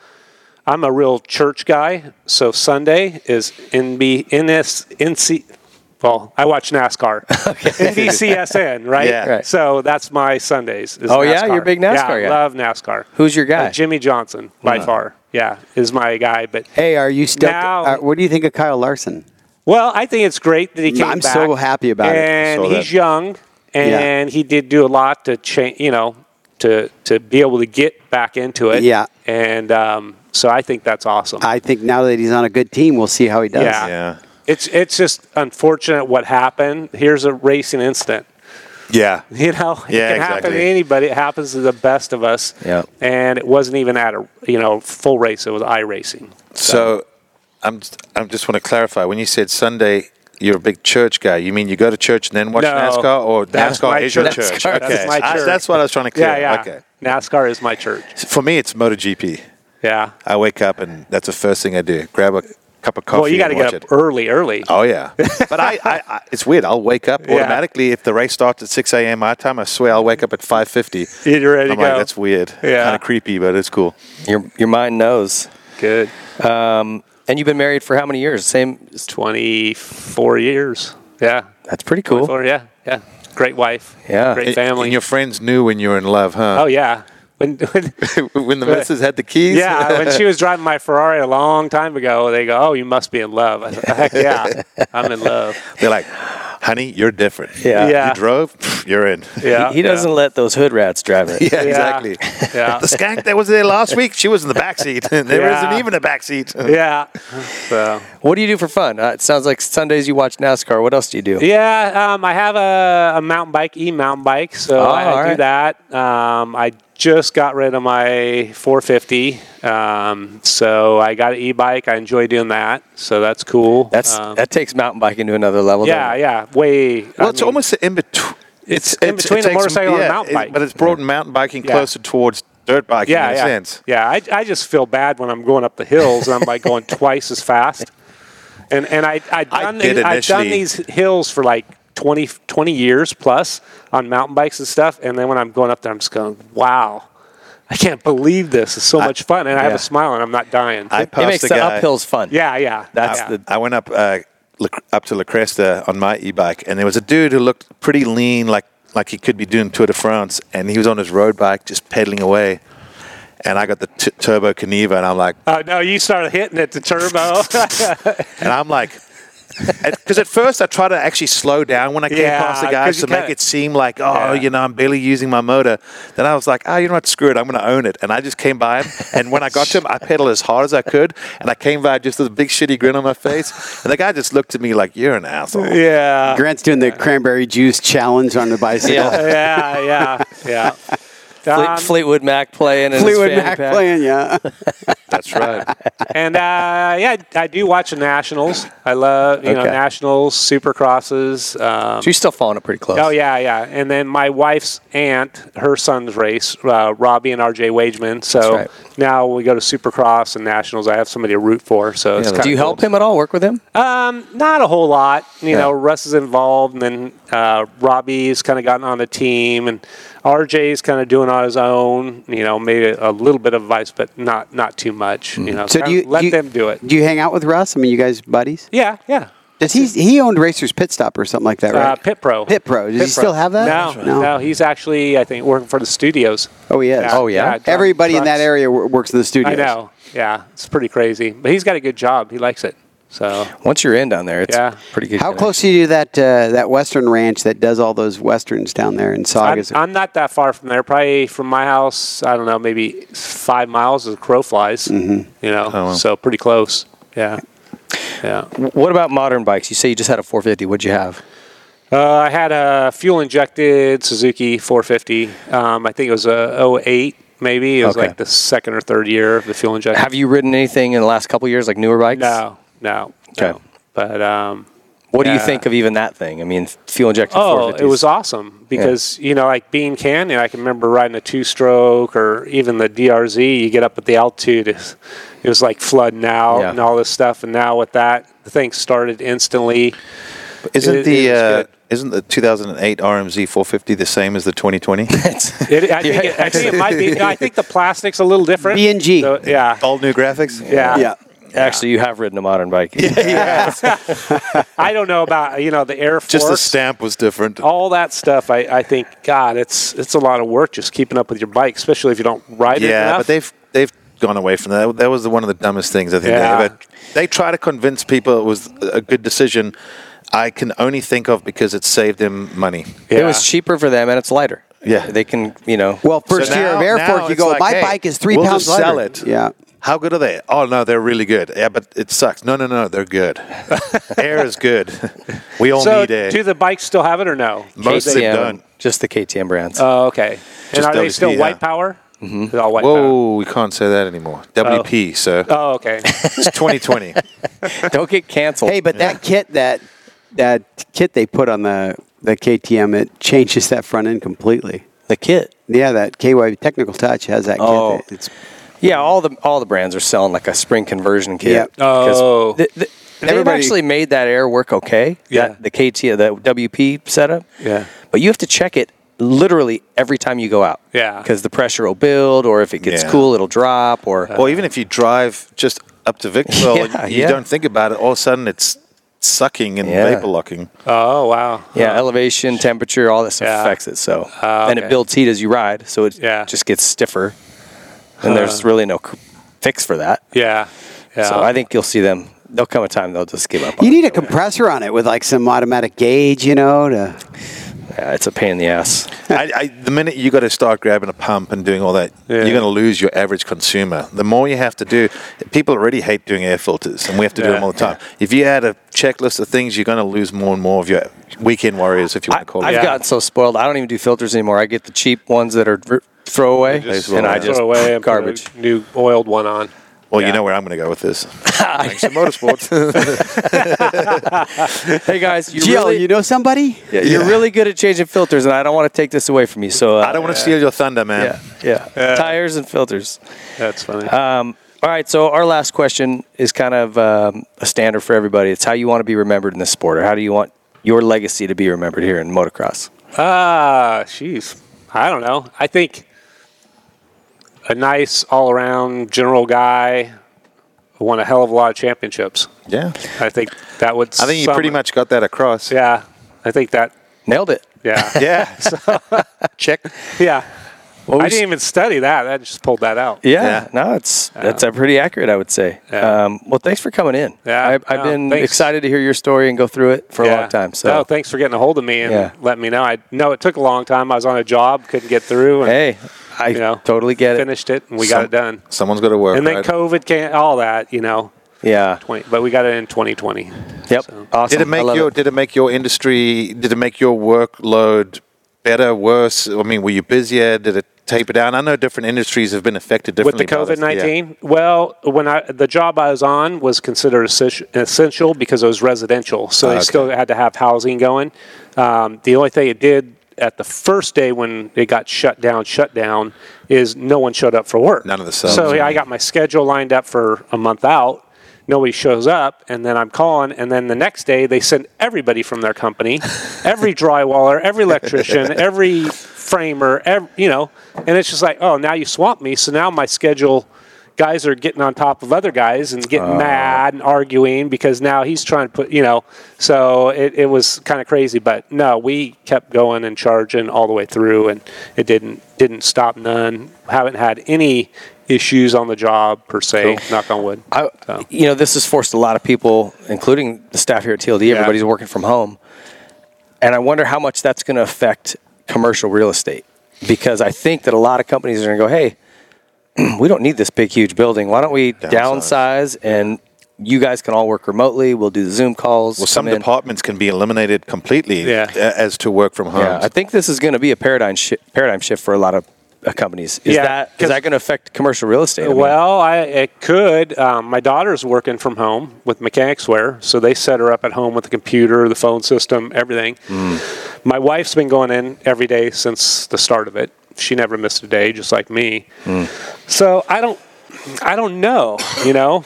I'm a real church guy, so Sunday is NB NS NC. Well, I watch NASCAR, NBCSN, right?
Yeah.
Right.
So that's my Sundays. Is
Oh, yeah?
NASCar.
You're a big NASCAR
Yeah,
guy.
love NASCAR.
who's your guy? Uh-huh.
Uh, Jimmy Johnson by far. Yeah, is my guy. But
Hey, are you stoked?
Now-
uh, what do you think of Kyle Larson?
well, I think it's great that he came
I'm
back.
so happy about it.
and
Saw that.
he's young, and he did do a lot to change. You know, to to be able to get back into it.
Yeah.
and um, so I think that's awesome.
I think now that he's on a good team, we'll see how he does.
Yeah.
Yeah.
it's it's just unfortunate what happened. Here's a racing incident.
Yeah.
You know, it
Yeah,
can happen to
exactly.
anybody. It happens to the best of us.
Yeah.
and it wasn't even at a you know full race. It was i racing.
So, I'm. I just want to clarify. When you said Sunday, you're a big church guy. You mean you go to church and then watch
No.
NASCAR, or
That's
NASCAR
my
is
church.
your church?
NASCAR.
Okay.
That's my
I-
church.
that's what I was trying to clear.
Yeah, yeah.
Okay.
NASCAR is my church.
For me, it's MotoGP.
Yeah.
I wake up and that's the first thing I do. Grab a cup of coffee.
well, you got to
and
get
watch
up
it.
early, early.
Oh yeah, but I, I, I it's weird. I'll wake up
Yeah.
automatically if the race starts at six a.m. my time. I swear I'll wake up at five fifty.
You're ready
I'm
to
like,
go.
that's weird.
Yeah.
kind of creepy, but it's cool.
Your your mind knows.
Good.
Um, And you've been married for how many years? Same.
24 years. Yeah.
That's pretty cool.
Four, yeah. Yeah. Great wife.
Yeah.
Great
And-
family.
And your friends knew when you were in love,
oh,
huh?
yeah. When, when,
uh, when the missus had the keys.
yeah. When she was driving my Ferrari a long time ago, they go, Oh, you must be in love. I said, Heck yeah. I'm in love.
They're like, honey, you're different.
Yeah.
Yeah.
You drove, pff, you're in.
Yeah.
He, he doesn't let those hood rats drive it.
yeah,
Yeah.
exactly.
Yeah.
The skank that was there last week, she was in the back seat. there
Yeah.
not even a back seat.
Yeah. So.
What do you do for fun? Uh, it sounds like Sundays you watch NASCAR. What else do you do?
Yeah, um, I have a, a mountain bike, e mountain bike, so
Oh,
I, I
all
do
right.
that. Um, I just got rid of my 450, um, so I got an e bike. I enjoy doing that, so that's cool.
That's
Um,
that takes mountain biking to another level.
yeah,
doesn't it?
yeah, way.
Well, it's almost in between.
It's in between a motorcycle and a mountain bike.
But it's brought mountain biking
Yeah.
closer towards dirt biking
yeah,
in a
yeah,
sense.
yeah. I, I just feel bad when I'm going up the hills and I'm like going twice as fast. And and I I
I
done
did
these, I've done
initially.
these hills for like 20, 20 years plus on mountain bikes and stuff. And then when I'm going up there, I'm just going, wow, I can't believe this. It's so much fun, and I have
yeah.
a smile, and I'm not dying.
I
It
passed
makes
a
the,
guy-
uphills fun.
yeah, yeah.
That's
yeah.
the
I went up uh, La- up to La Cresta on my e-bike, and there was a dude who looked pretty lean, like like he could be doing Tour de France, and he was on his road bike just pedaling away. And I got the t- turbo Caneva, and I'm like,
Oh no, you started hitting it the turbo.
and I'm like, because at first I try to actually slow down when I came
Yeah,
past the
'cause
guys
you
to make
kinda-
it seem like, oh,
Yeah.
you know, I'm barely using my motor. Then I was like, oh, you know what, screw it, I'm going to own it. And I just came by him, and when I got to him, I pedaled as hard as I could, and I came by just with a big shitty grin on my face, and the guy just looked at me like, you're an asshole.
yeah.
Grant's doing the cranberry juice challenge on the bicycle.
Yeah.
yeah, yeah, yeah.
Fleet-
Um,
Fleetwood Mac playing. and his
Fleetwood
fanny
Mac
pack.
playing, yeah.
That's right.
and uh, yeah, I do watch the nationals. I love you know
Okay.
nationals, supercrosses. Um,
So you're still following it pretty close.
Oh yeah, yeah. And then my wife's aunt, her son's race, uh, Robbie and R.J. Wageman. So
That's
now we go to Supercross and Nationals. I have somebody to root for. So it's
Yeah,
kinda
Do you help
cool.
him at all? Work with him?
Um, not a whole lot. You know, Russ is involved, and then uh, Robbie's kind of gotten on the team, and RJ's kind of doing on his own. You know, maybe a little bit of advice, but not not too much. You know,
So do
kinda
you
let
you-
them do it.
Do you hang out with Russ? I mean, you guys buddies?
Yeah, yeah.
Does he? He owned Racers Pit Stop or something like that,
Uh,
right?
Pit Pro.
Pit Pro. Does he still have that?
No, no, He's actually, I think, working for the studios.
Oh, he is.
Oh, yeah.
driving
Everybody in that
trucks.
area w- works in the studio.
I know. Yeah, it's pretty crazy, but he's got a good job. He likes it. So
Once you're in down there, it's
Yeah.
pretty good.
How
connection.
close are you to that uh, that Western ranch that does all those westerns down there in
I'm,
Saugus?
I'm not that far from there. Probably from my house, I don't know, maybe five miles as a crow flies.
Mm-hmm.
Mm-hmm.
You know,
wow.
so pretty close. Yeah, yeah.
What about modern bikes? You say you just had a 450. What'd you have?
Uh, I had a fuel injected Suzuki 450. Um, I think it was a 08, maybe. It was
Okay.
like the second or third year of the fuel injected.
Have you ridden anything in the last couple years, like newer bikes?
No, no.
Okay.
no. But um,
What do you
Yeah.
think of even that thing? I mean, fuel injected.
Oh,
450s.
it was awesome because you know, like being Canyon, I can remember riding a two-stroke or even the DRZ. You get up at the altitude, it's- it was like flooding out
Yeah.
and all this stuff. And now with that, the thing started instantly.
Isn't
It-
the
it's
uh,
good.
isn't the 2008 RMZ 450 the same as the 2020?
It, I, think it, I think it might be. I think the plastic's a little different.
B&G.
So, yeah,
All new graphics.
yeah,
yeah.
Actually, you have ridden a modern bike.
I don't know about you know the Air Force.
Just the stamp was different.
all that stuff, I, I think, God, it's it's a lot of work just keeping up with your bike, especially if you don't ride it
yeah,
enough.
but they've they've gone away from that. That was the, one of the dumbest things I think
Yeah.
they ever. They try to convince people it was a good decision. I can only think of because it saved them money.
It was
Yeah.
cheaper for them, and it's lighter.
Yeah.
they can. You know.
Well, first
So
year of
now-
Air
now
Force, you
it's
go.
like,
My
hey,
bike is 3
we'll
pounds
just sell
lighter."
it.
Yeah.
How good are they? Oh no, they're really good. Yeah, but it sucks. No, no, no, they're good. air is good. We all
so
need air.
do the bikes still have it or no?
Most of them
KTM,
don't. Uh,
Just the KTM brands.
Oh, okay. And
Just
are they
WP,
still
yeah.
white power? Mm-hmm. It's all white power.
Whoa, we can't say that anymore. WP, so
Oh, okay.
it's 2020.
Don't get canceled.
Hey, but that kit that that kit they put on the the KTM it changes that front end completely.
the kit.
Yeah, that KY Technical Touch has that
Oh.
kit. that- It's
Yeah, all the all the brands are selling like a spring conversion kit.
Yep.
Because
Oh.
th- th- they've
Everybody-
actually made that air work okay.
Yeah.
that- the KT, the WP setup.
Yeah.
but you have to check it literally every time you go out.
Yeah.
because the pressure will build, or if it gets
Yeah.
cool, it'll drop. Or
or even if you drive just up to Victorville,
Yeah,
and you
yeah.
don't think about it. All of a sudden, it's sucking and
Yeah.
vapor locking.
oh, wow.
yeah, elevation, temperature, all that stuff
Yeah.
affects it. So
Ah,
and it
okay.
builds heat as you ride, so it
Yeah.
just gets stiffer. And there's
Huh.
really no c- fix for that.
Yeah. Yeah.
So I think you'll see them. There'll come a time they'll just give up. On
you
it.
need a compressor on it with like some automatic gauge, you know, to
Yeah, it's a pain in the ass.
I, I, the minute you got to start grabbing a pump and doing all that,
Yeah.
you're going to lose your average consumer. The more you have to do, people already hate doing air filters, and we have to do
Yeah.
them all the time. If you add a checklist of things, you're going to lose more and more of your weekend warriors, if you
I,
want to
have
call it.
Oh, Yeah.
gotten so spoiled. I don't even do filters anymore. I get the cheap ones that are v- throwaway,
just-
and I
Throw
just
uh, Throw away and put a
garbage.
new oiled one on.
Well,
Yeah.
you know where I'm going to go with this. Thanks to motorsports.
Hey guys, you're
E.
Jill,
really,
you know somebody?
you're
Yeah.
really good at changing filters, and I don't want to take this away from you. So uh,
I don't want to steal your thunder, man.
Yeah, yeah. Tires and filters.
That's funny.
Um, all right, so our last question is kind of um, a standard for everybody. It's how you want to be remembered in this sport, or how do you want your legacy to be remembered here in motocross?
Ah, jeez. I don't know. I think a nice all around general guy. Won a hell of a lot of championships.
Yeah.
I think that would.
I think you
sum
pretty
it.
much got that across.
Yeah, I think that.
Nailed it.
Yeah,
Yeah. Check.
yeah.
Well, we
I didn't even study that. I just pulled that out.
Yeah,
Yeah.
no, it's that's uh, pretty accurate, I would say.
Yeah.
Um, well, thanks for coming in.
Yeah,
I, I've
no,
been
thanks.
excited to hear your story and go through it for a
Yeah.
long time. So,
no, thanks for getting a hold of me and
Yeah.
letting me know. I know it took a long time. I was on a job, couldn't get through, and
hey, I
you know,
totally get it.
finished it, and we got it done.
Someone's got to work.
And then
right?
COVID came, all that, you know.
Yeah.
20, but we got it in 2020.
Yep. Awesome.
Did it
I
make
love
your
it.
Did it make your industry? Did it make your workload better, worse? I mean, were you busier? Did it taper down? I know different industries have been affected
With the
differently by this.
COVID
Yeah.
nineteen, well, when I the job I was on was considered essentia- essential because it was residential, so they
Ah, Okay.
still had to have housing going. Um, the only thing it did at the first day when it got shut down, shut down, is no one showed up for work.
None of the subs,
So
yeah.
I got my schedule lined up for a month out. Nobody shows up, and then I'm calling, and then the next day they send everybody from their company, every drywaller, every electrician, every framer, ev you know, and it's just like, oh, now you swamp me. So now my schedule, guys are getting on top of other guys and getting mad and arguing because now he's trying to put, you know, so it, it was kind of crazy. But no, we kept going and charging all the way through, and it didn't didn't stop none. Haven't had any issues on the job per se. Knock on wood.
I,
So.
You know, this has forced a lot of people, including the staff here at TLD, everybody's working from home. And I wonder how much that's going to affect commercial real estate because I think that a lot of companies are going to go, hey, we don't need this big, huge building. Why don't we
Downsize.
downsize, and you guys can all work remotely? We'll do the Zoom calls.
Well, some
come in."
departments can be eliminated completely
Yeah.
a- as to work from home.
Yeah, I think this is going to be a paradigm, shi paradigm shift for a lot of uh, companies. Is,
Yeah,
that, is
'cause-
that going to affect commercial real estate? I mean,
Well, I, it could. Um, my daughter's working from home with Mechanics Wear, so they set her up at home with the computer, the phone system, everything.
Hmm.
My wife's been going in every day since the start of it. She never missed a day, just like me. So I don't, I don't know. You know,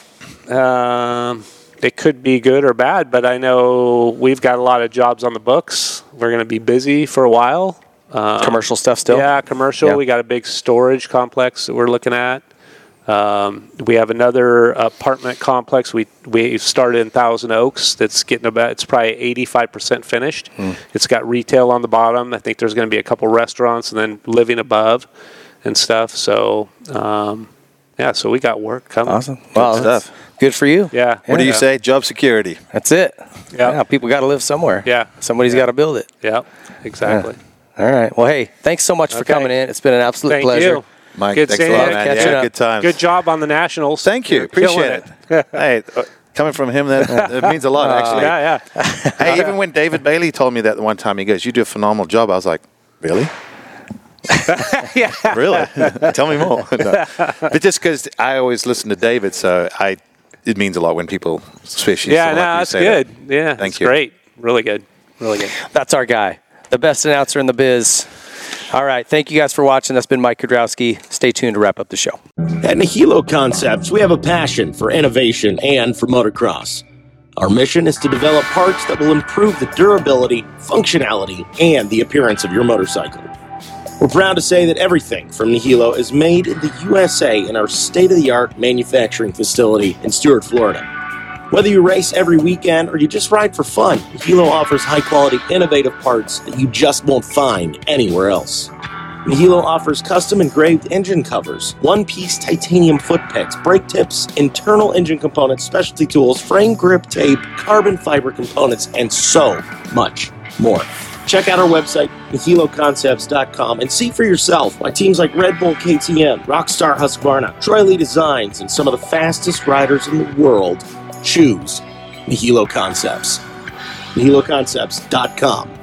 um, it could be good or bad, but I know we've got a lot of jobs on the books. We're going to be busy for a while. Um,
commercial stuff still?
Yeah, commercial.
Yeah.
We got a big storage complex that we're looking at. Um, we have another apartment complex we we started in Thousand Oaks that's getting about it's probably eighty five percent finished.
Hmm.
It's got retail on the bottom. I think there's going to be a couple restaurants and then living above and stuff. So um, yeah, so we got work coming.
Awesome. Well, that's
stuff.
Good for you.
Yeah.
What do you
Yeah.
say? Job security.
That's it.
Yeah.
Yeah, people got to live somewhere.
Yeah.
Somebody's got to build it.
Yeah, exactly.
All right. Well, hey, thanks so much for
Okay.
coming in. It's been an absolute
Thank
pleasure.
you.
Mike,
Good
thanks a
seeing
lot,
you.
man.
Catching
Yeah,
up.
good times.
Good job on the nationals.
Thank you.
You're
Appreciate
killing
it. hey, uh, coming from him, that, that means a lot, actually.
Uh, Yeah, yeah.
Hey, even when David Bailey told me that the one time, he goes, "You do a phenomenal job." I was like, "Really? yeah, really? Tell me more." No. But just because I always listen to David, so I it means a lot when people, especially
Yeah, no,
someone like you
that's
say that.
good. Yeah,
Thank
that's
you.
Great, really good, really good.
That's our guy, the best announcer in the biz. All right. Thank you guys for watching. That's been Mike Kudrowski. Stay tuned to wrap up the show.
At Nihilo Concepts, we have a passion for innovation and for motocross. Our mission is to develop parts that will improve the durability, functionality, and the appearance of your motorcycle. We're proud to say that everything from Nihilo is made in the USA in our state of the art manufacturing facility in Stuart, Florida. Whether you race every weekend or you just ride for fun, Nihilo offers high quality, innovative parts that you just won't find anywhere else. Nihilo offers custom engraved engine covers, one piece titanium foot pegs, brake tips, internal engine components, specialty tools, frame grip tape, carbon fiber components, and so much more. Check out our website, NihiloConcepts.com, and see for yourself why teams like Red Bull KTM, Rockstar Husqvarna, Troy Lee Designs, and some of the fastest riders in the world choose Nihilo Concepts. NihiloConcepts.com.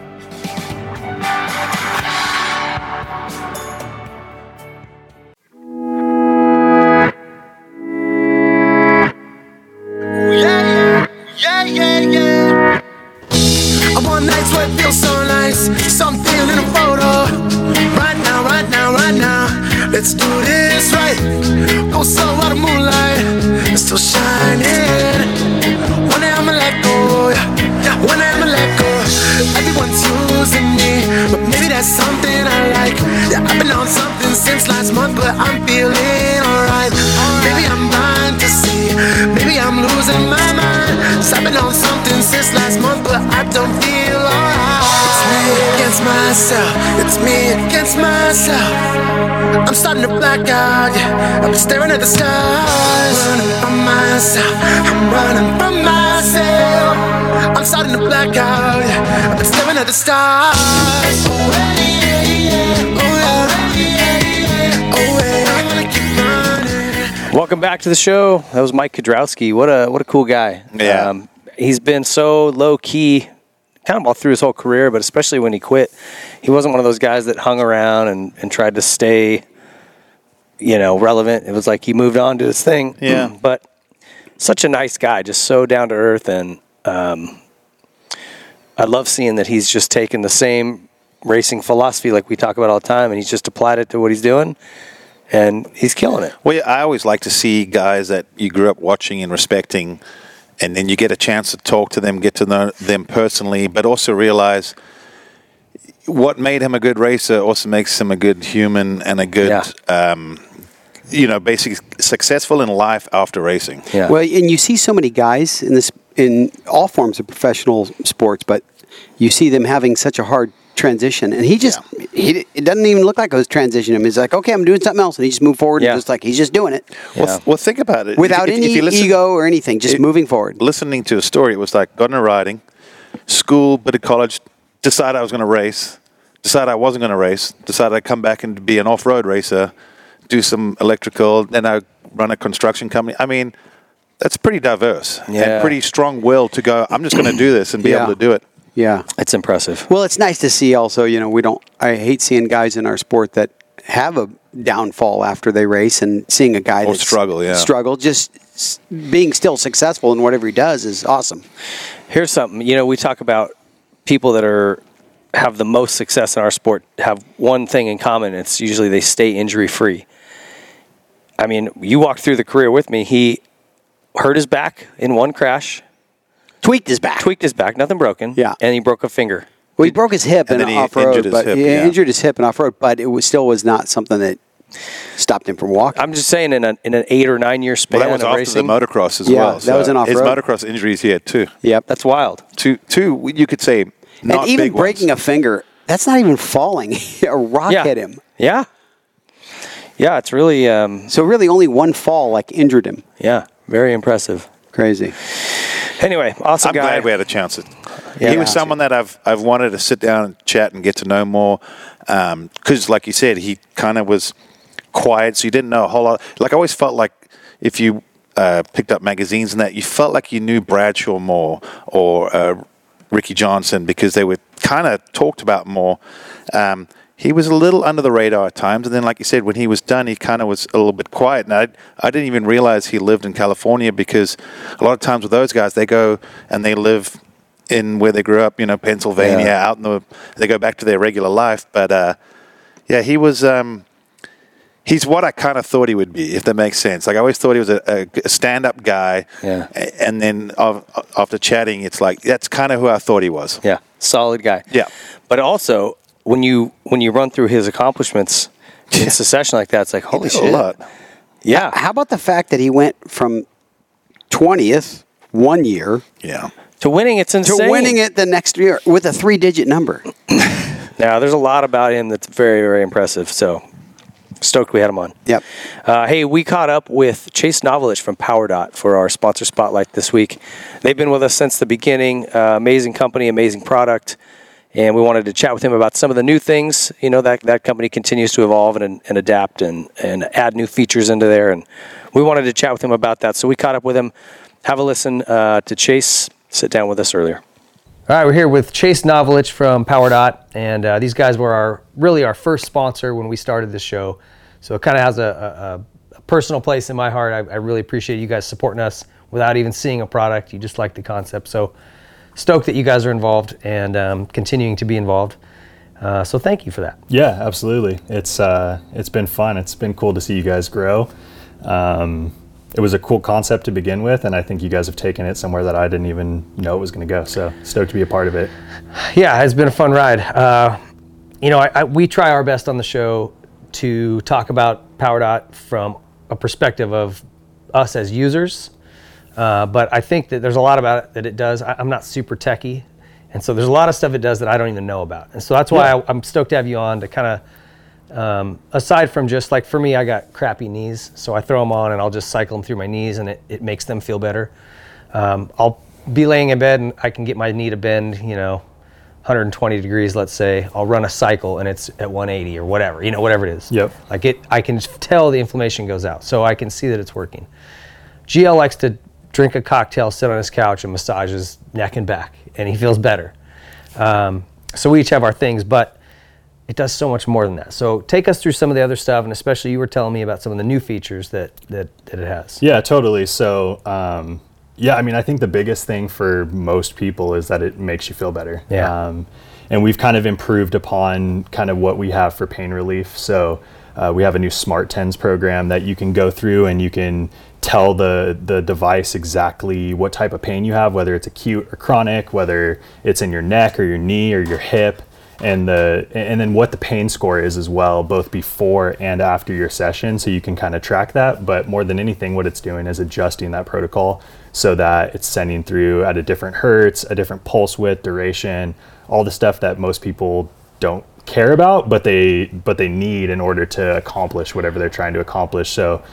I want nights where it feels so nice. Something in a photo. Right now, right now, right now. Let's do this right. Oh, so out of moonlight. It's still shining. When am I let go? Yeah, When am I let go? Everyone's using me. But maybe that's something I like. Yeah, I've been on something
since last month, but I'm feeling alright. Maybe I'm blind to see, maybe I'm losing my mind. Stopping on something since last month, but I don't feel alright. It's me against myself, it's me against myself. I'm starting to black out, yeah. I'm staring at the stars. Running from myself, I'm running from myself. I'm starting to black out, yeah. I'm staring at the stars. Oh, yeah, yeah, oh, yeah. Oh, yeah. I'm gonna keep running.
Welcome back to the show. That was Mike Kudrowski. What a what a cool guy. Um,
Yeah.
he's been so low key, kind of all through his whole career, but especially when he quit, he wasn't one of those guys that hung around and, and tried to stay, you know, relevant. It was like he moved on to his thing.
Yeah.
but such a nice guy, just so down to earth, and um, I love seeing that he's just taken the same racing philosophy like we talk about all the time, and he's just applied it to what he's doing, and he's killing it.
Well, yeah, I always like to see guys that you grew up watching and respecting, and then you get a chance to talk to them, get to know them personally, but also realize what made him a good racer also makes him a good human and a good, um, you know, basically successful in life after racing.
Yeah.
Well, and you see so many guys in this in all forms of professional sports, but you see them having such a hard transition, and he just he it doesn't even look like it was transitioning. He's like, okay, I'm doing something else, and he just moved forward,
Yeah.
and just like he's just doing it
Well, th- well, think about it.
without
If- if-
any
if you listen-
ego or anything, just
it-
moving forward.
listening to a story, it was like got into riding, school, bit of college, decided I was going to race, decided I wasn't going to race, decided I'd come back and be an off-road racer, do some electrical, then I run a construction company. I mean, that's pretty diverse
Yeah.
and pretty strong will to go. I'm just going to do this and be
Yeah.
able to do it.
Yeah.
It's impressive.
Well, it's nice to see also, you know, we don't, I hate seeing guys in our sport that have a downfall after they race and seeing a guy
Or
that's
struggle, Oh, yeah.
struggle, just s- being still successful in whatever he does is awesome.
Here's something. You know, we talk about people that are have the most success in our sport have one thing in common. It's usually they stay injury free. I mean, you walked through the career with me. He hurt his back in one crash,
Tweaked his back.
tweaked his back, nothing broken.
Yeah.
and he broke a finger.
Well, he broke his hip
And
and,
then he
off road,
injured his
but
hip,
he
yeah.
injured his hip and off road, but it was still was not something that stopped him from walking.
I'm just saying, in an in an eight or nine year span
Well, that was
of
after
racing,
the motocross as
Yeah,
well.
that was an
His
off-road.
motocross injuries he had too.
yep.
that's wild.
Two, two. You could say not
and even
big
breaking a finger, that's not even falling. a rock
yeah,
hit him.
Yeah, yeah, it's really um,
So really only one fall like injured him.
yeah, very impressive.
Crazy.
Anyway, awesome
I'm
guy.
glad we had a chance. At,
Yeah.
he was someone that I've I've wanted to sit down and chat and get to know more, because like you said, he kind of was quiet, so you didn't know a whole lot. Like I always felt like if you uh, picked up magazines and that, you felt like you knew Bradshaw more or uh, Ricky Johnson because they were kind of talked about more. Um, he was a little under the radar at times, and then, like you said, when he was done, he kind of was a little bit quiet. And I, I didn't even realize he lived in California because a lot of times with those guys, they go and they live in where they grew up, you know, Pennsylvania,
Yeah.
out in the, they go back to their regular life. But uh, yeah, he was, um, he's what I kind of thought he would be, if that makes sense. Like I always thought he was a, a stand up guy.
Yeah.
A- And then of, after chatting, it's like, that's kind of who I thought he was.
Yeah, solid guy.
Yeah.
but also when you when you run through his accomplishments in succession like that, it's like holy
Did
shit.
A lot.
Yeah,
How about the fact that he went from 20th one year
Yeah.
to winning, it's
to
insane.
winning it the next year with a three digit number?
Now, there's a lot about him that's very very impressive. So stoked we had him on.
Yep.
Uh, hey, we caught up with Chase Novelich from Power Dot for our sponsor spotlight this week. They've been with us since the beginning. Uh, amazing company, amazing product. And we wanted to chat with him about some of the new things. You know, that, that company continues to evolve and, and adapt and, and add new features into there. And we wanted to chat with him about that. So we caught up with him. Have a listen uh, to Chase sit down with us earlier.
All right, we're here with Chase Novelich from PowerDot, and uh, these guys were our really our first sponsor when we started this show. So it kind of has a, a, a personal place in my heart. I, I really appreciate you guys supporting us without even seeing a product. You just like the concept, so stoked that you guys are involved and um, continuing to be involved. Uh, so thank you for that.
Yeah, absolutely. It's uh, it's been fun. It's been cool to see you guys grow. Um, it was a cool concept to begin with, and I think you guys have taken it somewhere that I didn't even know it was going to go. So stoked to be a part of it.
yeah, it's been a fun ride. Uh, you know, I, I, we try our best on the show
to talk about PowerDot from a perspective of us as users. Uh, but I think that there's a lot about it that it does. I, I'm not super techie, and so there's a lot of stuff it does that I don't even know about. And so that's why I, I'm stoked to have you on to kind of aside from just like for me, I got crappy knees, so I throw them on and I'll just cycle them through my knees, and it, it makes them feel better. Um, I'll be laying in bed and I can get my knee to bend, you know, 120 degrees, let's say. I'll run a cycle and it's at 180 or whatever, you know, whatever it is.
Yep.
Like it, I can tell the inflammation goes out, so I can see that it's working. GL likes to drink a cocktail, sit on his couch, and massage his neck and back, and he feels better. Um, so we each have our things, but it does so much more than that. So take us through some of the other stuff, and especially you were telling me about some of the new features that that, that it has.
Yeah, totally. So, um, yeah, I mean, I think the biggest thing for most people is that it makes you feel better.
Yeah.
Um, and we've kind of improved upon kind of what we have for pain relief. So uh, we have a new Smart Tens program that you can go through and you can tell the the device exactly what type of pain you have, whether it's acute or chronic, whether it's in your neck or your knee or your hip, and the and then what the pain score is as well, both before and after your session, so you can kind of track that. But more than anything, what it's doing is adjusting that protocol so that it's sending through at a different hertz, a different pulse width, duration, all the stuff that most people don't care about, but they but they need in order to accomplish whatever they're trying to accomplish. So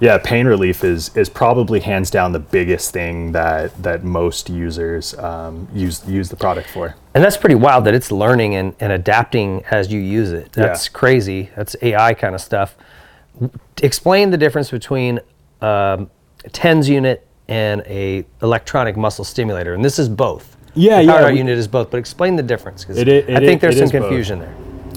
yeah, pain relief is is probably hands down the biggest thing that that most users um, use use the product for.
And that's pretty wild that it's learning and, and adapting as you use it. That's
Yeah.
crazy. That's AI kind of stuff. Explain the difference between um, a TENS unit and a electronic muscle stimulator, and this is both.
Yeah,
the
yeah,
Power Dot
we-
unit is both, but explain the difference because
It i-
I
it i-
think there's
it
some
is both.
confusion there.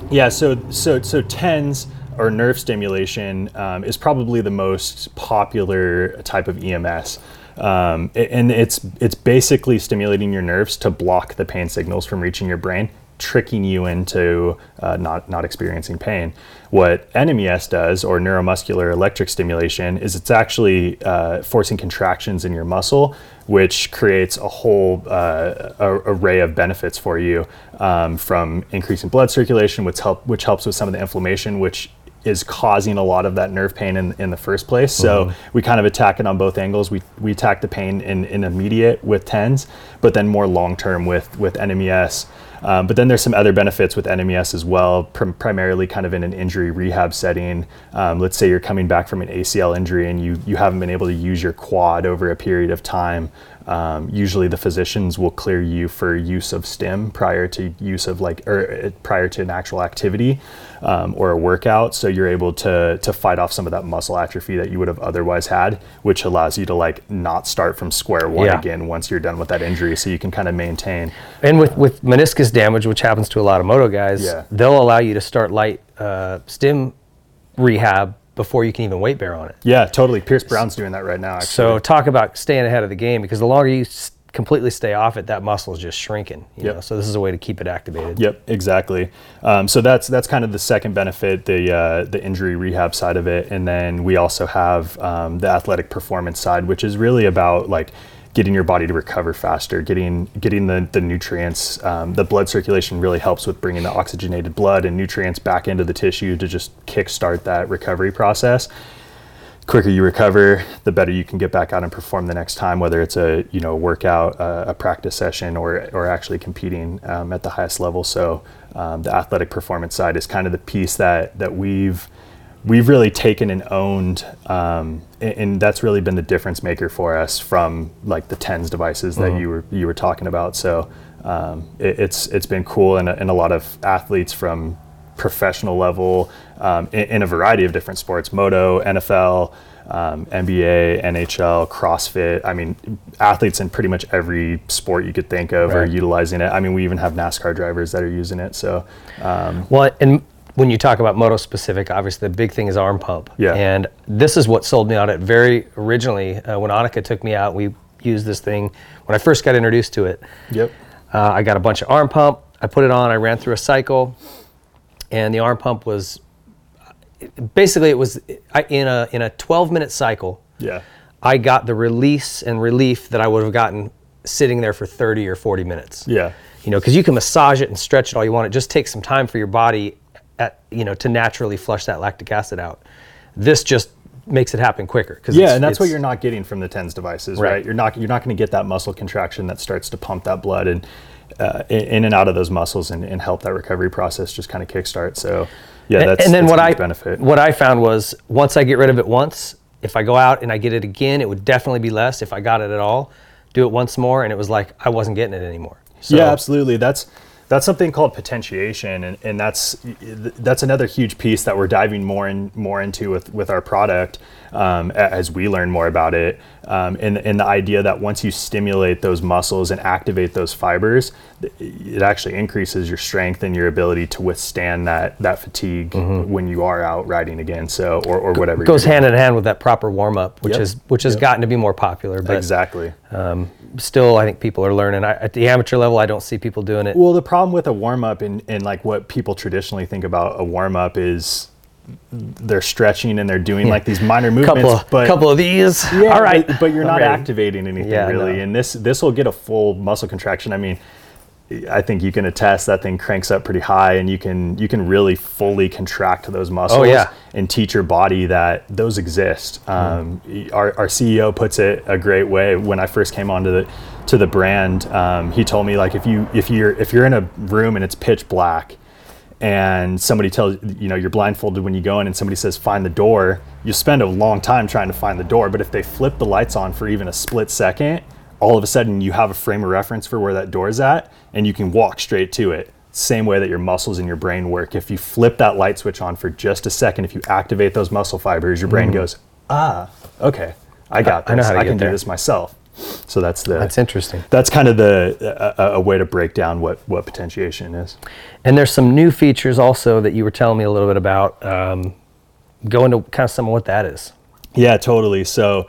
Yeah, so so so tens or nerve stimulation um, is probably the most popular type of EMS, um, a- and it's it's basically stimulating your nerves to block the pain signals from reaching your brain, tricking you into uh, not not experiencing pain. What NMES does, or neuromuscular electric stimulation, is it's actually uh, forcing contractions in your muscle, which creates a whole uh, a- array of benefits for you um, from increasing blood circulation, which help which helps with some of the inflammation, which is causing a lot of that nerve pain in, in the first place. So we kind of attack it on both angles. We, we attack the pain in, in immediate with tens, but then more long term with with NMES. Um, but then there's some other benefits with NMES as well, prim- primarily kind of in an injury rehab setting. Um, let's say you're coming back from an ACL injury and you you haven't been able to use your quad over a period of time. Um, usually the physicians will clear you for use of stim prior to use of like or uh, prior to an actual activity um, or a workout so you're able to to fight off some of that muscle atrophy that you would have otherwise had which allows you to like not start from square one
Yeah.
again once you're done with that injury so you can kind of maintain
And with, with meniscus damage, which happens to a lot of moto guys,
Yeah.
they'll allow you to start light uh, stim rehab before you can even weight bear on it.
yeah totally pierce brown's doing that right now actually.
So talk about staying ahead of the game because the longer you s- completely stay off it, that muscle is just shrinking. You
Yep.
know? So this is a way to keep it activated.
Yep, exactly. Um, so that's that's kind of the second benefit, the uh, the injury rehab side of it, and then we also have um, the athletic performance side, which is really about like getting your body to recover faster, getting getting the the nutrients, um, the blood circulation really helps with bringing the oxygenated blood and nutrients back into the tissue to just kickstart that recovery process quicker you recover, the better you can get back out and perform the next time, whether it's a you know workout, uh, a practice session, or or actually competing um, at the highest level. So um, the athletic performance side is kind of the piece that that we've we've really taken and owned, um, and, and that's really been the difference maker for us from like the tens devices that you were you were talking about. So. Um, it, it's it's been cool, and, a- and a lot of athletes from professional level um, in, in a variety of different sports moto nfl um, nba nhl crossfit i mean athletes in pretty much every sport you could think of are
Right.
utilizing it i mean we even have nascar drivers that are using it so um,
Well, and when you talk about moto specific, obviously the big thing is arm pump.
Yeah.
And this is what sold me on it very originally uh, when Annika took me out. We used this thing when I first got introduced to it.
yep
Uh, I got a bunch of arm pump. I put it on. I ran through a cycle, and the arm pump was basically it was I, in a in a 12 minute cycle.
yeah
I got the release and relief that I would have gotten sitting there for 30 or 40 minutes.
yeah
You know, because you can massage it and stretch it all you want. It just takes some time for your body
at, you know to naturally flush that lactic acid out. This just makes it happen quicker because
Yeah, and that's what you're not getting from the tens devices, right?
Right.
You're not you're not going to get that muscle contraction that starts to pump that blood and uh, in- in and out of those muscles and, and help that recovery process just kind of kickstart. So, yeah,
And-
that's
and then
that's
what
a
I
huge benefit.
what I found was once I get rid of it once, if I go out and I get it again, it would definitely be less. If I got it at all, do it once more, and it was like I wasn't getting it anymore. So,
yeah, absolutely. That's that's something called potentiation, and, and that's that's another huge piece that we're diving more and more into with with our product um, a- as we learn more about it, um, and and the idea that once you stimulate those muscles and activate those fibers, th- it actually increases your strength and your ability to withstand that that fatigue when you are out riding again. So or, or whatever
It Mm-hmm. goes
you're doing.
hand in hand with that proper warm up, which
Yep.
is which has
Yep.
gotten to be more popular. But um,
exactly.
still, I think people are learning. I, at the amateur level, I don't see people doing it.
Well, the problem with a warm up and, and like what people traditionally think about a warm up is they're stretching and they're doing like these minor movements,
couple of,
but
couple of these.
yeah,
all right,
but, but you're
I'm
not
ready.
activating anything
Yeah,
really.
no.
And this this will get a full muscle contraction. I mean, I think you can attest that thing cranks up pretty high, and you can you can really fully contract those muscles.
Oh, yeah. Hmm.
and teach your body that those exist. Um, our, our CEO puts it a great way. When I first came onto the to the brand, um, he told me like if you if you're if you're in a room and it's pitch black, and somebody tells you know you're blindfolded when you go in and somebody says find the door you spend a long time trying to find the door but if they flip the lights on for even a split second all of a sudden you have a frame of reference for where that door is at and you can walk straight to it same way that your muscles and your brain work if you flip that light switch on for just a second if you activate those muscle fibers your brain goes ah okay i got this
Mm. I know how to get
can
there."
do this myself so that's the
That's interesting.
that's kind of the a, a- a way to break down what what potentiation is
And there's some new features also that you were telling me a little bit about. Um, go into kind of some of what that is.
Yeah, totally. So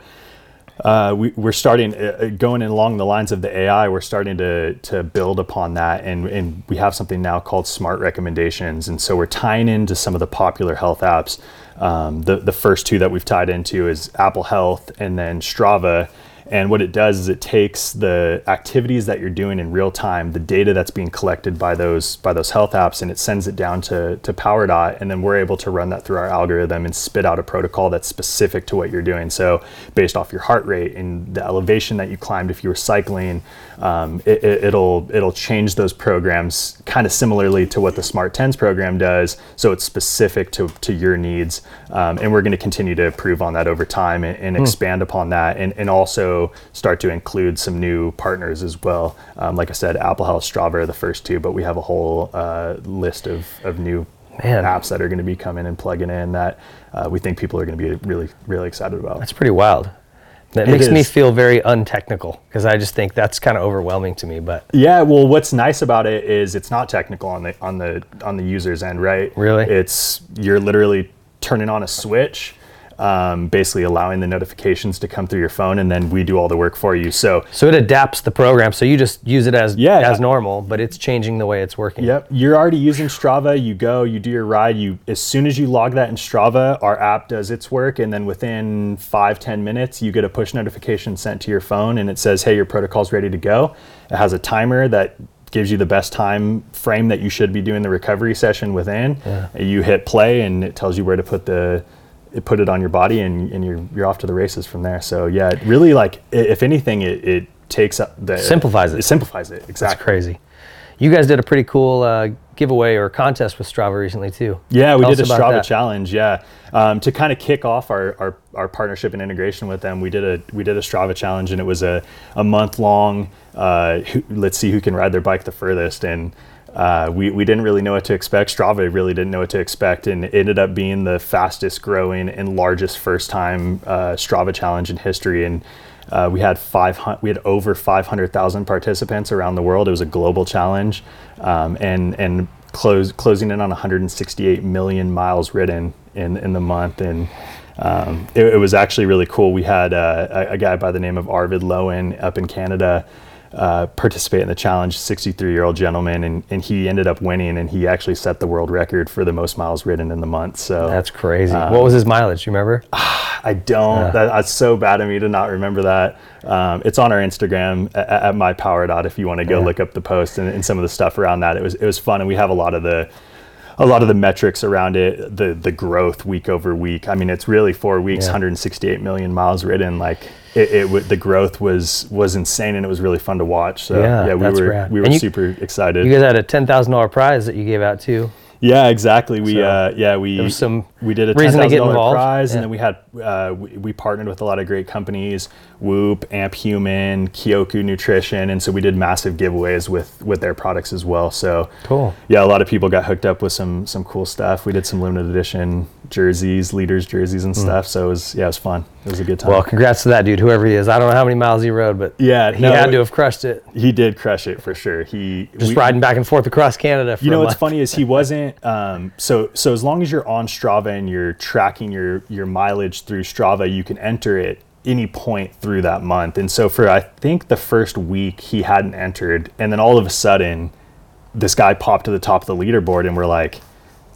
uh, we, we're starting uh, uh, going along the lines of the AI. We're starting to to build upon that, and and we have something now called Smart Recommendations, and so we're tying into some of the popular health apps. Um, the the first two that we've tied into is Apple Health and then Strava. And what it does is it takes the activities that you're doing in real time, the data that's being collected by those by those health apps, and it sends it down to to PowerDot, and then we're able to run that through our algorithm and spit out a protocol that's specific to what you're doing. So based off your heart rate and the elevation that you climbed, if you were cycling, um, it, it, it'll it'll change those programs kind of similarly to what the Smart Tens program does. So it's specific to to your needs, um, and we're going to continue to improve on that over time and, and expand upon that, and, and also start to include some new partners as well. Um, like I said, Apple Health, Strava are the first two, but we have a whole uh, list of of new.
Man.
Apps that are going to be coming and plugging in that uh, we think people are going to be really, really excited about.
That's pretty wild. That
It
makes me
is.
feel very untechnical because I just think that's kind of overwhelming to me. But
Yeah, well, what's nice about it is it's not technical on the on the on the user's end, right?
Really?
it's you're literally turning on a switch, um, basically allowing the notifications to come through your phone, and then we do all the work for you. So,
so it adapts the program. So you just use it as
Yeah.
as normal, but it's changing the way it's working.
yep, you're already using Strava. You go, you do your ride. You as soon as you log that in Strava, our app does its work, and then within five ten minutes, you get a push notification sent to your phone, and it says, "Hey, your protocol's ready to go." It has a timer that gives you the best time frame that you should be doing the recovery session within. You hit play and it tells you where to put the it put it on your body and, and you're you're off to the races from there. So yeah, it really like i- if anything it, it takes up the
Simplifies it.
It simplifies it. Exactly.
That's crazy. You guys did a pretty cool uh, giveaway or contest with Strava recently too.
Yeah, we
Tell
did a
us about
Strava
that.
challenge. Yeah, um, to kind of kick off our, our our partnership and integration with them, we did a we did a Strava challenge, and it was a a month long. Uh, who, let's see who can ride their bike the furthest, and uh, we we didn't really know what to expect. Strava really didn't know what to expect, and it ended up being the fastest growing and largest first time uh, Strava challenge in history, and. Uh, we had five hundred. We had over five hundred thousand participants around the world. It was a global challenge, um, and and close closing in on 168 million miles ridden in in the month. And um, it, it was actually really cool. We had uh, a, a guy by the name of Arvid Lowen up in Canada uh, participate in the challenge, 63 year old gentleman, and, and he ended up winning. And he actually set the world record for the most miles ridden in the month. So um,
That's crazy. Uh, what was his mileage? You remember?
I don't. that, that's so bad of me to not remember that. Um, it's on our Instagram at, at mypower dot. If you want to go look up the post and, and some of the stuff around that, it was it was fun, and we have a lot of the a lot of the metrics around it, the the growth week over week. I mean, it's really four weeks,
Yeah.
168 million miles ridden. Like it, it w- the growth was was insane, and it was really fun to watch. So
Yeah,
yeah, we
that's
were
rad.
we were
And you-
super excited.
You guys had a ten thousand dollar prize that you gave out too.
Yeah, exactly. We
So,
uh, yeah we
was some
we did a ten
reason to
thousand
get
dollar
involved.
prize,
Yeah.
and then we had uh, we, we partnered with a lot of great companies, Whoop, Amp Human, Kyoku Nutrition, and so we did massive giveaways with with their products as well. So
Cool.
Yeah, a lot of people got hooked up with some some cool stuff. We did some limited edition jerseys, leaders jerseys and stuff. So it was yeah, it was fun. It was a good time.
Mm. Well, congrats to that dude, whoever he is. I don't know how many miles he rode, but
Yeah,
he
no,
had
it-
to have crushed it.
he did crush it for sure. He
Just
we-
riding back and forth across Canada. For
you know
a
what's
month.
funny is he wasn't um, so so as long as you're on strava and you're tracking your your mileage through strava you can enter it any point through that month and so for i think the first week he hadn't entered and then all of a sudden this guy popped to the top of the leaderboard and we're like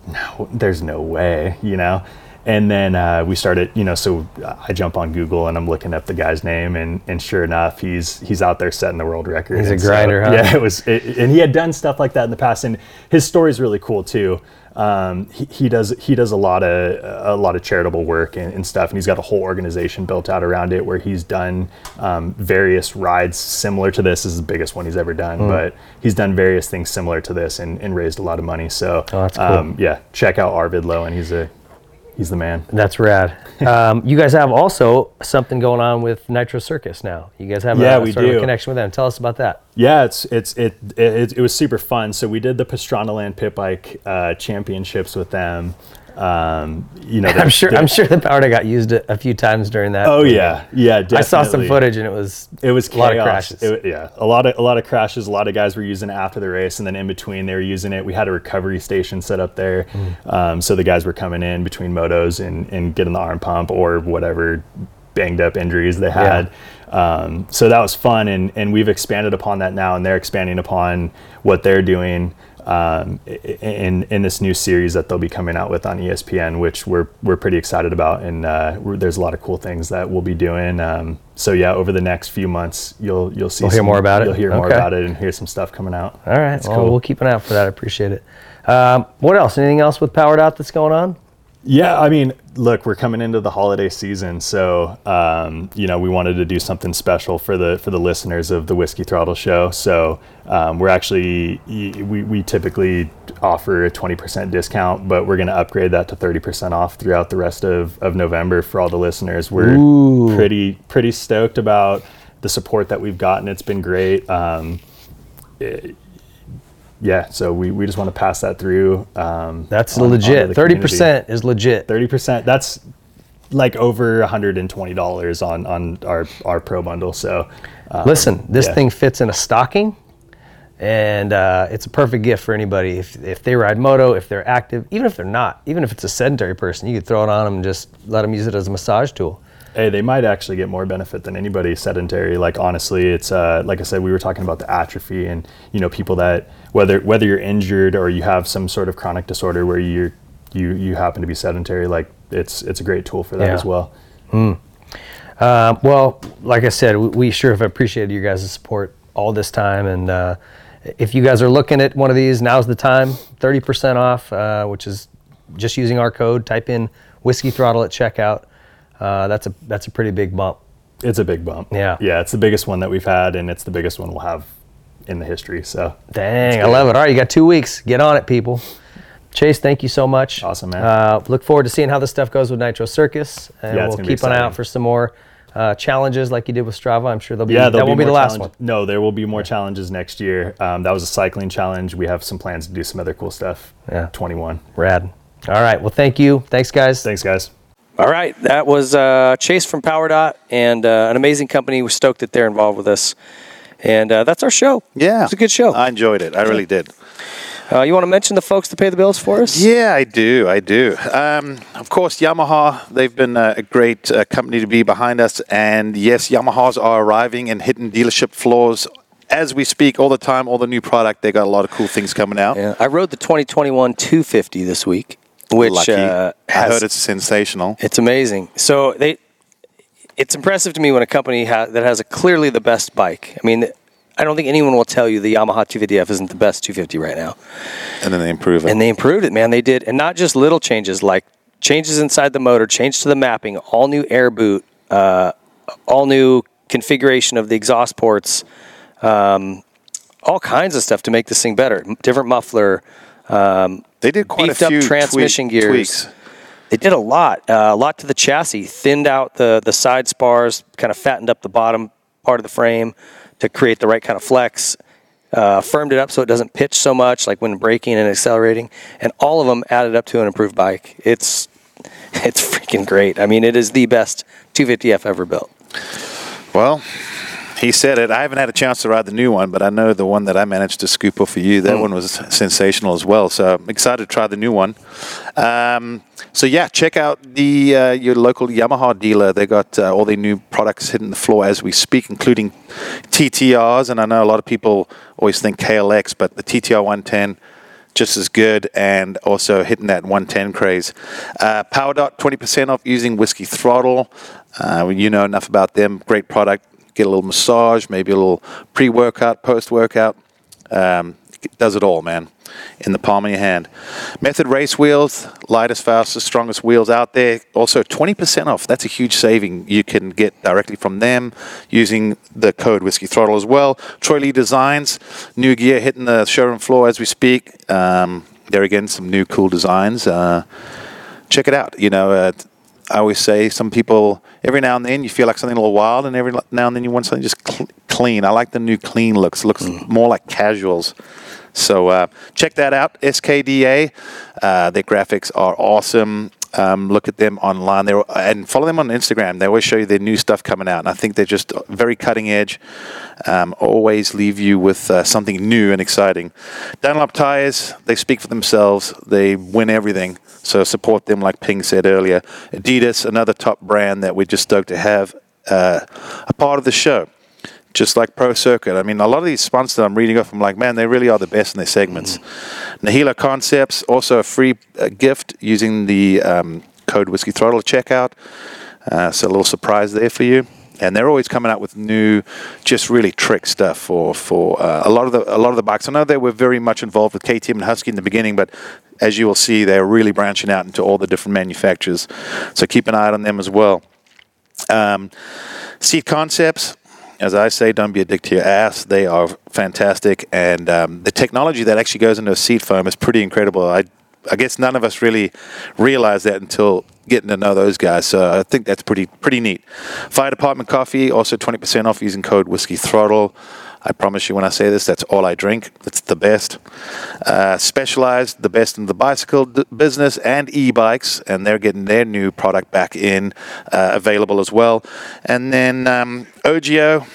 no there's no way you know and then uh, we started you know so i jump on google and i'm looking up the guy's name and and sure enough he's he's out there setting the world record
He's a
And so-
grinder, huh?
yeah it was it, and he had done stuff like that in the past and his story's really cool too um, he, he does he does a lot of a lot of charitable work and, and stuff and he's got a whole organization built out around it where he's done um, various rides similar to this. this is the biggest one he's ever
Hmm.
done but he's done various things similar to this and, and raised a lot of money so um,
Oh, that's cool.
yeah check out arvid lowen he's a he's the man
That's rad. Um, you guys have also something going on with Nitro Circus now. You guys have
Yeah,
a,
we
sort of a
do.
connection with them. Tell us about that.
Yeah, it's it's it it, it, it was super fun. So we did the Pastrana Land Pit Bike uh, Championships with them. Um, you know,
I'm sure. I'm sure the power got used a, a few times during that.
Oh yeah, yeah. Definitely.
I saw some footage and it was
It was
a lot of
chaos.
crashes.
It- yeah, a lot of a lot of crashes. A lot of guys were using it after the race, and then in between they were using it. We had a recovery station set up there, um, so the guys were coming in between motos and and getting the arm pump or whatever banged up injuries they had. Um, so that was fun, and and we've expanded upon that now, and they're expanding upon what they're doing. Um, i- i- in in this new series that they'll be coming out with on E ESPN, which we're we're pretty excited about, and uh, we're, there's a lot of cool things that we'll be doing. Um, so yeah, over the next few months, you'll you'll see
We'll hear
some-
more about it.
You'll hear more
Okay.
about it and hear some stuff coming out.
All right.
It's
well, we'll keep an eye out for that. I appreciate it. Um, what else? Anything else with Powered Out that's going on?
Yeah, I mean, look, we're coming into the holiday season, so um, you know we wanted to do something special for the for the listeners of the Whiskey Throttle Show. So um, we're actually y- we we typically offer a twenty percent discount, but we're going to upgrade that to thirty percent off throughout the rest of of November for all the listeners. We're pretty pretty stoked about the support that we've gotten. It's been great. Um, eh, yeah, so we, we just want to pass that through. Um,
That's
on- onto
legit.
the
Thirty
community
percent is legit.
thirty percent. That's like over hundred and twenty dollars on on our our pro bundle. So
Listen, this
Um, yeah.
thing fits in a stocking, and uh, it's a perfect gift for anybody. If, if they ride moto, if they're active, even if they're not, even if it's a sedentary person, you could throw it on them and just let them use it as a massage tool.
hey, they might actually get more benefit than anybody sedentary. Like honestly, it's uh, like I said, we were talking about the atrophy and you know people that whether whether you're injured or you have some sort of chronic disorder where you're you you happen to be sedentary, like it's it's a great tool for that
Yeah.
as well.
Um, Hmm. well, like I said, we, we sure have appreciated you guys' support all this time. And uh, if you guys are looking at one of these, now's the time. 30% off, uh, which is just using our code. Type in whiskey throttle at checkout. Uh, that's a that's a pretty big bump.
It's a big bump.
Yeah.
yeah, it's the biggest one that we've had, and it's the biggest one we'll have in the history. So
Dang, I love it. All right, you got two weeks. Get on it, people. Chase, thank you so much.
Awesome, man.
Uh, look forward to seeing how this stuff goes with Nitro Circus, and
Yeah, it's
we'll
gonna be
keep an eye
exciting.
out for some more uh, challenges like you did with Strava. I'm sure they'll be.
Yeah,
that
there'll
won't be, the
more
last
challenge-
one.
No, there will be more challenges next year. Um, that was a cycling challenge. We have some plans to do some other cool stuff.
Yeah.
21.
Rad. All right. Well, thank you. Thanks, guys.
Thanks, guys.
All right, that was uh, Chase from PowerDot and uh, an amazing company. We're stoked that they're involved with us, and uh, that's our show.
Yeah.
it's a good show.
I enjoyed it. I really did.
Uh, you want to mention the folks that pay the bills for us?
Yeah, I do. I do. Um, of course, Yamaha, they've been a, a great uh, company to be behind us. And yes, Yamahas are arriving and hitting dealership floors as we speak all the time, all the new product. They got a lot of cool things coming out.
Yeah, I rode the 2021 250 this week, which
Lucky.
uh,
I
has-
heard it's sensational.
It's amazing. So they, it's impressive to me when a company ha- that has a clearly the best bike. I mean,
I don't think anyone will tell you the Yamaha 250F isn't the best 250 right now.
And then they improve it.
And they improved it, man. They did, and not just little changes like changes inside the motor, change to the mapping, all new air boot, uh, all new configuration of the exhaust ports, um, all kinds of stuff to make this thing better. M- Different muffler. Um,
they did quite a
beefed
few
up transmission
tweak-
gears.
tweaks.
They did a lot, uh, a lot to the chassis. Thinned out the the side spars, kind of fattened up the bottom part of the frame to create the right kind of flex. Uh, firmed it up so it doesn't pitch so much, like when braking and accelerating. And all of them added up to an improved bike. It's it's freaking great. I mean, it is the best 250F ever built.
Well, he said it. I haven't had a chance to ride the new one, but I know the one that I managed to scoop off for you. That one was sensational as well. So I'm excited to try the new one. Um, so yeah, check out the uh, your local Yamaha dealer. They got uh, all their new products hitting the floor as we speak, including TTRs. And I know a lot of people always think KLX, but the TTR 110 just as good and also hitting that 110 craze. Uh, Power Dot, 20% off using Whiskey Throttle. Uh, you know enough about them. Great product. Get a little massage, maybe a little pre workout, post workout. Um, it does it all, man, in the palm of your hand. Method Race Wheels, lightest, fastest, strongest wheels out there. Also, 20% off. That's a huge saving you can get directly from them using the code Whiskey Throttle as well. Troy Lee Designs, new gear hitting the showroom floor as we speak. Um, there again, some new cool designs. Uh, check it out. You know, uh, I always say some people every now and then you feel like something a little wild, and every now and then you want something just cl- clean. I like the new clean looks; looks more like casuals. So uh, check that out, SKDA. Uh, their graphics are awesome. Um, look at them online. They're, and follow them on Instagram. They always show you their new stuff coming out, and I think they're just very cutting edge. Um, always leave you with uh, something new and exciting. Dunlop tires, they speak for themselves. They win everything. So support them, like Ping said earlier. Adidas, another top brand that we're just stoked to have uh, a part of the show. Just like Pro Circuit. I mean, a lot of these sponsors that I'm reading off, I'm like, man, they really are the best in their segments. Nahila Concepts, also a free uh, gift using the um, code Whiskey Throttle at checkout. Uh, so a little surprise there for you. And they're always coming out with new, just really trick stuff for for uh, a lot of the a lot of the bikes. I know they were very much involved with KTM and Husky in the beginning, but as you will see, they're really branching out into all the different manufacturers. So keep an eye on them as well. Um, Seat Concepts, as I say, don't be a dick to your ass. They are fantastic, and um, the technology that actually goes into a seat foam is pretty incredible. I, I guess none of us really realized that until getting to know those guys. So I think that's pretty pretty neat. Fire Department Coffee also twenty percent off using code Whiskey Throttle. I promise you, when I say this, that's all I drink. It's the best. Uh, specialized, the best in the bicycle d- business and e bikes, and they're getting their new product back in uh, available as well. And then um, OGO,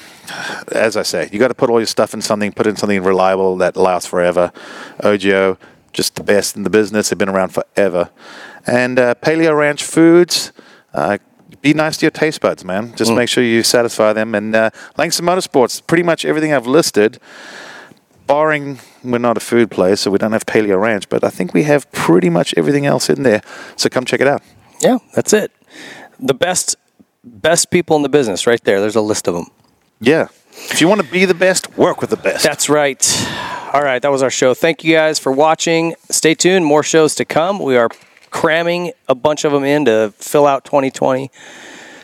as I say, you got to put all your stuff in something, put in something reliable that lasts forever. OGO, just the best in the business. They've been around forever. And uh, Paleo Ranch Foods, uh, be nice to your taste buds, man.
Hmm.
Just make sure you satisfy them. And uh, Langston Motorsports, pretty much everything I've listed, barring we're not a food place, so we don't have Paleo Ranch, but I think we have pretty much everything else in there. So come check it out.
Yeah, that's it. The best best people in the business, right there. There's a list of them.
Yeah. If you want to be the best, work with the best.
That's right. All right, that was our show. Thank you guys for watching. Stay tuned, more shows to come. We are cramming a bunch of them in to fill out 2020.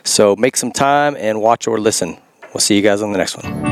So make some time and watch or listen. We'll see you guys on the next one.